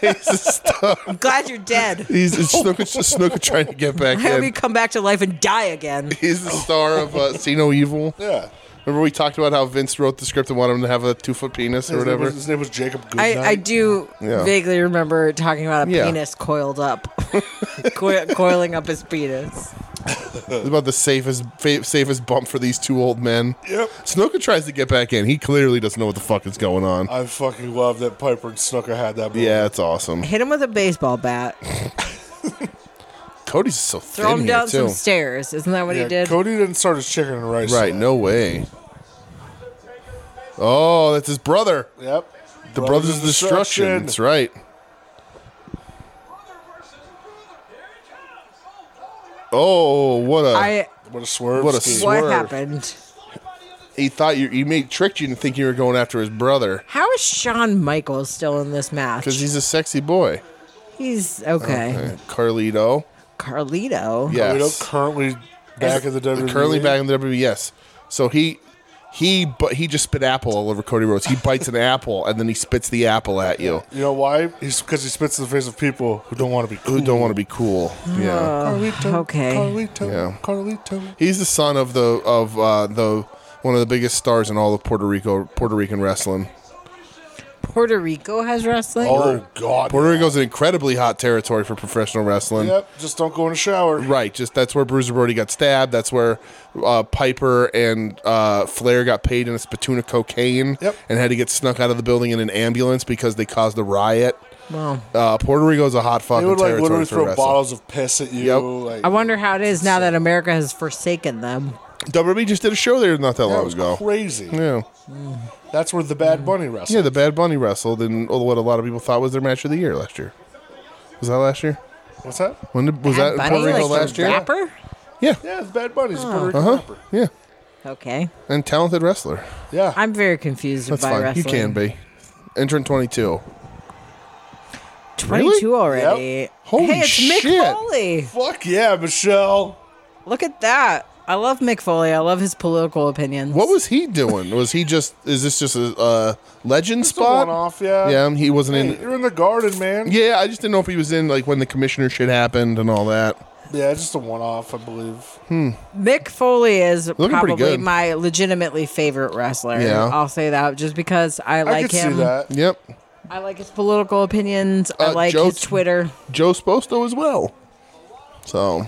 B: He's the star.
F: I'm glad you're dead.
B: He's it's Snooker, Snooker trying to get back
F: I hope you
B: in.
F: come back to life and die again.
B: He's the star of uh, See No Evil.
H: Yeah.
B: Remember we talked about how Vince wrote the script and wanted him to have a two foot penis or
H: His name,
B: whatever.
H: was, his name was Jacob Goodnight.
F: I, I do
B: Yeah.
F: vaguely remember talking about a
B: Yeah.
F: penis coiled up, Coi- coiling up his penis.
B: It's about the safest fa- safest bump for these two old men.
H: Yep.
B: Snooker tries to get back in. He clearly doesn't know what the fuck is going on.
H: I fucking love that Piper and Snuka had that. Moment.
B: yeah, it's awesome.
F: Hit him with a baseball bat.
B: Cody's so thin
F: Throw him
B: here,
F: down
B: too.
F: some stairs. Isn't that what
H: Yeah,
F: he did?
H: Cody didn't start his chicken and rice.
B: Right, no way. Oh, that's his brother.
H: Yep.
B: The Brothers, of Destruction. That's right.
I: Brother versus brother. Here it comes. Oh, holy
B: Oh, what a!
F: I
H: What a swerve.
B: What a
H: scheme.
B: swerve.
F: what
B: swerved.
F: happened?
B: he thought you he made tricked you into thinking you were going after his brother
F: How is Shawn Michaels still in this match?
B: because he's a sexy boy.
F: He's okay.
B: Uh, Carlito,
F: Carlito.
H: We don't
B: yes,
H: currently back in the E. WWE.
B: currently back in the WWE. Yes, so he he but he just spit apple all over Cody Rhodes. He bites an apple and then he spits the apple at you.
H: You know why? He's because he spits in the face of people who don't want to be cool.
B: Who don't want to be cool? Yeah.
H: Carlito,
F: okay.
H: Carlito.
B: Yeah.
H: Carlito.
B: He's the son of the of uh, the one of the biggest stars in all of Puerto Rico Puerto Rican wrestling.
F: Puerto Rico has wrestling.
H: Oh God.
B: Puerto Rico's an incredibly hot territory for professional wrestling.
H: Yep. Just don't go in the shower.
B: Right, just that's where Bruiser Brody got stabbed. That's where uh, Piper and uh, Flair got paid in a spittoon of cocaine
H: Yep.
B: and had to get snuck out of the building in an ambulance because they caused a riot.
F: Wow.
B: Uh, Puerto Rico's a hot
H: They
B: fucking
H: would like
B: territory
H: literally
B: for
H: throw
B: wrestling.
H: bottles of piss at you.
B: Yep.
H: Like
F: I wonder how it is now that America has forsaken them.
B: WWE just did a show there not that
H: that
B: long
H: was
B: ago.
H: crazy.
B: Yeah,
H: That's where the Bad Bunny
B: yeah,
H: wrestled.
B: the Bad Bunny wrestled in what a lot of people thought was their match of the year last year. Was that last year?
H: What's that?
B: When did, was that in
F: Bunny,
B: Puerto Rico
F: like the
B: last year? Uh-huh.
F: Rapper?
H: Yeah, it's Bad Bunny's a Puerto Rican rapper.
B: Yeah,
F: Okay.
B: and talented wrestler.
H: Yeah.
F: I'm very confused
B: That's
F: by
B: fine.
F: wrestling.
B: You can be. Entrant 22.
F: 22 already.
B: Holy
F: hey, it's
B: shit.
F: Mick Foley.
H: Fuck yeah, Michelle.
F: Look at that. I love Mick Foley. I love his political opinions.
B: What was he doing? was he just? Is this just a uh, legend
H: It's a
B: spot?
H: one-off, yeah.
B: Yeah, um, he wasn't
H: Hey,
B: in.
H: you're in the garden, man.
B: Yeah, I just didn't know if he was in like when the commissioner shit happened and all that.
H: Yeah, it's just a one off, I believe.
F: Mick Foley is
B: pretty
F: probably
B: good.
F: my legitimately favorite wrestler.
B: Yeah.
F: I'll say that just because I
H: I
F: like
H: could
F: him.
H: see that.
B: Yep,
F: I like his political opinions. I
B: Uh,
F: like his
B: Joe's-
F: Twitter.
B: Joe Sposto as well. So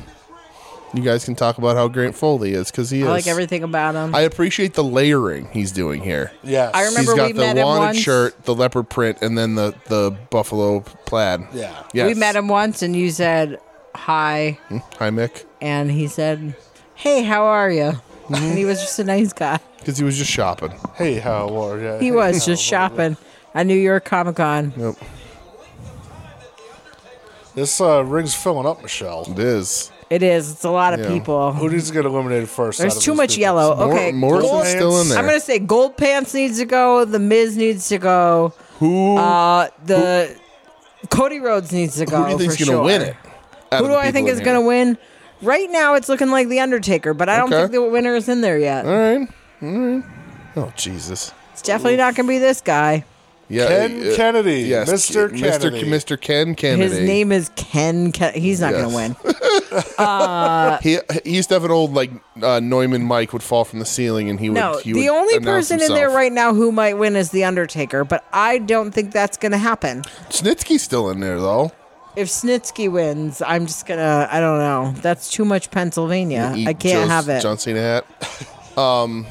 B: you guys can talk about how Grant Foley is because he is.
F: I like everything about him.
B: I appreciate the layering he's doing here.
H: Yes.
F: I remember-
B: he's got
F: we
B: the
F: met him
B: wanted
F: once.
B: shirt, the leopard print, and then the the buffalo plaid.
H: Yeah.
B: Yes.
F: We met him once and you said hi
B: Hi, Mick.
F: and he said, "Hey, how are you?"
B: Mm-hmm.
F: And he was just a nice guy.
B: Because he was just shopping.
H: Hey, how are you?
F: He was just shopping at New York Comic Con.
B: Yep.
H: This uh, ring's filling up, Michelle.
B: It is.
F: It is. It's a lot of
B: Yeah.
F: people.
H: Who needs to get eliminated first?
F: There's
H: out of
F: too
H: these
F: much
H: people?
F: yellow.
B: Mor-
F: okay.
B: Morrison's
H: Gold-
B: still in there.
F: I'm gonna say Gold Pants needs to go. The Miz needs to go.
B: who,
F: Uh, the Cody Rhodes needs to go.
B: who do you think's
F: Oh, for
B: gonna
F: sure.
B: win it? out
F: Who
B: of
F: do
B: the
F: I think
B: people
F: is
B: in
F: gonna
B: here?
F: win? Right now, it's looking like the Undertaker, but I don't
B: Okay.
F: think the winner is in there yet.
B: All right. All right. Oh Jesus.
F: It's definitely not gonna be this guy.
B: Yeah.
H: Ken
B: uh,
H: Kennedy.
B: Yes.
H: Mr.
B: Ke-
H: Kennedy.
B: Mr. Ke- Mr. Ken Kennedy.
F: His name is Ken. Ken he's not
B: Yes.
F: gonna win.
B: He, he used to have an old like uh, Neumann mic would fall from the ceiling and he would.
F: No,
B: he
F: the
B: would
F: only
B: announce
F: person in there
B: himself.
F: right now who might win is the Undertaker, but I don't think that's gonna happen.
B: Snitsky's still in there though.
F: If Snitsky wins, I'm just gonna. I don't know. That's too much Pennsylvania.
B: Eat
F: I can't
B: Joe's
F: have it.
B: John Cena hat.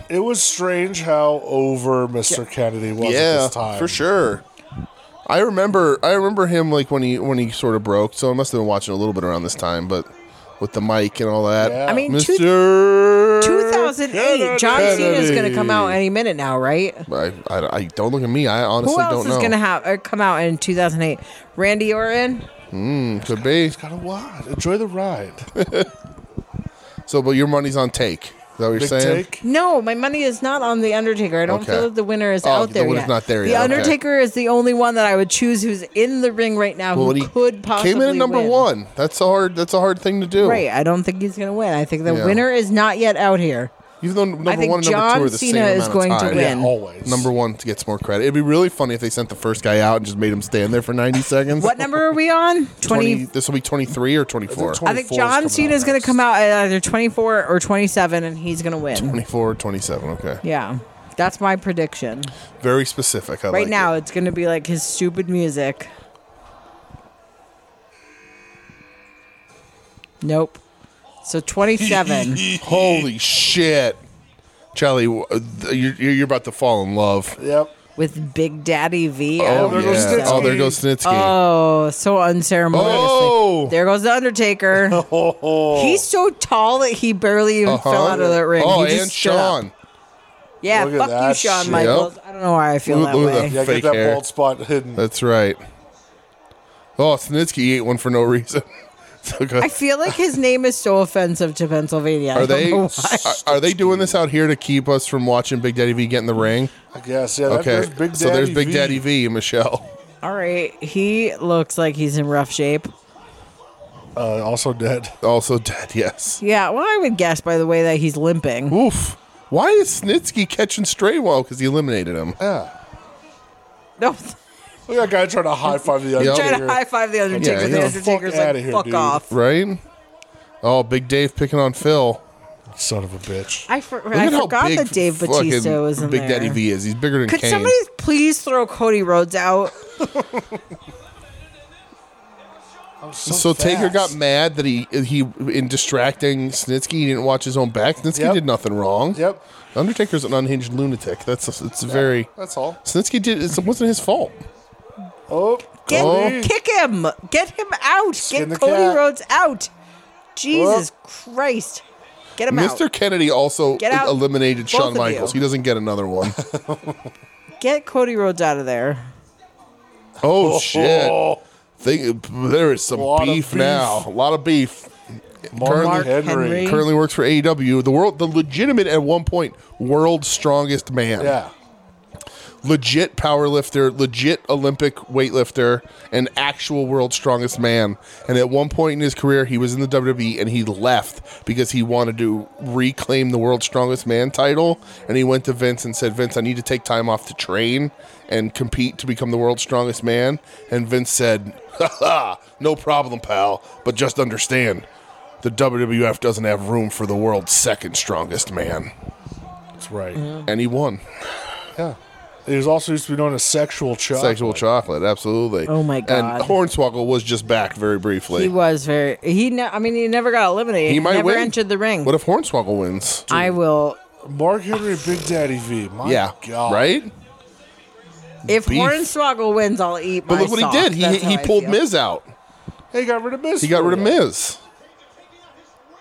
H: It was strange how over Mr. Kennedy was at
B: Yeah,
H: this time.
B: for sure. I remember, I remember him like when he when he sort of broke. So I must have been watching a little bit around this time, but with the mic and all that.
H: Yeah. I
F: mean, two-
B: Mister
F: 2008. John Cena's going to come out
B: Kennedy.
F: any minute now, right?
B: I, I, I don't look at me. I honestly
F: Who else
B: don't
F: is
B: know.
F: going to have or come out in 2008? Randy Orton.
B: Could be.
H: Gotta watch. Enjoy the ride.
B: So, but your money's on take. Is that what you're
H: Big
B: saying?
H: take.
F: No, my money is not on the Undertaker. I don't
B: Okay.
F: feel that the winner is
B: Oh,
F: out
B: the
F: there
B: winner's
F: yet.
B: not there
F: the
B: yet, okay.
F: Undertaker is the only one that I would choose who's in the ring right now
B: Well,
F: who
B: he
F: could possibly
B: came in at number
F: win.
B: one. That's a hard. That's a hard thing to do.
F: Right, I don't think he's going to win. I think the
B: Yeah.
F: winner is not yet out here.
B: Even though number
F: I think
B: one and number
F: John
B: two are the
F: Cena
B: same
F: is
B: amount
F: going to
B: of time.
F: win.
H: Yeah, always.
B: Number one gets more credit. It'd be really funny if they sent the first guy out and just made him stand there for 90 seconds.
F: What number are we on?
B: 20,
F: 20
B: this will be 23 or 24.
F: I think
H: 24 is
F: John
H: coming
F: Cena
H: out
F: is going to
H: next.
F: come out at either 24 or 27, and he's going to win.
B: 24 or 27. Okay.
F: Yeah, that's my prediction.
B: Very specific. I
F: Right
B: like
F: now,
B: it.
F: it's going to be like his stupid music. Nope. So 27.
B: Holy shit. Charlie, w- uh, th- you're, you're about to fall in love.
H: Yep.
F: with Big Daddy V. I
B: Oh,
F: don't
H: there goes
B: yeah.
F: think so.
B: oh, there goes Snitsky.
F: Oh, so unceremoniously.
B: Oh!
F: There goes the Undertaker. He's so tall that he barely even
B: Uh-huh.
F: fell out of that ring.
B: Oh,
F: He just
B: and
F: stood up.
B: Sean.
F: Yeah,
H: Look at
F: fuck you,
H: that
F: Shawn
H: shit.
F: Michaels. I don't know why I feel
B: Look-
F: that
B: look at
F: way.
B: that.
H: Yeah,
B: Fake
H: get that
B: hair. Uh,
H: bald spot hidden.
B: That's right. Oh, Snitsky ate one for no reason. Took a-
F: I feel like his name is so offensive to Pennsylvania. I
B: Are
F: don't
B: they
F: know
B: are,
F: why.
B: are they doing this out here to keep us from watching Big Daddy V get in the ring?
H: I guess. Yeah, that,
B: Okay,
H: there's Big Daddy
B: so there's Big
H: V.
B: Daddy V, Michelle.
F: All right, he looks like he's in rough shape.
H: Uh, also dead.
B: Also dead, yes.
F: Yeah, well, I would guess by the way that he's limping.
B: Oof. Why is Snitsky catching Straywell? Because he eliminated him.
H: Yeah.
F: No,
H: Look at that guy trying to high five the other.
B: Yep.
F: trying to
H: here.
F: high five the Undertaker.
B: Yeah,
F: the
B: yeah.
F: Undertaker's
H: Fuck outta
F: like,
H: here,
F: "Fuck
H: dude."
F: off."
B: Right? Oh, Big Dave picking on Phil.
H: Son of a bitch.
F: I, for-
B: Look
F: I
B: at how
F: forgot
B: big
F: that Dave
B: fucking
F: Batista was in
B: Big
F: there.
B: Daddy V is. He's bigger than
F: Could
B: Kane.
F: somebody please throw Cody Rhodes out?
H: I'm
B: so Taker
H: fast.
B: got mad that he he in distracting Snitsky he didn't watch his own back. Snitsky
H: Yep.
B: did nothing wrong.
H: Yep.
B: Undertaker's an unhinged lunatic. That's it's very.
H: That's all.
B: Snitsky did. It wasn't his fault.
H: Oh,
F: Get
H: Cody.
F: kick him. Get him out.
H: Skin the
F: Get Cody
H: cat.
F: Rhodes out. Jesus Christ. Get him
B: Mr.
F: out.
B: Kennedy also
F: Get out,
B: eliminated
F: both
B: Shawn
F: of
B: Michaels.
F: you.
B: He doesn't get another one.
F: Get Cody Rhodes out of there.
B: oh shit!
H: Oh,
B: Think, there is some
H: Lot of
B: beef,
H: beef.
B: now. A lot of beef.
H: Mark,
B: Mark
H: Henry.
F: Henry.
B: Currently works for E AEW, the world, the legitimate at one point world's strongest man.
H: Yeah.
B: legit power lifter, legit Olympic weightlifter, an actual world's strongest man. And at one point in his career, he was in the WWE and he left because he wanted to reclaim the world's strongest man title. And he went to Vince and said, Vince, I need to take time off to train and compete to become the world's strongest man. And Vince said, ha ha, no problem, pal, but just understand. The WWF doesn't have room for the world's second strongest man.
H: That's right.
B: And he won.
H: It was also used to be known as sexual child.
B: Sexual chocolate, absolutely.
F: Oh my God.
B: And Hornswoggle was just back very briefly.
F: He was very. He. Ne- I mean, he never got eliminated.
B: He might
F: never
B: win.
F: entered the ring.
B: What if Hornswoggle wins?
F: I will.
H: Mark Henry and Big Daddy V. My
B: yeah,
H: God.
B: right.
F: If
B: Beef.
F: Hornswoggle wins, I'll eat.
B: But
F: my
B: look what
F: sock.
B: he did. He
F: That's how
B: he
F: I
B: pulled
F: feel.
B: Miz out.
H: He got rid of Miz.
B: He got
H: for
B: rid of
H: you.
B: Miz.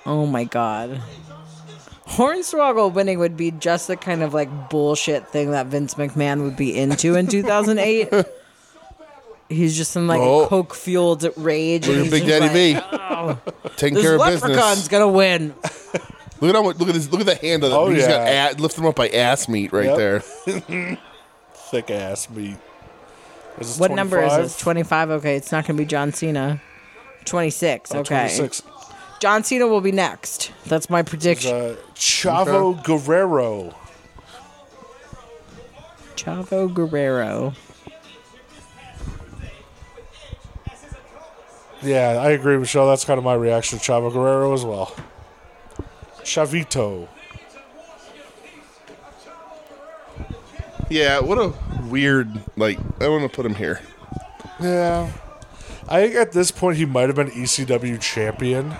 F: Oh my god. Hornswoggle winning would be just the kind of like bullshit thing that Vince McMahon would be into in 2008. He's just in like
B: Oh.
F: a coke fueled rage.
B: Look
F: and
B: at
F: he's
B: Big
F: just
B: Daddy V
F: like,
B: taking
F: This
B: care of
F: leprechaun's
B: business.
F: gonna win.
B: Look at how much, look at this. Look at the handle.
H: Oh,
B: Oh He's got
H: yeah.
B: a lift him up by ass meat right
H: Yep.
B: there.
H: Thick ass meat. Is this
F: What number is
H: 25?
F: this? 25. Okay, it's not gonna be John Cena. 26.
H: Oh,
F: Okay,
H: 26.
F: John Cena will be next. That's my prediction.
H: Uh, Chavo Guerrero.
F: Chavo Guerrero.
H: Yeah, I agree, Michelle. That's kind of my reaction to Chavo Guerrero as well. Chavito.
B: Yeah, what a weird like. I want to put him here.
H: Yeah. I think at this point he might have been ECW champion.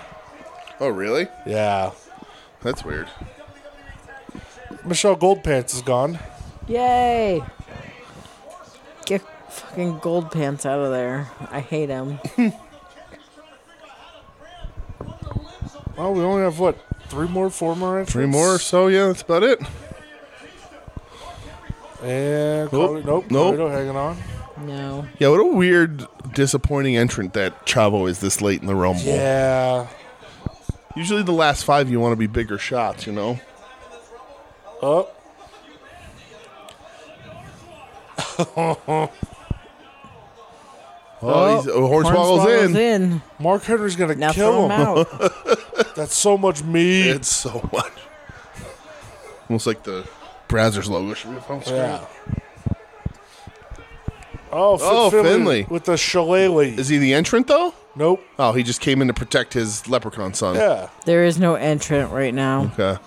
B: Oh really?
H: Yeah.
B: That's weird.
H: Michelle Goldpants is gone.
F: Yay! Get fucking gold pants out of there. I hate him.
H: Well, Oh, we only have what three more, four more entrants.
B: Three more or so. Yeah, that's about it.
H: And Carly, nope,
B: Nope.
H: Carlito hanging on.
F: No.
B: Yeah, what a weird, disappointing entrant that Chavo is this late in the Rumble.
H: Yeah.
B: Usually the last five you want to be bigger shots, you know?
H: Oh.
B: Oh, he's, oh Hornswoggle's in.
F: in.
H: Mark Henry's gonna
F: Now throw
H: kill him.
F: him out.
H: That's so much meat.
B: It's so much. Almost like the Brazzers logo should be up on screen.
H: yeah. Oh, Fit
B: Oh,
H: Finley,
B: Finley.
H: with the shillelagh.
B: Is he the entrant, though?
H: nope.
B: Oh, he just came in to protect his leprechaun son.
H: Yeah.
F: there is no entrant right now.
B: Okay.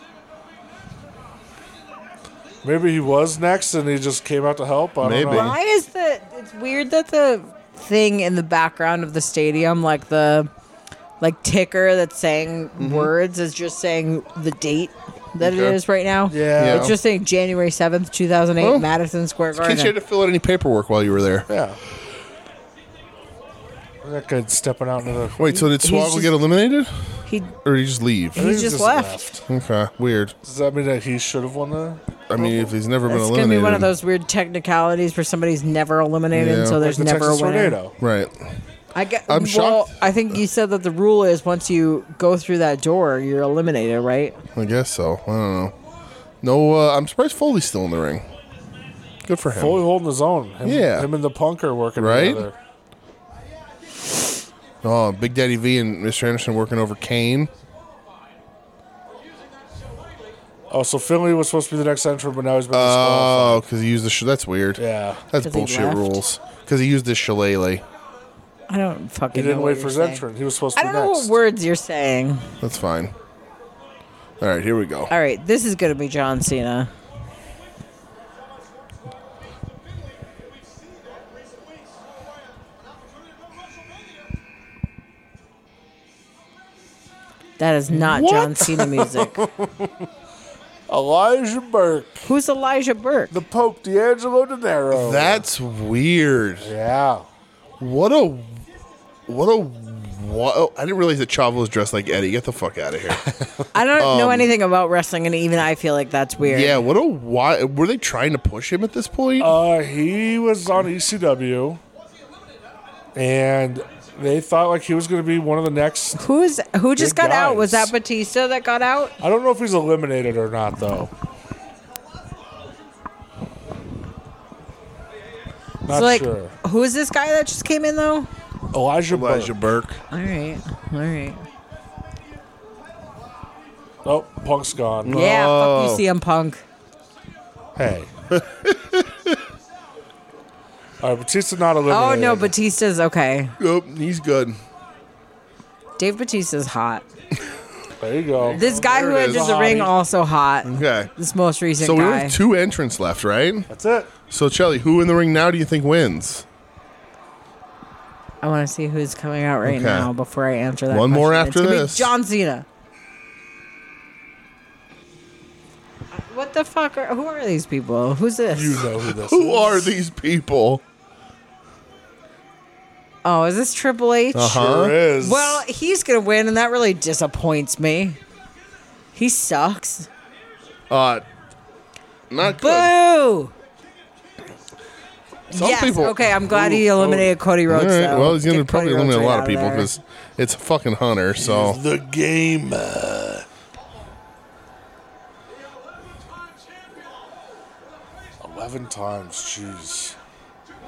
H: Maybe he was next, and he just came out to help. I
B: Maybe.
H: don't know.
F: Why is the? It's weird that the thing in the background of the stadium, like the, like ticker that's saying
H: Mm-hmm.
F: words, is just saying the date that it
B: Okay.
F: is right now.
H: Yeah. Oh.
F: It's just saying January seventh, two thousand eight,
B: Well,
F: Madison Square
B: In case you had
F: Garden.
B: to fill out any paperwork while you were there.
H: Yeah. That guy stepping out into the.
B: Wait, so did
F: He's
B: Swoggle
F: just-
B: get eliminated?
F: He
B: Or did he just leave?
H: I think
F: just left.
B: Okay, weird.
H: Does that mean that he should have won the?
B: I mean, if he's never been
F: It's gonna
B: eliminated.
F: be one of those weird technicalities where somebody's never eliminated,
B: Yeah.
F: so
B: Like
F: there's
H: the
F: never
H: Texas
F: a winner.
H: tornado.
B: Right.
F: I get,
B: I'm
F: well,
B: shocked.
F: I think you said that the rule is once you go through that door, you're eliminated, right?
B: I guess so. I don't know. No, uh, I'm surprised Foley's still in the ring. Good for him.
H: Fully holding his own. Him,
B: Yeah.
H: Him and the punk are working
B: Right?
H: together.
B: Oh, Big Daddy V and Mr. Anderson working over Kane.
H: Oh, so Finley was supposed to be the next entrant, but now he's been disqualified.
B: Oh, because he used the. Sh- that's weird.
H: Yeah.
B: That's
F: 'Cause he
B: bullshit
F: left.
B: rules. Because he used this shillelagh.
F: I don't fucking.
H: He didn't
F: know
H: wait
F: what
H: for
F: you're
H: his
F: saying.
H: entrant. He was supposed to
F: I
H: be
F: don't
H: next.
F: know what words you're saying.
B: That's fine. All right, here we go.
F: All right, this is gonna be John Cena. That is not John Cena music.
H: Elijah Burke,
F: Who's Elijah Burke?
H: the Pope, D'Angelo De
F: Oh,
H: Niro.
B: That's weird.
H: yeah.
B: What a. What a. What, oh, I didn't realize that Chavo was dressed like Eddie. Get the fuck out of here.
F: I don't
H: um,
F: know anything about wrestling, and even I feel like that's weird.
B: yeah, what a. Why, were they trying to push him at this point?
F: Oh,
H: Uh, he was on ECW, and they thought like he was going to be one of the next.
F: Who's who just
H: Good
F: got out? Was
H: guys.
F: that Batista that got out?
H: I don't know if he's eliminated or not though. Not
F: so like,
H: sure.
F: who is this guy that just came in though?
H: Elijah,
J: Elijah
H: Burke.
J: Burke.
F: All right, all right.
H: Oh, Punk's gone.
F: Yeah,
B: Oh.
F: fuck you, CM Punk.
H: Hey. All right, Batista not
F: Oh
H: eliminated.
F: no, Batista's okay.
B: Nope, he's good.
F: Dave Batista's hot.
H: there you go.
F: This guy
B: there
F: who
B: it
F: entered
B: is.
F: the ring
H: Hottie.
F: also hot.
B: Okay.
F: This most recent
B: So we only
F: guy.
B: have two entrants left, right?
H: That's it.
B: So, Chelly, who in the ring now do you think wins?
F: I want to see who's coming out right
B: Okay.
F: now before I answer that.
B: One more
F: question. It's
B: after
F: gonna be
B: this.
F: John Cena. Uh, What the fuck are? Who are these people? Who's this?
H: You know who this
B: Who
H: is.
B: are these people?
F: Oh, is this Triple H?
B: Uh-huh.
H: Sure is.
F: Well, he's gonna win, and that really disappoints me. He sucks.
B: Uh, not good.
F: Boo!
B: Some
F: yes.
B: people- oh.
F: okay, I'm glad he eliminated Cody
B: All
F: Rhodes.
B: right,
F: though.
B: Well, he's going to
F: Get
B: probably
F: Cody
B: eliminate
F: Rhodes
B: a
F: right
B: lot of
F: out
B: people
F: there.
B: because it's fucking Hunter. So,
H: the game. Eleven times, jeez.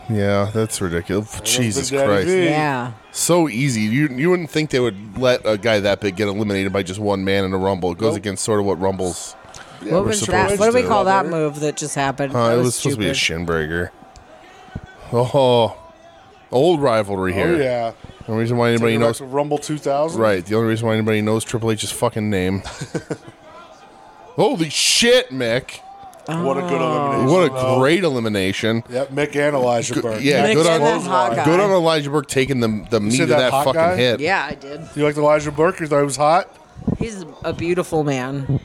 B: yeah, that's ridiculous. Jesus
H: Daddy
B: Christ.
H: V.
F: Yeah.
B: So easy. You you wouldn't think they would let a guy that big get eliminated by just one man in a rumble. It goes against sort of what rumbles.
F: what
B: we're
F: was
B: supposed
F: that? What do we
B: to.
F: call that move that just happened?
B: Uh,
F: That
B: it was supposed to be a
F: stupid.
B: shinbreaker. Oh, old rivalry here.
H: Oh yeah.
B: The only reason why anybody
H: Back
B: knows
H: to Rumble 2000.
B: right. The only reason why anybody knows Triple H's fucking name. Holy shit, Mick!
H: What a good elimination.
B: What
H: though.
B: a great elimination.
H: Yep, Mick and Elijah Burke.
B: Yeah,
F: Mick
B: Oh. good
F: and that hot
B: on
F: guy.
B: good on Elijah Burke taking the the meat
H: said
B: of
H: that
B: that,
H: hot
B: fucking
H: guy?
B: hit.
F: Yeah, I did.
H: You liked Elijah Burke? You thought he was hot?
F: He's a beautiful man.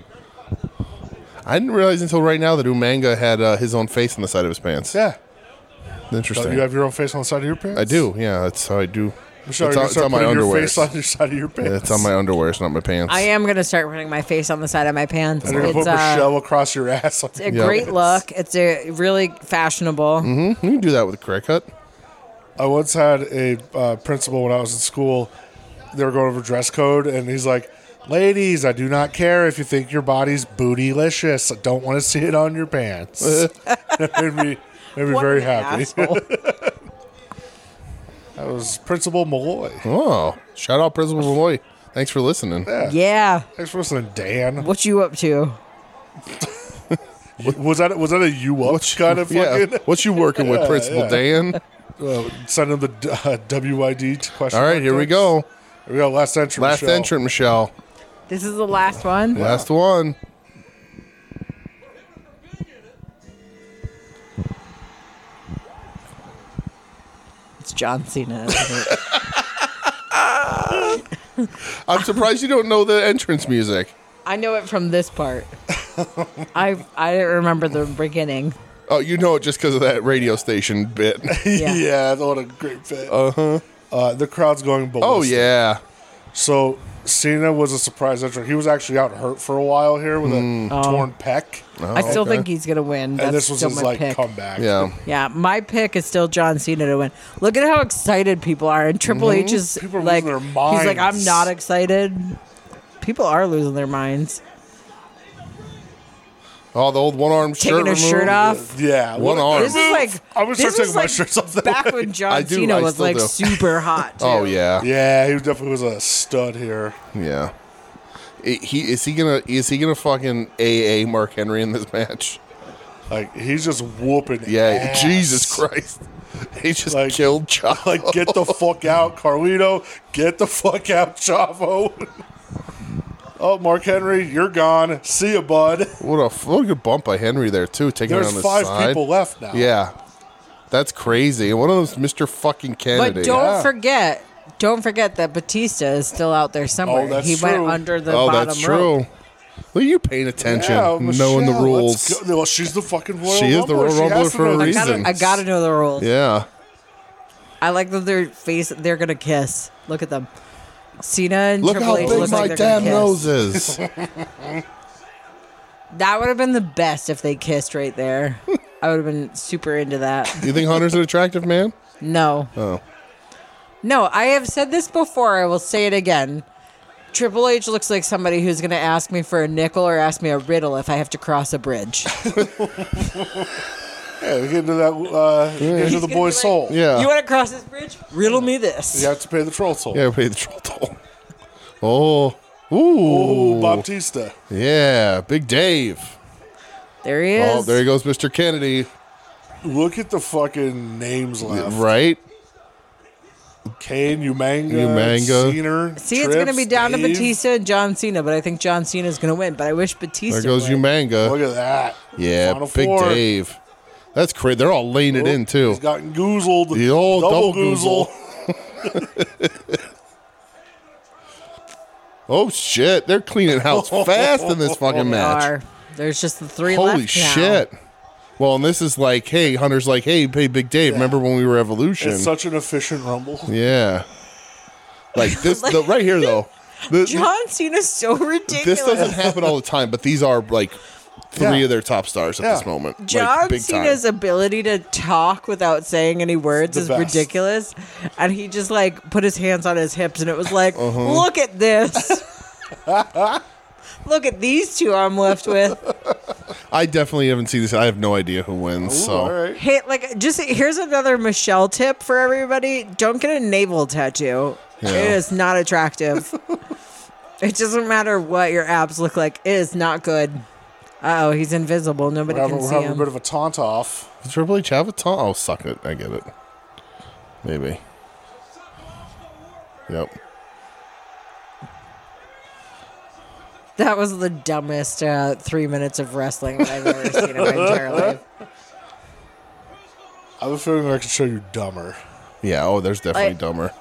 B: I didn't realize until right now that Umanga had uh, his own face on the side of his pants.
H: Yeah.
B: Interesting.
H: Don't you have your own face on the side of your pants?
B: I do. Yeah, that's how I do.
H: I'm
B: it's on,
H: sorry, you can
B: it's
H: start
B: on my
H: putting your
B: underwear.
H: face on your side of your pants.
B: It's on my underwear. It's not my pants.
F: I am gonna start putting my face on the side of my pants.
H: You're gonna
F: It's
H: put
F: uh,
H: Michelle across your ass.
F: it's a great look. It's a really fashionable.
H: Mm-hmm.
B: You can do that with a haircut.
H: I once had a uh, principal when I was in school. They were going over dress code, and he's like, "Ladies, I do not care if you think your body's bootylicious. I don't want to see it on your pants." it made me, made me
F: What
H: very
F: an
H: happy.
F: asshole.
H: That was Principal Malloy.
B: Oh, shout out Principal Malloy. Thanks for listening.
F: yeah.
H: Thanks for listening, Dan.
F: What you up to?
H: Was that was that a you up kind of
B: yeah.
H: fucking?
B: What you working with, Principal Dan?
H: Uh, send him the uh, WID question.
B: All right,
H: mark
B: here we
H: text.
B: go.
H: Here we go. Last entrant.
B: Last
H: Michelle.
B: entrant, Michelle.
F: This is the last one.
B: Last one.
F: It's John Cena. isn't it?
B: I'm surprised you don't know the entrance music.
F: I know it from this part. I I didn't remember the beginning.
B: Oh, you know it just because of that radio station bit.
F: Yeah.
H: yeah, what a great fit. Uh-huh. The crowd's going ballistic.
B: oh yeah.
H: So Cena was a surprise entrant. He was actually out hurt for a while here with a
B: Hmm.
H: torn pec,
B: Oh.
F: I still
B: okay.
F: think he's gonna win. Oh. That's
H: Oh, and this was
F: still
H: his
F: my
H: like
F: pick.
H: comeback.
B: Yeah.
F: Yeah, my pick is still John Cena to win. Look at how excited people are, and Triple H is
H: Mhm. People are
F: like,
H: losing their
F: he's like, I'm
H: minds."
F: not excited. People are losing their minds,
B: Oh, the old one arm shirt.
F: taking his shirt
B: removed.
F: off.
H: yeah.
B: One arm.
F: This is like
H: I'm gonna
F: this
H: start taking
F: was
H: my
F: like
H: shirts off. That
F: back
H: way.
F: when John
B: I do,
F: Cena
B: I
F: was
B: still
F: like
B: do.
F: super hot.
B: Oh
F: too.
B: yeah.
H: Yeah, he was definitely was a stud here.
B: Yeah. I- He is he gonna is he gonna fucking AA Mark Henry in this match?
H: Like he's just whooping.
B: Yeah,
H: ass.
B: Jesus Christ, he just
H: Like-
B: killed Chavo.
H: Like get the fuck out, Carlito. Get the fuck out, Chavo. oh, Mark Henry, you're gone. See ya, bud.
B: what a what a good bump by Henry there too, taking it on
H: There's
B: his
H: five
B: side.
H: people left now.
B: Yeah, that's crazy. One of them's Mister Fucking
F: but
B: Kennedy.
F: don't
H: Yeah.
F: forget, don't forget that Batista is still out there somewhere.
H: Oh, that's
F: he went
H: true.
F: under the
B: oh,
F: bottom
B: that's
F: rope.
B: true. Well, you paying attention,
H: Yeah,
B: knowing the
H: Michelle, let's
B: rules.
H: go. Well, she's the fucking Royal
B: She is the
H: Rumbler.
B: Royal
H: She has
B: Rumbler
H: to
B: for a
H: know the
B: reason.
H: rules.
F: I gotta know the rules.
B: Yeah,
F: I like that their face. They're gonna kiss. Look at them. Cena and
B: look
F: Triple
B: how
F: H
B: big
F: look
B: my
F: like they're
B: damn
F: gonna kiss.
B: nose is.
F: That would have been the best if they kissed right there. I would have been super into that.
B: you think Hunter's an attractive man?
F: No.
B: Oh.
F: No, I have said this before. I will say it again. Triple H looks like somebody who's going to ask me for a nickel or ask me a riddle if I have to cross a bridge.
H: Yeah, we get into that. Uh, Get into
F: He's
H: the
F: gonna
H: boy's
F: be like,
H: soul.
B: Yeah.
F: You want to cross this bridge? Riddle me this.
H: You have to pay the troll toll.
B: Yeah, pay the troll toll. Oh. Ooh.
H: Ooh, Baptista.
B: Yeah, Big Dave.
F: There he is.
B: Oh, there he goes, Mr. Kennedy.
H: Look at the fucking names left.
B: Right?
H: Kane, Umanga,
B: Umanga.
H: Cena,
F: See, it's going to
H: Trips,
F: be down to
H: Dave.
F: Batista and John Cena, but I think John Cena's going to win. But I wish Batista.
B: There goes
F: would.
B: Umanga.
H: Look at that.
B: Yeah,
H: Oh, Final
B: Big
H: four. Oh,
B: Dave. That's crazy. They're all laying it in, too.
H: He's gotten goozled.
B: The old double goozle. Oh, shit. They're cleaning house fast in this fucking
F: They
B: match.
F: are. There's just the three left
B: Holy
F: now.
B: shit. Well, and this is like, hey, Hunter's like, hey, hey, Big Dave, remember when we were Evolution?
H: It's such an efficient rumble.
B: yeah. Like this, the, right here though. The,
F: John Cena's so ridiculous.
B: this doesn't happen all the time, but these are like three
H: Yeah.
B: of their top stars at
H: Yeah.
B: this moment. like,
F: John
B: big time.
F: Cena's ability to talk without saying any words
H: The
F: is
H: best.
F: ridiculous, and he just like put his hands on his hips, and it was like,
B: Uh-huh.
F: look at this. look at these two I'm left with.
B: I definitely haven't seen this. I have no idea who wins.
H: Ooh,
B: so
H: all right.
F: Hey, like, just here's another Michelle tip for everybody: don't get a navel tattoo. It is not attractive. it doesn't matter what your abs look like; it is not good. Oh, he's invisible. Nobody
H: We're having,
F: can
H: we're
F: see
H: having a
F: him.
H: bit of a taunt off.
B: Does Triple H have a ton? Oh, suck it. I get it. Maybe. Yep.
F: That was the dumbest uh, three minutes of wrestling that I've ever seen in my entire life.
H: I have a feeling I can show you dumber.
B: Yeah. Oh, there's definitely
F: Like-
B: dumber.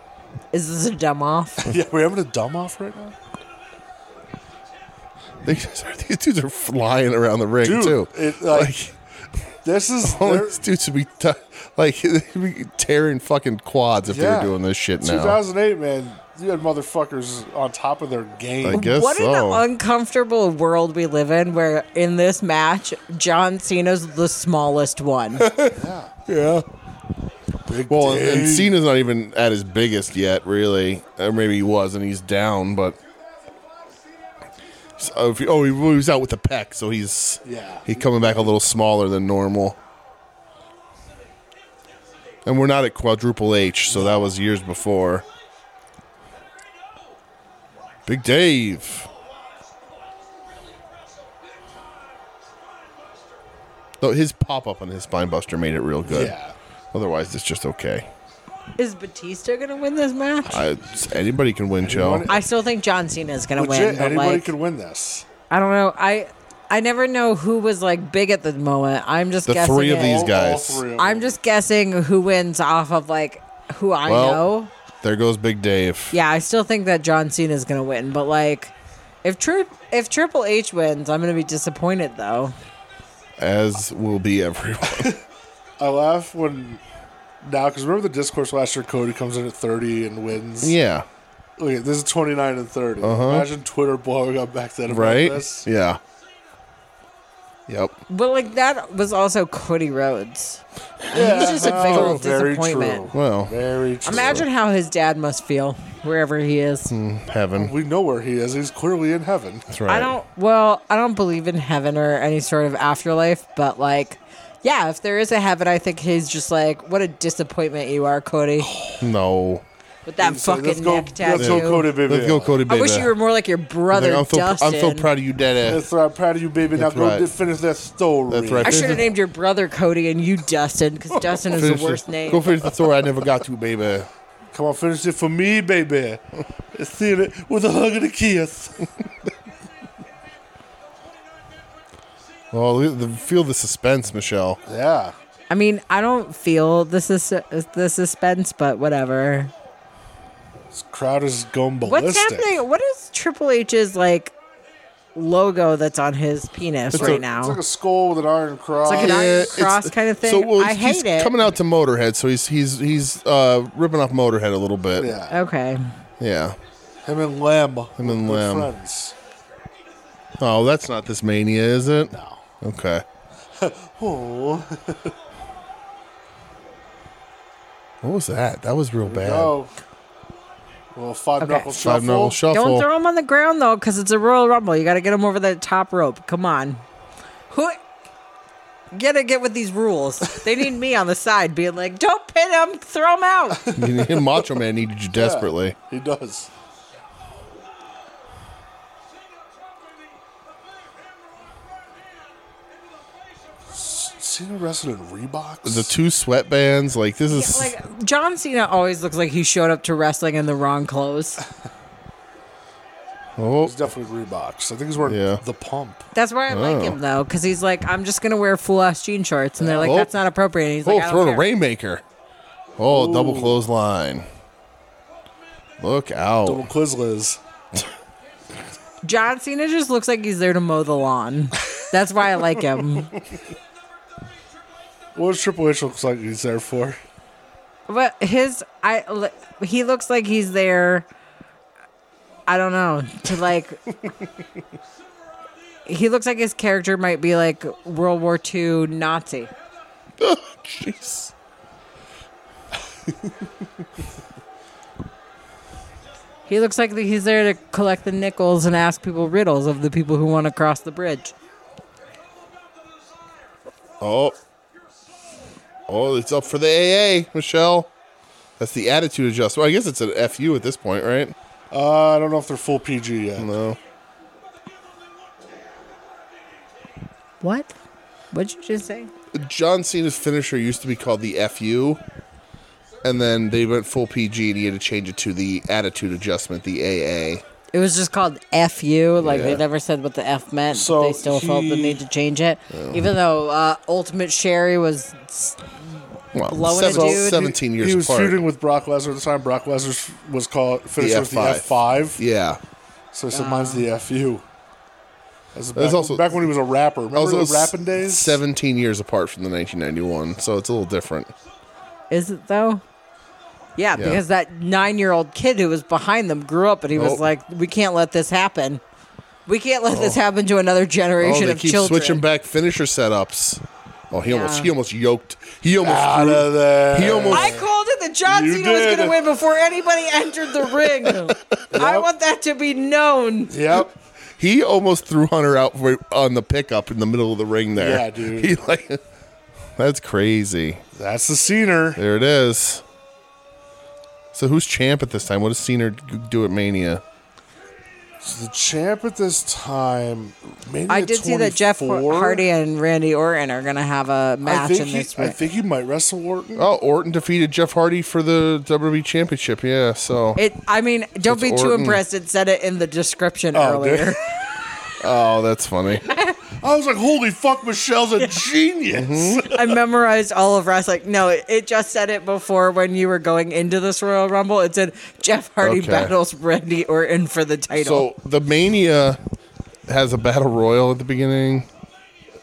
F: Is this a dumb off?
H: yeah, we're having a dumb off right now?
B: These, these dudes are flying around the ring
H: Dude,
B: too.
H: it, like, this is.
B: All
H: they're-
B: these dudes would be t- like they'd be tearing fucking quads if
H: yeah.
B: they were doing this shit now.
H: 2008, man, you had motherfuckers on top of their game.
B: I guess
F: what
B: so.
F: an uncomfortable world we live in where in this match, John Cena's the smallest one.
B: yeah.
H: Big
B: Well, and, and
H: Dave.
B: Cena's not even at his biggest yet, really. Or maybe he was, and he's down. But so if you- oh, he was out with the peck, so he's
H: Yeah.
B: he's coming back a little smaller than normal. And we're not at quadruple H, so that was years before. Big Dave. Though his pop up on his spine buster made it real good.
H: Yeah.
B: Otherwise, it's just okay.
F: Is Batista going to win this match? I,
B: I, anybody can win, Joe.
H: Anyone-
F: still think John Cena is going to
H: Legit,
F: win. But
H: anybody
F: like,
H: could win this.
F: I don't know. I I never know who was like big at the moment. I'm just
B: The
F: guessing.
B: three of
F: it.
B: these
H: All-
B: guys.
H: all three of
F: I'm
H: them.
F: just guessing who wins off of like who I
B: Well-
F: know.
B: There goes Big Dave.
F: Yeah, I still think that John Cena is going to win, but like if tri- if Triple H wins, I'm going to be disappointed though.
B: As will be everyone.
H: I laugh when now because remember the discourse last year. Cody comes in at thirty and wins.
B: yeah.
H: Look, at- this is twenty nine and 30 Imagine Twitter blowing up back then. About
B: Uh-huh. Right?
H: This.
B: Yeah. Yep.
F: But like that was also Cody Rhodes. He's just a big old
H: Oh, very
F: disappointment.
H: true.
B: Well,
H: Very true.
F: Imagine how his dad must feel wherever he is.
B: heaven.
H: we know where he is. He's clearly in heaven.
B: That's right.
F: I don't well, I don't believe in heaven or any sort of afterlife, but like yeah, if there is a heaven, I think he's just like, what a disappointment you are, Cody,
B: No.
F: with that
H: So
F: fucking
H: let's go,
F: neck tattoo.
H: Let's go, Cody, baby.
B: Let's go, Cody.
F: I
B: Baby.
F: wish you were more like your
B: Like,
F: brother,
B: I'm, so, I'm so
F: Dustin.
B: proud of you, Dad.
H: That's right. I'm proud of you, baby. Now
B: That's
H: go
B: right.
H: di- finish that story.
B: That's right.
F: I should have named your brother Cody and you Dustin because Dustin is the worst name.
B: Go finish the story I never got to, baby.
H: Come on, finish it for me, baby. See it with a hug and a kiss.
B: Well, look at the- feel the suspense, Michelle.
H: yeah.
F: I mean, I don't feel the sus- the suspense, but whatever.
H: This crowd is going
B: Oh,
H: ballistic.
F: What's happening? What is Triple H's like logo that's on his penis right
H: a-
F: now?
H: It's like a skull with an iron cross.
F: like an iron-
B: it's-
F: cross kind of thing? I
B: he's
F: hate it.
B: Coming out to Motorhead, so he's he's he's uh, ripping off Motorhead a little bit.
H: yeah.
F: okay,
B: Yeah.
H: Him and Lem.
B: Him and
H: Good
B: Lem.
H: Friends.
B: Oh, that's not this mania, is it? No. Okay.
H: Oh,
B: What was that? That was real bad.
H: no. Well, five
F: Okay.
H: knuckle shuffle.
B: Five knuckle shuffle.
F: don't throw him on the ground though, because it's a Royal Rumble. You got to get him over the top rope. Come on, who? gotta get with these rules. They need me on the side being like, don't pin him, throw him out.
B: Macho Man needed you desperately.
H: He does. Cena wrestled in Reeboks.
B: The two sweatbands, like this is
F: like, John Cena always looks like he showed up to wrestling in the wrong clothes.
B: oh
H: It's definitely Reeboks. I think he's wearing
B: Yeah.
H: the pump.
F: That's why I
B: Oh.
F: like him, though, because he's like, I'm just gonna wear full ass jean shorts. And they're like, that's not appropriate. And he's
B: oh,
F: like, I don't
B: throwing a
F: care.
B: rainmaker. Oh, double clothesline. Look out!
H: Double Quizliz.
F: John Cena just looks like he's there to mow the lawn. That's why I like him.
H: What does Triple H looks like he's there for?
F: But his, I, li- he looks like he's there. I don't know to like. he looks like his character might be like World War II Nazi.
B: Jeez.
F: He looks like he's there to collect the nickels and ask people riddles of the people who want to cross the bridge.
B: Oh, oh, it's up for the AA, Michelle. That's the attitude adjustment. Well, I guess it's an FU at this point, right?
H: Uh, I don't know if they're full PG yet.
B: No.
F: What? What'd you just say?
B: John Cena's finisher used to be called the FU, and then they went full PG, and he had to change it to the attitude adjustment, the AA.
F: It was just called F you. Like
B: Yeah.
F: they never said what the F meant.
H: So
F: but they still felt the
H: he-
F: need to change it, even though uh, Ultimate Sherry was. s-
B: Well,
F: Blowing a dude.
B: seventeen years
H: He was
B: apart.
H: feuding with Brock Lesnar at the time. Brock Lesnar was called finished with the
B: F5.
H: F5.
B: yeah.
H: So he said mine's the FU. That's back,
B: also-
H: back when he was a rapper. Remember
B: Also,
H: the rapping days?
B: Seventeen years apart from the 1991, so it's a little different.
F: Is it though? Yeah, because that nine-year-old kid who was behind them grew up, and he
B: Oh.
F: was like, "We can't let this happen. We can't let this happen to another
B: Oh,
F: generation
B: they
F: of
B: keep
F: children."
B: switching back finisher setups. Oh, he almost
F: Yeah.
B: he almost yoked. He almost
H: Out
B: threw-
H: of there.
B: He almost
F: I called it that John
H: You
F: Cena was
H: did.
F: going to win before anybody entered the ring. I want that to be known.
H: Yep.
B: he almost threw Hunter out for, on the pickup in the middle of the ring there.
H: Yeah, dude.
B: He like that's crazy.
H: That's the scener.
B: There it is. So who's champ at this time? What does Cena g- do at Mania?
H: The champ at this time. Maybe
F: I
H: at
F: did see that Jeff
H: 24?
F: Hardy and Randy Orton are going to have a
H: I
F: match
H: think,
F: in
H: he,
F: this ring.
H: I think he might wrestle Orton.
B: Oh, Orton defeated Jeff Hardy for the WWE Championship. Yeah, so
F: it. I mean, don't be too
B: Orton.
F: impressed. It said it in the description
H: Oh, did-
F: earlier.
B: oh, that's funny.
H: I was like, holy fuck, Michelle's a genius.
B: Mm-hmm.
F: I memorized all of wrestling. No, it, it just said it before when you were going into this Royal Rumble. It said Jeff Hardy
B: Okay.
F: battles Randy Orton for the title.
B: So the Mania has a battle royal at the beginning.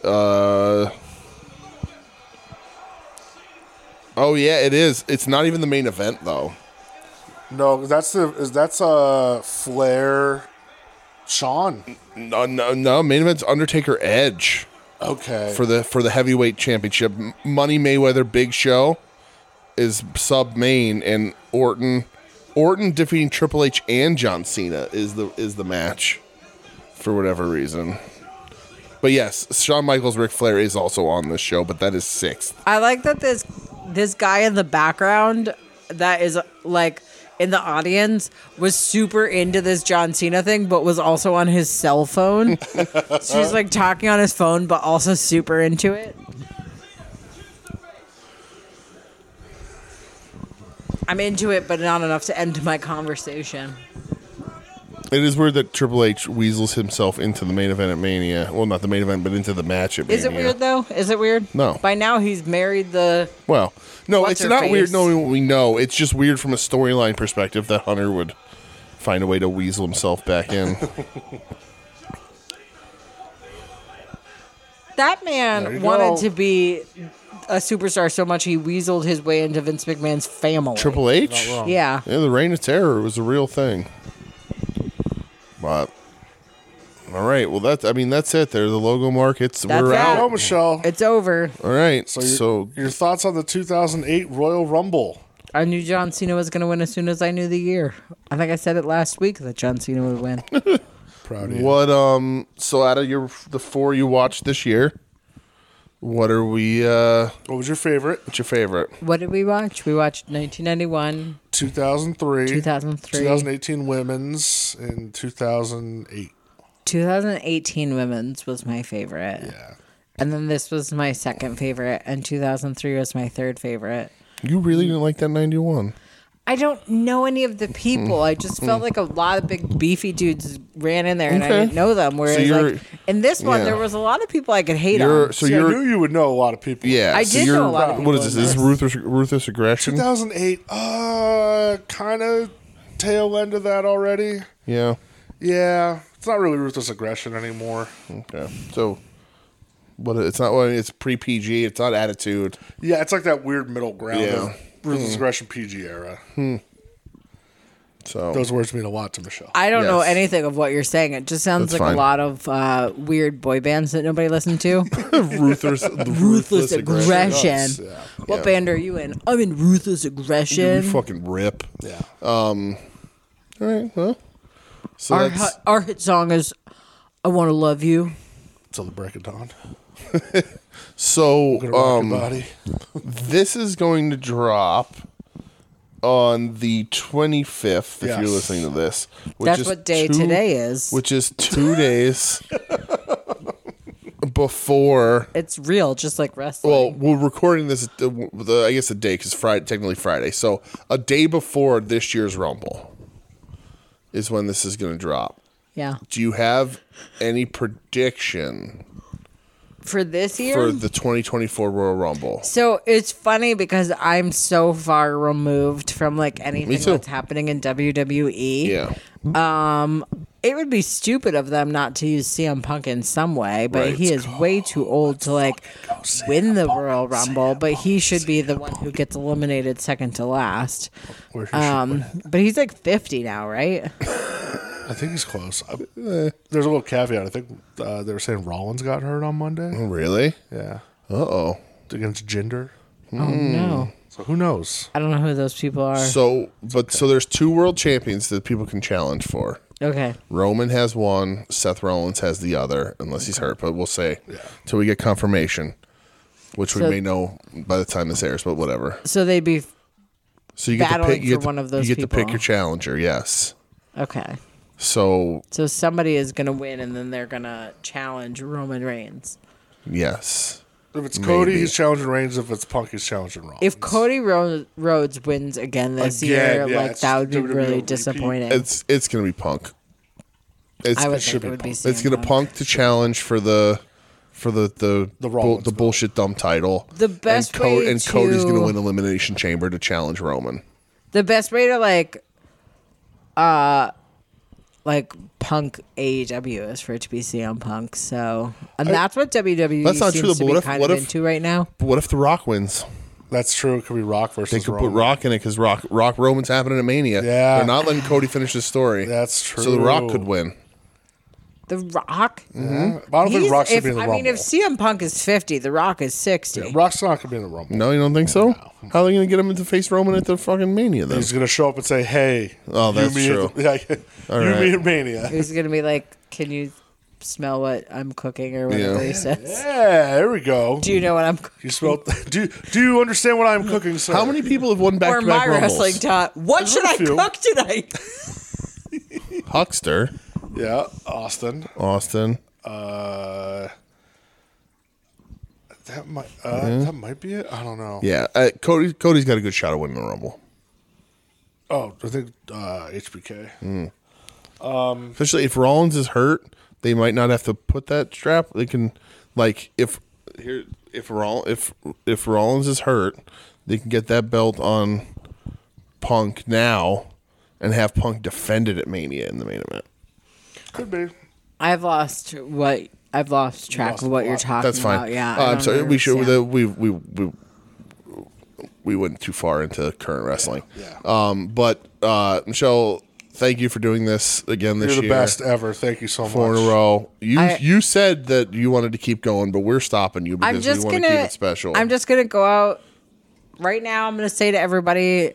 B: Uh, oh yeah, it is. It's not even the main event though.
H: No, that's the is that's uh Flair, Sean.
B: No, Uh, no, no. Main event's Undertaker Edge
H: Okay,
B: for the for the heavyweight championship. M- Money Mayweather Big Show is sub main, and Orton Orton defeating Triple H and John Cena is the is the match for whatever reason. But yes, Shawn Michaels Ric Flair is also on this show, but that is sixth.
F: I like that this this guy in the background that is like in the audience was super into this John Cena thing, but was also on his cell phone. so he's like talking on his phone, but also super into it. I'm into it, but not enough to end my conversation.
B: It is weird that Triple H weasels himself into the main event at Mania. Well, not the main event, but into the match at Mania.
F: Is it weird though? Is it weird?
B: No.
F: By now he's married the
B: Well, no,
F: What's
B: it's
F: her
B: not
F: face?
B: weird knowing what we know. It's just weird from a storyline perspective that Hunter would find a way to weasel himself back in.
F: That
H: There you
F: man wanted
H: go.
F: to be a superstar so much he weaseled his way into Vince McMahon's family.
B: Triple H?
F: Yeah.
B: Yeah, the Reign of Terror was a real thing. But all right, well that's I mean that's it. There's the logo mark. It's
F: That's
B: we're
F: it.
H: Hello,
B: out.
H: Oh, Michelle.
F: It's over.
B: All right,
H: So
B: so,
H: your, your thoughts on the 2008 Royal Rumble?
F: I knew John Cena was going to win as soon as I knew the year. I think I said it last week that John Cena would win.
H: Proud of you.
B: what um so out of your the four you watched this year, What are we? Uh,
H: What was your favorite?
B: what's your favorite?
F: What did we watch? We watched 1991.
H: 2003,
F: 2003.
H: 2018 women's, and 2008.
F: 2018 Women's was my favorite.
H: Yeah.
F: And then this was my second favorite. And 2003 was my third favorite.
B: You really didn't like that ninety one.
F: I don't know any of the people. I just felt like a lot of big beefy dudes ran in there and I
B: Okay.
F: didn't know them. Whereas,
B: you're-
F: like, in this one,
B: yeah.
F: there was a lot of people I could hate
B: You're
F: on.
B: so
H: See, I
B: you're
H: knew you would know a lot of people.
B: yeah.
F: I
B: so
F: did know
B: you're-
F: a lot of people
B: What is this?
F: in
B: Is this
F: this.
B: ruthless ruthless aggression?
H: 2008, uh, kind of tail end of that already.
B: Yeah.
H: Yeah, it's not really ruthless aggression anymore.
B: Okay. So, but it's not what it's pre PG. It's not attitude.
H: Yeah, it's like that weird middle ground
B: Yeah.
H: of ruthless aggression PG era.
B: So
H: Those words mean a lot to Michelle.
F: I don't know
B: Yes.
F: anything of what you're saying. It just sounds
B: That's
F: like
B: fine.
F: a lot of uh, weird boy bands that nobody listened to.
B: ruthless,
F: Ruthless Aggression.
B: Yeah.
F: What band are you in? I'm in Ruthless Aggression.
B: You fucking rip.
H: yeah.
B: Uh, All right. Well. So
F: our,
B: that's,
F: hu- our hit song is I Want to Love You.
H: Till the break of dawn.
B: so
H: Gonna rock your
B: um,
H: body.
B: this is going to drop on the 25th if
H: Yes.
B: you're listening to this which
F: That's
B: is
F: what day
B: two-
F: today is.
B: which is two days before
F: it's real, just like wrestling.
B: well we're recording this the, the i guess a day because friday technically friday so a day before this year's rumble is when this is going to drop
F: yeah.
B: do you have any prediction
F: For this year?
B: for the 2024 Royal Rumble?
F: So it's funny because I'm so far removed from like anything
B: too.
F: that's happening in WWE.
B: Yeah.
F: It would be stupid of them not to use CM Punk in some way, but
B: Right.
F: he is way too old to like win the Royal Rumble, but he should be the one who gets eliminated second to last.
H: Where she should
F: Um, but he's like 50 now, right?
H: I think he's close. I, eh, there's a little caveat. I think uh, they were saying Rollins got hurt on Monday.
B: Really?
H: Yeah,
B: Uh oh.
H: against Jinder.
F: Oh no.
H: So who knows?
F: I don't know who those people are.
B: Hmm. So, but so there's two world champions that people can challenge for.
F: okay.
B: Roman has one, Seth Rollins has the other, unless he's hurt. But we'll say till we get confirmation, which we
F: So-
B: may know by the time this airs. But whatever.
F: So they'd be
B: So you get to
F: Battling
B: pick. You
F: for
B: get, to,
F: one of those
B: you get to pick
F: people.
B: your challenger. Yes.
F: okay.
B: So
F: So somebody is going to win and then they're going to challenge Roman Reigns.
B: yes,
H: If it's Cody,
B: Maybe.
H: he's challenging Reigns. If it's Punk, he's challenging Rollins.
F: If Cody Ro- Rhodes wins again this
H: Again,
F: year,
H: yeah,
F: like
H: it's
F: that would be
H: WWE
F: really
H: repeat.
F: disappointing.
B: it's it's gonna be Punk. It's,
F: I
B: it
F: would think
B: should
F: it would be
B: Punk. It's
F: CM
B: gonna
F: Punk.
B: Punk to challenge for the for the the
H: The
B: bull,
H: Rollins
B: the
H: belt.
B: bullshit dumb title.
F: The best
B: and, Co-
F: way
B: and Cody's gonna
F: to-
B: win Elimination Chamber to challenge Roman.
F: the best way to like uh like punk AEW is for it to be CM Punk. So and that's what WWE
B: That's not
F: seems
B: true,
F: to
B: but
F: be
B: what if-
F: kind
B: what
F: of
B: if-
F: into right now.
B: But what if The Rock wins?
H: that's true, it could be Rock versus
B: They could
H: Roman.
B: put Rock in it because Rock Rock Roman's happening at Mania.
H: Yeah.
B: they're not letting Cody finish his story.
H: That's true.
B: So The Rock could win.
F: The Rock.
H: But I don't think
F: He's-
H: Rock should
F: if-
H: be in the
F: I
H: Rumble.
F: mean, if CM Punk is fifty, The Rock is sixty.
H: Rock's not gonna be in the Rumble.
B: No, you don't think so? How are they gonna get him to face Roman at the fucking Mania then?
H: He's gonna show up and say, "Hey,
B: Oh, that's
H: you
B: true.
H: meet At the, yeah, you
B: right.
H: meet at Mania."
F: Who's gonna be like, can you smell what I'm cooking or whatever
B: Yeah.
F: he says?
H: Yeah, there we go.
F: Do you know what I'm cooking?
H: You smell? Do Do you understand what I'm cooking? Sir?
B: How many people have won back
F: Or
B: to back
F: my
B: Rumbles?
F: wrestling taught. What should I
H: few.
F: cook tonight?
B: Huckster,
H: Yeah, Austin.
B: Austin.
H: Uh, that might uh, that might be it. I don't know.
B: Yeah, uh, Cody. Cody's got a good shot of winning the Rumble,
H: Oh, I think uh, HBK.
B: especially if Rollins is hurt. They might not have to put that strap. They can, like, if here if Roll if if Rollins is hurt, they can get that belt on Punk now and have Punk defend it at Mania in the main event.
H: Could be.
F: I've lost what I've lost track
H: lost
F: of what
H: a
F: you're
H: lot.
F: talking
B: That's fine.
F: about. Yeah,
B: Uh,
F: I
B: I'm
F: don't
B: sorry. We should
F: understand.
B: the, we we we we went too far into current wrestling.
H: Yeah.
B: Um, but uh, Michelle, thank you for doing this again this
H: You're the
B: year.
H: best ever. Thank you so
B: Four
H: much.
B: in a row. You
F: I-
B: you said that you wanted to keep going, but we're stopping you because
F: I'm just
B: we want
F: gonna.
B: to keep it special.
F: I'm just gonna go out right now. I'm gonna say to everybody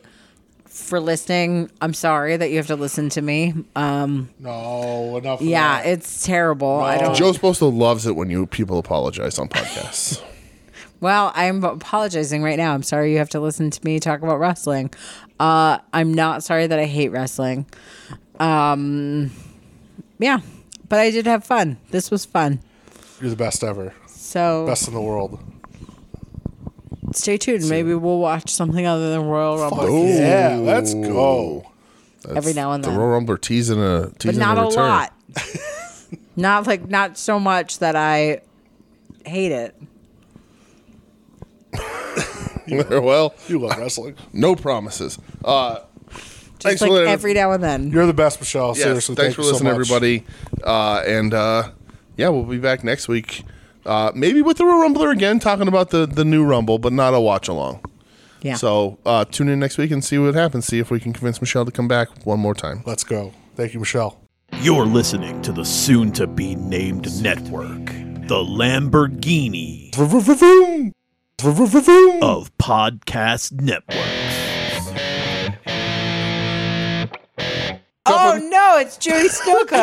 F: for listening, I'm sorry that you have to listen to me. Um,
H: No, enough. of
F: yeah,
H: that.
F: it's terrible. I don't.
B: Joe Sposto loves it when you people apologize on podcasts.
F: Well, I'm apologizing right now. I'm sorry you have to listen to me talk about wrestling. Uh, I'm not sorry that I hate wrestling. Um, yeah, but I did have fun. This was fun.
K: You're the best ever.
F: So
K: Best in the world.
F: stay tuned. Maybe we'll watch something other than Royal Rumble
K: Oh, yeah, let's go.
F: every now and
B: The
F: then,
B: Royal Rumble teasing a
F: but
B: teasing
F: not a
B: return.
F: lot. not like not so much that I hate it.
B: well,
K: You love wrestling.
B: no promises. Uh,
F: Just
B: Thanks for
F: like
B: letting-
F: every now and then.
K: You're the best, Michelle.
B: yes,
K: Seriously, thank
B: thanks for
K: you so
B: listening,
K: much.
B: everybody. Uh, and uh, yeah, we'll be back next week. Uh, maybe with the Royal Rumbler again, talking about the, the new Rumble, but not a watch along.
F: yeah.
B: So uh, tune in next week and see what happens. See if we can convince Michelle to come back one more time.
K: Let's go. Thank you, Michelle.
H: You're listening to the soon to be named network, the Lamborghini of Podcast Networks.
F: oh no, it's Judy Snoka.